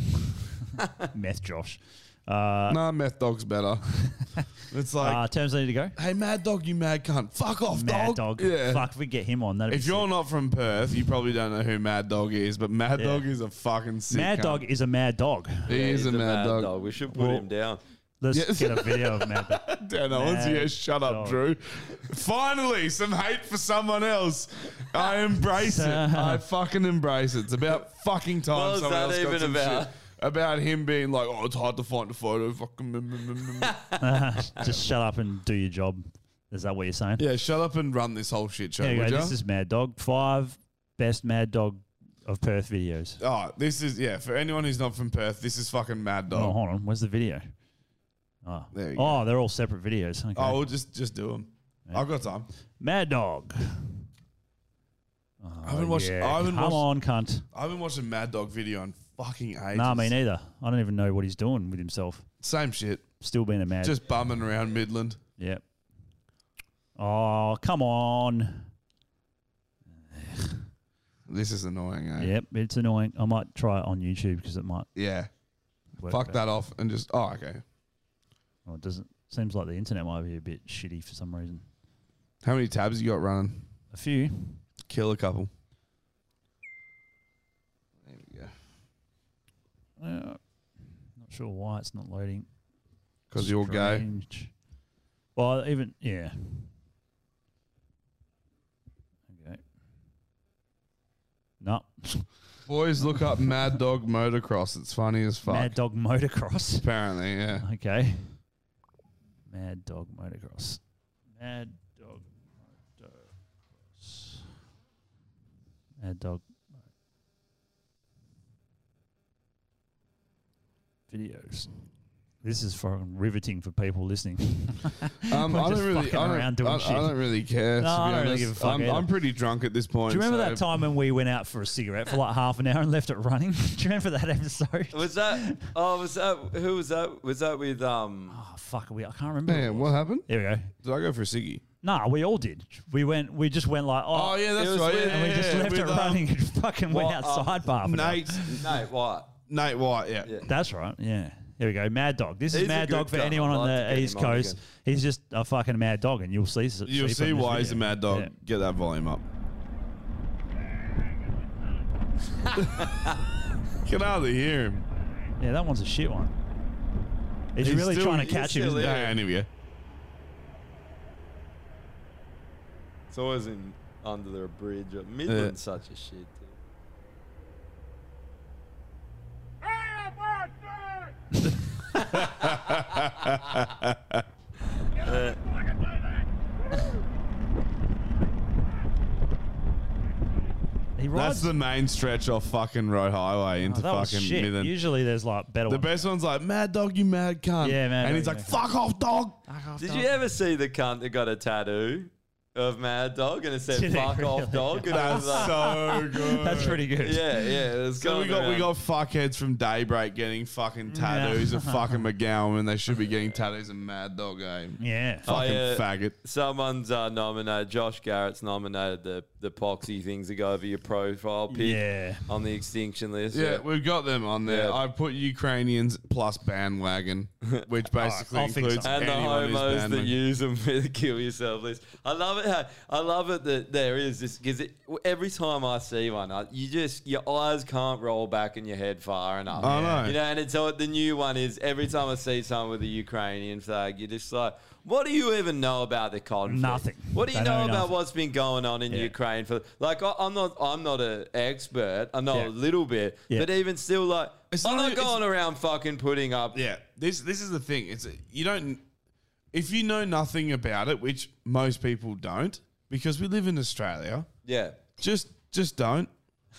[SPEAKER 3] meth Josh. Uh,
[SPEAKER 2] nah, meth dog's better. it's like
[SPEAKER 3] uh, terms I need to go.
[SPEAKER 2] Hey, mad dog, you mad cunt! Fuck off,
[SPEAKER 3] Mad
[SPEAKER 2] dog.
[SPEAKER 3] dog.
[SPEAKER 2] Yeah.
[SPEAKER 3] Fuck, if we get him on. That'd be
[SPEAKER 2] if you're not from Perth, you probably don't know who Mad Dog is, but Mad
[SPEAKER 3] Yeah.
[SPEAKER 2] Dog is a fucking sick
[SPEAKER 3] Mad
[SPEAKER 2] cunt.
[SPEAKER 3] Dog is a mad dog.
[SPEAKER 2] He is
[SPEAKER 4] he's
[SPEAKER 2] a, mad, dog.
[SPEAKER 4] We should put
[SPEAKER 2] Well,
[SPEAKER 4] him down.
[SPEAKER 3] Let's
[SPEAKER 2] Yes.
[SPEAKER 3] get a video of Mad Dog.
[SPEAKER 2] Dan Owens,
[SPEAKER 3] Mad
[SPEAKER 2] yeah, shut up,
[SPEAKER 3] dog.
[SPEAKER 2] Drew. Finally, some hate for someone else. I embrace it. I fucking embrace it. It's about fucking time
[SPEAKER 4] What was
[SPEAKER 2] someone
[SPEAKER 4] that
[SPEAKER 2] else got
[SPEAKER 4] even
[SPEAKER 2] some
[SPEAKER 4] about?
[SPEAKER 2] shit about him being like, oh, it's hard to find a photo. Fucking. mm, mm, mm, mm."
[SPEAKER 3] Just shut up and do your job. Is that what you're saying?
[SPEAKER 2] yeah, shut up and run this whole shit show.
[SPEAKER 3] There you
[SPEAKER 2] would
[SPEAKER 3] go.
[SPEAKER 2] ya?
[SPEAKER 3] This is Mad Dog. Five best Mad Dog of Perth videos.
[SPEAKER 2] Oh, this is yeah. For anyone who's not from Perth, this is fucking Mad
[SPEAKER 3] Oh,
[SPEAKER 2] Dog.
[SPEAKER 3] hold on. Where's the video? Oh,
[SPEAKER 2] There you
[SPEAKER 3] oh they're all separate videos. Okay.
[SPEAKER 2] Oh, we'll just just do them. I've got time.
[SPEAKER 3] Mad Dog.
[SPEAKER 2] I haven't watched.
[SPEAKER 3] Oh, yeah.
[SPEAKER 2] I haven't
[SPEAKER 3] Come
[SPEAKER 2] watched,
[SPEAKER 3] on, cunt.
[SPEAKER 2] I haven't watched a Mad Dog video in fucking ages.
[SPEAKER 3] Nah, me neither. I don't even know what he's doing with himself.
[SPEAKER 2] Same shit.
[SPEAKER 3] Still being a mad.
[SPEAKER 2] Just bumming around Midland.
[SPEAKER 3] Yep. Oh, come on.
[SPEAKER 2] This is annoying. Eh?
[SPEAKER 3] Yep, it's annoying. I might try it on YouTube because it might.
[SPEAKER 2] Yeah.
[SPEAKER 3] Work
[SPEAKER 2] Fuck
[SPEAKER 3] better.
[SPEAKER 2] that off and just. Oh, okay.
[SPEAKER 3] Well, it doesn't. Seems like the internet might be a bit shitty for some reason.
[SPEAKER 2] How many tabs you got running?
[SPEAKER 3] A few.
[SPEAKER 2] Kill a couple.
[SPEAKER 3] Uh, not sure why it's not loading.
[SPEAKER 2] 'Cause you're gay.
[SPEAKER 3] Strange. Well, even yeah. Okay. No.
[SPEAKER 2] Boys, look up Mad Dog Motocross. It's funny as fuck.
[SPEAKER 3] Mad Dog Motocross.
[SPEAKER 2] Apparently, yeah.
[SPEAKER 3] Okay. Mad Dog Motocross. Mad Dog Motocross. Mad Dog videos. This is fucking riveting for people listening.
[SPEAKER 2] Um,
[SPEAKER 3] We're just
[SPEAKER 2] I don't really.
[SPEAKER 3] fucking
[SPEAKER 2] I don't,
[SPEAKER 3] around doing
[SPEAKER 2] I,
[SPEAKER 3] shit.
[SPEAKER 2] I don't really
[SPEAKER 3] No,
[SPEAKER 2] care. to be
[SPEAKER 3] I don't really
[SPEAKER 2] honest.
[SPEAKER 3] give a fuck
[SPEAKER 2] I'm,
[SPEAKER 3] either.
[SPEAKER 2] I'm pretty drunk at this point.
[SPEAKER 3] Do you remember
[SPEAKER 2] so
[SPEAKER 3] that time when we went out for a cigarette for like half an hour and left it running? Do you remember that episode?
[SPEAKER 4] Was that? Oh, was that? Who was that? Was that with um?
[SPEAKER 3] Oh fuck, we I can't remember.
[SPEAKER 2] Yeah, what happened?
[SPEAKER 3] There we go.
[SPEAKER 2] Did I go for a ciggy?
[SPEAKER 3] Nah, we all did. We went. We just went like, oh,
[SPEAKER 2] Oh, yeah, that's
[SPEAKER 3] It was
[SPEAKER 2] right,
[SPEAKER 3] weird.
[SPEAKER 2] yeah,
[SPEAKER 3] and we
[SPEAKER 2] yeah,
[SPEAKER 3] just
[SPEAKER 2] yeah,
[SPEAKER 3] left
[SPEAKER 2] with,
[SPEAKER 3] it
[SPEAKER 2] um,
[SPEAKER 3] running and fucking went
[SPEAKER 2] What, um,
[SPEAKER 3] outside for half an hour.
[SPEAKER 2] Nate.
[SPEAKER 4] Nate White.
[SPEAKER 2] Nate White. Yeah.
[SPEAKER 3] That's right. Yeah. Here we go. Mad Dog. This
[SPEAKER 2] He's
[SPEAKER 3] is
[SPEAKER 2] a
[SPEAKER 3] Mad
[SPEAKER 2] good
[SPEAKER 3] Dog for
[SPEAKER 2] guy.
[SPEAKER 3] anyone
[SPEAKER 2] I'd
[SPEAKER 3] on
[SPEAKER 2] like to
[SPEAKER 3] the
[SPEAKER 2] get
[SPEAKER 3] East
[SPEAKER 2] him on
[SPEAKER 3] Coast. He's just a fucking mad dog, and you'll see.
[SPEAKER 2] You'll see
[SPEAKER 3] from this
[SPEAKER 2] why he's
[SPEAKER 3] video.
[SPEAKER 2] a mad dog. Get that volume up. Can hardly hear him.
[SPEAKER 3] Yeah, that one's a shit one. He's,
[SPEAKER 2] He's
[SPEAKER 3] really
[SPEAKER 2] still-
[SPEAKER 3] trying to
[SPEAKER 2] he's
[SPEAKER 3] catch him.
[SPEAKER 4] still
[SPEAKER 3] Isn't
[SPEAKER 4] in.
[SPEAKER 3] he?
[SPEAKER 2] Yeah, anyway.
[SPEAKER 4] It's always in under the bridge. Midland's such a shit.
[SPEAKER 3] He
[SPEAKER 2] That's
[SPEAKER 3] rides.
[SPEAKER 2] the main stretch off fucking Road Highway
[SPEAKER 3] Oh,
[SPEAKER 2] into
[SPEAKER 3] that was
[SPEAKER 2] fucking
[SPEAKER 3] shit.
[SPEAKER 2] Midland.
[SPEAKER 3] Usually there's like better
[SPEAKER 2] The
[SPEAKER 3] ones.
[SPEAKER 2] best one's like, mad dog, you mad cunt.
[SPEAKER 3] Yeah, mad
[SPEAKER 2] And
[SPEAKER 3] dog,
[SPEAKER 2] he's
[SPEAKER 3] you
[SPEAKER 2] like,
[SPEAKER 3] mad
[SPEAKER 2] fuck off, dog.
[SPEAKER 4] Did you ever see the cunt that got a tattoo? of Mad Dog, and it said
[SPEAKER 2] Did it
[SPEAKER 4] "fuck
[SPEAKER 2] really?
[SPEAKER 4] off, dog." And I was
[SPEAKER 2] That's so
[SPEAKER 4] like-
[SPEAKER 2] good.
[SPEAKER 4] Yeah, yeah. it's
[SPEAKER 2] So we
[SPEAKER 4] going
[SPEAKER 2] got we
[SPEAKER 4] around.
[SPEAKER 2] got fuckheads from Daybreak getting fucking tattoos of fucking McGowan when they should be getting tattoos of Mad Dog Game.
[SPEAKER 3] Yeah.
[SPEAKER 2] Fucking
[SPEAKER 4] I, uh,
[SPEAKER 2] faggot.
[SPEAKER 4] Someone's uh, nominated. Josh Garrett's nominated the the poxy things that go over your profile pic
[SPEAKER 2] Yeah.
[SPEAKER 4] on the extinction list.
[SPEAKER 2] Yeah, we've got them on there.
[SPEAKER 4] Yeah.
[SPEAKER 2] I put Ukrainians plus bandwagon, which basically
[SPEAKER 4] I'll fix
[SPEAKER 2] includes
[SPEAKER 4] and the
[SPEAKER 2] anyone who's
[SPEAKER 4] homos that
[SPEAKER 2] bandwagon.
[SPEAKER 4] use them for the kill yourself list. I love it. How, I love it that there is this because every time I see one, I, you just your eyes can't roll back in your head far enough.
[SPEAKER 2] I know.
[SPEAKER 4] You know, and it's all, the new one is every time I see someone with a Ukrainian flag, you're just like, what do you even know about the conflict?
[SPEAKER 3] Nothing.
[SPEAKER 4] What do you
[SPEAKER 3] They
[SPEAKER 4] know,
[SPEAKER 3] know
[SPEAKER 4] about
[SPEAKER 3] nothing.
[SPEAKER 4] what's been going on in Ukraine? For like, I, I'm not, I'm not an expert. I know
[SPEAKER 2] Yeah.
[SPEAKER 4] a little bit,
[SPEAKER 2] Yeah.
[SPEAKER 4] but even still, like, I'm
[SPEAKER 2] not
[SPEAKER 4] not,
[SPEAKER 2] even- it's-
[SPEAKER 4] going around fucking putting up.
[SPEAKER 2] Yeah, this this is the thing. It's you don't if you know nothing about it, which most people don't, because we live in Australia.
[SPEAKER 4] Yeah.
[SPEAKER 2] Just just don't.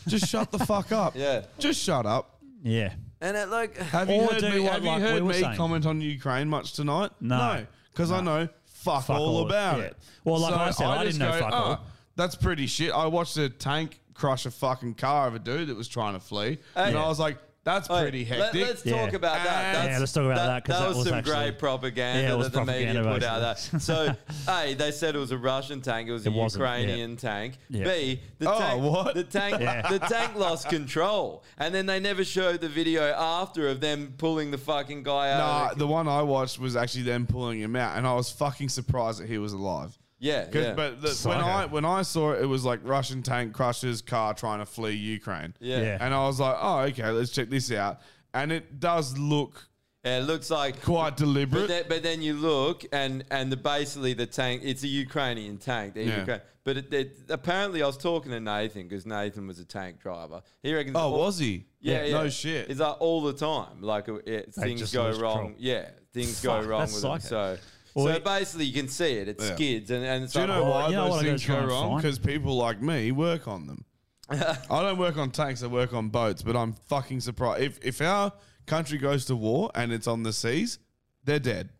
[SPEAKER 2] Just shut the fuck up.
[SPEAKER 4] Yeah.
[SPEAKER 2] Just shut up.
[SPEAKER 3] Yeah.
[SPEAKER 4] And it like
[SPEAKER 2] Have you
[SPEAKER 3] Or
[SPEAKER 2] heard
[SPEAKER 3] do
[SPEAKER 2] me,
[SPEAKER 3] what
[SPEAKER 2] have
[SPEAKER 3] like
[SPEAKER 2] you
[SPEAKER 3] we
[SPEAKER 2] heard
[SPEAKER 3] were
[SPEAKER 2] me
[SPEAKER 3] saying.
[SPEAKER 2] comment on Ukraine much tonight?
[SPEAKER 3] No.
[SPEAKER 2] because I know fuck,
[SPEAKER 3] Fuck
[SPEAKER 2] all,
[SPEAKER 3] all-
[SPEAKER 2] about
[SPEAKER 3] yeah.
[SPEAKER 2] it.
[SPEAKER 3] Well, like I said, I
[SPEAKER 2] just "Ah,
[SPEAKER 3] didn't know fuck all.
[SPEAKER 2] That's pretty shit. I watched a tank crush a fucking car of a dude that was trying to flee, and
[SPEAKER 4] Yeah.
[SPEAKER 2] I was like, "That's
[SPEAKER 4] Hey,
[SPEAKER 2] pretty
[SPEAKER 4] let-
[SPEAKER 2] hectic."
[SPEAKER 4] let's talk about that. That's-
[SPEAKER 3] yeah, let's talk about that because that,
[SPEAKER 4] was, some
[SPEAKER 3] actually,
[SPEAKER 4] great propaganda
[SPEAKER 3] Yeah, it was
[SPEAKER 4] that the
[SPEAKER 3] propaganda,
[SPEAKER 4] media put out
[SPEAKER 3] basically.
[SPEAKER 4] there. So, A, they said it was a Russian tank. It was
[SPEAKER 3] It
[SPEAKER 4] a
[SPEAKER 3] wasn't, yeah.
[SPEAKER 4] Ukrainian tank.
[SPEAKER 3] Yeah.
[SPEAKER 4] B, the
[SPEAKER 3] Oh,
[SPEAKER 4] tank,
[SPEAKER 3] what?
[SPEAKER 4] The tank,
[SPEAKER 3] Yeah.
[SPEAKER 4] the tank lost control, and then they never showed the video after of them pulling the fucking guy out.
[SPEAKER 2] Nah,
[SPEAKER 4] of the-
[SPEAKER 2] the one I watched was actually them pulling him out, and I was fucking surprised that he was alive.
[SPEAKER 4] Yeah,
[SPEAKER 2] 'Cause-
[SPEAKER 4] yeah.
[SPEAKER 2] But the, when I when I saw it, it was like Russian tank crushes car trying to flee Ukraine.
[SPEAKER 4] Yeah. Yeah.
[SPEAKER 2] and I was like, oh, okay, let's check this out. And it does look
[SPEAKER 4] Yeah, uh, it looks like
[SPEAKER 2] quite
[SPEAKER 4] But
[SPEAKER 2] deliberate.
[SPEAKER 4] then, but then you look and and the, basically the tank it's a Ukrainian tank. They're
[SPEAKER 2] Yeah.
[SPEAKER 4] Ukraine. But it, it, apparently I was talking to Nathan because Nathan was a tank driver. He reckons.
[SPEAKER 2] Oh, was he?
[SPEAKER 4] Yeah,
[SPEAKER 2] Yeah.
[SPEAKER 4] yeah.
[SPEAKER 2] No shit.
[SPEAKER 4] It's like all the time. Like uh, it,
[SPEAKER 2] They
[SPEAKER 4] things
[SPEAKER 2] just
[SPEAKER 4] go
[SPEAKER 2] lose
[SPEAKER 4] wrong.
[SPEAKER 2] control.
[SPEAKER 4] Yeah, things
[SPEAKER 2] Fuck,
[SPEAKER 4] go wrong
[SPEAKER 2] that's
[SPEAKER 4] with them.
[SPEAKER 2] psycho.
[SPEAKER 4] So.
[SPEAKER 2] Well,
[SPEAKER 4] so
[SPEAKER 2] it-
[SPEAKER 4] basically, you can see it. It
[SPEAKER 2] Yeah.
[SPEAKER 4] skids, and, and it's
[SPEAKER 2] Do you
[SPEAKER 4] like,
[SPEAKER 2] know
[SPEAKER 4] oh,
[SPEAKER 2] why those
[SPEAKER 4] what, I gotta
[SPEAKER 2] things
[SPEAKER 4] try
[SPEAKER 2] go
[SPEAKER 4] and
[SPEAKER 2] wrong?
[SPEAKER 4] find-
[SPEAKER 2] Because people like me work on them. I don't work on tanks. I work on boats. But I'm fucking surprised if if our country goes to war and it's on the seas, they're dead.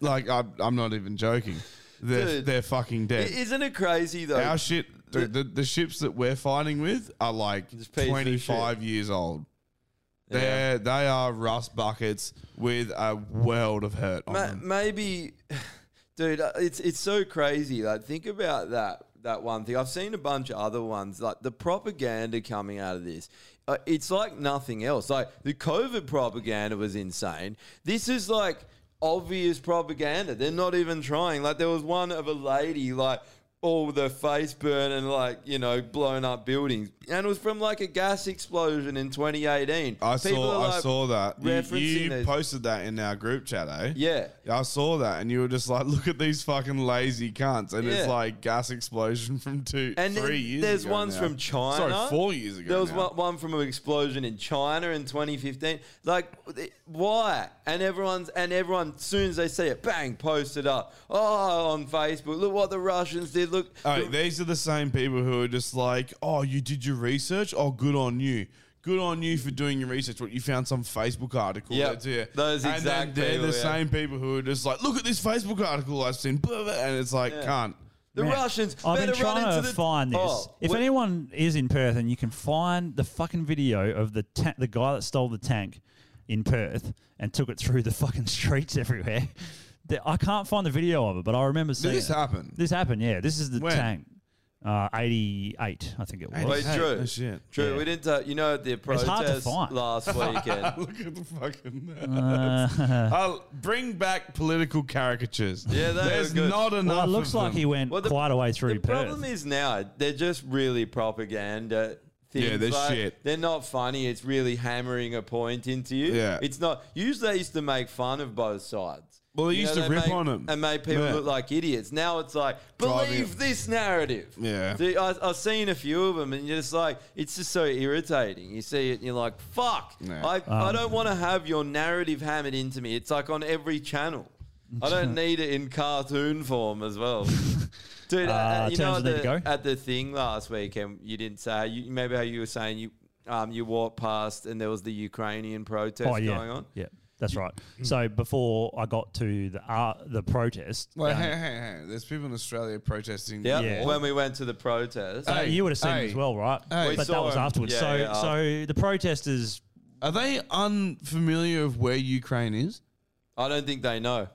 [SPEAKER 2] like I'm, I'm not even joking. They're
[SPEAKER 4] Dude.
[SPEAKER 2] they're fucking
[SPEAKER 4] I-
[SPEAKER 2] dead.
[SPEAKER 4] Isn't it crazy though?
[SPEAKER 2] Our shit, dude, the, the ships that we're fighting with are like
[SPEAKER 4] piece of
[SPEAKER 2] 25 years old. They're, They are rust buckets with a world of hurt on
[SPEAKER 4] Ma-
[SPEAKER 2] them.
[SPEAKER 4] maybe, dude. uh, It's it's so crazy. Like, think about that that one thing. I've seen a bunch of other ones. Like the propaganda coming out of this, uh, it's like nothing else. Like the COVID propaganda was insane. This is like obvious propaganda. They're not even trying. Like there was one of a lady like. All the face burn and like you know blown up buildings, and it was from like a gas explosion in 2018.
[SPEAKER 2] I saw, I saw that. You-
[SPEAKER 4] referencing
[SPEAKER 2] You,
[SPEAKER 4] this.
[SPEAKER 2] posted that in our group chat, eh?
[SPEAKER 4] Yeah.
[SPEAKER 2] I saw that, and you were just like, "Look at these fucking lazy cunts!" And
[SPEAKER 4] Yeah.
[SPEAKER 2] it's like gas explosion from two,
[SPEAKER 4] And then
[SPEAKER 2] three years.
[SPEAKER 4] there's
[SPEAKER 2] ago
[SPEAKER 4] ones
[SPEAKER 2] now.
[SPEAKER 4] from China.
[SPEAKER 2] Sorry, four years ago.
[SPEAKER 4] There was
[SPEAKER 2] now.
[SPEAKER 4] one, one from an explosion in China in 2015. Like, th- why? And everyone's and everyone, as soon as they see it, bang, post it up. Oh, on Facebook, look what the Russians did. Look,
[SPEAKER 2] All right, these are the same people who are just like, "Oh, you did your research. Oh, good on you. Good on you for doing your research. What you found some Facebook article.
[SPEAKER 4] Yep,
[SPEAKER 2] that's it.
[SPEAKER 4] those
[SPEAKER 2] and
[SPEAKER 4] exact
[SPEAKER 2] Then they're the
[SPEAKER 4] people, yeah.
[SPEAKER 2] same people who are just like, "Look at this Facebook article I've seen," blah, blah, and it's like,
[SPEAKER 4] Yeah.
[SPEAKER 2] "Can't."
[SPEAKER 4] the
[SPEAKER 3] Man,
[SPEAKER 4] Russians.
[SPEAKER 3] I've
[SPEAKER 4] better
[SPEAKER 3] been
[SPEAKER 4] run
[SPEAKER 3] trying
[SPEAKER 4] into
[SPEAKER 3] to
[SPEAKER 4] the,
[SPEAKER 3] find this.
[SPEAKER 4] Oh,
[SPEAKER 3] if anyone is in Perth and you can find the fucking video of the ta- the guy that stole the tank in Perth and took it through the fucking streets everywhere, the- I can't find the video of it, but I remember seeing
[SPEAKER 2] this
[SPEAKER 3] it.
[SPEAKER 2] happen?
[SPEAKER 3] This happened. Yeah, this is the
[SPEAKER 2] When?
[SPEAKER 3] tank. Uh, 88, I think it was.
[SPEAKER 4] Wait, Drew. Drew,
[SPEAKER 3] Yeah.
[SPEAKER 4] we didn't. Uh, you know the
[SPEAKER 3] It's hard to
[SPEAKER 4] protest
[SPEAKER 3] find.
[SPEAKER 4] last weekend.
[SPEAKER 2] Look at the fucking.
[SPEAKER 3] Uh,
[SPEAKER 2] I'll bring back political caricatures.
[SPEAKER 4] Yeah, they were
[SPEAKER 2] there's
[SPEAKER 4] good.
[SPEAKER 2] not enough.
[SPEAKER 3] well, it looks like he went
[SPEAKER 4] Well, the-
[SPEAKER 3] quite a way through
[SPEAKER 4] The
[SPEAKER 3] Perth.
[SPEAKER 4] problem is now they're just really propaganda. Things.
[SPEAKER 2] Yeah, they're
[SPEAKER 4] Like,
[SPEAKER 2] shit.
[SPEAKER 4] They're not funny. It's really hammering a point into you.
[SPEAKER 2] Yeah.
[SPEAKER 4] it's not. Usually, they used to make fun of both sides.
[SPEAKER 2] Well, they used to rip
[SPEAKER 4] make-
[SPEAKER 2] on 'em.
[SPEAKER 4] and make people
[SPEAKER 2] Yeah.
[SPEAKER 4] look like idiots. Now it's like
[SPEAKER 2] Driving
[SPEAKER 4] believe this narrative.
[SPEAKER 2] Yeah.
[SPEAKER 4] See, I, I've seen a few of them, and you're just like, it's just so irritating. You see it, and you're like, fuck.
[SPEAKER 2] Yeah.
[SPEAKER 4] I, I
[SPEAKER 2] Um,
[SPEAKER 4] don't want to have your narrative hammered into me. It's like on every channel. I don't need it in cartoon form as well. Dude, uh,
[SPEAKER 3] Uh,
[SPEAKER 4] you
[SPEAKER 3] terms
[SPEAKER 4] know,
[SPEAKER 3] of
[SPEAKER 4] at
[SPEAKER 3] need to
[SPEAKER 4] the, at the thing last weekend, you didn't say you, maybe how you were saying you um, you walked past and there was the Ukrainian protest
[SPEAKER 3] oh, yeah.
[SPEAKER 4] going on.
[SPEAKER 3] Yeah. That's right.
[SPEAKER 2] Mm.
[SPEAKER 3] So before I got to the uh, the protest,
[SPEAKER 2] Well,
[SPEAKER 3] um,
[SPEAKER 2] hey, hey, hey. There's people in Australia protesting.
[SPEAKER 4] Yeah,
[SPEAKER 3] Yeah.
[SPEAKER 4] when we went to the protest,
[SPEAKER 3] Uh, you would have seen it as well, right?
[SPEAKER 2] Hey.
[SPEAKER 3] but that was afterwards. so, so the protesters.
[SPEAKER 2] Are they unfamiliar of where Ukraine is?
[SPEAKER 4] I don't think they know.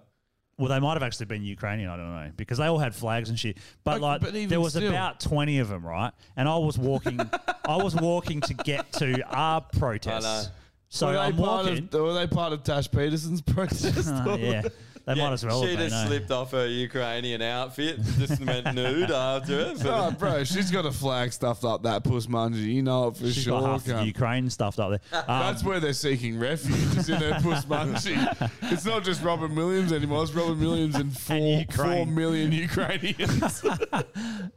[SPEAKER 3] Well, they might have actually been Ukrainian. I don't know because they all had flags and shit. But
[SPEAKER 4] Okay,
[SPEAKER 3] like,
[SPEAKER 4] but even
[SPEAKER 3] there was
[SPEAKER 4] still.
[SPEAKER 3] about twenty of them, right? And I was walking. I was walking to get to our protest.
[SPEAKER 2] I know.
[SPEAKER 3] So
[SPEAKER 2] Were they
[SPEAKER 3] I'm
[SPEAKER 2] part of-
[SPEAKER 3] walking.
[SPEAKER 2] were they part of Tash Peterson's protest?
[SPEAKER 3] Uh, yeah, they might as well.
[SPEAKER 4] She
[SPEAKER 3] have been,
[SPEAKER 4] just
[SPEAKER 3] eh?
[SPEAKER 4] slipped off her Ukrainian outfit, just went nude after it.
[SPEAKER 2] oh, bro, she's got a flag stuffed up that puss mungie. You know it for
[SPEAKER 3] She's
[SPEAKER 2] sure.
[SPEAKER 3] got half the
[SPEAKER 2] cunt.
[SPEAKER 3] Ukraine stuffed up there. Um,
[SPEAKER 2] That's where they're seeking refuge. is in her puss mungie. It's not just Robin Williams anymore. It's Robin Williams and four, four
[SPEAKER 3] Ukraine. Oh.
[SPEAKER 2] million Ukrainians.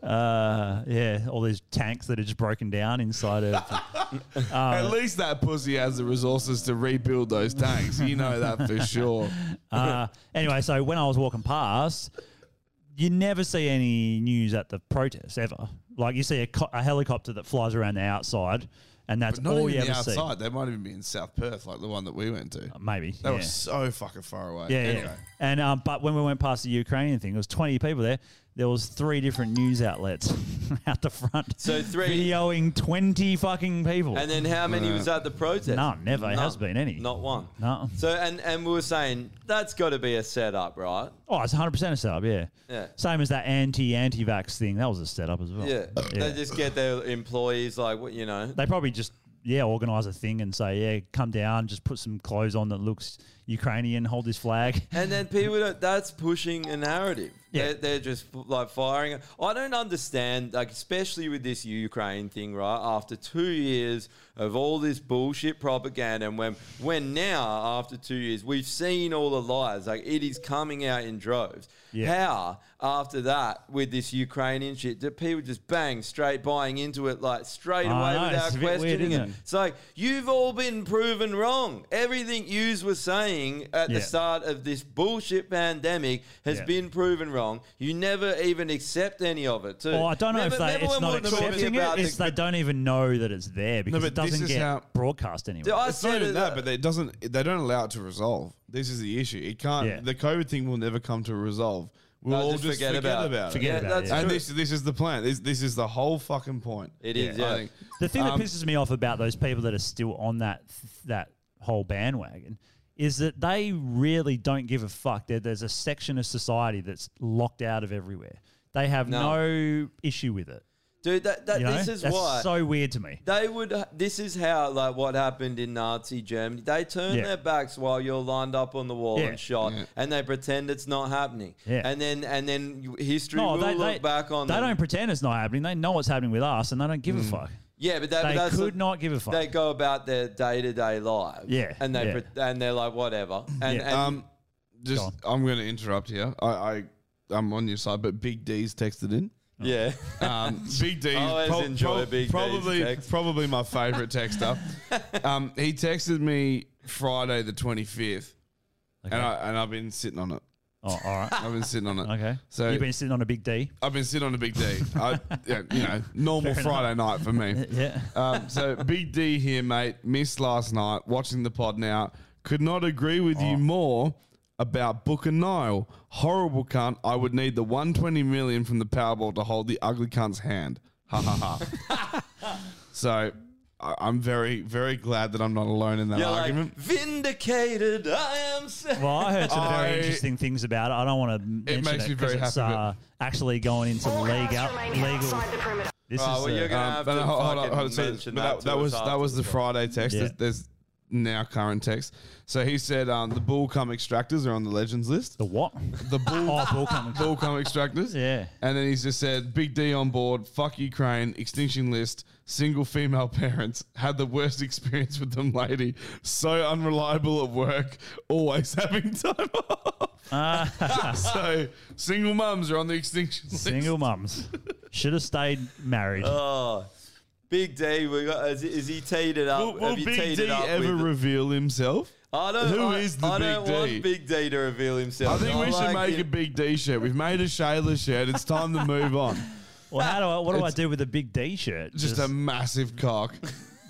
[SPEAKER 3] Uh, yeah, all these tanks that are just broken down inside of. um,
[SPEAKER 2] At least that pussy has the resources to rebuild those tanks. You know that for sure.
[SPEAKER 3] Uh, anyway, so when I was walking past, you never see any news at the protests ever. Like you see a, co- a helicopter that flies around the outside, and that's
[SPEAKER 2] But not
[SPEAKER 3] all
[SPEAKER 2] even
[SPEAKER 3] you
[SPEAKER 2] the
[SPEAKER 3] ever
[SPEAKER 2] outside. They might even be in South Perth, like the one that we went to.
[SPEAKER 3] Uh, maybe
[SPEAKER 2] They
[SPEAKER 3] yeah.
[SPEAKER 2] were so fucking far away.
[SPEAKER 3] see. Yeah,
[SPEAKER 2] anyway.
[SPEAKER 3] yeah. And um, but when we went past the Ukrainian thing, it was twenty people there. There was three different news outlets out the front.
[SPEAKER 4] So three-
[SPEAKER 3] videoing twenty fucking people.
[SPEAKER 4] And then how many was at the protest?
[SPEAKER 3] None, Uh, never. It
[SPEAKER 4] None.
[SPEAKER 3] has been any.
[SPEAKER 4] Not one.
[SPEAKER 3] No.
[SPEAKER 4] So and and we were saying that's got to be a setup, right?
[SPEAKER 3] Oh, it's 100% a setup, yeah.
[SPEAKER 4] Yeah.
[SPEAKER 3] Same as that anti anti vax thing. That was a setup as well.
[SPEAKER 4] Yeah. They just get their employees like what you know.
[SPEAKER 3] They probably just, yeah, organize a thing and say, yeah, come down, just put some clothes on that looks Ukrainian, hold this flag.
[SPEAKER 4] And then people don't, that's pushing a narrative. They're, they're just like firing. it. I don't understand, like, especially with this Ukraine thing, right? After two years of all this bullshit propaganda, and when, when now, after two years, we've seen all the lies, like, it is coming out in droves.
[SPEAKER 3] Yeah.
[SPEAKER 4] How, after that, with this Ukrainian shit, do people just bang straight buying into it, like, straight
[SPEAKER 3] I
[SPEAKER 4] away
[SPEAKER 3] know,
[SPEAKER 4] without
[SPEAKER 3] it's a bit weird,
[SPEAKER 4] questioning
[SPEAKER 3] isn't
[SPEAKER 4] it?
[SPEAKER 3] it?
[SPEAKER 4] It's like you've all been proven wrong. Everything yous were saying at the
[SPEAKER 3] Yeah.
[SPEAKER 4] start of this bullshit pandemic has
[SPEAKER 3] Yeah.
[SPEAKER 4] been proven wrong. You never even accept any of it. Too.
[SPEAKER 3] Or Oh, I don't know
[SPEAKER 4] Remember-
[SPEAKER 3] if they,
[SPEAKER 4] remember
[SPEAKER 3] it's
[SPEAKER 4] when
[SPEAKER 3] not
[SPEAKER 4] we were talking
[SPEAKER 3] accepting it.
[SPEAKER 4] about
[SPEAKER 3] It's
[SPEAKER 4] the-
[SPEAKER 3] they don't even know that it's there because
[SPEAKER 2] but
[SPEAKER 3] it
[SPEAKER 2] this
[SPEAKER 3] doesn't
[SPEAKER 2] is
[SPEAKER 3] get
[SPEAKER 2] how-
[SPEAKER 3] broadcast anywhere.
[SPEAKER 2] it's not even that, but they doesn't. They don't allow it to resolve. This is the issue. It can't.
[SPEAKER 3] Yeah.
[SPEAKER 2] The COVID thing will never come to a resolve. We'll
[SPEAKER 4] No,
[SPEAKER 2] all
[SPEAKER 4] just
[SPEAKER 2] just,
[SPEAKER 4] forget
[SPEAKER 2] forget,
[SPEAKER 4] about
[SPEAKER 2] about,
[SPEAKER 4] it.
[SPEAKER 2] it.
[SPEAKER 3] Forget Yeah, about it, that's yeah.
[SPEAKER 2] And
[SPEAKER 3] true.
[SPEAKER 2] this, this is the plan. This, this is the whole fucking point.
[SPEAKER 4] It is,
[SPEAKER 2] I
[SPEAKER 4] yeah.
[SPEAKER 2] think.
[SPEAKER 3] The thing
[SPEAKER 2] Um,
[SPEAKER 3] that pisses me off about those people that are still on that that whole bandwagon is that they really don't give a fuck. There, there's a section of society that's locked out of everywhere. They have no, issue with it.
[SPEAKER 4] Dude, that, that
[SPEAKER 3] You know?
[SPEAKER 4] this is
[SPEAKER 3] That's
[SPEAKER 4] why
[SPEAKER 3] so weird to me.
[SPEAKER 4] They would. This is how like what happened in Nazi Germany. They turn
[SPEAKER 3] Yeah.
[SPEAKER 4] their backs while you're lined up on the wall
[SPEAKER 3] Yeah.
[SPEAKER 4] and shot,
[SPEAKER 3] Yeah.
[SPEAKER 4] and they pretend it's not happening.
[SPEAKER 3] Yeah.
[SPEAKER 4] And then and then you- history
[SPEAKER 3] No,
[SPEAKER 4] will
[SPEAKER 3] they,
[SPEAKER 4] look
[SPEAKER 3] they,
[SPEAKER 4] back on
[SPEAKER 3] they
[SPEAKER 4] them.
[SPEAKER 3] don't pretend it's not happening. They know what's happening with us, and they don't give
[SPEAKER 2] Hmm.
[SPEAKER 3] a fuck.
[SPEAKER 4] Yeah, but, that, but
[SPEAKER 3] They
[SPEAKER 4] that's
[SPEAKER 3] could not give a fuck.
[SPEAKER 4] They go about their day to day lives.
[SPEAKER 3] Yeah,
[SPEAKER 4] and they
[SPEAKER 3] yeah.
[SPEAKER 4] pre- and they're like whatever. And, and
[SPEAKER 2] um, just I'm going to interrupt here. I, I I'm on your side, but Big D's texted in.
[SPEAKER 4] yeah,
[SPEAKER 2] Um, Big D.
[SPEAKER 4] Always enjoy Big D's
[SPEAKER 2] Probably,
[SPEAKER 4] text.
[SPEAKER 2] probably my favorite texter. um, he texted me Friday the 25th, and I and I've been sitting on it.
[SPEAKER 3] Oh, all right.
[SPEAKER 2] I've been sitting on it.
[SPEAKER 3] Okay.
[SPEAKER 2] So
[SPEAKER 3] You've been sitting on a big D.
[SPEAKER 2] I've been sitting on a Big D. I, yeah, you know, normal
[SPEAKER 3] Fair
[SPEAKER 2] Friday
[SPEAKER 3] enough.
[SPEAKER 2] night for me.
[SPEAKER 3] Yeah.
[SPEAKER 2] Um, so Big D here, mate. Missed last night. Watching the pod now. Could not agree with
[SPEAKER 3] Oh.
[SPEAKER 2] you more about Booker Nile. Horrible cunt. I would need the 120 million from the Powerball to hold the ugly cunt's hand. Ha ha ha. so I, I'm very, very glad that I'm not alone in that
[SPEAKER 4] you're like
[SPEAKER 2] argument.
[SPEAKER 4] vindicated. I am. Sad.
[SPEAKER 3] Well, I heard some
[SPEAKER 2] I-
[SPEAKER 3] very interesting things about it. I don't want to mention
[SPEAKER 2] makes me
[SPEAKER 3] it 'cause
[SPEAKER 2] very
[SPEAKER 3] it's,
[SPEAKER 2] happy,
[SPEAKER 3] uh, actually going into the league out legal. This is
[SPEAKER 2] Oh, well,
[SPEAKER 3] uh,
[SPEAKER 2] you're gonna have to fucking mention that
[SPEAKER 4] to
[SPEAKER 2] that
[SPEAKER 4] us
[SPEAKER 2] was that was the
[SPEAKER 4] afterwards,
[SPEAKER 2] Friday text.
[SPEAKER 3] Yeah.
[SPEAKER 2] There's, there's now current text. So he said um, the bull cum extractors are on the legends list. The
[SPEAKER 3] what?
[SPEAKER 2] The bull
[SPEAKER 3] oh, bull cum
[SPEAKER 2] bull cum extractors.
[SPEAKER 3] Yeah.
[SPEAKER 2] And then he's just said Big D on board. Fuck Ukraine. Extinction list. Single female parents had the worst experience with them. Lady so unreliable at work. Always having time off. so single mums are on the extinction list.
[SPEAKER 3] Ah. single mums should have stayed married.
[SPEAKER 4] Oh,
[SPEAKER 2] Uh,
[SPEAKER 4] Big D. We got. Is, is he teed it up?
[SPEAKER 2] Will, will
[SPEAKER 4] Have you
[SPEAKER 2] Big
[SPEAKER 4] teed
[SPEAKER 2] D
[SPEAKER 4] it up
[SPEAKER 2] ever
[SPEAKER 4] with-
[SPEAKER 2] reveal himself?
[SPEAKER 4] I don't.
[SPEAKER 2] Who
[SPEAKER 4] I,
[SPEAKER 2] is the
[SPEAKER 4] I
[SPEAKER 2] Big
[SPEAKER 4] don't
[SPEAKER 2] D?
[SPEAKER 4] want Big D to reveal himself.
[SPEAKER 2] I think we should
[SPEAKER 4] like
[SPEAKER 2] make
[SPEAKER 4] him-
[SPEAKER 2] a Big D shirt. We've made a Shayla shirt. It's time to move on.
[SPEAKER 3] Well, how do I? What do I
[SPEAKER 2] It's-
[SPEAKER 3] do with a big D shirt?
[SPEAKER 2] Just a massive cock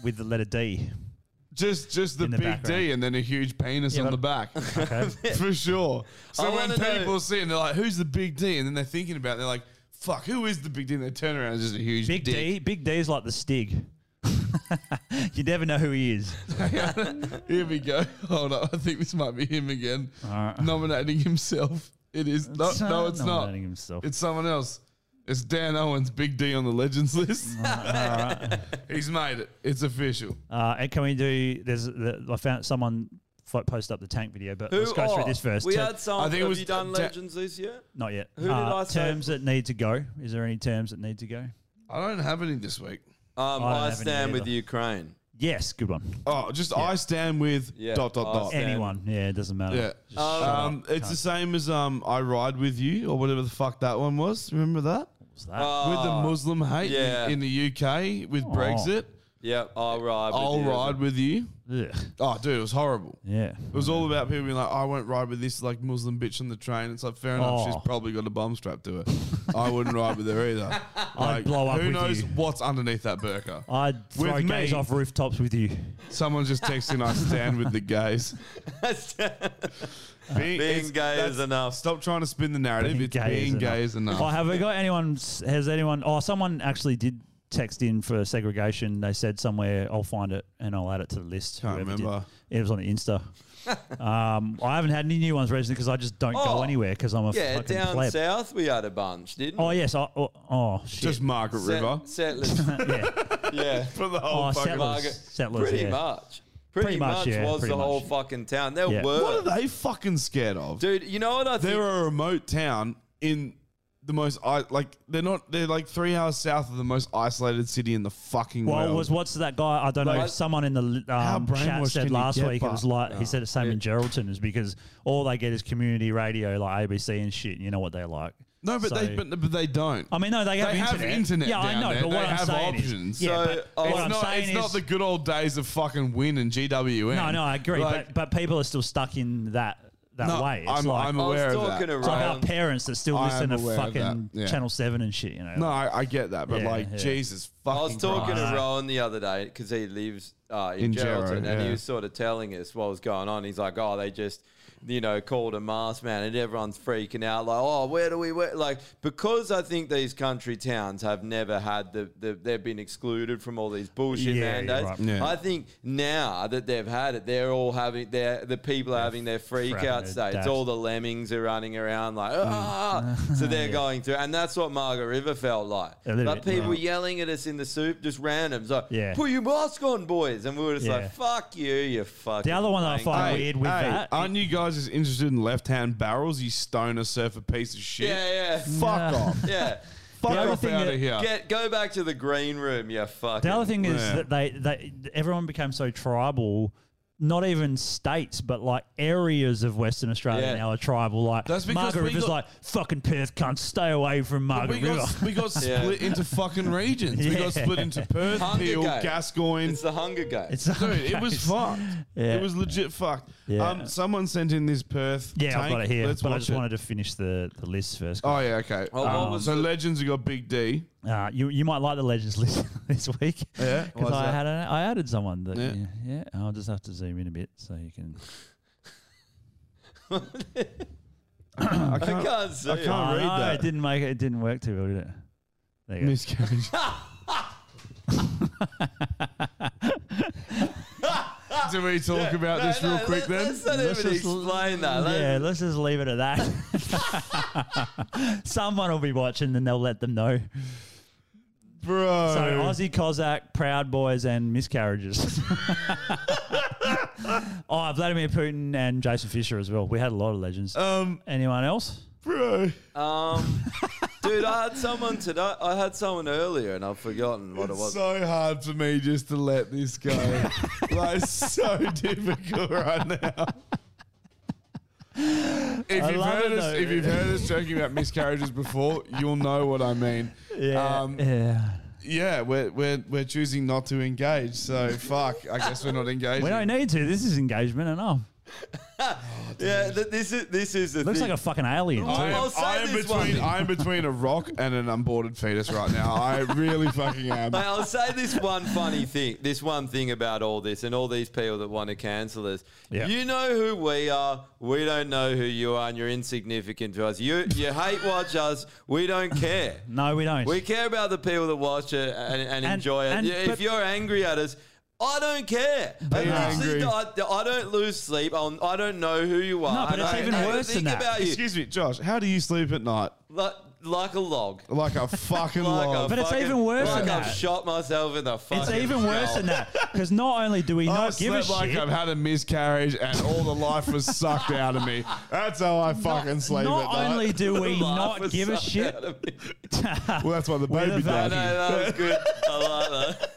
[SPEAKER 3] with the letter D.
[SPEAKER 2] Just just the,
[SPEAKER 3] In the
[SPEAKER 2] big
[SPEAKER 3] background.
[SPEAKER 2] D and then a huge penis
[SPEAKER 3] Yeah,
[SPEAKER 2] on the
[SPEAKER 3] but-
[SPEAKER 2] back.
[SPEAKER 3] Okay.
[SPEAKER 2] For sure. So
[SPEAKER 3] I
[SPEAKER 2] when
[SPEAKER 3] wanna know-
[SPEAKER 2] people see it, they're like, who's the big D? And then they're thinking about it, they're like, fuck, who is the big D? And they turn around, it's just a huge
[SPEAKER 3] Big
[SPEAKER 2] dick.
[SPEAKER 3] D, Big D is like the Stig. you never know who he is.
[SPEAKER 2] Here we go. Hold up. I think this might be him again. Nominating himself. It is. No,
[SPEAKER 3] It's
[SPEAKER 2] no
[SPEAKER 3] not
[SPEAKER 2] it's not.
[SPEAKER 3] nominating himself.
[SPEAKER 2] It's someone else. It's Dan Owens, Big D on the Legends list. He's made it. It's official.
[SPEAKER 3] Uh, and can we do? There's the, I found someone fo- post up the tank video, but let's go through
[SPEAKER 4] are-
[SPEAKER 3] this first.
[SPEAKER 4] We
[SPEAKER 3] Ter-
[SPEAKER 4] had some. have you done Legends this year?
[SPEAKER 3] Not yet.
[SPEAKER 4] Who did
[SPEAKER 3] Uh,
[SPEAKER 4] I say?
[SPEAKER 3] Terms that need to go. Is there any terms that need to go?
[SPEAKER 2] I don't have any this week.
[SPEAKER 4] Um,
[SPEAKER 3] I don't
[SPEAKER 4] I,
[SPEAKER 3] have any
[SPEAKER 4] stand with
[SPEAKER 3] either.
[SPEAKER 4] Ukraine.
[SPEAKER 3] Yes, good one.
[SPEAKER 2] Oh, just I stand with
[SPEAKER 4] Yeah,
[SPEAKER 2] dot dot
[SPEAKER 4] I
[SPEAKER 2] dot.
[SPEAKER 4] stand-
[SPEAKER 3] Anyone? Yeah, it doesn't matter.
[SPEAKER 2] Yeah.
[SPEAKER 3] Just shut up.
[SPEAKER 2] Um, it's the
[SPEAKER 3] Cunt.
[SPEAKER 2] same as um, I ride with you or whatever the fuck that one was. Remember that?
[SPEAKER 3] was that?
[SPEAKER 2] with the
[SPEAKER 4] Oh,
[SPEAKER 2] Muslim hate
[SPEAKER 4] yeah.
[SPEAKER 2] in, in the UK with Brexit.
[SPEAKER 4] Yeah, I'll ride. With
[SPEAKER 2] I'll
[SPEAKER 4] you.
[SPEAKER 2] ride with you.
[SPEAKER 3] Yeah.
[SPEAKER 2] Oh, dude, it was horrible.
[SPEAKER 3] Yeah.
[SPEAKER 2] It was all about people being like, I won't ride with this like Muslim bitch on the train. It's like, fair enough,
[SPEAKER 3] Oh.
[SPEAKER 2] she's probably got a bum strap to her. I wouldn't ride with her either. Like,
[SPEAKER 3] blow up
[SPEAKER 2] Who
[SPEAKER 3] with
[SPEAKER 2] knows
[SPEAKER 3] you.
[SPEAKER 2] what's underneath that burqa?
[SPEAKER 3] I'd
[SPEAKER 2] With
[SPEAKER 3] throw gays
[SPEAKER 2] me-
[SPEAKER 3] off rooftops with you.
[SPEAKER 2] Someone's just texting, I stand with the gays. being it's-
[SPEAKER 4] gay is
[SPEAKER 2] that's-
[SPEAKER 4] enough.
[SPEAKER 2] Stop trying to spin the narrative.
[SPEAKER 3] Being
[SPEAKER 2] it's
[SPEAKER 3] gay is
[SPEAKER 2] being
[SPEAKER 3] enough.
[SPEAKER 2] gay is enough.
[SPEAKER 3] Oh, have we got anyone? s- Has anyone? Oh, someone actually did text in for segregation. They said somewhere. I'll find it and I'll add it to the list.
[SPEAKER 2] Can't
[SPEAKER 3] whoever did.
[SPEAKER 2] remember.
[SPEAKER 3] It was on the Insta. um, I haven't had any new ones recently because I just don't go
[SPEAKER 4] Oh,
[SPEAKER 3] anywhere because I'm a
[SPEAKER 4] Yeah,
[SPEAKER 3] fucking
[SPEAKER 4] down
[SPEAKER 3] pleb.
[SPEAKER 4] south we had a bunch, didn't
[SPEAKER 3] Oh
[SPEAKER 4] we?
[SPEAKER 3] yes. I, oh, oh shit.
[SPEAKER 2] Just Margaret
[SPEAKER 4] Set-
[SPEAKER 2] River.
[SPEAKER 4] Settlers. yeah. yeah.
[SPEAKER 2] For the
[SPEAKER 3] whole Oh, fucking- settlers.
[SPEAKER 4] Margaret-
[SPEAKER 3] Settlers,
[SPEAKER 4] Pretty
[SPEAKER 3] yeah.
[SPEAKER 4] much. Pretty,
[SPEAKER 3] Pretty
[SPEAKER 4] much,
[SPEAKER 3] much, yeah,
[SPEAKER 4] was
[SPEAKER 3] pretty
[SPEAKER 4] the whole
[SPEAKER 3] much.
[SPEAKER 4] fucking town. There were.
[SPEAKER 2] What are they fucking scared of?
[SPEAKER 4] Dude, you know what I think?
[SPEAKER 2] They're a remote town in the most i- like they're not they're like three hours south of the most isolated city in the fucking
[SPEAKER 3] Well,
[SPEAKER 2] world.
[SPEAKER 3] it was what's that guy? I don't know.
[SPEAKER 2] Like-
[SPEAKER 3] someone in the um, chat
[SPEAKER 2] brainwashed can
[SPEAKER 3] said
[SPEAKER 2] you
[SPEAKER 3] last
[SPEAKER 2] get,
[SPEAKER 3] week it was
[SPEAKER 2] but-
[SPEAKER 3] like
[SPEAKER 2] Nah.
[SPEAKER 3] he said it's same in Geraldton is because all they get is community radio like ABC and shit. And you know what they like.
[SPEAKER 2] no, but
[SPEAKER 3] So-
[SPEAKER 2] they but, but they don't.
[SPEAKER 3] I mean, no, they have internet. Yeah, I
[SPEAKER 2] down
[SPEAKER 3] know,
[SPEAKER 2] there.
[SPEAKER 3] but
[SPEAKER 2] they
[SPEAKER 3] what I'm
[SPEAKER 2] have
[SPEAKER 3] saying is-
[SPEAKER 2] options.
[SPEAKER 3] yeah, So, but what
[SPEAKER 2] it's
[SPEAKER 3] I'm
[SPEAKER 2] not
[SPEAKER 3] saying
[SPEAKER 2] it's not
[SPEAKER 3] is-
[SPEAKER 2] the good old days of fucking Win and GWN.
[SPEAKER 3] No, no, I agree.
[SPEAKER 2] Like,
[SPEAKER 3] but, but people are still stuck in that that
[SPEAKER 2] No,
[SPEAKER 3] way. It's
[SPEAKER 2] I'm-
[SPEAKER 3] like,
[SPEAKER 2] I'm I was aware of that. talking
[SPEAKER 3] It's like our
[SPEAKER 2] around-
[SPEAKER 3] parents that still
[SPEAKER 2] I
[SPEAKER 3] listen
[SPEAKER 2] am
[SPEAKER 3] to
[SPEAKER 2] aware of that,
[SPEAKER 3] fucking
[SPEAKER 2] yeah.
[SPEAKER 3] Channel Seven and shit. You know,
[SPEAKER 2] no, I, I get that, but
[SPEAKER 3] Yeah,
[SPEAKER 2] like
[SPEAKER 3] yeah.
[SPEAKER 2] Jesus fucking.
[SPEAKER 4] I was talking
[SPEAKER 2] Christ.
[SPEAKER 4] to Rowan the other day because he lives uh, in,
[SPEAKER 2] In
[SPEAKER 4] Geraldton,
[SPEAKER 2] Geraldton,
[SPEAKER 4] and he
[SPEAKER 2] yeah.
[SPEAKER 4] was sort of telling us what was going on. He's like, "Oh, they just, you know, called a mask man, and everyone's freaking out. Like, oh, where do we wear? Like, because I think these country towns have never had the, the they've been excluded from all these bullshit
[SPEAKER 2] Yeah, you're
[SPEAKER 4] mandates.
[SPEAKER 2] right. Yeah.
[SPEAKER 4] I think now that they've had it, they're all having their the people are having their freak
[SPEAKER 2] having
[SPEAKER 4] out
[SPEAKER 2] their
[SPEAKER 4] states.
[SPEAKER 2] dash.
[SPEAKER 4] All the lemmings are running around like,
[SPEAKER 2] Mm.
[SPEAKER 4] ah, so they're going through, and that's what Margaret River felt like.
[SPEAKER 3] A little
[SPEAKER 4] But
[SPEAKER 3] bit,
[SPEAKER 4] people
[SPEAKER 3] yeah.
[SPEAKER 4] yelling at us in the soup, just randoms. Like,
[SPEAKER 3] Yeah.
[SPEAKER 4] put your mask on, boys. And we were just
[SPEAKER 3] Yeah.
[SPEAKER 4] like, fuck you, you fucking. wank."
[SPEAKER 2] Hey, hey, Aren't you guys just interested in left hand barrels, you stoner surfer piece of shit?
[SPEAKER 4] Yeah, yeah.
[SPEAKER 2] Fuck off.
[SPEAKER 4] Yeah.
[SPEAKER 2] Fuck
[SPEAKER 4] The
[SPEAKER 2] off
[SPEAKER 4] other thing
[SPEAKER 2] outta
[SPEAKER 4] that-
[SPEAKER 2] here.
[SPEAKER 4] Get, go back to the green room, you fucking.
[SPEAKER 3] The other thing is that they, they everyone became so tribal. Not even states, but like areas of Western Australia
[SPEAKER 2] Yeah.
[SPEAKER 3] now are tribal. Like
[SPEAKER 2] That's because
[SPEAKER 3] Margaret
[SPEAKER 2] we
[SPEAKER 3] River's
[SPEAKER 2] got-
[SPEAKER 3] like fucking Perth cunts, stay away from Margaret
[SPEAKER 2] We got,
[SPEAKER 3] River.
[SPEAKER 2] we got split into fucking regions. We got split
[SPEAKER 3] Yeah.
[SPEAKER 2] into Perth,
[SPEAKER 3] Hunger
[SPEAKER 2] Peel,
[SPEAKER 3] Games.
[SPEAKER 2] Gascoigne.
[SPEAKER 4] It's the Hunger Games.
[SPEAKER 3] It's the
[SPEAKER 2] Dude,
[SPEAKER 3] Hunger
[SPEAKER 2] it was
[SPEAKER 3] Games.
[SPEAKER 2] fucked.
[SPEAKER 3] Yeah.
[SPEAKER 2] It was legit fucked.
[SPEAKER 3] Yeah.
[SPEAKER 2] Um, someone sent in this Perth.
[SPEAKER 3] yeah, I've
[SPEAKER 2] tank.
[SPEAKER 3] got it here,
[SPEAKER 2] Let's
[SPEAKER 3] but I
[SPEAKER 2] watch
[SPEAKER 3] just
[SPEAKER 2] it.
[SPEAKER 3] wanted to finish the, the list first.
[SPEAKER 2] Oh yeah, okay.
[SPEAKER 3] Oh, what
[SPEAKER 2] Um,
[SPEAKER 3] was
[SPEAKER 2] so legends, you got Big D.
[SPEAKER 3] Uh, you you might like the legends list this week.
[SPEAKER 2] Yeah,
[SPEAKER 3] because
[SPEAKER 2] why's
[SPEAKER 3] I
[SPEAKER 2] that?
[SPEAKER 3] had an, I added someone that
[SPEAKER 2] Yeah.
[SPEAKER 3] yeah. yeah. I'll just have to zoom in a bit so you can.
[SPEAKER 4] I can't, see
[SPEAKER 2] I
[SPEAKER 4] it.
[SPEAKER 2] can't read
[SPEAKER 3] no,
[SPEAKER 2] that.
[SPEAKER 3] It didn't make it. It didn't work too well, did it? There you go.
[SPEAKER 2] Miscarriage. Do we talk
[SPEAKER 4] Yeah,
[SPEAKER 2] about
[SPEAKER 4] no,
[SPEAKER 2] this
[SPEAKER 4] no,
[SPEAKER 2] real quick
[SPEAKER 4] let-
[SPEAKER 2] then?
[SPEAKER 4] let's not even
[SPEAKER 3] l-
[SPEAKER 4] explain that. Let's-
[SPEAKER 3] Yeah, let's just leave it at that. Someone will be watching and they'll let them know.
[SPEAKER 2] Bro.
[SPEAKER 3] So
[SPEAKER 4] Oh.
[SPEAKER 3] Aussie Cossack, Proud Boys, and miscarriages. oh, Vladimir Putin and Jason Fisher as well. We had a lot of legends.
[SPEAKER 2] Um,
[SPEAKER 3] anyone else?
[SPEAKER 2] Bro.
[SPEAKER 4] Um, dude, I had someone today. I had someone earlier, and I've forgotten what it
[SPEAKER 2] It's
[SPEAKER 4] was.
[SPEAKER 2] so hard for me just to let this go. like so difficult right now. If
[SPEAKER 3] I
[SPEAKER 2] you've,
[SPEAKER 3] love
[SPEAKER 2] heard
[SPEAKER 3] it
[SPEAKER 2] us,
[SPEAKER 3] though.
[SPEAKER 2] if you've heard us joking about miscarriages before, you'll know what I mean. Um,
[SPEAKER 3] Yeah, yeah.
[SPEAKER 2] yeah, we're, we're, we're choosing not to engage. So, fuck, I guess we're not engaging.
[SPEAKER 3] We don't need to. This is engagement enough.
[SPEAKER 4] yeah, th- this is this is the
[SPEAKER 3] Looks
[SPEAKER 4] thing.
[SPEAKER 3] like a fucking alien. too.
[SPEAKER 2] I am, I am between I am between a rock and an unboarded fetus right now. I really fucking
[SPEAKER 3] Um,
[SPEAKER 2] am.
[SPEAKER 4] Mate, I'll say this one funny thing. This one thing about all this and all these people that want to cancel us. You know who we are. We don't know who you are, and you're insignificant to us. You you hate watch us. We don't care.
[SPEAKER 3] No, we don't.
[SPEAKER 4] We care about the people that watch it and, and, enjoy it.
[SPEAKER 3] and-
[SPEAKER 4] Yeah, if
[SPEAKER 3] but-
[SPEAKER 4] you're angry at us, I don't care. I, literally don't- I, I don't lose sleep. I'll, I don't know who you are. I don't- I don't think About you.
[SPEAKER 2] Excuse me, Josh. How do you sleep at night?
[SPEAKER 4] Like, like a log.
[SPEAKER 2] Like a fucking
[SPEAKER 4] Like
[SPEAKER 2] log.
[SPEAKER 4] a fucking- like I've shot myself in the fucking
[SPEAKER 3] It's even worse
[SPEAKER 4] skull.
[SPEAKER 3] than that because not only do we
[SPEAKER 2] I
[SPEAKER 3] not give a
[SPEAKER 2] slept like
[SPEAKER 3] shit,
[SPEAKER 2] I've had a miscarriage and all the life was sucked out of me. That's how I fucking sleep
[SPEAKER 3] not
[SPEAKER 2] at night.
[SPEAKER 3] only do we not give a shit-
[SPEAKER 2] well, that's why the
[SPEAKER 3] We're the
[SPEAKER 2] baby died.
[SPEAKER 3] vacuum. No, no, that was
[SPEAKER 4] good. I like that.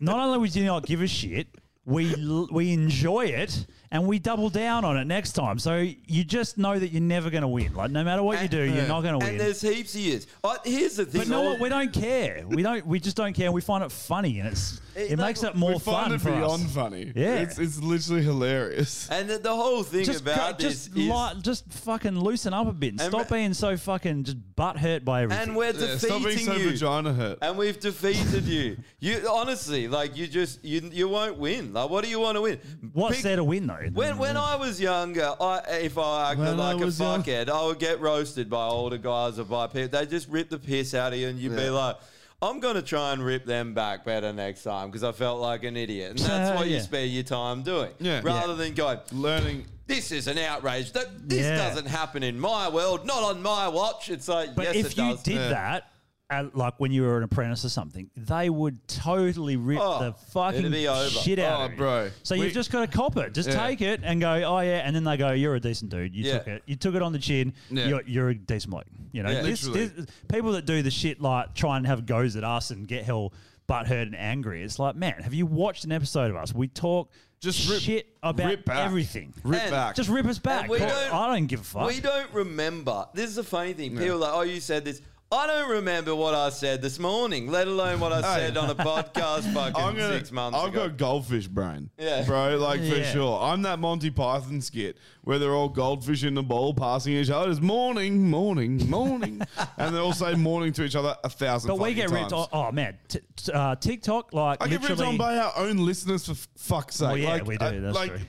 [SPEAKER 3] not only we do not give a shit, we l- we enjoy it and we double down on it next time. So you just know that you're never going to win. Like no matter what you do, you're not going to
[SPEAKER 4] And
[SPEAKER 3] win.
[SPEAKER 4] there's heaps of years. I, here's the thing.
[SPEAKER 3] But no,
[SPEAKER 4] all-
[SPEAKER 3] what? we don't care. We don't. We just don't care. We find it funny, and it's it, makes it more
[SPEAKER 2] we find
[SPEAKER 3] fun
[SPEAKER 2] it
[SPEAKER 3] for us.
[SPEAKER 2] beyond funny.
[SPEAKER 3] Yeah,
[SPEAKER 2] It's, it's literally hilarious.
[SPEAKER 4] And the, the whole thing
[SPEAKER 3] just,
[SPEAKER 4] about
[SPEAKER 3] go- just
[SPEAKER 4] this is.
[SPEAKER 3] li- just fucking loosen up a bit. And
[SPEAKER 4] And
[SPEAKER 3] stop being so fucking just butt hurt by everything.
[SPEAKER 4] And we're defeating you.
[SPEAKER 2] hurt.
[SPEAKER 4] And we've defeated you. You honestly, like you just you you won't win. Like what do you want to win?
[SPEAKER 3] What's there to win though?
[SPEAKER 4] When when I was younger, I if I acted
[SPEAKER 3] When I
[SPEAKER 4] like a
[SPEAKER 3] was young-
[SPEAKER 4] fuckhead, I would get roasted by older guys or by people. They just rip the piss out of you, and you'd be
[SPEAKER 2] Yeah.
[SPEAKER 4] like. I'm gonna try and rip them back better next time because I felt like an idiot, and that's what you
[SPEAKER 2] Yeah.
[SPEAKER 4] spend your time doing.
[SPEAKER 2] Yeah.
[SPEAKER 4] Rather
[SPEAKER 2] Yeah.
[SPEAKER 4] than going
[SPEAKER 2] learning,
[SPEAKER 4] this is an outrage. That this
[SPEAKER 3] Yeah.
[SPEAKER 4] doesn't happen in my world, not on my watch. It's like
[SPEAKER 3] But
[SPEAKER 4] yes,
[SPEAKER 3] if
[SPEAKER 4] it
[SPEAKER 3] you
[SPEAKER 4] does.
[SPEAKER 3] did that, at, like when you were an apprentice or something, they would totally rip
[SPEAKER 4] Oh,
[SPEAKER 3] the fucking
[SPEAKER 4] it'd be over.
[SPEAKER 3] shit out
[SPEAKER 4] Oh,
[SPEAKER 3] of you.
[SPEAKER 4] bro.
[SPEAKER 3] So
[SPEAKER 4] We-
[SPEAKER 3] you've just got to cop it. Just
[SPEAKER 4] Yeah.
[SPEAKER 3] take it and go, oh yeah, and then they go, you're a decent dude. You took it. You took it on the chin.
[SPEAKER 4] Yeah.
[SPEAKER 3] You're, you're a decent bloke. You know,
[SPEAKER 4] Yeah.
[SPEAKER 3] this,
[SPEAKER 4] Literally.
[SPEAKER 3] this, people that do the shit like try and have goes at us and get hell butthurt and angry. It's like, man, have you watched an episode of us? We talk just
[SPEAKER 4] rip-
[SPEAKER 3] shit about
[SPEAKER 4] rip back.
[SPEAKER 3] everything.
[SPEAKER 4] Rip And- back.
[SPEAKER 3] Just rip us back.
[SPEAKER 4] And we
[SPEAKER 3] Cool.
[SPEAKER 4] don't-
[SPEAKER 3] I don't give a fuck.
[SPEAKER 4] We don't remember. This is the funny thing. People
[SPEAKER 3] Yeah.
[SPEAKER 4] are like, oh, you said this. I don't remember what I said this morning, let alone what I
[SPEAKER 2] Hey.
[SPEAKER 4] said on a podcast fucking
[SPEAKER 2] I'm gonna-
[SPEAKER 4] six months
[SPEAKER 2] I've
[SPEAKER 4] ago.
[SPEAKER 2] got goldfish brain.
[SPEAKER 4] Yeah.
[SPEAKER 2] Bro, like for
[SPEAKER 4] Yeah.
[SPEAKER 2] sure. I'm that Monty Python skit where they're all goldfish in the bowl passing each other. It's morning, morning, morning. and they all say morning to each other a thousand
[SPEAKER 3] But we
[SPEAKER 2] fucking
[SPEAKER 3] get ripped.
[SPEAKER 2] times.
[SPEAKER 3] on Oh man, t- t- uh, TikTok like
[SPEAKER 2] I get
[SPEAKER 3] literally.
[SPEAKER 2] ripped on by our own listeners for f- fuck's sake.
[SPEAKER 3] Well, yeah,
[SPEAKER 2] like,
[SPEAKER 3] we do,
[SPEAKER 2] I-
[SPEAKER 3] that's
[SPEAKER 2] like,
[SPEAKER 3] true.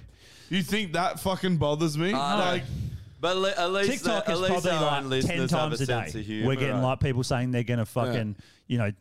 [SPEAKER 2] You think that fucking bothers me?
[SPEAKER 4] I don't-
[SPEAKER 2] like,
[SPEAKER 4] but le- at least,
[SPEAKER 3] TikTok
[SPEAKER 4] at
[SPEAKER 3] is
[SPEAKER 4] least uh,
[SPEAKER 3] probably
[SPEAKER 4] our own
[SPEAKER 3] like ten
[SPEAKER 4] listeners have
[SPEAKER 3] times a,
[SPEAKER 4] sense
[SPEAKER 3] day.
[SPEAKER 4] of humor,
[SPEAKER 3] We're getting
[SPEAKER 4] right?
[SPEAKER 3] like people saying they're going to fucking you know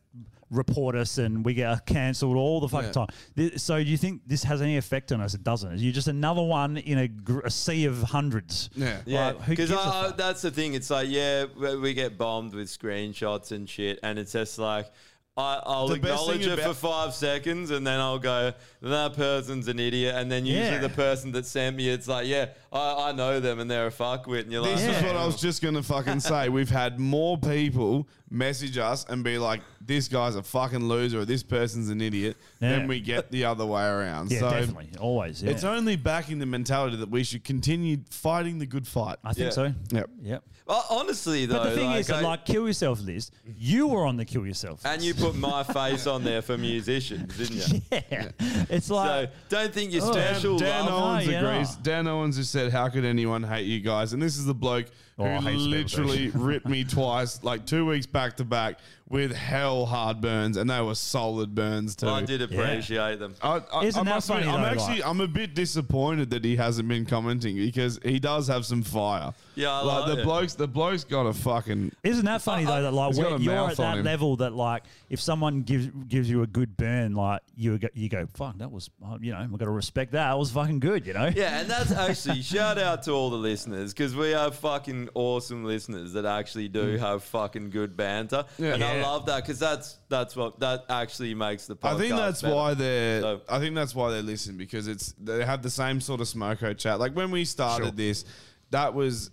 [SPEAKER 3] report us, and we get cancelled all the fucking
[SPEAKER 4] Yeah.
[SPEAKER 3] time. Th- so do you think this has any effect on us? It doesn't. You're just another one in a, gr- a sea of hundreds.
[SPEAKER 4] Yeah,
[SPEAKER 3] Like, who
[SPEAKER 4] because
[SPEAKER 3] gives a fuck?
[SPEAKER 4] that's the thing. It's like, yeah, we we get bombed with screenshots and shit, and it's just like, I, I'll
[SPEAKER 2] The best
[SPEAKER 4] acknowledge
[SPEAKER 2] thing
[SPEAKER 4] it for
[SPEAKER 2] about-
[SPEAKER 4] five seconds, and then I'll go, that person's an idiot, and then usually
[SPEAKER 2] Yeah.
[SPEAKER 4] the person that sent me, it's like, yeah, I, I know them, and they're a fuckwit, and you're like,
[SPEAKER 2] This is what I was just gonna fucking say. We've had more people message us and be like, "This guy's a fucking loser," or "This person's an idiot,"
[SPEAKER 3] Yeah.
[SPEAKER 2] than we get the other way around.
[SPEAKER 3] Yeah,
[SPEAKER 2] so
[SPEAKER 3] definitely, always. Yeah.
[SPEAKER 2] It's only backing the mentality that we should continue fighting the good fight. I
[SPEAKER 3] think Yeah. so.
[SPEAKER 2] Yep.
[SPEAKER 3] Yep.
[SPEAKER 4] Well, honestly, though,
[SPEAKER 3] but the thing
[SPEAKER 4] like,
[SPEAKER 3] is, that,
[SPEAKER 4] I-
[SPEAKER 3] like kill yourself list. You were on the kill yourself.
[SPEAKER 4] and you put my face on there for musicians, didn't you?
[SPEAKER 3] Yeah. It's like
[SPEAKER 4] so don't think
[SPEAKER 2] Oh,
[SPEAKER 4] you're Oh, special.
[SPEAKER 2] Dan, Dan
[SPEAKER 4] love.
[SPEAKER 2] Owens agrees. Dan Owens has said, "How could anyone hate you guys?" And this is the bloke who
[SPEAKER 3] Oh, hates people,
[SPEAKER 2] literally
[SPEAKER 3] don't you?
[SPEAKER 2] ripped me twice, like two weeks back to back, with hell hard burns, and they were solid burns too.
[SPEAKER 4] I did appreciate them.
[SPEAKER 2] I, I, I must admit, I'm actually I'm a bit disappointed that he hasn't been commenting because he does have some fire.
[SPEAKER 4] Yeah, I
[SPEAKER 2] like,
[SPEAKER 4] like
[SPEAKER 2] the
[SPEAKER 4] it.
[SPEAKER 2] blokes. The blokes got a fucking.
[SPEAKER 3] Isn't that funny though? That like
[SPEAKER 2] He's got
[SPEAKER 3] when
[SPEAKER 2] a
[SPEAKER 3] you're
[SPEAKER 2] mouth
[SPEAKER 3] at
[SPEAKER 2] on
[SPEAKER 3] that
[SPEAKER 2] him.
[SPEAKER 3] level, that like if someone gives gives you a good burn, like you go, you go, fuck, that was uh, you know, I got to respect that. That was fucking good, you know.
[SPEAKER 4] Yeah, and that's uh, actually shout out to all the listeners because we have fucking awesome listeners that actually do have fucking good banter,
[SPEAKER 2] Yeah.
[SPEAKER 4] and I
[SPEAKER 2] Yeah.
[SPEAKER 4] love that because that's that's what that actually makes the podcast.
[SPEAKER 2] I think that's
[SPEAKER 4] better.
[SPEAKER 2] why they're. I think that's why they listen because it's they have the same sort of smoko chat. Like when we started
[SPEAKER 4] Sure.
[SPEAKER 2] this, that was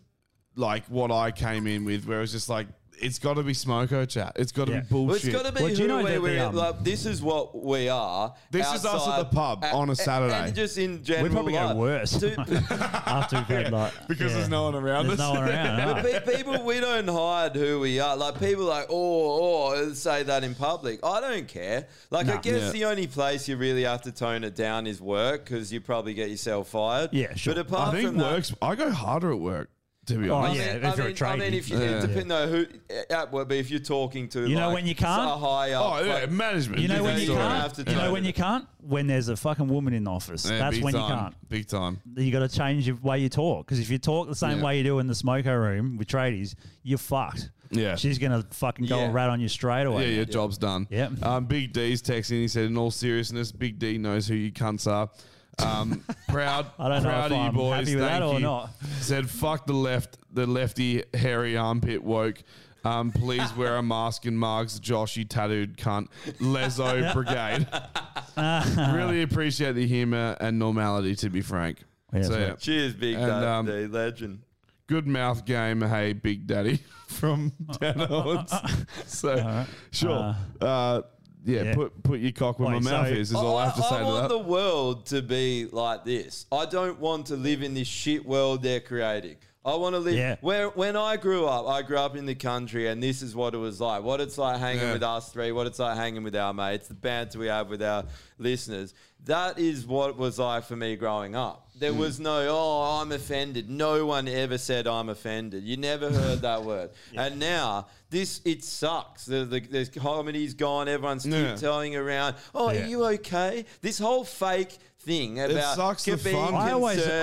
[SPEAKER 2] like what I came in with, where it was just like it's got to be smoko chat. It's got to be
[SPEAKER 4] Well,
[SPEAKER 2] bullshit.
[SPEAKER 4] it's got to be who we, we
[SPEAKER 2] um,
[SPEAKER 3] um,
[SPEAKER 4] like, This is what we are.
[SPEAKER 2] This is us at
[SPEAKER 4] outside-
[SPEAKER 2] the pub
[SPEAKER 4] a-
[SPEAKER 2] on a
[SPEAKER 4] a-
[SPEAKER 2] Saturday.
[SPEAKER 4] And just in general,
[SPEAKER 3] We probably
[SPEAKER 4] life.
[SPEAKER 3] get worse
[SPEAKER 4] Dude,
[SPEAKER 3] after we've had like
[SPEAKER 2] because there's no one around
[SPEAKER 3] There's
[SPEAKER 2] us.
[SPEAKER 3] no one around. huh?
[SPEAKER 4] But pe- people, we don't hide who we are. Like people, like oh, oh, say that in public. I don't care. Like I
[SPEAKER 3] Nah.
[SPEAKER 4] guess
[SPEAKER 3] Yeah.
[SPEAKER 4] the only place you really have to tone it down is work because you probably get yourself fired.
[SPEAKER 2] Yeah, sure.
[SPEAKER 4] But apart
[SPEAKER 2] I think
[SPEAKER 4] from
[SPEAKER 2] works. I go harder at work. To be
[SPEAKER 3] Oh,
[SPEAKER 4] that,
[SPEAKER 2] honest,
[SPEAKER 4] I mean, I mean, I mean, if you it depends on who at work, but if you're talking to,
[SPEAKER 3] You know
[SPEAKER 4] like,
[SPEAKER 3] when you can't?
[SPEAKER 4] so high up,
[SPEAKER 2] Oh, yeah,
[SPEAKER 4] like-
[SPEAKER 2] management.
[SPEAKER 3] You know when you
[SPEAKER 4] don't have
[SPEAKER 3] can't.
[SPEAKER 4] to
[SPEAKER 3] You know
[SPEAKER 4] tone
[SPEAKER 3] when you can't. When there's a fucking woman in the office,
[SPEAKER 2] Yeah,
[SPEAKER 3] that's
[SPEAKER 2] big
[SPEAKER 3] when you
[SPEAKER 2] time.
[SPEAKER 3] can't.
[SPEAKER 2] Big time.
[SPEAKER 3] You got to change your way you talk because if you talk the same
[SPEAKER 2] Yeah.
[SPEAKER 3] way you do in the smoker room with tradies, you're fucked.
[SPEAKER 2] Yeah.
[SPEAKER 3] she's gonna fucking go
[SPEAKER 2] Yeah.
[SPEAKER 3] and rat on you straight away.
[SPEAKER 2] Yeah, your job's done. Yeah. Um, Big D's texting. He said, in all seriousness, Big D knows who you cunts are. Um, proud,
[SPEAKER 3] I don't know
[SPEAKER 2] proud
[SPEAKER 3] if
[SPEAKER 2] of you
[SPEAKER 3] I'm
[SPEAKER 2] boys.
[SPEAKER 3] happy with
[SPEAKER 2] Thank
[SPEAKER 3] that or
[SPEAKER 2] you.
[SPEAKER 3] not.
[SPEAKER 2] Said, fuck the left, the lefty hairy armpit woke. Um, please wear a mask and marks, Josh, you tattooed cunt. Lezo Brigade. really appreciate the humor and normality, to be frank.
[SPEAKER 4] Yeah,
[SPEAKER 2] So,
[SPEAKER 4] that's right.
[SPEAKER 2] yeah.
[SPEAKER 4] Cheers, Big
[SPEAKER 2] And, um,
[SPEAKER 4] Dad, the legend.
[SPEAKER 2] Good mouth game, hey, Big Daddy from Dan Owens. so, sure. Uh, yeah,
[SPEAKER 4] Yeah.
[SPEAKER 2] put put your cock where my
[SPEAKER 4] Wait,
[SPEAKER 2] mouth
[SPEAKER 4] so-
[SPEAKER 2] is, is all I have to say to
[SPEAKER 4] want
[SPEAKER 2] that.
[SPEAKER 4] the world to be like this. I don't want to live in this shit world they're creating. I want to live
[SPEAKER 2] Yeah.
[SPEAKER 4] where when I grew up, I grew up in the country and this is what it was like. What it's like hanging
[SPEAKER 2] Yeah.
[SPEAKER 4] with us three, what it's like hanging with our mates, the banter we have with our listeners. That is what it was like for me growing up. There
[SPEAKER 2] Mm.
[SPEAKER 4] was no, oh, I'm offended. No one ever said I'm offended. You never heard that word. And now this it sucks. The the, the comedy's gone, everyone's keep
[SPEAKER 2] Yeah.
[SPEAKER 4] telling around, oh,
[SPEAKER 2] Yeah.
[SPEAKER 4] are you okay? This whole fake thing about
[SPEAKER 2] sucks the
[SPEAKER 4] being
[SPEAKER 2] fun. I
[SPEAKER 4] concerned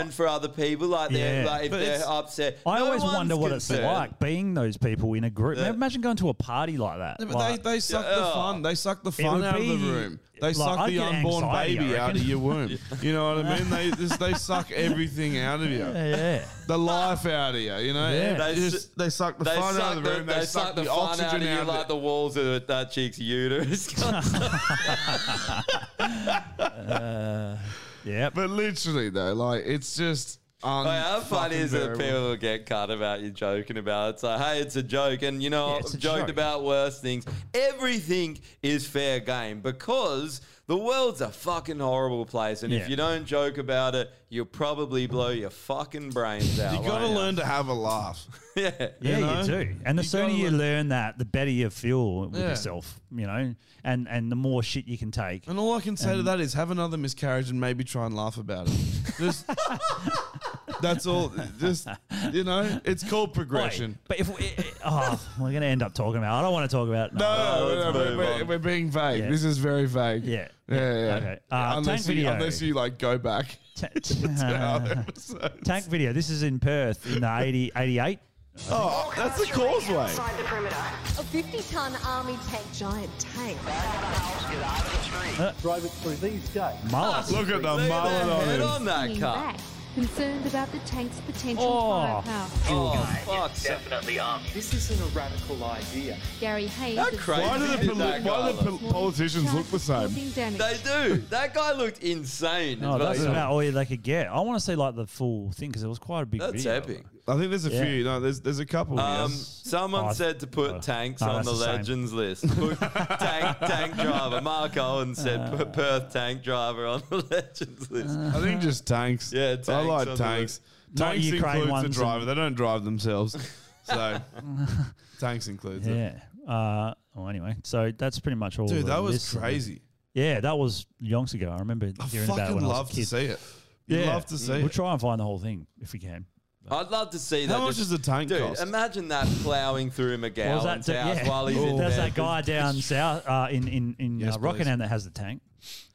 [SPEAKER 2] always-
[SPEAKER 4] for other people, like they're
[SPEAKER 3] Yeah.
[SPEAKER 4] like if
[SPEAKER 3] But
[SPEAKER 4] they're
[SPEAKER 3] it's-
[SPEAKER 4] upset.
[SPEAKER 3] I
[SPEAKER 4] No
[SPEAKER 3] always
[SPEAKER 4] one's
[SPEAKER 3] wonder what it's
[SPEAKER 4] concerned.
[SPEAKER 3] like being those people in a group. Imagine going to a party like that.
[SPEAKER 2] Yeah, but
[SPEAKER 3] Like-
[SPEAKER 2] they, they suck the fun. They suck the
[SPEAKER 3] It
[SPEAKER 2] fun
[SPEAKER 3] would
[SPEAKER 2] out of the
[SPEAKER 3] be-
[SPEAKER 2] room. They
[SPEAKER 3] like,
[SPEAKER 2] suck
[SPEAKER 3] I'd
[SPEAKER 2] the
[SPEAKER 3] get
[SPEAKER 2] unborn
[SPEAKER 3] anxiety, I
[SPEAKER 2] baby out of
[SPEAKER 3] reckon.
[SPEAKER 2] your womb. you know what I mean? They just, they suck everything out of you.
[SPEAKER 3] Yeah.
[SPEAKER 2] The life out of you. You know.
[SPEAKER 4] Yeah. They
[SPEAKER 2] They
[SPEAKER 4] s-
[SPEAKER 2] just they suck the
[SPEAKER 4] They
[SPEAKER 2] fun out
[SPEAKER 4] suck,
[SPEAKER 2] of the
[SPEAKER 4] the,
[SPEAKER 2] room.
[SPEAKER 4] they suck the, fun out of
[SPEAKER 2] oxygen
[SPEAKER 4] you
[SPEAKER 2] out
[SPEAKER 4] like
[SPEAKER 2] of
[SPEAKER 4] the walls of that chick's uterus.
[SPEAKER 3] Uh,
[SPEAKER 2] it.
[SPEAKER 3] Yeah.
[SPEAKER 2] But literally though, like it's just. uh,
[SPEAKER 4] Like, how funny is it that
[SPEAKER 2] un-fucking-bearable.
[SPEAKER 4] people will get cut about you joking about it? It's like, hey, it's a joke. And you know,
[SPEAKER 2] Yeah,
[SPEAKER 4] I've
[SPEAKER 2] it's a
[SPEAKER 4] joked
[SPEAKER 2] joke.
[SPEAKER 4] about worse things. Everything is fair game because the world's a fucking horrible place. And
[SPEAKER 2] Yeah.
[SPEAKER 4] if you don't joke about it, you'll probably blow your fucking brains out.
[SPEAKER 2] You gotta
[SPEAKER 4] won't
[SPEAKER 2] learn to have a laugh.
[SPEAKER 4] yeah.
[SPEAKER 3] Yeah, you, do. And the sooner you learn that, the better you feel with
[SPEAKER 2] Yeah.
[SPEAKER 3] yourself, you know, and and the more shit you can take.
[SPEAKER 2] And all I can say to
[SPEAKER 3] And-
[SPEAKER 2] that is have another miscarriage and maybe try and laugh about it. Just, that's all. Just you know, it's called progression.
[SPEAKER 3] but if we, oh, we're gonna end up talking about. I don't want to talk about.
[SPEAKER 2] no, no, no, we're, we're, we're being vague.
[SPEAKER 3] Yeah.
[SPEAKER 2] This is very vague.
[SPEAKER 3] Yeah.
[SPEAKER 2] yeah, yeah.
[SPEAKER 3] Okay. Uh,
[SPEAKER 2] unless
[SPEAKER 3] tank
[SPEAKER 2] you,
[SPEAKER 3] video.
[SPEAKER 2] unless you like go back. to our episode.
[SPEAKER 3] Tank video. This is in Perth in the 80, 88.
[SPEAKER 2] Oh, that's the causeway.
[SPEAKER 13] the perimeter. A 50-ton army tank giant tank.
[SPEAKER 7] Drive it through these gates.
[SPEAKER 3] Mullet.
[SPEAKER 2] Look at the
[SPEAKER 7] Look at the
[SPEAKER 2] mullet on
[SPEAKER 7] head
[SPEAKER 2] him.
[SPEAKER 7] on that
[SPEAKER 13] Leaning
[SPEAKER 7] car.
[SPEAKER 13] back, concerned about the tank's potential
[SPEAKER 7] Oh.
[SPEAKER 13] firepower.
[SPEAKER 7] Oh, fuck.
[SPEAKER 13] Definitely army.
[SPEAKER 7] This isn't a radical idea.
[SPEAKER 13] Gary Hayes.
[SPEAKER 7] How
[SPEAKER 13] of-
[SPEAKER 4] crazy
[SPEAKER 2] Why do
[SPEAKER 4] is
[SPEAKER 2] the,
[SPEAKER 4] that
[SPEAKER 2] poli- why
[SPEAKER 4] guy,
[SPEAKER 2] do the pol- politicians look the same?
[SPEAKER 4] They do. That guy looked insane.
[SPEAKER 3] No,
[SPEAKER 4] as well.
[SPEAKER 3] that's about all they could get. I want to see like the full thing because it was quite a big.
[SPEAKER 4] That's
[SPEAKER 3] video.
[SPEAKER 4] epic.
[SPEAKER 2] I think there's a
[SPEAKER 3] Yeah.
[SPEAKER 2] few. No, there's there's a couple.
[SPEAKER 4] Um,
[SPEAKER 2] yes.
[SPEAKER 4] someone
[SPEAKER 2] Oh, I-
[SPEAKER 4] said to put tanks
[SPEAKER 2] no,
[SPEAKER 4] on
[SPEAKER 2] that's
[SPEAKER 4] the
[SPEAKER 2] the same.
[SPEAKER 4] legends list. Put tank, tank driver. Mark Owen said put Perth tank driver on the legends list.
[SPEAKER 2] I think just tanks.
[SPEAKER 4] Yeah,
[SPEAKER 2] I
[SPEAKER 4] tanks on
[SPEAKER 2] like
[SPEAKER 4] the-
[SPEAKER 2] tanks.
[SPEAKER 3] Not
[SPEAKER 2] Tanks
[SPEAKER 3] Ukraine
[SPEAKER 2] includes
[SPEAKER 3] ones
[SPEAKER 2] the
[SPEAKER 3] and-
[SPEAKER 2] driver. They don't drive themselves, so tanks includes it.
[SPEAKER 3] Yeah. Uh, well, anyway, so that's pretty much all.
[SPEAKER 2] Dude,
[SPEAKER 3] the
[SPEAKER 2] that was
[SPEAKER 3] list of it.
[SPEAKER 2] crazy.
[SPEAKER 3] Yeah, that was yonks ago. I remember hearing about it
[SPEAKER 2] fucking
[SPEAKER 3] when I
[SPEAKER 2] love
[SPEAKER 3] was a
[SPEAKER 2] to
[SPEAKER 3] kid.
[SPEAKER 2] see it. You'd love to see
[SPEAKER 3] we'll
[SPEAKER 2] it.
[SPEAKER 3] try and find the whole thing if we can.
[SPEAKER 4] I'd love to see that.
[SPEAKER 3] How much
[SPEAKER 4] just-
[SPEAKER 3] does a tank
[SPEAKER 4] dude,
[SPEAKER 3] cost?
[SPEAKER 4] Imagine that plowing through
[SPEAKER 3] Well,
[SPEAKER 4] McGowan's
[SPEAKER 3] that,
[SPEAKER 4] house
[SPEAKER 3] yeah.
[SPEAKER 4] while he's in
[SPEAKER 3] There's
[SPEAKER 4] bed.
[SPEAKER 3] that guy down south uh, in in in
[SPEAKER 2] Yes,
[SPEAKER 3] uh,
[SPEAKER 2] please.
[SPEAKER 3] Rockingham that has the tank.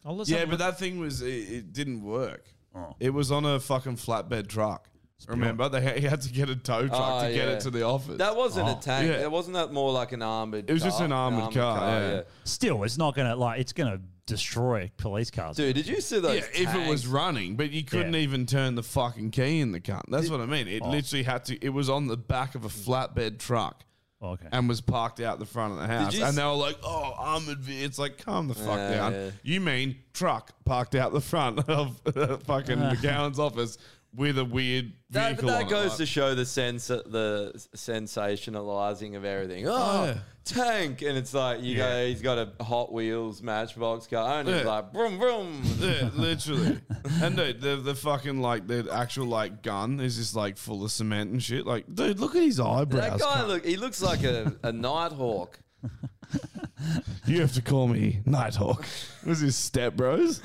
[SPEAKER 3] I'll let's have
[SPEAKER 2] Yeah,
[SPEAKER 3] a
[SPEAKER 2] but
[SPEAKER 3] look.
[SPEAKER 2] that thing was it, it didn't work.
[SPEAKER 3] Oh.
[SPEAKER 2] It was on a fucking flatbed truck. Remember, they ha- he had to get a tow truck
[SPEAKER 4] Oh,
[SPEAKER 2] to get
[SPEAKER 4] yeah.
[SPEAKER 2] it to the office.
[SPEAKER 4] That wasn't
[SPEAKER 3] Oh.
[SPEAKER 4] a tank.
[SPEAKER 2] Yeah.
[SPEAKER 4] That wasn't that more like an armored.
[SPEAKER 2] It was just
[SPEAKER 4] car?
[SPEAKER 2] an armored car, yeah.
[SPEAKER 3] still, it's not gonna like it's gonna destroy police cars.
[SPEAKER 4] Dude, did you see those?
[SPEAKER 2] Yeah, if it was running, but you couldn't even turn the fucking key in the cunt. That's what I mean. It
[SPEAKER 3] Oh.
[SPEAKER 2] literally had to. It was on the back of a flatbed truck.
[SPEAKER 3] Oh, okay.
[SPEAKER 2] And was parked out the front of the house,
[SPEAKER 3] you
[SPEAKER 2] and
[SPEAKER 3] s-
[SPEAKER 2] they were like, "Oh, armored." ve-" It's like, calm the fuck
[SPEAKER 3] Yeah,
[SPEAKER 2] down.
[SPEAKER 3] yeah.
[SPEAKER 2] You mean truck parked out the front of fucking
[SPEAKER 3] Uh.
[SPEAKER 2] McGowan's office with a weird
[SPEAKER 4] That,
[SPEAKER 2] vehicle
[SPEAKER 4] but that
[SPEAKER 2] on
[SPEAKER 4] goes
[SPEAKER 2] it,
[SPEAKER 4] to show the sense, the sensationalizing of everything. Oh,
[SPEAKER 2] yeah.
[SPEAKER 4] tank, and it's like you go.
[SPEAKER 2] Yeah.
[SPEAKER 4] He's got a Hot Wheels Matchbox car, and it's
[SPEAKER 2] Yeah.
[SPEAKER 4] like vroom vroom.
[SPEAKER 2] Yeah, literally. and dude, the the fucking like the actual like gun is just like full of cement and shit. Like, dude, look at his
[SPEAKER 4] that
[SPEAKER 2] eyebrows.
[SPEAKER 4] guy
[SPEAKER 2] cunt.
[SPEAKER 4] look. He looks like a, a nighthawk.
[SPEAKER 2] You have to call me Nighthawk. Was his step bros?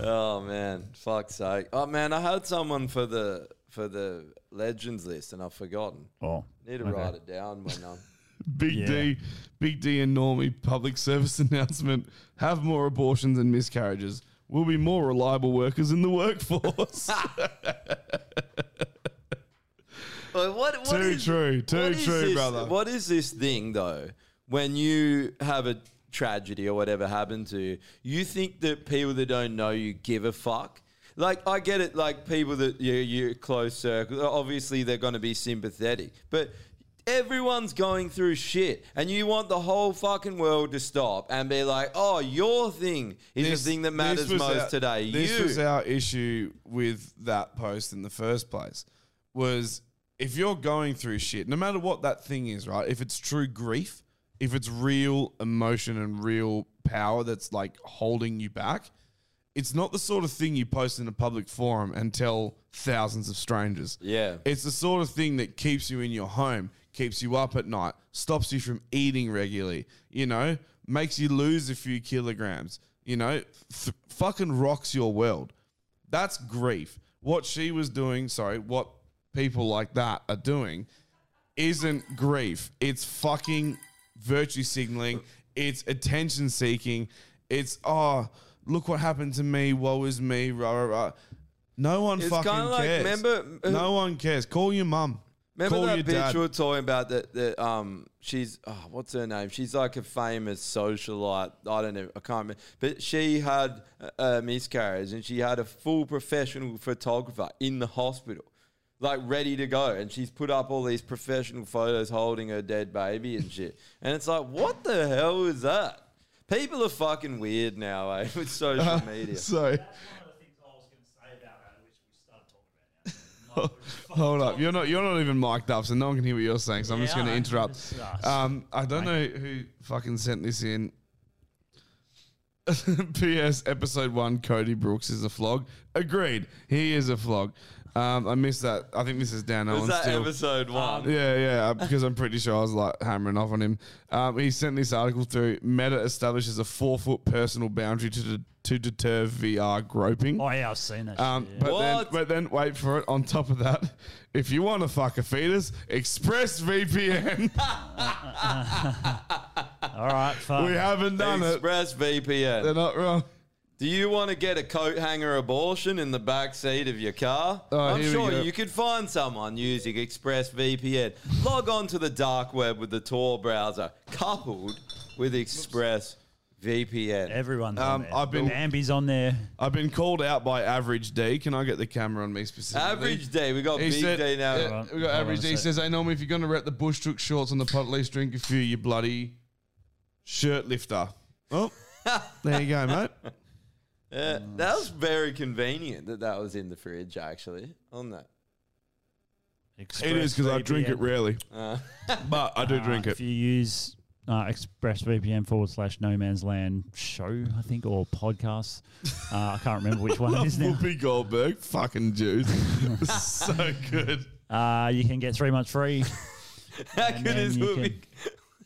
[SPEAKER 4] Oh man, fuck's sake! Oh man, I had someone for the for the legends list, and I've forgotten.
[SPEAKER 3] Oh,
[SPEAKER 4] need to
[SPEAKER 2] okay.
[SPEAKER 4] write it down when I'm.
[SPEAKER 2] Big D, Big D and Normie public service announcement: have more abortions and miscarriages. We'll be more reliable workers in the workforce.
[SPEAKER 4] But what, what
[SPEAKER 2] Too
[SPEAKER 4] is-
[SPEAKER 2] true, too
[SPEAKER 4] what is
[SPEAKER 2] true,
[SPEAKER 4] this-
[SPEAKER 2] brother.
[SPEAKER 4] What is this thing though? When you have a tragedy or whatever happened to you, you think that people that don't know you give a fuck. Like I get it, like people that you you close circle. Obviously, they're going to be sympathetic, but everyone's going through shit, and you want the whole fucking world to stop and be like, "Oh, your thing is the thing that matters
[SPEAKER 2] was
[SPEAKER 4] most
[SPEAKER 2] our-
[SPEAKER 4] today."
[SPEAKER 2] This
[SPEAKER 4] you.
[SPEAKER 2] was our issue with that post in the first place. Was if you're going through shit, no matter what that thing is, right? If it's true grief, if it's real emotion and real power that's like holding you back, it's not the sort of thing you post in a public forum and tell thousands of strangers.
[SPEAKER 4] Yeah.
[SPEAKER 2] It's the sort of thing that keeps you in your home, keeps you up at night, stops you from eating regularly, you know, makes you lose a few kilograms, you know, th- fucking rocks your world. That's grief. What she was doing, sorry, what people like that are doing isn't grief. It's fucking virtue signaling. It's attention seeking. It's, oh, look what happened to me. Woe is me. Rah, rah, rah. No one
[SPEAKER 4] It's
[SPEAKER 2] fucking
[SPEAKER 4] kinda like,
[SPEAKER 2] cares.
[SPEAKER 4] remember- uh,
[SPEAKER 2] no one cares. Call your mum.
[SPEAKER 4] Remember
[SPEAKER 2] Call
[SPEAKER 4] that
[SPEAKER 2] your
[SPEAKER 4] bitch
[SPEAKER 2] dad.
[SPEAKER 4] we were talking about that? That um, she's oh, what's her name? She's like a famous socialite. I don't know. I can't remember. But she had a, a miscarriage, and she had a full professional photographer in the hospital, like ready to go. And she's put up all these professional photos holding her dead baby and shit. And it's like, what the hell is that? People are fucking weird now eh, with social
[SPEAKER 2] Uh,
[SPEAKER 4] media.
[SPEAKER 2] So. Hold up! You're not you're not even mic'd up, so no one can hear what you're saying. So I'm just
[SPEAKER 3] Yeah,
[SPEAKER 2] going to
[SPEAKER 3] I know.
[SPEAKER 2] interrupt.
[SPEAKER 3] It's us.
[SPEAKER 2] Um, I don't know who fucking sent this in. P.S. Episode one: Cody Brooks is a flog. Agreed, he is a flog. Um, I missed that. I think this is Dan
[SPEAKER 4] Was
[SPEAKER 2] Owen.
[SPEAKER 4] that
[SPEAKER 2] still.
[SPEAKER 4] episode
[SPEAKER 3] Um,
[SPEAKER 4] one?
[SPEAKER 2] Yeah, yeah, uh, because I'm pretty sure I was like hammering off on him. Um, he sent this article through. Meta establishes a four foot personal boundary to de- to deter VR groping.
[SPEAKER 3] Oh yeah, I've seen that.
[SPEAKER 2] Um,
[SPEAKER 3] shit, yeah.
[SPEAKER 2] but then, but then, wait for it. On top of that, if you want to fuck a fetus, ExpressVPN.
[SPEAKER 3] All right, fuck.
[SPEAKER 2] we haven't done it.
[SPEAKER 4] Express VPN. They're
[SPEAKER 2] not wrong.
[SPEAKER 4] Do you want to get a coat hanger abortion in the back seat of your car?
[SPEAKER 2] Oh,
[SPEAKER 4] I'm
[SPEAKER 2] here we
[SPEAKER 4] sure
[SPEAKER 2] go.
[SPEAKER 4] you could find someone using ExpressVPN. Log on to the dark web with the Tor browser, coupled with ExpressVPN.
[SPEAKER 3] Everyone's
[SPEAKER 2] Um,
[SPEAKER 4] on
[SPEAKER 2] I've been
[SPEAKER 3] Ambi's on there.
[SPEAKER 2] I've been called out by Average D. Can I get the camera on me specifically?
[SPEAKER 4] Average D. We got
[SPEAKER 2] He
[SPEAKER 4] Big
[SPEAKER 2] said-
[SPEAKER 4] D now.
[SPEAKER 2] yeah,
[SPEAKER 4] Hold on,
[SPEAKER 2] we got
[SPEAKER 4] hold on
[SPEAKER 2] Average
[SPEAKER 4] a
[SPEAKER 2] D.
[SPEAKER 4] sec.
[SPEAKER 2] says, "Hey, Norm, if you're going to rep the bush took shorts on the pot, at least drink a few. You bloody shirt lifter." Oh, there you go, mate.
[SPEAKER 4] Yeah, Uh, that was very convenient that that was in the fridge, actually. On that.
[SPEAKER 2] It is because I drink it rarely,
[SPEAKER 4] Uh.
[SPEAKER 2] but I do
[SPEAKER 3] Uh,
[SPEAKER 2] drink it.
[SPEAKER 3] If you use uh, ExpressVPN forward slash No Man's Land show, I think, or podcast, uh, I can't remember which one it is now.
[SPEAKER 2] Whoopi Goldberg, fucking Jews, so good.
[SPEAKER 3] Uh, you can get three months free.
[SPEAKER 4] How
[SPEAKER 3] And
[SPEAKER 4] good
[SPEAKER 3] then
[SPEAKER 4] is
[SPEAKER 3] you
[SPEAKER 4] Whoopi?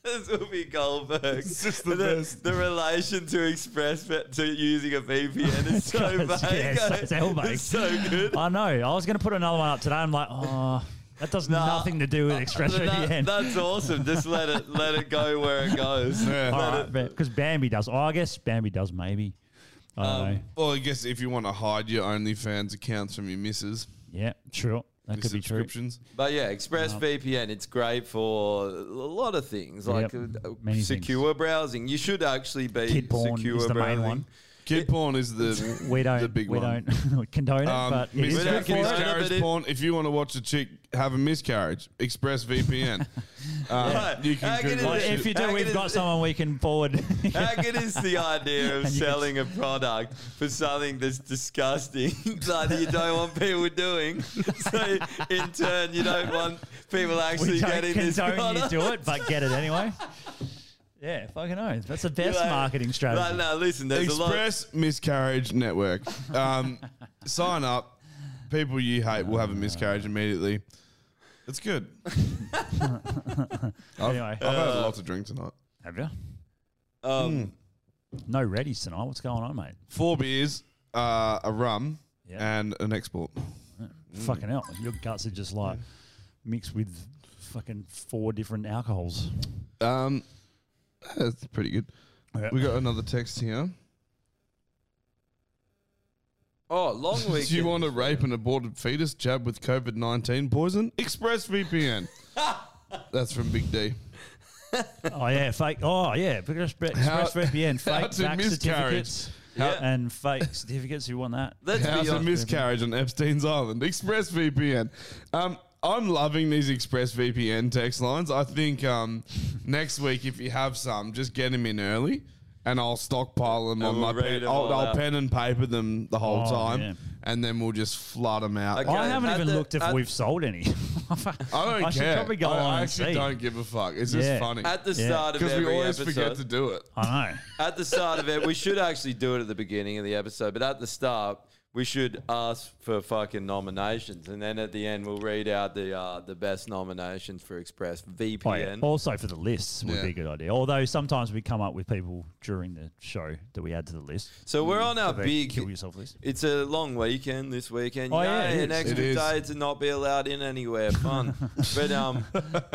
[SPEAKER 4] This will be Goldberg.
[SPEAKER 2] the,
[SPEAKER 4] the relation to Express to using a VPN is so vague.
[SPEAKER 3] It's- yeah, it's, it's hell vague.
[SPEAKER 4] It's so good.
[SPEAKER 3] I know. I was going to put another one up today. I'm like, oh, that does nothing to do with ExpressVPN.
[SPEAKER 4] That- that's awesome. Just let it let it go where it goes. Let it-
[SPEAKER 3] Because Bambi does. Oh, I guess Bambi does, maybe. I don't know.
[SPEAKER 2] Um, well, I guess if you want to hide your OnlyFans accounts from your missus,
[SPEAKER 3] Yeah, sure. That
[SPEAKER 2] your
[SPEAKER 3] could be true.
[SPEAKER 2] subscriptions.
[SPEAKER 4] But yeah, ExpressVPN, it's great for a lot of things, like
[SPEAKER 3] Yep,
[SPEAKER 4] uh,
[SPEAKER 3] many things.
[SPEAKER 4] secure browsing. You should actually be
[SPEAKER 3] Kid porn
[SPEAKER 4] secure
[SPEAKER 3] is the main
[SPEAKER 4] browsing.
[SPEAKER 3] one.
[SPEAKER 2] Kid porn is the
[SPEAKER 3] We don't.
[SPEAKER 2] the big
[SPEAKER 3] we
[SPEAKER 2] one.
[SPEAKER 3] don't condone it,
[SPEAKER 2] Um,
[SPEAKER 3] but it
[SPEAKER 2] mis-
[SPEAKER 3] is good for it.
[SPEAKER 2] miscarriage porn. If you want to watch a chick have a miscarriage, Express VPN. um, you can go
[SPEAKER 3] Well,
[SPEAKER 2] watch
[SPEAKER 3] if
[SPEAKER 2] it.
[SPEAKER 3] you do, we've got someone we can forward.
[SPEAKER 4] How good is the idea of
[SPEAKER 3] And you can-
[SPEAKER 4] selling a product for something that's disgusting like that you don't want people doing? So in turn, you don't want people actually
[SPEAKER 3] we don't
[SPEAKER 4] getting this
[SPEAKER 3] condone you
[SPEAKER 4] product.
[SPEAKER 3] do it, but get it anyway. yeah, fucking own. That's the best
[SPEAKER 4] like-
[SPEAKER 3] marketing strategy.
[SPEAKER 4] Like, no, listen, there's a lot.
[SPEAKER 2] Express Miscarriage Network. Um, sign up. People you hate will have a miscarriage immediately. It's good. I've,
[SPEAKER 3] Anyway.
[SPEAKER 2] I've had a
[SPEAKER 3] Uh,
[SPEAKER 2] lot to drink tonight. Hmm.
[SPEAKER 3] Have you?
[SPEAKER 4] Um,
[SPEAKER 3] No readies tonight. What's going on, mate?
[SPEAKER 2] Four beers, uh, a rum, and an export.
[SPEAKER 4] Hmm.
[SPEAKER 3] Fucking hell. Your guts are just like mixed with fucking four different alcohols.
[SPEAKER 2] Um, that's pretty good. We got another text here.
[SPEAKER 4] Oh, long
[SPEAKER 2] Do
[SPEAKER 4] weekend.
[SPEAKER 2] you want to rape an aborted fetus jab with COVID 19 poison? ExpressVPN. That's from Big D.
[SPEAKER 3] oh yeah, fake. Oh yeah, Express
[SPEAKER 2] How-
[SPEAKER 3] VPN,
[SPEAKER 2] how
[SPEAKER 3] fake
[SPEAKER 2] to
[SPEAKER 3] back
[SPEAKER 2] miscarriage.
[SPEAKER 3] certificates
[SPEAKER 2] How-
[SPEAKER 3] and fake certificates. Who won that?
[SPEAKER 2] How's a miscarriage on Epstein's Island? ExpressVPN. Um, I'm loving these ExpressVPN text lines. I think um, next week, if you have some, just get them in early and I'll stockpile them
[SPEAKER 4] And
[SPEAKER 2] on
[SPEAKER 4] we'll
[SPEAKER 2] my
[SPEAKER 4] read
[SPEAKER 2] pen.
[SPEAKER 4] them
[SPEAKER 2] I'll,
[SPEAKER 4] all
[SPEAKER 2] I'll
[SPEAKER 4] out.
[SPEAKER 2] pen and paper them the whole
[SPEAKER 3] Oh,
[SPEAKER 2] time
[SPEAKER 3] yeah.
[SPEAKER 2] and then we'll just flood them out.
[SPEAKER 3] I haven't even looked if
[SPEAKER 2] at
[SPEAKER 3] we've sold any.
[SPEAKER 2] I don't
[SPEAKER 3] I should
[SPEAKER 2] care.
[SPEAKER 3] probably go on
[SPEAKER 2] I, I
[SPEAKER 3] and
[SPEAKER 2] actually
[SPEAKER 3] see.
[SPEAKER 2] don't give a fuck. It's
[SPEAKER 3] Yeah.
[SPEAKER 2] just funny.
[SPEAKER 4] At the start of
[SPEAKER 2] Because we
[SPEAKER 4] every
[SPEAKER 2] always forget
[SPEAKER 4] episode.
[SPEAKER 2] to do it.
[SPEAKER 3] I know.
[SPEAKER 4] at the start of it, we should actually do it at the beginning of the episode, but at the start, we should ask for fucking nominations, and then at the end, we'll read out the uh, the best nominations for Express VPN.
[SPEAKER 3] Oh, yeah. Also for the lists would
[SPEAKER 4] E Yeah.
[SPEAKER 3] be a good idea. Although sometimes we come up with people during the show that we add to the list.
[SPEAKER 4] So we're on our
[SPEAKER 3] The
[SPEAKER 4] big.
[SPEAKER 3] kill yourself list.
[SPEAKER 4] It's a long weekend this weekend.
[SPEAKER 3] Oh,
[SPEAKER 4] Oh,
[SPEAKER 3] yeah,
[SPEAKER 4] yeah,
[SPEAKER 3] it
[SPEAKER 4] an
[SPEAKER 3] is.
[SPEAKER 4] extra
[SPEAKER 3] It is.
[SPEAKER 4] day to not be allowed in anywhere. Fun, but um,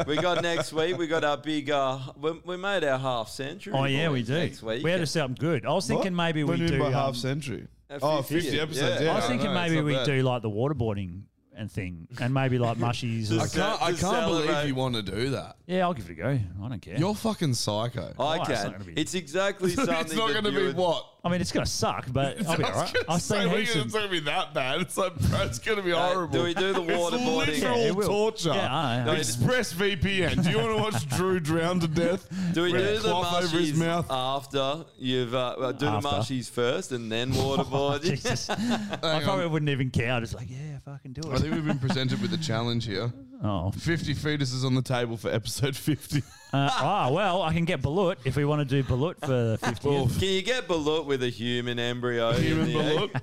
[SPEAKER 4] we got next week. We got our big. Uh, we, we made our half century.
[SPEAKER 3] Oh yeah,
[SPEAKER 4] boys,
[SPEAKER 3] we do.
[SPEAKER 4] Next week.
[SPEAKER 3] We had to something good. I was thinking
[SPEAKER 4] What?
[SPEAKER 3] maybe
[SPEAKER 4] What
[SPEAKER 3] we
[SPEAKER 4] do you
[SPEAKER 3] do
[SPEAKER 4] mean by half
[SPEAKER 3] um,
[SPEAKER 2] century.
[SPEAKER 4] Uh,
[SPEAKER 2] Oh,
[SPEAKER 4] 50,
[SPEAKER 2] 50 episodes.
[SPEAKER 4] yeah.
[SPEAKER 2] Yeah,
[SPEAKER 3] I was thinking
[SPEAKER 2] know, it's
[SPEAKER 3] maybe
[SPEAKER 2] not
[SPEAKER 3] we
[SPEAKER 2] bad.
[SPEAKER 3] do like the waterboarding and thing, and maybe like mushies.
[SPEAKER 2] I
[SPEAKER 3] or-
[SPEAKER 2] can't, I can't believe you want to do that.
[SPEAKER 3] Yeah, I'll give it a go. I don't care.
[SPEAKER 2] You're fucking psycho.
[SPEAKER 4] I
[SPEAKER 3] Oh, it's not
[SPEAKER 4] can.
[SPEAKER 3] gonna be-
[SPEAKER 4] It's exactly
[SPEAKER 2] It's
[SPEAKER 4] something.
[SPEAKER 2] not
[SPEAKER 4] that
[SPEAKER 2] gonna
[SPEAKER 4] you
[SPEAKER 2] be
[SPEAKER 4] would-
[SPEAKER 2] what?
[SPEAKER 3] I mean, it's gonna suck, but I'll be
[SPEAKER 2] I was
[SPEAKER 3] alright.
[SPEAKER 2] gonna
[SPEAKER 3] I've seen
[SPEAKER 2] say, we
[SPEAKER 3] heaps
[SPEAKER 2] didn't
[SPEAKER 3] of-
[SPEAKER 2] say be that bad. It's like, bro, it's going to be horrible.
[SPEAKER 4] do we do the waterboarding?
[SPEAKER 2] It's
[SPEAKER 4] Yeah,
[SPEAKER 2] literal
[SPEAKER 4] it will.
[SPEAKER 2] torture.
[SPEAKER 4] Yeah, I know.
[SPEAKER 2] Express VPN. Do you want to watch Drew drown to death?
[SPEAKER 4] Do we
[SPEAKER 2] with a
[SPEAKER 4] do the
[SPEAKER 2] cloth over his
[SPEAKER 4] mushies
[SPEAKER 2] mouth?
[SPEAKER 4] after you've uh, well, do
[SPEAKER 3] After. Oh,
[SPEAKER 4] the mushies first and then waterboard?
[SPEAKER 3] Jesus. I probably wouldn't even care. i just like, yeah, fucking do it.
[SPEAKER 2] I think we've been presented with a challenge here.
[SPEAKER 3] Oh.
[SPEAKER 2] 50 fetuses on the table for episode 50.
[SPEAKER 3] Uh, ah, well, I can get Balut if we want to do Balut for the 50th.
[SPEAKER 4] Can you get Balut with a human embryo? in
[SPEAKER 2] Human
[SPEAKER 4] the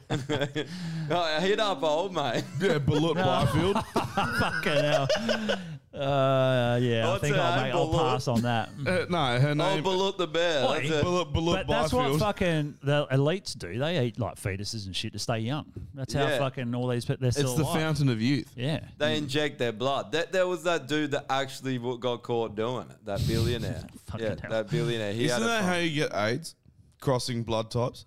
[SPEAKER 4] egg? oh, hit up old mate.
[SPEAKER 2] Yeah, Balut Byfield.
[SPEAKER 3] Fucking hell. Uh, yeah, I
[SPEAKER 4] What's
[SPEAKER 3] think
[SPEAKER 4] her
[SPEAKER 3] I'll,
[SPEAKER 4] name,
[SPEAKER 3] make, I'll
[SPEAKER 4] Balut?
[SPEAKER 3] pass on that.
[SPEAKER 2] Uh, no, her
[SPEAKER 4] Oh,
[SPEAKER 2] name.
[SPEAKER 4] Balut the bear.
[SPEAKER 3] Oi.
[SPEAKER 4] That's it.
[SPEAKER 3] but that's what fucking the elites do. They eat like fetuses and shit to stay young. That's how
[SPEAKER 4] Yeah.
[SPEAKER 3] fucking all these people. They're still
[SPEAKER 2] It's the
[SPEAKER 3] alive.
[SPEAKER 2] fountain of youth.
[SPEAKER 3] Yeah.
[SPEAKER 4] They inject their blood. That there was that dude that actually w- got caught doing it. That billionaire. yeah, that billionaire. He
[SPEAKER 2] Isn't
[SPEAKER 4] had a
[SPEAKER 2] that how you get AIDS? Crossing blood types?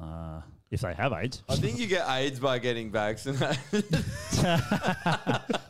[SPEAKER 3] Uh, if they have AIDS.
[SPEAKER 4] I think you get AIDS by getting vaccinated.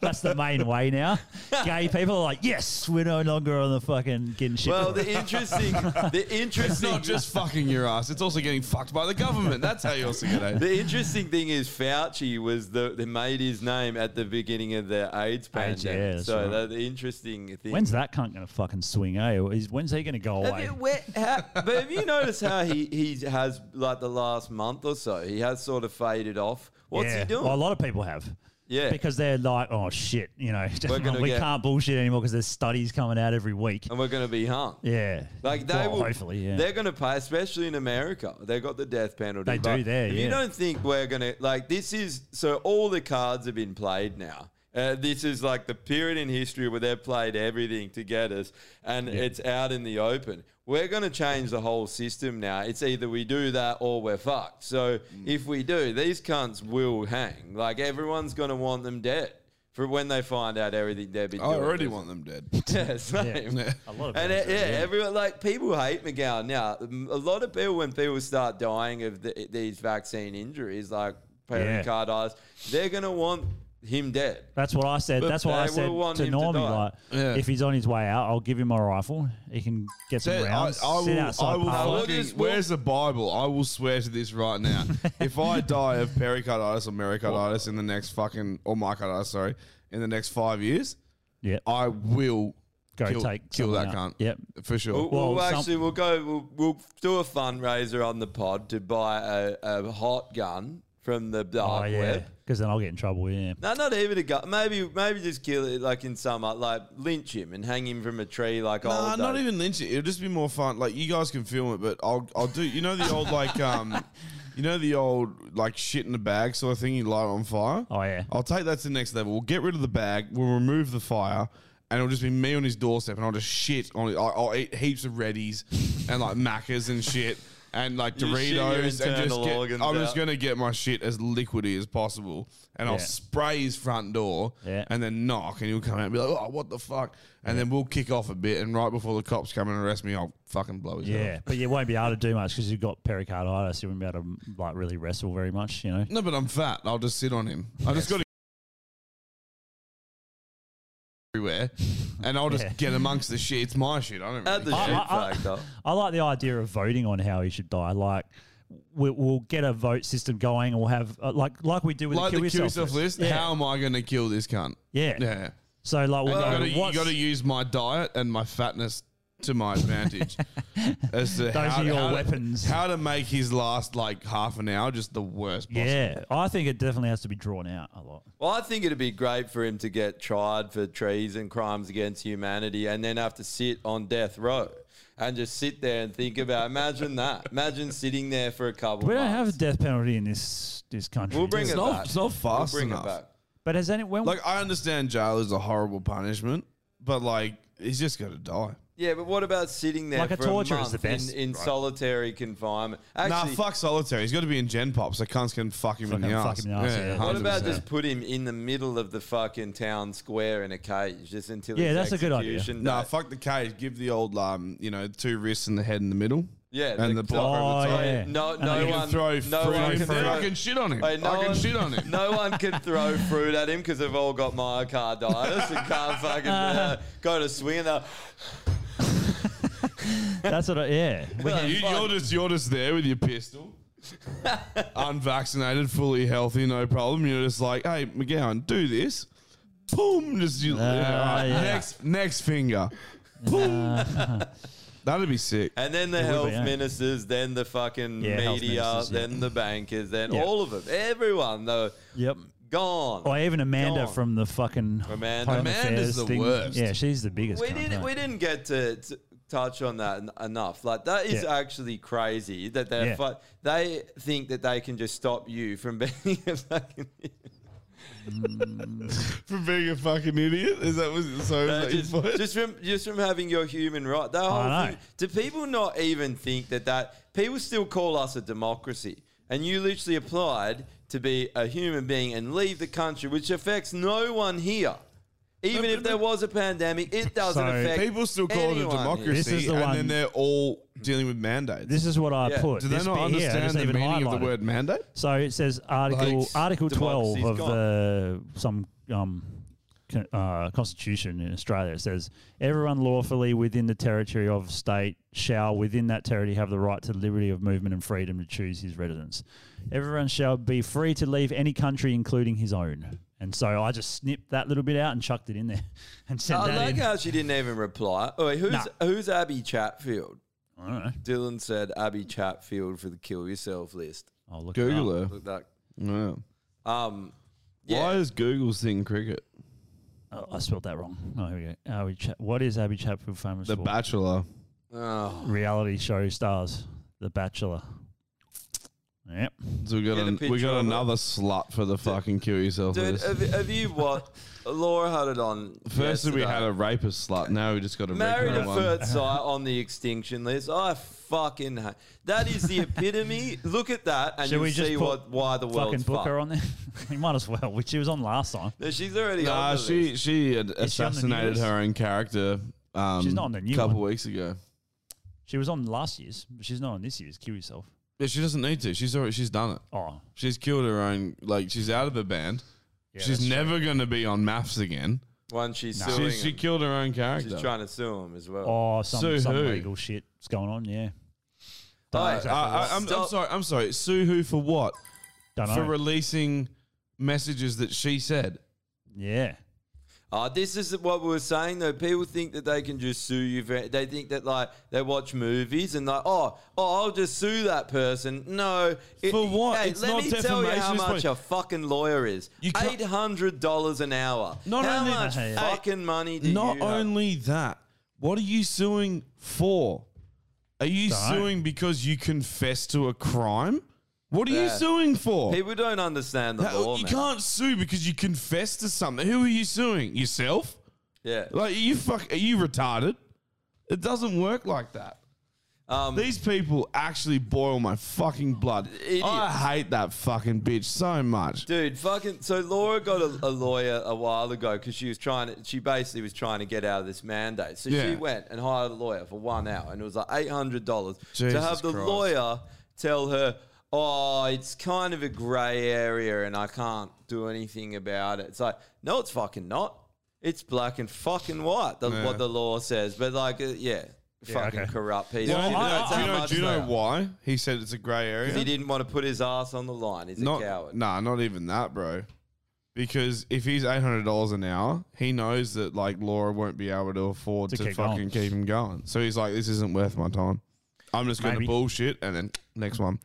[SPEAKER 3] That's the main way now. Gay people are like, yes, we're no longer on the fucking getting shit.
[SPEAKER 4] well, the interesting, the
[SPEAKER 2] It's
[SPEAKER 4] interesting,
[SPEAKER 2] not just fucking your ass. It's also getting fucked by the government. That's how you also get AIDS.
[SPEAKER 4] the interesting thing is Fauci was the they made his name at the beginning of the
[SPEAKER 3] AIDS,
[SPEAKER 4] AIDS pandemic.
[SPEAKER 3] yeah, that's
[SPEAKER 4] so
[SPEAKER 3] right.
[SPEAKER 4] that, the interesting thing.
[SPEAKER 3] When's that cunt going to fucking swing, eh? Is- When's he going to go
[SPEAKER 4] Have
[SPEAKER 3] away?
[SPEAKER 4] you- where- how- but have you noticed how he, he has like the last month or so? He has sort of faded off. What's
[SPEAKER 3] Yeah.
[SPEAKER 4] he doing?
[SPEAKER 3] Well, a lot of people have.
[SPEAKER 4] Yeah.
[SPEAKER 3] Because they're like, oh shit, you know,
[SPEAKER 4] We're gonna
[SPEAKER 3] we
[SPEAKER 4] get-
[SPEAKER 3] can't bullshit anymore because there's studies coming out every week.
[SPEAKER 4] and we're going to be hung.
[SPEAKER 3] Yeah.
[SPEAKER 4] Like they
[SPEAKER 3] Well,
[SPEAKER 4] will,
[SPEAKER 3] hopefully, yeah.
[SPEAKER 4] They're going to pay, especially in America. They got the death penalty.
[SPEAKER 3] They do
[SPEAKER 4] but
[SPEAKER 3] there,
[SPEAKER 4] If
[SPEAKER 3] yeah.
[SPEAKER 4] you don't think we're going to like this is so all the cards have been played now. Uh, this is like the period in history where they've played everything to get us, and it's out in the open. We're going to change the whole system now. It's either we do that or we're fucked. So
[SPEAKER 3] Mm.
[SPEAKER 4] if we do, these cunts will hang. Like everyone's going to want them dead for when they find out everything they've been
[SPEAKER 2] I
[SPEAKER 4] doing.
[SPEAKER 2] already want them dead.
[SPEAKER 4] Yeah, same.
[SPEAKER 3] A lot of people
[SPEAKER 4] and it,
[SPEAKER 3] do,
[SPEAKER 4] yeah,
[SPEAKER 3] yeah.
[SPEAKER 4] everyone like people hate McGowan now. m- A lot of people, when people start dying of the, these vaccine injuries, like
[SPEAKER 3] Yeah.
[SPEAKER 4] pericarditis, they're gonna want him dead.
[SPEAKER 3] That's what I said.
[SPEAKER 4] But
[SPEAKER 3] That's what I
[SPEAKER 4] they will
[SPEAKER 3] said
[SPEAKER 4] want
[SPEAKER 3] to
[SPEAKER 4] him to
[SPEAKER 3] Normie.
[SPEAKER 4] die.
[SPEAKER 3] like,
[SPEAKER 4] Yeah.
[SPEAKER 3] if he's on his way out, I'll give him a rifle. He can get some
[SPEAKER 2] Dude, I,
[SPEAKER 3] rounds.
[SPEAKER 2] I
[SPEAKER 3] sit
[SPEAKER 2] will,
[SPEAKER 3] outside.
[SPEAKER 2] I will
[SPEAKER 3] park.
[SPEAKER 2] fucking- where's the Bible? I will swear to this right now. if I die of pericarditis or myocarditis in the next fucking or myocarditis, sorry, in the next five years,
[SPEAKER 3] yeah,
[SPEAKER 2] I will
[SPEAKER 3] Go
[SPEAKER 2] kill,
[SPEAKER 3] take
[SPEAKER 2] kill that
[SPEAKER 3] someone out.
[SPEAKER 2] cunt.
[SPEAKER 3] Yep,
[SPEAKER 2] for sure.
[SPEAKER 4] We'll, we'll actually we'll go we'll, we'll do a fundraiser on the pod to buy a, a hot gun from the dark
[SPEAKER 3] Oh yeah,
[SPEAKER 4] web.
[SPEAKER 3] because then I'll get in trouble. Yeah.
[SPEAKER 4] No, not even a gun. Maybe maybe just kill it like in some uh, like lynch him and hang him from a tree like
[SPEAKER 2] Nah,
[SPEAKER 4] old.
[SPEAKER 2] not even lynch it. It'll just be more fun. Like you guys can film it, but I'll I'll do. You know the old like um, you know the old like shit in a bag sort of thing. You light it on fire.
[SPEAKER 3] Oh yeah.
[SPEAKER 2] I'll take that to the next level. We'll get rid of the bag. We'll remove the fire, and it'll just be me on his doorstep, and I'll just shit on it. I'll, I'll eat heaps of Reddies and like Maccas and shit. And like
[SPEAKER 4] You shit your
[SPEAKER 2] Doritos, and just
[SPEAKER 4] internal
[SPEAKER 2] get-
[SPEAKER 4] organs
[SPEAKER 2] I'm just
[SPEAKER 4] out.
[SPEAKER 2] gonna get my shit as liquidy as possible, and I'll
[SPEAKER 4] Yeah.
[SPEAKER 2] spray his front door and then knock and he'll come out and be like, oh, what the fuck? And then we'll kick off a bit and right before the cops come and arrest me, I'll fucking blow his head
[SPEAKER 3] Yeah,
[SPEAKER 2] off.
[SPEAKER 3] but you won't be able to do much because you've got pericarditis. You won't be able to like really wrestle very much. You know.
[SPEAKER 2] No, but I'm fat. I'll just sit on him. I just got to everywhere and I'll just
[SPEAKER 3] Yeah.
[SPEAKER 2] get amongst the shit. It's my shit. I don't really
[SPEAKER 4] Add the
[SPEAKER 2] care.
[SPEAKER 4] shit factor.
[SPEAKER 3] I like the idea of voting on how he should die. Like, we, we'll get a vote system going, and we'll have uh, like like we do with
[SPEAKER 2] Like
[SPEAKER 3] the
[SPEAKER 2] the
[SPEAKER 3] kill
[SPEAKER 2] kill
[SPEAKER 3] yourself
[SPEAKER 2] yourself list,
[SPEAKER 3] Yeah.
[SPEAKER 2] how am I going to kill this cunt?
[SPEAKER 3] Yeah.
[SPEAKER 2] Yeah.
[SPEAKER 3] So like, we'll
[SPEAKER 2] And
[SPEAKER 3] go,
[SPEAKER 2] you got
[SPEAKER 3] what's-
[SPEAKER 2] to use my diet and my fatness to my advantage. as to
[SPEAKER 3] Those
[SPEAKER 2] how,
[SPEAKER 3] are your
[SPEAKER 2] how to-
[SPEAKER 3] weapons.
[SPEAKER 2] how to make his last like half an hour just the worst possible.
[SPEAKER 3] yeah, I think it definitely has to be drawn out a lot.
[SPEAKER 4] Well, I think it'd be great for him to get tried for treason, crimes against humanity, and then have to sit on death row and just sit there and think about. Imagine that. Imagine sitting there for a couple.
[SPEAKER 3] We
[SPEAKER 4] months.
[SPEAKER 3] don't have a death penalty in this this country.
[SPEAKER 4] We'll bring
[SPEAKER 2] It's
[SPEAKER 4] it
[SPEAKER 2] not-
[SPEAKER 4] back.
[SPEAKER 2] it's not fast
[SPEAKER 4] We'll bring
[SPEAKER 2] enough.
[SPEAKER 4] it back.
[SPEAKER 3] But has any when
[SPEAKER 2] like I understand jail is a horrible punishment, but like he's just got to die.
[SPEAKER 4] Yeah, but what about sitting there
[SPEAKER 2] Like a
[SPEAKER 4] for
[SPEAKER 2] torture
[SPEAKER 4] a
[SPEAKER 2] is
[SPEAKER 4] month
[SPEAKER 2] the best.
[SPEAKER 4] in, in
[SPEAKER 2] Right.
[SPEAKER 4] solitary confignment? Actually,
[SPEAKER 2] nah, fuck solitary. He's got to be in gen pop, so cunts can fuck him in the
[SPEAKER 3] Fucking fuck
[SPEAKER 2] ass.
[SPEAKER 3] him in the arse, yeah.
[SPEAKER 4] What about
[SPEAKER 2] 100%.
[SPEAKER 4] just put him in the middle of the fucking town square in a cage just until his execution
[SPEAKER 2] Nah,
[SPEAKER 4] day?
[SPEAKER 2] fuck the cage. Give the old um, you know, two wrists and the head in the middle.
[SPEAKER 4] Yeah,
[SPEAKER 2] and the,
[SPEAKER 4] the-
[SPEAKER 2] block
[SPEAKER 4] Oh,
[SPEAKER 2] over the top.
[SPEAKER 4] yeah. No- no
[SPEAKER 2] You can
[SPEAKER 4] one-
[SPEAKER 2] throw
[SPEAKER 4] no
[SPEAKER 2] fruit.
[SPEAKER 4] one
[SPEAKER 2] I
[SPEAKER 4] can
[SPEAKER 2] can
[SPEAKER 4] throw-
[SPEAKER 2] fucking shit on him.
[SPEAKER 4] Wait, no
[SPEAKER 2] I can
[SPEAKER 4] one-
[SPEAKER 2] shit on him.
[SPEAKER 4] No one can throw fruit at him because they've all got myocarditis and can't fucking uh, go to swing. And they're-
[SPEAKER 3] That's what. I, yeah,
[SPEAKER 2] you, you're just you're just there with your pistol, unvaccinated, fully healthy, no problem. You're just like, hey, McGowan, do this. Boom, just you, yeah, all right,
[SPEAKER 4] Ah, yeah.
[SPEAKER 2] next next finger. Boom. That'd be sick.
[SPEAKER 4] And then the
[SPEAKER 2] It would be, eh?
[SPEAKER 4] health
[SPEAKER 2] yeah.
[SPEAKER 4] ministers, then the fucking
[SPEAKER 2] Yeah, health
[SPEAKER 4] media,
[SPEAKER 2] ministers, yeah.
[SPEAKER 4] then the bankers, then
[SPEAKER 3] Yeah.
[SPEAKER 4] all of them, everyone, though,
[SPEAKER 3] Yep.
[SPEAKER 4] gone.
[SPEAKER 2] Oh,
[SPEAKER 3] Or even Amanda
[SPEAKER 4] Gone.
[SPEAKER 3] from the fucking
[SPEAKER 4] Amanda.
[SPEAKER 3] Home
[SPEAKER 4] Amanda's
[SPEAKER 3] Affairs
[SPEAKER 4] the
[SPEAKER 3] thing.
[SPEAKER 4] worst.
[SPEAKER 3] Yeah, she's the biggest.
[SPEAKER 4] We
[SPEAKER 3] cunt,
[SPEAKER 4] didn't.
[SPEAKER 3] huh?
[SPEAKER 4] We didn't get to, to touch on that en- enough. Like that is
[SPEAKER 3] Yeah.
[SPEAKER 4] actually crazy that they
[SPEAKER 3] Yeah.
[SPEAKER 4] are they think that they can just stop you from being a fucking.
[SPEAKER 2] from being a fucking idiot. Is that was so?
[SPEAKER 4] No,
[SPEAKER 2] is
[SPEAKER 4] Uh, just,
[SPEAKER 2] that your point?
[SPEAKER 4] just from just from having your human right. That whole
[SPEAKER 2] I know.
[SPEAKER 4] thing. Do people not even think that that people still call us a democracy? And you literally applied to be a human being and leave the country, which affects no one here. Even if there was a pandemic, it doesn't affect
[SPEAKER 2] people still call it a
[SPEAKER 4] anyone here.
[SPEAKER 2] democracy, and then they're all dealing with mandates.
[SPEAKER 3] This is what I
[SPEAKER 2] Yeah.
[SPEAKER 3] put.
[SPEAKER 2] Do they
[SPEAKER 3] This
[SPEAKER 2] not
[SPEAKER 3] bit here, I
[SPEAKER 2] understand
[SPEAKER 3] just
[SPEAKER 2] the
[SPEAKER 3] even
[SPEAKER 2] meaning of the
[SPEAKER 3] highlighted.
[SPEAKER 2] word mandate?
[SPEAKER 3] So it says article
[SPEAKER 2] Like,
[SPEAKER 3] article twelve
[SPEAKER 2] democracy's
[SPEAKER 3] of
[SPEAKER 2] gone.
[SPEAKER 3] the some um, con- uh, constitution in Australia. It says everyone lawfully within the territory of state shall within that territory have the right to liberty of movement and freedom to choose his residence. Everyone shall be free to leave any country, including his own. And so I just snipped that little bit out and chucked it in there and sent
[SPEAKER 4] I
[SPEAKER 3] that
[SPEAKER 4] like
[SPEAKER 3] in.
[SPEAKER 4] how she didn't even reply. Oh, wait, who's who's Abby Chatfield?
[SPEAKER 3] I don't know.
[SPEAKER 4] Dylan said Abby Chatfield for the kill yourself list.
[SPEAKER 3] Oh, look
[SPEAKER 2] it Google up. her.
[SPEAKER 4] Look that.
[SPEAKER 2] Yeah.
[SPEAKER 4] Um,
[SPEAKER 2] Why is Google sing cricket?
[SPEAKER 3] Oh, I spelled that wrong. Oh, here we go. Abby Cha- what is Abby Chatfield famous
[SPEAKER 2] The
[SPEAKER 3] for?
[SPEAKER 2] Bachelor.
[SPEAKER 4] Oh.
[SPEAKER 3] Reality show stars. The Bachelor. Yep.
[SPEAKER 2] So we got
[SPEAKER 4] Get a
[SPEAKER 2] an, we
[SPEAKER 4] picture
[SPEAKER 2] got
[SPEAKER 4] of it.
[SPEAKER 2] another slut for the fucking kill yourself.
[SPEAKER 4] dude,
[SPEAKER 2] list.
[SPEAKER 4] have, have you what? Laura had it on.
[SPEAKER 2] Firstly, we
[SPEAKER 4] yesterday.
[SPEAKER 2] had a rapist slut. Now we just got a
[SPEAKER 4] Married
[SPEAKER 2] regular
[SPEAKER 4] at
[SPEAKER 2] one.
[SPEAKER 4] first sight on the extinction list. I fucking ha- that is the epitome. Look at that, and
[SPEAKER 3] Should
[SPEAKER 4] you
[SPEAKER 3] we just
[SPEAKER 4] see
[SPEAKER 3] put
[SPEAKER 4] what why the
[SPEAKER 3] fucking
[SPEAKER 4] world's
[SPEAKER 3] book
[SPEAKER 4] fucked.
[SPEAKER 3] her on there? we might as well. Which she was on last time.
[SPEAKER 4] No, she's already
[SPEAKER 2] Nah,
[SPEAKER 4] on the
[SPEAKER 2] she she had
[SPEAKER 3] Is she on the
[SPEAKER 2] assassinated
[SPEAKER 3] news?
[SPEAKER 2] her own character. Um,
[SPEAKER 3] She's not on the new
[SPEAKER 2] Couple
[SPEAKER 3] one.
[SPEAKER 2] weeks ago.
[SPEAKER 3] She was on last year's, but she's not on this year's. Kill yourself.
[SPEAKER 2] Yeah, she doesn't need to. She's already she's done it.
[SPEAKER 3] Oh,
[SPEAKER 2] she's killed her own. Like she's out of the band. she's never going to be on maths again.
[SPEAKER 4] One, she's
[SPEAKER 2] Nah.
[SPEAKER 4] suing
[SPEAKER 2] She- she
[SPEAKER 4] him.
[SPEAKER 2] killed her own character.
[SPEAKER 4] She's trying to sue him as well.
[SPEAKER 3] Oh, some,
[SPEAKER 2] Sue
[SPEAKER 3] some
[SPEAKER 2] who?
[SPEAKER 3] legal shit's going on. Yeah.
[SPEAKER 2] All
[SPEAKER 3] Don't know
[SPEAKER 2] right,
[SPEAKER 3] exactly
[SPEAKER 2] I,
[SPEAKER 3] what.
[SPEAKER 2] I, I'm, I'm sorry. I'm sorry. Sue who for what?
[SPEAKER 3] Dunno.
[SPEAKER 2] For releasing messages that she said.
[SPEAKER 3] Yeah.
[SPEAKER 4] Uh, this is what we were saying though. People think that they can just sue you. For, they think that like they watch movies and like, oh, oh, I'll just sue that person. No,
[SPEAKER 2] For what?
[SPEAKER 4] Hey,
[SPEAKER 2] It's
[SPEAKER 4] let
[SPEAKER 2] not
[SPEAKER 4] me tell you how
[SPEAKER 2] defamation, it's
[SPEAKER 4] much
[SPEAKER 2] probably-
[SPEAKER 4] a fucking lawyer is. Eight hundred dollars an hour.
[SPEAKER 2] Not
[SPEAKER 4] how
[SPEAKER 2] only-
[SPEAKER 4] much
[SPEAKER 2] Hey.
[SPEAKER 4] fucking money do
[SPEAKER 2] Not
[SPEAKER 4] you? have?
[SPEAKER 2] only that, what are you suing for? Are you
[SPEAKER 4] Don't.
[SPEAKER 2] suing because you confess to a crime? What are you
[SPEAKER 4] Yeah.
[SPEAKER 2] suing for?
[SPEAKER 4] People don't understand the
[SPEAKER 2] How-
[SPEAKER 4] law.
[SPEAKER 2] you
[SPEAKER 4] man.
[SPEAKER 2] can't sue because you confess to something. Who are you suing? Yourself?
[SPEAKER 4] Yeah.
[SPEAKER 2] Like are you fuck are you retarded? It doesn't work like that.
[SPEAKER 4] Um,
[SPEAKER 2] These people actually boil my fucking blood. I hate that fucking bitch so much.
[SPEAKER 4] Dude, fucking. So Laura got a, a lawyer a while ago because she was trying to. She basically was trying to get out of this mandate. So
[SPEAKER 2] Yeah.
[SPEAKER 4] she went and hired a lawyer for one hour, and it was like eight hundred dollars to
[SPEAKER 2] Jesus
[SPEAKER 4] have the
[SPEAKER 2] Christ.
[SPEAKER 4] lawyer tell her, "Oh, it's kind of a grey area, and I can't do anything about it." It's like, no, it's fucking not. It's black and fucking white. The,
[SPEAKER 2] Yeah.
[SPEAKER 4] What the law says, but like, uh, yeah,
[SPEAKER 2] Yeah,
[SPEAKER 4] fucking
[SPEAKER 2] okay.
[SPEAKER 4] corrupt
[SPEAKER 2] Do you
[SPEAKER 4] people.
[SPEAKER 2] know, do
[SPEAKER 4] That's how
[SPEAKER 2] you know- do you know-
[SPEAKER 4] much
[SPEAKER 2] do you
[SPEAKER 4] they
[SPEAKER 2] know
[SPEAKER 4] are.
[SPEAKER 2] why he said it's a grey area?
[SPEAKER 4] 'Cause He didn't want to put his ass on the line. He's
[SPEAKER 2] not,
[SPEAKER 4] a coward.
[SPEAKER 2] Nah, not even that, bro. Because if he's eight hundred dollars an hour, he knows that like Laura won't be able to afford
[SPEAKER 3] To
[SPEAKER 2] to,
[SPEAKER 3] keep
[SPEAKER 2] fucking
[SPEAKER 3] going.
[SPEAKER 2] keep him going. So he's like, this isn't worth my time. I'm just going to
[SPEAKER 4] Maybe.
[SPEAKER 2] bullshit and then next one.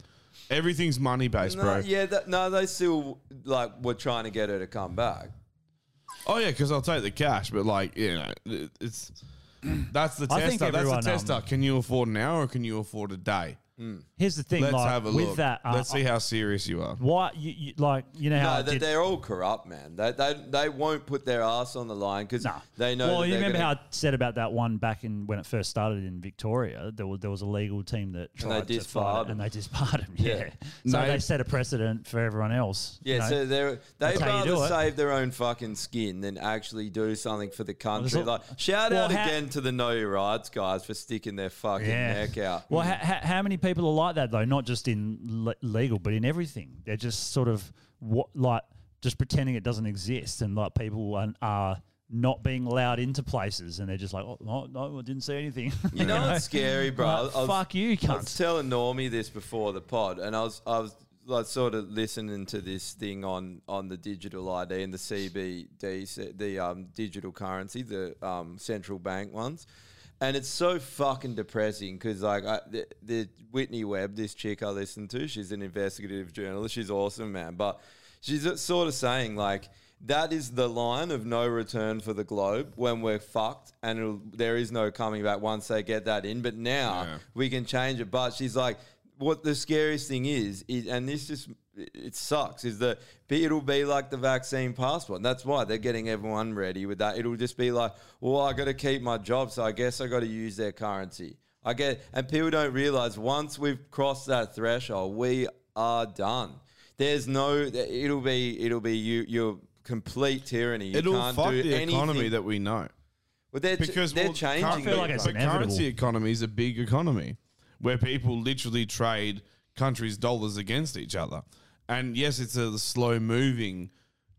[SPEAKER 2] Everything's money based,
[SPEAKER 4] no,
[SPEAKER 2] bro.
[SPEAKER 4] Yeah, that, no, they still like were trying to get her to come back.
[SPEAKER 2] Oh yeah, because I'll take the cash, but like you know, it- it's that's the
[SPEAKER 3] I think
[SPEAKER 2] test. up. That's the
[SPEAKER 3] everyone,
[SPEAKER 2] test.
[SPEAKER 3] um,
[SPEAKER 2] up. can you afford an hour or can you afford a day?
[SPEAKER 4] Hmm.
[SPEAKER 3] Here's the thing,
[SPEAKER 2] Let's
[SPEAKER 3] like,
[SPEAKER 2] have a
[SPEAKER 3] with
[SPEAKER 2] look.
[SPEAKER 3] that, uh,
[SPEAKER 2] Let's see how serious you are.
[SPEAKER 3] Why you, you like you know how
[SPEAKER 4] No,
[SPEAKER 3] I
[SPEAKER 4] they,
[SPEAKER 3] did-
[SPEAKER 4] they're all corrupt, man. They, they they won't put their ass on the line because they know.
[SPEAKER 3] well,
[SPEAKER 4] that
[SPEAKER 3] you
[SPEAKER 4] they're
[SPEAKER 3] remember
[SPEAKER 4] gonna-
[SPEAKER 3] how I said about that one back in when it first started in Victoria. There was there was a legal team that
[SPEAKER 4] they
[SPEAKER 3] tried to
[SPEAKER 4] disbarred
[SPEAKER 3] fight it,
[SPEAKER 4] him.
[SPEAKER 3] and they disbarred him. Yeah,
[SPEAKER 4] Yeah.
[SPEAKER 3] so
[SPEAKER 4] No.
[SPEAKER 3] they set a precedent for everyone else.
[SPEAKER 4] Yeah,
[SPEAKER 3] you know?
[SPEAKER 4] so they're,
[SPEAKER 3] That's
[SPEAKER 4] they'd
[SPEAKER 3] how you do
[SPEAKER 4] rather
[SPEAKER 3] it.
[SPEAKER 4] save their own fucking skin than actually do something for the
[SPEAKER 3] there's
[SPEAKER 4] country.
[SPEAKER 3] al-
[SPEAKER 4] like, shout
[SPEAKER 3] Well,
[SPEAKER 4] out
[SPEAKER 3] ha-
[SPEAKER 4] again to the Know Your Rights guys for sticking their fucking neck out.
[SPEAKER 3] Well, ha- ha- how many people are like that though? Not just in le- legal, but in everything. They're just sort of what like just pretending it doesn't exist, and like people are, are not being allowed into places, and they're just like, oh no, no I didn't see anything.
[SPEAKER 4] You know what's scary, bro?
[SPEAKER 3] Like,
[SPEAKER 4] I was-
[SPEAKER 3] fuck you,
[SPEAKER 4] I
[SPEAKER 3] cunt.
[SPEAKER 4] was telling Normie this before the pod, and I was I was like sort of listening to this thing on on the digital ID and the CBD, the um, digital currency, the um, central bank ones. And it's so fucking depressing because, like, I, the, the Whitney Webb, this chick I listen to, she's an investigative journalist. She's awesome, man. But she's sort of saying, like, that is the line of no return for the globe when we're fucked and it'll, there is no coming back once they get that in. But now we can change it. But she's like, what the scariest thing is, is and this just it sucks, is that it'll be like the vaccine passport. And that's why they're getting everyone ready with that. It'll just be like, well, I got to keep my job, so I guess I got to use their currency. I get, and people don't realize once we've crossed that threshold, we are done. There's no. It'll be. It'll be you. Your complete tyranny. You
[SPEAKER 2] It'll
[SPEAKER 4] can't
[SPEAKER 2] fuck
[SPEAKER 4] do
[SPEAKER 2] the
[SPEAKER 4] anything.
[SPEAKER 2] economy that we know.
[SPEAKER 4] Well, they're, because they're
[SPEAKER 2] well,
[SPEAKER 4] changing.
[SPEAKER 2] current-
[SPEAKER 4] it,
[SPEAKER 2] but
[SPEAKER 4] bro.
[SPEAKER 2] currency economy is a big economy where people literally trade countries' dollars against each other. And yes, it's a slow moving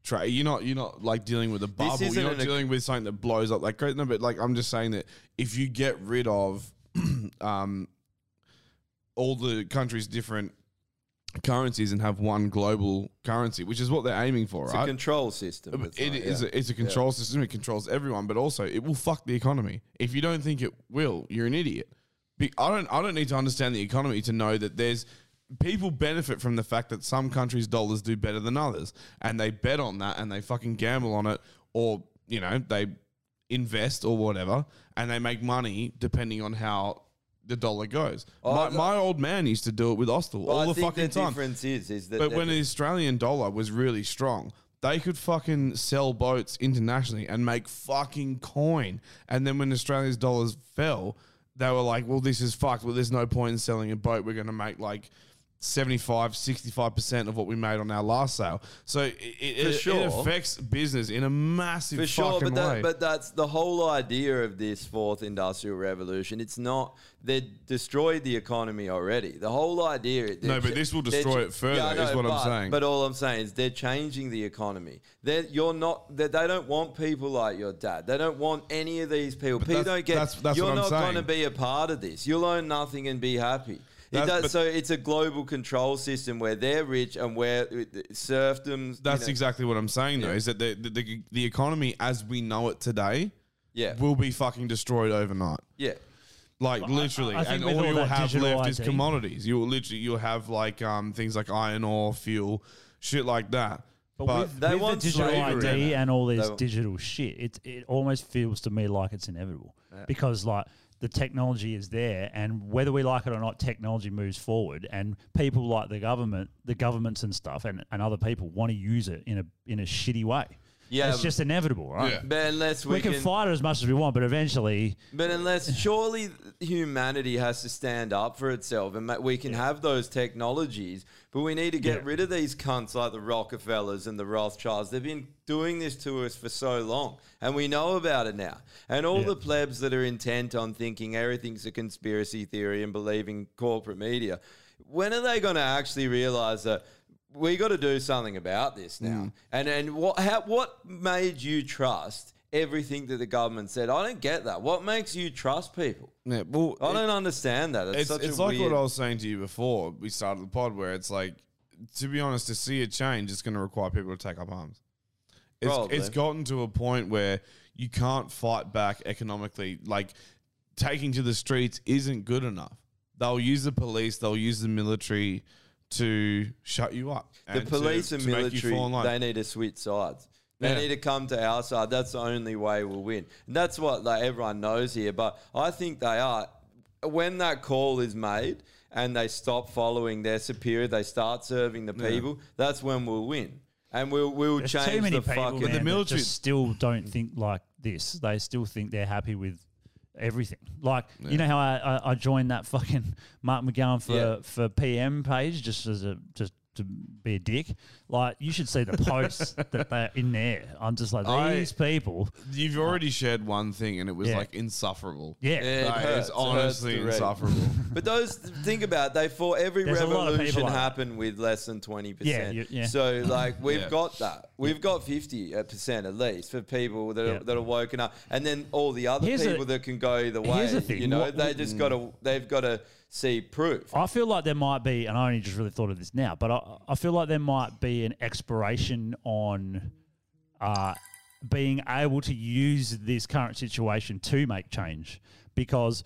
[SPEAKER 2] trade. You're not you're not like dealing with a bubble.
[SPEAKER 4] isn't
[SPEAKER 2] You're not
[SPEAKER 4] an e-, ec-
[SPEAKER 2] dealing with something that blows up like great. No, but like I'm just saying that if you get rid of um, all the countries' different currencies and have one global currency, which is what they're aiming for,
[SPEAKER 4] It's
[SPEAKER 2] right?
[SPEAKER 4] a control system.
[SPEAKER 2] But
[SPEAKER 4] it's
[SPEAKER 2] It
[SPEAKER 4] like,
[SPEAKER 2] is
[SPEAKER 4] yeah.
[SPEAKER 2] a, it's a control
[SPEAKER 4] Yeah.
[SPEAKER 2] system. It controls everyone, but also it will fuck the economy. If you don't think it will, you're an idiot. Be- I don't I don't need to understand the economy to know that there's people benefit from the fact that some countries' dollars do better than others, and they bet on that and they fucking gamble on it, or you know they invest or whatever, and they make money depending on how. The dollar goes.
[SPEAKER 4] Oh,
[SPEAKER 2] my,
[SPEAKER 4] I've-
[SPEAKER 2] my old man used to do it with Austell
[SPEAKER 4] Well,
[SPEAKER 2] all
[SPEAKER 4] I
[SPEAKER 2] the
[SPEAKER 4] think
[SPEAKER 2] fucking
[SPEAKER 4] the
[SPEAKER 2] time.
[SPEAKER 4] difference is- is that
[SPEAKER 2] but
[SPEAKER 4] that-
[SPEAKER 2] when the Australian dollar was really strong, they could fucking sell boats internationally and make fucking coin. And then when Australia's dollars fell, they were like, "Well, this is fucked. Well, there's no point in selling a boat. We're going to make like 75, 65% of what we made on our last sale. So it, it,
[SPEAKER 4] For
[SPEAKER 2] it
[SPEAKER 4] sure.
[SPEAKER 2] affects business in a massive
[SPEAKER 4] for sure.
[SPEAKER 2] fucking
[SPEAKER 4] But that,
[SPEAKER 2] way.
[SPEAKER 4] but that's the whole idea of this fourth industrial revolution. It's not they destroyed the economy already. The whole idea. they're
[SPEAKER 2] No, but
[SPEAKER 4] ch-
[SPEAKER 2] this will
[SPEAKER 4] they're
[SPEAKER 2] destroy
[SPEAKER 4] ch-
[SPEAKER 2] it further,
[SPEAKER 4] I
[SPEAKER 2] is what I'm
[SPEAKER 4] but-
[SPEAKER 2] saying.
[SPEAKER 4] But all I'm saying is they're changing the economy. They're, you're not. They, they don't want people like your dad. They don't want any of these people. people
[SPEAKER 2] that's-
[SPEAKER 4] don't get.
[SPEAKER 2] that's- that's
[SPEAKER 4] you're
[SPEAKER 2] what I'm
[SPEAKER 4] not
[SPEAKER 2] saying.
[SPEAKER 4] going to be a part of this. You'll own nothing and be happy. It
[SPEAKER 2] That's-
[SPEAKER 4] does, so it's a global control system where they're rich and where uh, serfdom.
[SPEAKER 2] That's
[SPEAKER 4] you know,
[SPEAKER 2] exactly what I'm saying, though,
[SPEAKER 4] Yeah.
[SPEAKER 2] is that the, the, the, the economy as we know it today
[SPEAKER 4] Yeah.
[SPEAKER 2] will be fucking destroyed overnight.
[SPEAKER 4] Yeah.
[SPEAKER 2] Like
[SPEAKER 4] Well, I-
[SPEAKER 2] literally,
[SPEAKER 4] I think
[SPEAKER 2] and all
[SPEAKER 4] with all
[SPEAKER 2] you'll
[SPEAKER 4] that
[SPEAKER 2] have
[SPEAKER 4] digital
[SPEAKER 2] left is
[SPEAKER 4] ID.
[SPEAKER 2] commodities. You'll literally you'll have like um, things like iron ore, fuel, shit like that. But,
[SPEAKER 3] with, with the digital
[SPEAKER 2] slavery.
[SPEAKER 3] ID and all this
[SPEAKER 2] They-
[SPEAKER 3] digital shit, it it almost feels to me like it's inevitable because like the technology is there, and whether we like it or not, technology moves forward, and people like the government, the governments and stuff, and, and other people want to use it in a in a shitty way.
[SPEAKER 4] Yeah,
[SPEAKER 3] it's just inevitable, right?
[SPEAKER 4] But unless we,
[SPEAKER 3] We can fight it as much as we want, but eventually,
[SPEAKER 4] But unless surely humanity has to stand up for itself, and ma- we can have those technologies, but we need to get rid of these cunts like the Rockefellers and the Rothschilds. They've been doing this to us for so long, and we know about it now. And all the plebs that are intent on thinking everything's a conspiracy theory and believing corporate media, when are they going to actually realize that? We got to do something about this now.
[SPEAKER 2] Mm.
[SPEAKER 4] And and what how, what made you trust everything that the government said? I don't get that. What makes you trust people?
[SPEAKER 2] Yeah, well,
[SPEAKER 4] I don't understand that. It's,
[SPEAKER 2] it's,
[SPEAKER 4] such
[SPEAKER 2] it's
[SPEAKER 4] a
[SPEAKER 2] like
[SPEAKER 4] weird.
[SPEAKER 2] what I was saying to you before we started the pod, where it's like, to be honest, to see a change, it's going to require people to take up arms. It's,
[SPEAKER 4] Probably.
[SPEAKER 2] it's gotten to a point where you can't fight back economically. Like taking to the streets isn't good enough. They'll use the police. They'll use the military to shut you up.
[SPEAKER 4] the
[SPEAKER 2] to-
[SPEAKER 4] police and
[SPEAKER 2] to make you
[SPEAKER 4] military,
[SPEAKER 2] fall in line.
[SPEAKER 4] they need to switch sides. They
[SPEAKER 2] Yeah.
[SPEAKER 4] need to come to our side. That's the only way we'll win. And that's what like everyone knows here. But I think they are. When that call is made and they stop following their superior, they start serving the
[SPEAKER 2] Yeah.
[SPEAKER 4] people. That's when we'll win, and we'll we'll
[SPEAKER 3] There's
[SPEAKER 4] change
[SPEAKER 3] too many
[SPEAKER 4] the
[SPEAKER 3] people,
[SPEAKER 4] fucking
[SPEAKER 3] man, that just still don't think like this. They still think they're happy with everything. Like
[SPEAKER 4] Yeah.
[SPEAKER 3] you know how I, I, I joined that fucking Mark McGowan for
[SPEAKER 4] Yeah.
[SPEAKER 3] for PM page just as a just to be a dick. Like you should see the posts that they're in there. I'm just like
[SPEAKER 2] I-
[SPEAKER 3] these people.
[SPEAKER 2] You've already shared one thing, and it was
[SPEAKER 3] Yeah.
[SPEAKER 2] like insufferable.
[SPEAKER 3] Yeah.
[SPEAKER 4] Yeah, it
[SPEAKER 2] Like,
[SPEAKER 4] hurts.
[SPEAKER 2] it's
[SPEAKER 4] It
[SPEAKER 2] honestly
[SPEAKER 4] hurts to read.
[SPEAKER 2] insufferable.
[SPEAKER 4] But those think about they for every
[SPEAKER 2] There's a lot of people
[SPEAKER 4] revolution
[SPEAKER 2] like that.
[SPEAKER 4] happened with less than twenty
[SPEAKER 2] Yeah,
[SPEAKER 4] percent.
[SPEAKER 2] you- yeah.
[SPEAKER 4] So like we've
[SPEAKER 2] Yeah.
[SPEAKER 4] got that. We've got fifty percent at least for people that
[SPEAKER 2] Yeah.
[SPEAKER 4] are, that are woken up, and then all the other
[SPEAKER 3] Here's a-
[SPEAKER 4] people that can go either way.
[SPEAKER 3] here's the thing,
[SPEAKER 4] You know,
[SPEAKER 3] what-
[SPEAKER 4] they just got to they've got to see proof.
[SPEAKER 3] I feel like there might be, and I only just really thought of this now, but I, I feel like there might be an expiration on uh, being able to use this current situation to make change. Because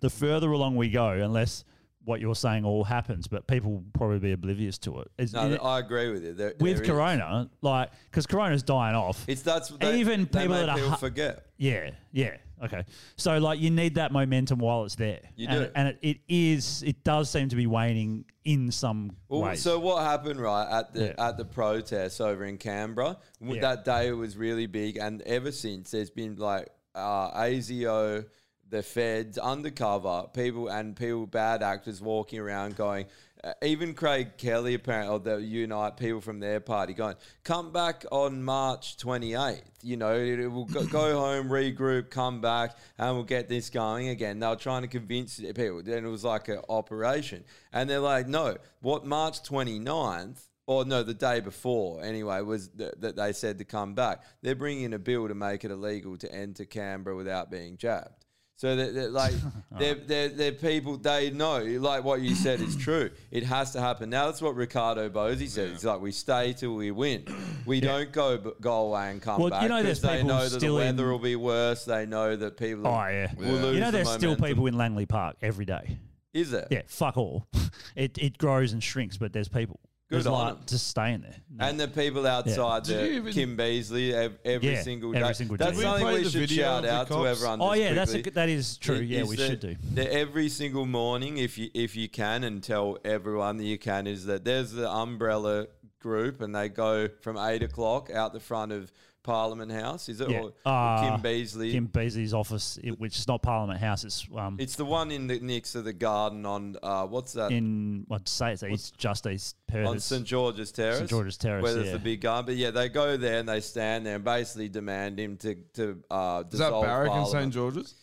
[SPEAKER 3] the further along we go, unless what you're saying all happens, but people will probably be oblivious to it. Is-
[SPEAKER 4] No, I agree with you. There,
[SPEAKER 3] with
[SPEAKER 4] there is.
[SPEAKER 3] Corona, like, because Corona's dying off.
[SPEAKER 4] it's that's they,
[SPEAKER 3] even
[SPEAKER 4] they
[SPEAKER 3] people
[SPEAKER 4] make
[SPEAKER 3] that are
[SPEAKER 4] people
[SPEAKER 3] hu-
[SPEAKER 4] forget.
[SPEAKER 3] Yeah, yeah. Okay. So like you need that momentum while it's there.
[SPEAKER 4] You
[SPEAKER 3] and
[SPEAKER 4] do.
[SPEAKER 3] and it, it is it does seem to be waning in some
[SPEAKER 4] Well,
[SPEAKER 3] ways.
[SPEAKER 4] so what happened right at the at the protests over in Canberra? w-
[SPEAKER 3] Yeah.
[SPEAKER 4] That day was really big, and ever since there's been like uh, ASIO, the feds, undercover people, and people bad actors walking around going. Uh, even Craig Kelly apparently, or the Unite people from their party, going come back on March 28th. You know, it, it will go, go home, regroup, come back, and we'll get this going again. They were trying to convince the people. Then it was like an operation. And they're like, no, what March 29th, or no, the day before anyway, was th- that they said to come back. They're bringing a bill to make it illegal to enter Canberra without being jabbed. So that that, like they're, they're, they're people they know like what you said is true. It has to happen now. That's what Ricardo Bozzi said. He's like we stay till we win. We don't go b- go away and come
[SPEAKER 3] Well, you
[SPEAKER 4] back
[SPEAKER 3] know there's
[SPEAKER 4] they
[SPEAKER 3] people
[SPEAKER 4] know that the
[SPEAKER 3] still in-
[SPEAKER 4] weather will be worse. They know that people
[SPEAKER 3] Oh yeah.
[SPEAKER 4] will lose
[SPEAKER 3] You know
[SPEAKER 4] the
[SPEAKER 3] there's still
[SPEAKER 4] momentum.
[SPEAKER 3] people in Langley Park every day.
[SPEAKER 4] Is there?
[SPEAKER 3] Yeah, fuck all. it it grows and shrinks, but there's people.
[SPEAKER 4] Good
[SPEAKER 3] there's
[SPEAKER 4] on
[SPEAKER 3] like
[SPEAKER 4] 'em.
[SPEAKER 3] just staying there.
[SPEAKER 4] and the people outside
[SPEAKER 3] Did
[SPEAKER 4] the
[SPEAKER 3] you even-
[SPEAKER 4] Kim Beasley ev- every
[SPEAKER 3] Yeah,
[SPEAKER 4] single day.
[SPEAKER 3] every single day. Did
[SPEAKER 4] That's
[SPEAKER 3] we
[SPEAKER 4] something
[SPEAKER 3] play
[SPEAKER 4] we
[SPEAKER 3] the
[SPEAKER 4] should
[SPEAKER 3] video of
[SPEAKER 4] shout
[SPEAKER 3] the
[SPEAKER 4] out to
[SPEAKER 3] cops?
[SPEAKER 4] everyone.
[SPEAKER 3] Oh,
[SPEAKER 4] just
[SPEAKER 3] yeah, that's a
[SPEAKER 4] quickly.
[SPEAKER 3] good- that is true. Yeah,
[SPEAKER 4] is
[SPEAKER 3] we
[SPEAKER 4] that-
[SPEAKER 3] should do.
[SPEAKER 4] that every single morning, if you if you can, and tell everyone that you can, is that there's the umbrella group and they go from eight o'clock out the front of Parliament House. Is it
[SPEAKER 3] Yeah.
[SPEAKER 4] or
[SPEAKER 3] Uh,
[SPEAKER 4] Kim Beazley?
[SPEAKER 3] Kim Beasley's office, i- which is not Parliament House. It's um,
[SPEAKER 4] It's the one in the next to the garden on uh, what's that?
[SPEAKER 3] in I'd say it's east, just east Perth.
[SPEAKER 4] on
[SPEAKER 3] It's-
[SPEAKER 4] St George's Terrace.
[SPEAKER 3] St George's Terrace,
[SPEAKER 4] Where there's
[SPEAKER 3] yeah.
[SPEAKER 4] the big gun. But yeah, they go there and they stand there and basically demand him to to uh,
[SPEAKER 2] Is that
[SPEAKER 4] dissolve
[SPEAKER 2] Barrack and
[SPEAKER 4] Parliament.
[SPEAKER 2] St George's?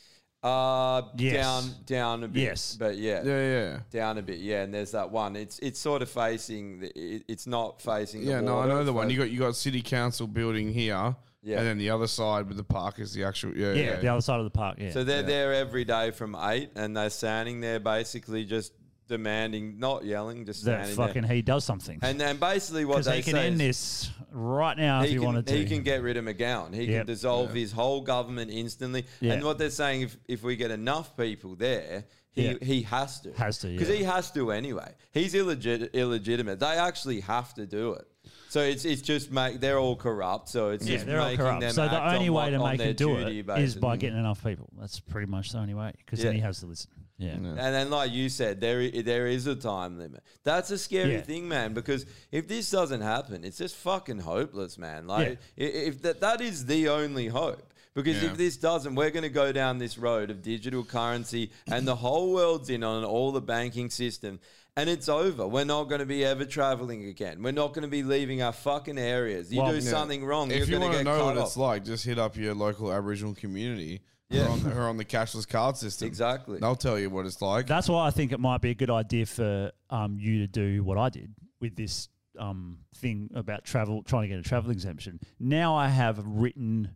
[SPEAKER 4] Uh,
[SPEAKER 2] Yes.
[SPEAKER 4] down, down a bit.
[SPEAKER 2] Yes.
[SPEAKER 4] but yeah,
[SPEAKER 2] Yeah, yeah.
[SPEAKER 4] down a bit. Yeah, and there's that one. It's it's sort of facing. The, it, it's not facing.
[SPEAKER 2] Yeah,
[SPEAKER 4] the
[SPEAKER 2] no, I
[SPEAKER 4] water.
[SPEAKER 2] know the
[SPEAKER 4] It's
[SPEAKER 2] one. You
[SPEAKER 4] like-
[SPEAKER 2] got you got city council building here,
[SPEAKER 4] Yeah.
[SPEAKER 2] and then the other side with the park is the actual. Yeah,
[SPEAKER 3] yeah, the other side of the park. Yeah.
[SPEAKER 4] So they're
[SPEAKER 3] yeah.
[SPEAKER 4] there every day from eight, and they're standing there basically just demanding, not yelling, just
[SPEAKER 3] That
[SPEAKER 4] standing
[SPEAKER 3] fucking
[SPEAKER 4] there.
[SPEAKER 3] he does something.
[SPEAKER 4] And then basically what
[SPEAKER 3] Because
[SPEAKER 4] they
[SPEAKER 3] he can
[SPEAKER 4] say
[SPEAKER 3] end
[SPEAKER 4] is-
[SPEAKER 3] this right now if he,
[SPEAKER 4] can,
[SPEAKER 3] wanted to.
[SPEAKER 4] He can get rid of McGowan. He
[SPEAKER 3] Yep.
[SPEAKER 4] can dissolve
[SPEAKER 3] Yeah.
[SPEAKER 4] his whole government instantly.
[SPEAKER 3] Yeah.
[SPEAKER 4] And what they're saying, if, if we get enough people there, he,
[SPEAKER 3] Yeah.
[SPEAKER 4] he has to.
[SPEAKER 3] Has to,
[SPEAKER 4] Because
[SPEAKER 3] yeah.
[SPEAKER 4] he has to anyway. He's illegit- illegitimate. They actually have to do it. So it's it's just make they're all corrupt. So it's
[SPEAKER 3] yeah,
[SPEAKER 4] just
[SPEAKER 3] they're all
[SPEAKER 4] making
[SPEAKER 3] corrupt.
[SPEAKER 4] them
[SPEAKER 3] So the
[SPEAKER 4] act
[SPEAKER 3] only
[SPEAKER 4] on
[SPEAKER 3] way
[SPEAKER 4] what-
[SPEAKER 3] to
[SPEAKER 4] on
[SPEAKER 3] make
[SPEAKER 4] their
[SPEAKER 3] him do it
[SPEAKER 4] duty
[SPEAKER 3] is by
[SPEAKER 4] basis.
[SPEAKER 3] getting enough people. That's pretty much the only way. Because then
[SPEAKER 4] Yeah.
[SPEAKER 3] he has to listen. Yeah.
[SPEAKER 4] And then, like you said, there i- there is a time limit. That's a scary
[SPEAKER 3] Yeah.
[SPEAKER 4] thing, man. Because if this doesn't happen, it's just fucking hopeless, man. Like i if that that is the only hope. Because
[SPEAKER 2] Yeah.
[SPEAKER 4] if this doesn't, we're going to go down this road of digital currency, and the whole world's in on it, all the banking system, and it's over. We're not going to be ever traveling again. We're not going to be leaving our fucking areas. You
[SPEAKER 2] Well,
[SPEAKER 4] do
[SPEAKER 2] yeah.
[SPEAKER 4] something wrong,
[SPEAKER 2] If
[SPEAKER 4] you're
[SPEAKER 2] you
[SPEAKER 4] going
[SPEAKER 2] want
[SPEAKER 4] to
[SPEAKER 2] to
[SPEAKER 4] get
[SPEAKER 2] know
[SPEAKER 4] cut
[SPEAKER 2] what
[SPEAKER 4] off.
[SPEAKER 2] it's like, just hit up your local Aboriginal community. Yeah, who are on the, who are on the cashless card system.
[SPEAKER 4] Exactly,
[SPEAKER 2] they'll tell you what it's like.
[SPEAKER 3] That's why I think it might be a good idea for um, you to do what I did with this um, thing about travel, trying to get a travel exemption. Now I have written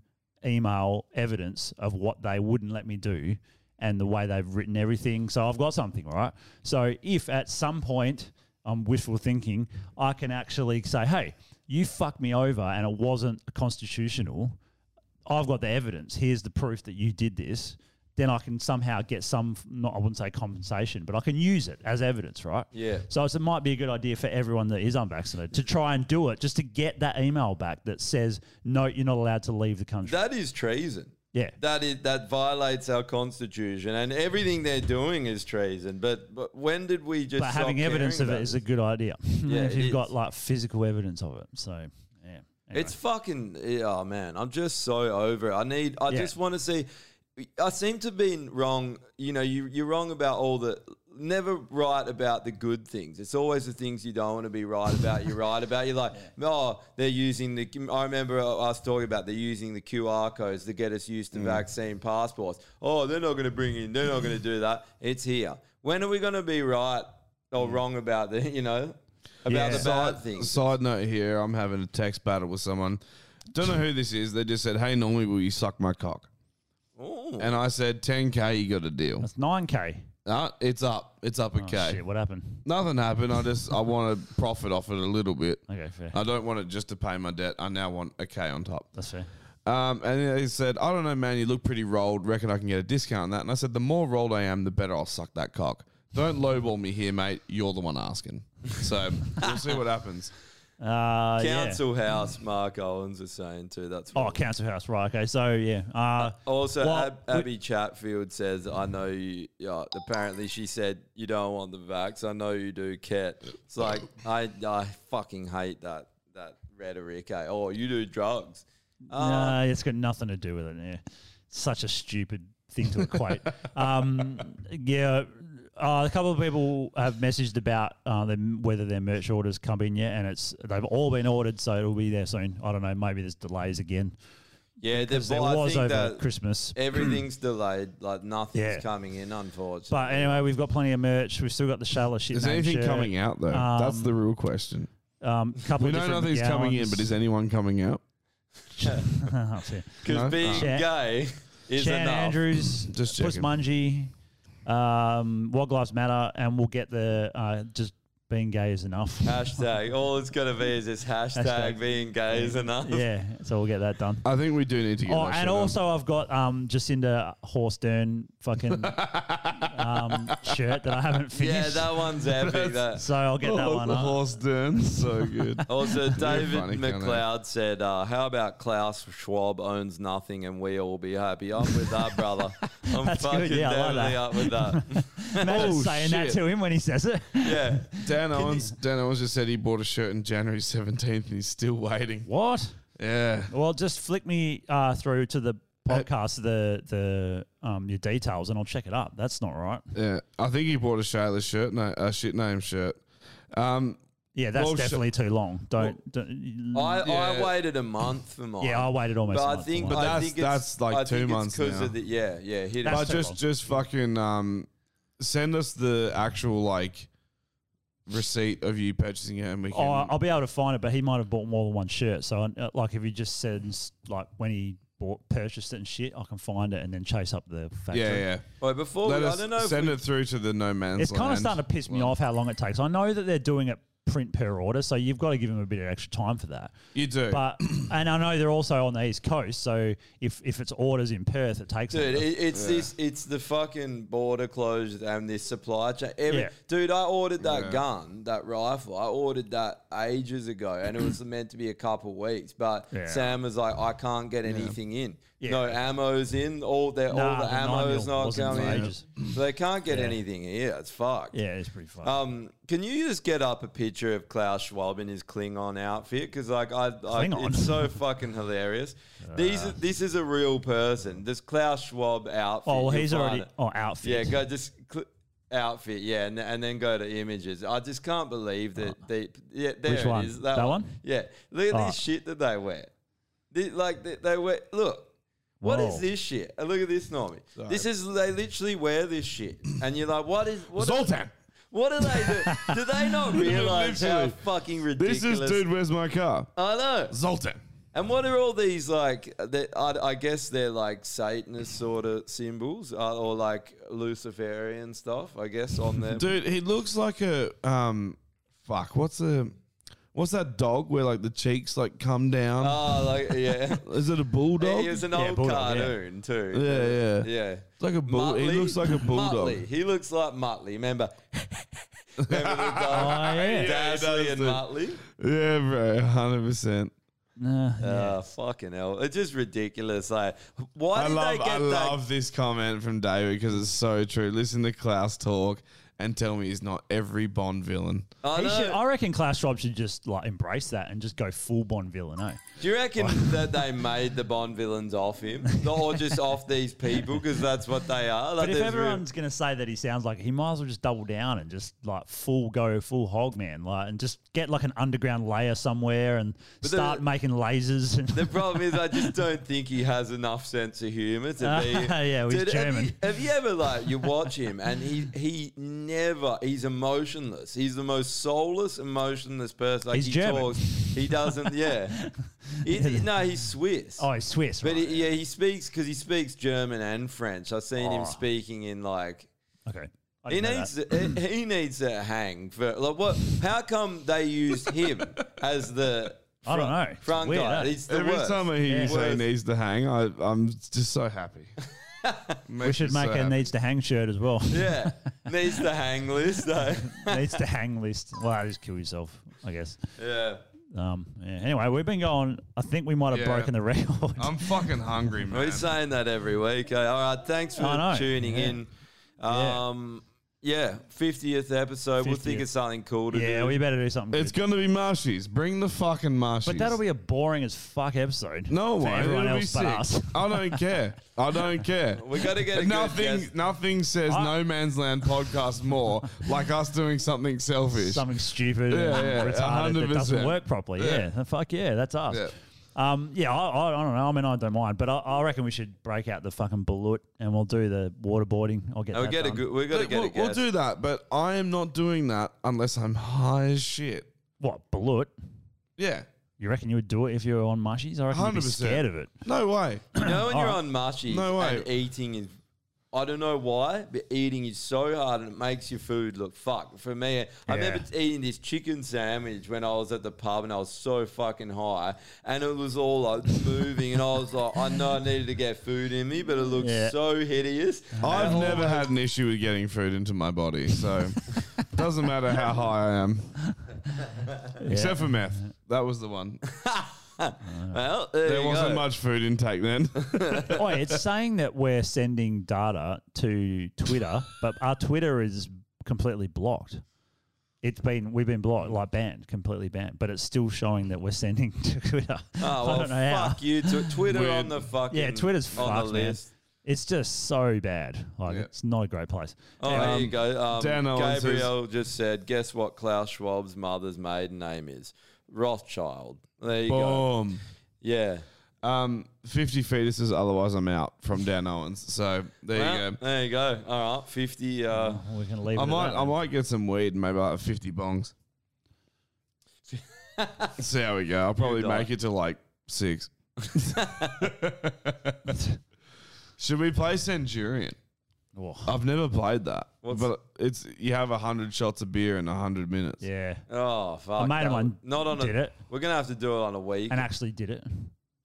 [SPEAKER 3] email evidence of what they wouldn't let me do and the way they've written everything. So I've got something, all right? So if at some point I'm wishful thinking, I can actually say, hey, you fucked me over and it wasn't constitutional. I've got the evidence. Here's the proof that you did this. Then I can somehow get some, not I wouldn't say compensation, but I can use it as evidence, right?
[SPEAKER 4] Yeah.
[SPEAKER 3] So it's, it might be a good idea for everyone that is unvaccinated to try and do it, just to get that email back that says, "No, you're not allowed to leave the country."
[SPEAKER 4] That is treason.
[SPEAKER 3] Yeah.
[SPEAKER 4] That is that violates our constitution and everything they're doing is treason. But but when did we just
[SPEAKER 3] but having
[SPEAKER 4] stop
[SPEAKER 3] evidence
[SPEAKER 4] caring
[SPEAKER 3] of it
[SPEAKER 4] about
[SPEAKER 3] is a good idea.
[SPEAKER 4] Yeah,
[SPEAKER 3] if
[SPEAKER 4] it
[SPEAKER 3] you've
[SPEAKER 4] is.
[SPEAKER 3] got like physical evidence of it, so yeah.
[SPEAKER 4] It's fucking yeah, oh man, I'm just so over it. I need I
[SPEAKER 3] Yeah.
[SPEAKER 4] just want to see I seem to be wrong, you know, you you're wrong about all the never right about the good things. It's always the things you don't want to be right about. You're right about. You're like, oh, they're using the. I remember us talking about they're using the QR codes to get us used to vaccine passports. Oh, they're not going to bring in. They're not going to do that. It's here. When are we going to be right or wrong about the? You know, about the bad things.
[SPEAKER 2] Side note here, I'm having a text battle with someone. Don't know who this is. They just said, "Hey, normally will you suck my cock?" And I said, "10k, you got a deal." That's
[SPEAKER 3] 9k.
[SPEAKER 2] Nah, it's up. It's up a
[SPEAKER 3] Oh,
[SPEAKER 2] k.
[SPEAKER 3] shit, what happened?
[SPEAKER 2] Nothing happened. I just I want to profit off it a little bit.
[SPEAKER 3] Okay, fair.
[SPEAKER 2] I don't want it just to pay my debt. I now want a k on top.
[SPEAKER 3] That's fair.
[SPEAKER 2] Um, and he said, "I don't know, man. You look pretty rolled. Reckon I can get a discount on that?" And I said, "The more rolled I am, the better I'll suck that cock. Don't lowball me here, mate. You're the one asking. So we'll see what happens."
[SPEAKER 3] Uh, yeah.
[SPEAKER 4] Council House, Mark Owens is saying too. That's
[SPEAKER 3] Oh, council house, right? Okay, so yeah. Uh,
[SPEAKER 4] also
[SPEAKER 3] well,
[SPEAKER 4] Ab- Abby Chatfield says, "I know you." Yeah, apparently, she said you don't want the vax. I know you do, Ket. It's like I, I fucking hate that that rhetoric. Eh? Oh, you do drugs.
[SPEAKER 3] No, it's got nothing to do with it. Yeah. Such a stupid thing to equate. um, yeah. Uh, a couple of people have messaged about uh, them, whether their merch orders come in yet, and it's they've all been ordered, so it'll be there soon. I don't know. Maybe there's delays again.
[SPEAKER 4] yeah, the,
[SPEAKER 3] because there
[SPEAKER 4] well, I
[SPEAKER 3] was
[SPEAKER 4] think
[SPEAKER 3] over
[SPEAKER 4] that
[SPEAKER 3] Christmas.
[SPEAKER 4] Everything's delayed. Like nothing's
[SPEAKER 3] Yeah.
[SPEAKER 4] coming in, unfortunately.
[SPEAKER 3] But anyway, we've got plenty of merch. We've still got the shallow shit.
[SPEAKER 2] Is
[SPEAKER 3] name
[SPEAKER 2] anything
[SPEAKER 3] shirt.
[SPEAKER 2] coming out though? That's
[SPEAKER 3] Um,
[SPEAKER 2] the real question.
[SPEAKER 3] um, couple
[SPEAKER 2] we
[SPEAKER 3] of
[SPEAKER 2] know
[SPEAKER 3] different
[SPEAKER 2] nothing's coming in,
[SPEAKER 3] gowns.
[SPEAKER 2] but is anyone coming out?
[SPEAKER 4] Because
[SPEAKER 2] No?
[SPEAKER 4] being
[SPEAKER 3] Shan-
[SPEAKER 4] gay is
[SPEAKER 3] Shan
[SPEAKER 4] enough.
[SPEAKER 3] Andrews,
[SPEAKER 2] Just
[SPEAKER 3] Puss
[SPEAKER 2] checking.
[SPEAKER 3] Mungie, um, What Lives Matter, and we'll get the uh, just being gay is enough.
[SPEAKER 4] Hashtag. All it's gonna be is this hashtag,
[SPEAKER 3] Hashtag.
[SPEAKER 4] being gay is enough.
[SPEAKER 3] yeah, so we'll get that done.
[SPEAKER 2] I think we do need to get.
[SPEAKER 3] Oh,
[SPEAKER 2] that shit
[SPEAKER 3] and
[SPEAKER 2] out.
[SPEAKER 3] also I've got um, Jacinda Horstern fucking um, shirt that I haven't finished.
[SPEAKER 4] Yeah, that one's epic. that.
[SPEAKER 3] So I'll get that one. up.
[SPEAKER 2] Horstern, so good.
[SPEAKER 4] Also,
[SPEAKER 2] You're a
[SPEAKER 4] David
[SPEAKER 2] funny cunt, eh?
[SPEAKER 4] McLeod said, uh, "How about Klaus Schwab owns nothing and we all be happy?" I'm with that, brother. I'm
[SPEAKER 3] That's
[SPEAKER 4] fucking
[SPEAKER 3] good. Yeah, I like
[SPEAKER 4] definitely
[SPEAKER 3] that.
[SPEAKER 2] Oh,
[SPEAKER 4] up with that.
[SPEAKER 3] Imagine saying that to him when he says it.
[SPEAKER 4] Yeah,
[SPEAKER 2] Dan Owens. Dan Owens just said he bought a shirt on January seventeenth, and he's still waiting.
[SPEAKER 3] What?
[SPEAKER 2] Yeah. Uh,
[SPEAKER 3] Well, just flick me uh, through to the podcast, the the um your details, and I'll check it up. That's not right.
[SPEAKER 2] Yeah, I think he bought a Shayla shirt, no, a shit name shirt. Um,
[SPEAKER 3] Yeah, that's
[SPEAKER 2] well, Sha-
[SPEAKER 3] definitely too long. Don't. don't
[SPEAKER 4] I, I
[SPEAKER 3] Yeah.
[SPEAKER 4] waited a month for mine.
[SPEAKER 3] Yeah, I waited almost
[SPEAKER 4] But
[SPEAKER 3] a
[SPEAKER 4] I
[SPEAKER 3] month for
[SPEAKER 4] think,
[SPEAKER 3] mine.
[SPEAKER 2] But
[SPEAKER 4] I
[SPEAKER 2] that's-
[SPEAKER 4] think it's-
[SPEAKER 2] that's like
[SPEAKER 4] I
[SPEAKER 2] two
[SPEAKER 4] think
[SPEAKER 2] months
[SPEAKER 4] because
[SPEAKER 2] now.
[SPEAKER 4] of the yeah, yeah. Hit it.
[SPEAKER 2] but just just fucking um, send us the actual like receipt of you purchasing it, and we can.
[SPEAKER 3] Oh, I'll be able to find it, but he might have bought more than one shirt. So, uh, like, if he just sends like when he bought purchased it and shit, I can find it and then chase up the factory.
[SPEAKER 2] yeah, yeah.
[SPEAKER 4] Wait, before
[SPEAKER 2] Let
[SPEAKER 4] we- I
[SPEAKER 2] us
[SPEAKER 4] don't know if
[SPEAKER 2] send
[SPEAKER 4] we-
[SPEAKER 2] it through to the no man's
[SPEAKER 3] It's kind
[SPEAKER 2] land.
[SPEAKER 3] of starting to piss me off how long it takes. I know that they're doing it print per order, so you've got to give them a bit of extra time for that.
[SPEAKER 2] You do,
[SPEAKER 3] But and I know they're also on the east coast, so if if it's orders in Perth, it takes.
[SPEAKER 4] Dude,
[SPEAKER 3] longer.
[SPEAKER 4] it, it's this. It's the fucking border closed and this supply chain. Every,
[SPEAKER 3] Yeah.
[SPEAKER 4] Dude, I ordered that
[SPEAKER 3] Yeah.
[SPEAKER 4] gun, that rifle. I ordered that ages ago, and it was meant to be a couple of weeks. But
[SPEAKER 3] Yeah.
[SPEAKER 4] Sam was like, "I can't get anything in.
[SPEAKER 3] Yeah.
[SPEAKER 4] No ammo's in. All their
[SPEAKER 3] Nah,
[SPEAKER 4] all the,
[SPEAKER 3] the
[SPEAKER 4] ammo is
[SPEAKER 3] 9mm
[SPEAKER 4] not
[SPEAKER 3] wasn't
[SPEAKER 4] going
[SPEAKER 3] for
[SPEAKER 4] in.
[SPEAKER 3] ages.
[SPEAKER 4] So they can't get
[SPEAKER 3] Yeah.
[SPEAKER 4] anything here. It's fucked.
[SPEAKER 3] Yeah, it's pretty fucked.
[SPEAKER 4] Um, can you just get up a picture of Klaus Schwab in his Klingon outfit? Because like I, I
[SPEAKER 3] Klingon? Uh.
[SPEAKER 4] it's so fucking hilarious. These, are- this is a real person. This Klaus Schwab outfit.
[SPEAKER 3] Oh, well,
[SPEAKER 4] you'll
[SPEAKER 3] he's
[SPEAKER 4] find
[SPEAKER 3] already-
[SPEAKER 4] it.
[SPEAKER 3] oh, outfit.
[SPEAKER 4] Yeah, go just cl- outfit. Yeah, and, and then go to images. I just can't believe that they. Yeah,
[SPEAKER 3] Uh.
[SPEAKER 4] there
[SPEAKER 3] Which
[SPEAKER 4] it
[SPEAKER 3] one?
[SPEAKER 4] is,
[SPEAKER 3] That one?
[SPEAKER 4] Yeah, look at
[SPEAKER 3] Oh.
[SPEAKER 4] this shit that they wear. They- like they, they wear. Look. What is
[SPEAKER 3] Whoa.
[SPEAKER 4] this shit? And look at this, Normie. This is they literally wear this shit, and you're like, what is what?
[SPEAKER 2] Zoltan.
[SPEAKER 4] What do they do? do they not realize how
[SPEAKER 2] Literally.
[SPEAKER 4] fucking ridiculous?
[SPEAKER 2] This is dude. Where's my car?
[SPEAKER 4] I know.
[SPEAKER 2] Zoltan.
[SPEAKER 4] And what are all these like? That I, I guess they're like Satanist sort of symbols, uh, or like Luciferian stuff. I guess on them.
[SPEAKER 2] Dude, he looks like a um, fuck. What's a what's that dog where like the cheeks like come down?
[SPEAKER 4] Oh, like yeah.
[SPEAKER 2] Is it a bulldog?
[SPEAKER 4] He was an old cartoon too.
[SPEAKER 2] Yeah, yeah,
[SPEAKER 4] yeah.
[SPEAKER 2] It's like a bull. He
[SPEAKER 4] Muttley-
[SPEAKER 2] looks like a bulldog.
[SPEAKER 4] Muttley. He looks like Muttley. Remember? Remember the dog?
[SPEAKER 2] Oh, yeah.
[SPEAKER 4] Dashley and Muttley.
[SPEAKER 2] Yeah, bro, hundred percent.
[SPEAKER 4] Uh, fucking hell! It's just ridiculous. Like, why
[SPEAKER 2] I
[SPEAKER 4] did
[SPEAKER 2] love,
[SPEAKER 4] they get
[SPEAKER 2] I
[SPEAKER 4] that
[SPEAKER 2] love this comment from David because it's so true. Listen to Klaus talk and tell me he's not every Bond villain.
[SPEAKER 4] I
[SPEAKER 3] He
[SPEAKER 4] know.
[SPEAKER 3] should, I reckon Clash Rob should just like embrace that and just go full Bond villain. Eh?
[SPEAKER 4] Do you reckon that they made the Bond villains off him, or just off these people? Because that's what they are. Like,
[SPEAKER 3] but if
[SPEAKER 4] there's real-
[SPEAKER 3] everyone's going to say that he sounds like, it, he might as well just double down and just like full go, full hog man, like, and just get like an underground layer somewhere and
[SPEAKER 4] the-
[SPEAKER 3] start making lasers. And
[SPEAKER 4] the problem is, I just don't think he has enough sense of humor to be.
[SPEAKER 3] Yeah, well, he's
[SPEAKER 4] Dude, have you-
[SPEAKER 3] German.
[SPEAKER 4] Have you, ever like you watch him and he he never he's emotionless. He's the most soulless, emotionless person. Like
[SPEAKER 3] He's
[SPEAKER 4] he
[SPEAKER 3] German.
[SPEAKER 4] talks, he doesn't. Yeah, He- he- no, he's Swiss.
[SPEAKER 3] oh, he's Swiss,
[SPEAKER 4] But
[SPEAKER 3] right?
[SPEAKER 4] he, yeah, he speaks because he speaks German and French. I've seen
[SPEAKER 3] Oh.
[SPEAKER 4] him speaking in like.
[SPEAKER 3] Okay. I
[SPEAKER 4] He
[SPEAKER 3] didn't know
[SPEAKER 4] needs
[SPEAKER 3] that.
[SPEAKER 4] to, he he needs to hang for like what? How come they used him as the
[SPEAKER 3] I don't know. It's
[SPEAKER 4] front
[SPEAKER 3] weird,
[SPEAKER 4] guy?
[SPEAKER 3] eh?
[SPEAKER 4] He's the
[SPEAKER 2] Every
[SPEAKER 4] worst.
[SPEAKER 2] time I hear you say
[SPEAKER 4] Worst.
[SPEAKER 2] he needs to hang, I, I'm just so happy.
[SPEAKER 3] we should make a needs to hang shirt as well.
[SPEAKER 4] yeah needs to hang list though.
[SPEAKER 3] needs to hang list. Well, just kill yourself, I guess.
[SPEAKER 4] Yeah.
[SPEAKER 3] Um, yeah. Anyway, we've been going. I think we might have
[SPEAKER 4] Yeah.
[SPEAKER 3] broken the record.
[SPEAKER 2] I'm fucking hungry, man.
[SPEAKER 4] We're saying that every week. eh? All right, thanks
[SPEAKER 3] I
[SPEAKER 4] for
[SPEAKER 3] know,
[SPEAKER 4] tuning
[SPEAKER 3] yeah.
[SPEAKER 4] in. Um, yeah, fiftieth episode. We'll think
[SPEAKER 3] 50th.
[SPEAKER 4] of something cool to do.
[SPEAKER 3] yeah, we better do something.
[SPEAKER 2] It's going to be Marshies. Bring the fucking Marshies.
[SPEAKER 3] But that'll be a boring as fuck episode.
[SPEAKER 2] No
[SPEAKER 3] for
[SPEAKER 2] way.
[SPEAKER 3] Everyone
[SPEAKER 2] It'll be
[SPEAKER 3] else but
[SPEAKER 2] sick.
[SPEAKER 3] us.
[SPEAKER 2] I don't care. I don't care.
[SPEAKER 4] We gotta get a good
[SPEAKER 2] nothing.
[SPEAKER 4] guest.
[SPEAKER 2] nothing says no man's land podcast more like us doing something selfish,
[SPEAKER 3] Something stupid
[SPEAKER 2] Yeah,
[SPEAKER 3] and
[SPEAKER 2] yeah,
[SPEAKER 3] retarded that doesn't
[SPEAKER 2] 100%.
[SPEAKER 3] work properly. Yeah. Fuck yeah, that's us.
[SPEAKER 2] Yeah.
[SPEAKER 3] Um, yeah, I, I, I don't know. I mean, I don't mind, but I, I reckon we should break out the fucking bullet and we'll do the waterboarding. I'll get.
[SPEAKER 4] And we
[SPEAKER 3] that
[SPEAKER 4] get a
[SPEAKER 3] done.
[SPEAKER 4] good. We gotta
[SPEAKER 2] Look,
[SPEAKER 4] get
[SPEAKER 2] we'll,
[SPEAKER 4] a
[SPEAKER 2] we'll
[SPEAKER 4] guest.
[SPEAKER 2] do that, but I am not doing that unless I'm high as shit.
[SPEAKER 3] What bullet?
[SPEAKER 2] Yeah,
[SPEAKER 3] You reckon you would do it if you were on mushies? I reckon you'd be
[SPEAKER 2] hundred percent.
[SPEAKER 3] scared of it.
[SPEAKER 2] No way. Oh,
[SPEAKER 4] You know when
[SPEAKER 3] All
[SPEAKER 4] you're
[SPEAKER 3] right.
[SPEAKER 4] on mushies
[SPEAKER 2] No way.
[SPEAKER 4] and eating is, I don't know why, but eating is so hard and it makes your food look fuck. For me, I remember eating this chicken sandwich when I was at the pub and I was so fucking high and it was all like moving and I was like, I know I needed to get food in me, but it looked
[SPEAKER 2] Yeah.
[SPEAKER 4] so hideous.
[SPEAKER 3] Uh,
[SPEAKER 2] I've
[SPEAKER 4] And-
[SPEAKER 2] never had an issue with getting food into my body, so doesn't matter how high I am, except for meth. That was the one.
[SPEAKER 4] Well, there,
[SPEAKER 2] There
[SPEAKER 4] you
[SPEAKER 2] wasn't
[SPEAKER 4] go.
[SPEAKER 2] much food intake then.
[SPEAKER 3] oh, it's saying that we're sending data to Twitter, but our Twitter is completely blocked. it's been we've been blocked, like banned, completely banned, but it's still showing that we're sending to Twitter.
[SPEAKER 4] Oh, well,
[SPEAKER 3] I don't know how.
[SPEAKER 4] fuck you. Tw- Twitter
[SPEAKER 3] Weird.
[SPEAKER 4] on the fucking.
[SPEAKER 3] yeah, Twitter's
[SPEAKER 4] on
[SPEAKER 3] fucked,
[SPEAKER 4] the
[SPEAKER 3] man.
[SPEAKER 4] list.
[SPEAKER 3] It's just so bad. Like it's not a great place.
[SPEAKER 4] Oh, there you go. Um,
[SPEAKER 2] Dan Owens says-
[SPEAKER 4] Gabriel just said, guess what Klaus Schwab's mother's maiden name is? Rothschild. There you go.
[SPEAKER 2] Boom.
[SPEAKER 4] Yeah.
[SPEAKER 2] Um, 50 fetuses, otherwise I'm out from Dan Owens. So there
[SPEAKER 4] Well,
[SPEAKER 2] you go.
[SPEAKER 4] There you go. All right. 50. Uh,
[SPEAKER 3] we're going to Oh, leave
[SPEAKER 2] I might, I might get some weed, maybe like 50 bongs. See how we go. I'll probably
[SPEAKER 4] die.
[SPEAKER 2] make it to like six. Should we play Centurion?
[SPEAKER 3] Oh.
[SPEAKER 2] I've never played that, but it's you have hundred shots of beer in hundred minutes.
[SPEAKER 3] Yeah.
[SPEAKER 4] Oh, fuck.
[SPEAKER 3] mate of
[SPEAKER 4] that.
[SPEAKER 3] mine
[SPEAKER 4] Not on
[SPEAKER 3] did
[SPEAKER 4] a,
[SPEAKER 3] it.
[SPEAKER 4] We're going to have to do it on a week.
[SPEAKER 3] and actually did it.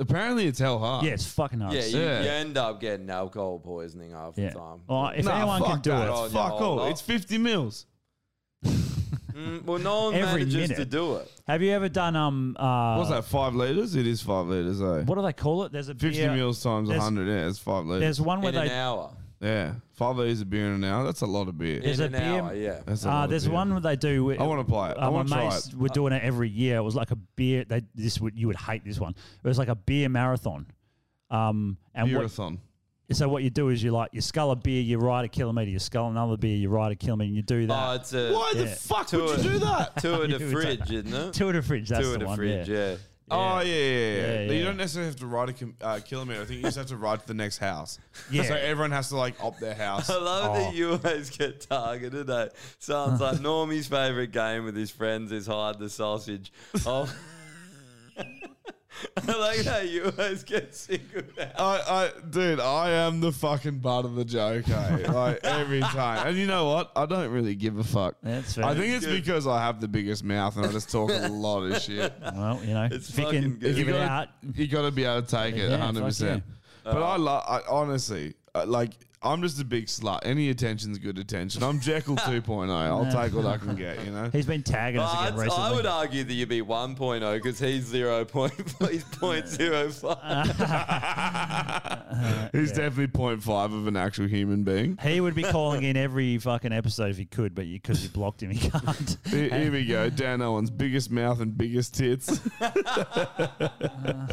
[SPEAKER 2] Apparently, it's hell hard.
[SPEAKER 3] Yeah, it's fucking hard.
[SPEAKER 4] Yeah, you, you end up getting alcohol poisoning half
[SPEAKER 3] Yeah.
[SPEAKER 4] the time.
[SPEAKER 3] Well, if Nah, anyone can fuck do that. it-
[SPEAKER 4] Oh, no,
[SPEAKER 2] Fuck all.
[SPEAKER 4] no.
[SPEAKER 2] It's 50 mils.
[SPEAKER 4] Mm, well, no one
[SPEAKER 3] Every
[SPEAKER 4] manages
[SPEAKER 3] minute.
[SPEAKER 4] to do it.
[SPEAKER 3] Have you ever done um? Uh,
[SPEAKER 2] What's that? Five liters? It is five liters, eh? though.
[SPEAKER 3] What do they call it? There's a
[SPEAKER 2] 50
[SPEAKER 3] beer-
[SPEAKER 2] meals times
[SPEAKER 3] there's-
[SPEAKER 2] 100. Yeah, it's five liters.
[SPEAKER 3] there's one where In an they-
[SPEAKER 4] hour.
[SPEAKER 2] Yeah, five liters of beer in an hour. That's a lot of beer.
[SPEAKER 3] There's a beer.
[SPEAKER 2] That's a
[SPEAKER 3] uh,
[SPEAKER 2] lot of
[SPEAKER 3] there's
[SPEAKER 2] beer.
[SPEAKER 3] one they do.
[SPEAKER 2] I wanna play it. I
[SPEAKER 3] uh, my
[SPEAKER 2] wanna try
[SPEAKER 3] mates
[SPEAKER 2] it.
[SPEAKER 3] We're doing it every year. It was like a beer. They this would you would hate this one. It was like a beer marathon. Um, and what-
[SPEAKER 2] Marathon.
[SPEAKER 3] so what you do is you like you scull a beer, you ride a kilometer, you scull another beer, you ride a kilometer, and you do that.
[SPEAKER 4] Oh, it's a.
[SPEAKER 3] Why the Yeah.
[SPEAKER 2] fuck would you do that?
[SPEAKER 4] Tour
[SPEAKER 3] You
[SPEAKER 4] the
[SPEAKER 3] would say
[SPEAKER 4] fridge,
[SPEAKER 3] that.
[SPEAKER 4] isn't it?
[SPEAKER 3] Tour de fridge, that's
[SPEAKER 4] Tour
[SPEAKER 3] the
[SPEAKER 4] de
[SPEAKER 3] one,
[SPEAKER 4] fridge,
[SPEAKER 3] yeah.
[SPEAKER 4] yeah.
[SPEAKER 2] Oh yeah, yeah, yeah.
[SPEAKER 3] Yeah,
[SPEAKER 2] But You
[SPEAKER 3] yeah.
[SPEAKER 2] don't necessarily have to ride a com- uh, kilometer. I think you just have to ride to the next house.
[SPEAKER 3] Yeah.
[SPEAKER 2] So everyone has to like up their house.
[SPEAKER 4] I love
[SPEAKER 3] Oh.
[SPEAKER 4] that you always get targeted. Eh? Sounds like Normie's favorite game with his friends is hide the sausage. Oh. I like how you always get singled out.
[SPEAKER 2] I, I, dude, I am the fucking butt of the joke, eh? like every time. And you know what? I don't really give a fuck.
[SPEAKER 3] That's fair.
[SPEAKER 2] I think it's
[SPEAKER 3] Good.
[SPEAKER 2] because I have the biggest mouth and I just talk a lot of shit.
[SPEAKER 3] Well, you know, if you can give it out.
[SPEAKER 2] You got to be able to take it
[SPEAKER 3] Yeah,
[SPEAKER 2] 100. percent
[SPEAKER 3] fuck
[SPEAKER 2] But I, lo- I honestly uh, like. I'm just a big slut. Any attention's good attention. I'm Jekyll 2.0. I'll take what I can get. You know.
[SPEAKER 3] He's been tagging us again
[SPEAKER 4] But
[SPEAKER 3] recently.
[SPEAKER 4] Oh, I would argue that you'd be 1.0 because he's 0.5. He's 0.05.
[SPEAKER 2] He's definitely 0.5 of an actual human being.
[SPEAKER 3] He would be calling in every fucking episode if he could, but because you, blocked him, he can't.
[SPEAKER 2] Here, here we go. Dan Owens, biggest mouth and biggest tits.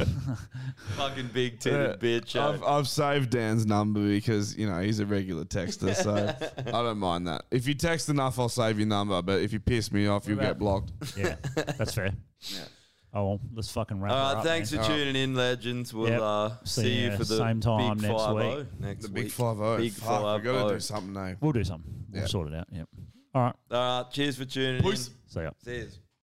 [SPEAKER 4] Fucking big titted
[SPEAKER 2] Uh,
[SPEAKER 4] bitch. eh?
[SPEAKER 2] I've, I've saved Dan's number because you know he's a regular texter, so I don't mind that. If you text enough, I'll save your number. But if you piss me off, you'll get
[SPEAKER 3] about-
[SPEAKER 2] blocked.
[SPEAKER 3] Yeah, that's fair. Oh, well, let's fucking wrap
[SPEAKER 4] All
[SPEAKER 3] it
[SPEAKER 4] right,
[SPEAKER 3] up.
[SPEAKER 4] Uh, thanks
[SPEAKER 3] man.
[SPEAKER 4] for tuning in, legends. We'll
[SPEAKER 3] Yep.
[SPEAKER 4] uh, see,
[SPEAKER 3] See
[SPEAKER 4] you
[SPEAKER 3] ya
[SPEAKER 4] for the
[SPEAKER 3] same time
[SPEAKER 4] big
[SPEAKER 3] next
[SPEAKER 4] five oh
[SPEAKER 3] week.
[SPEAKER 4] next
[SPEAKER 2] The
[SPEAKER 4] week.
[SPEAKER 2] big five oh.
[SPEAKER 4] Big
[SPEAKER 2] Fuck,
[SPEAKER 4] five
[SPEAKER 2] we gotta
[SPEAKER 4] oh.
[SPEAKER 2] do something now.
[SPEAKER 3] We'll do something. We'll
[SPEAKER 2] Yeah.
[SPEAKER 3] sort it out. Yep. All right.
[SPEAKER 4] All right, cheers for tuning
[SPEAKER 2] Peace.
[SPEAKER 4] in.
[SPEAKER 3] See ya.
[SPEAKER 4] See yous.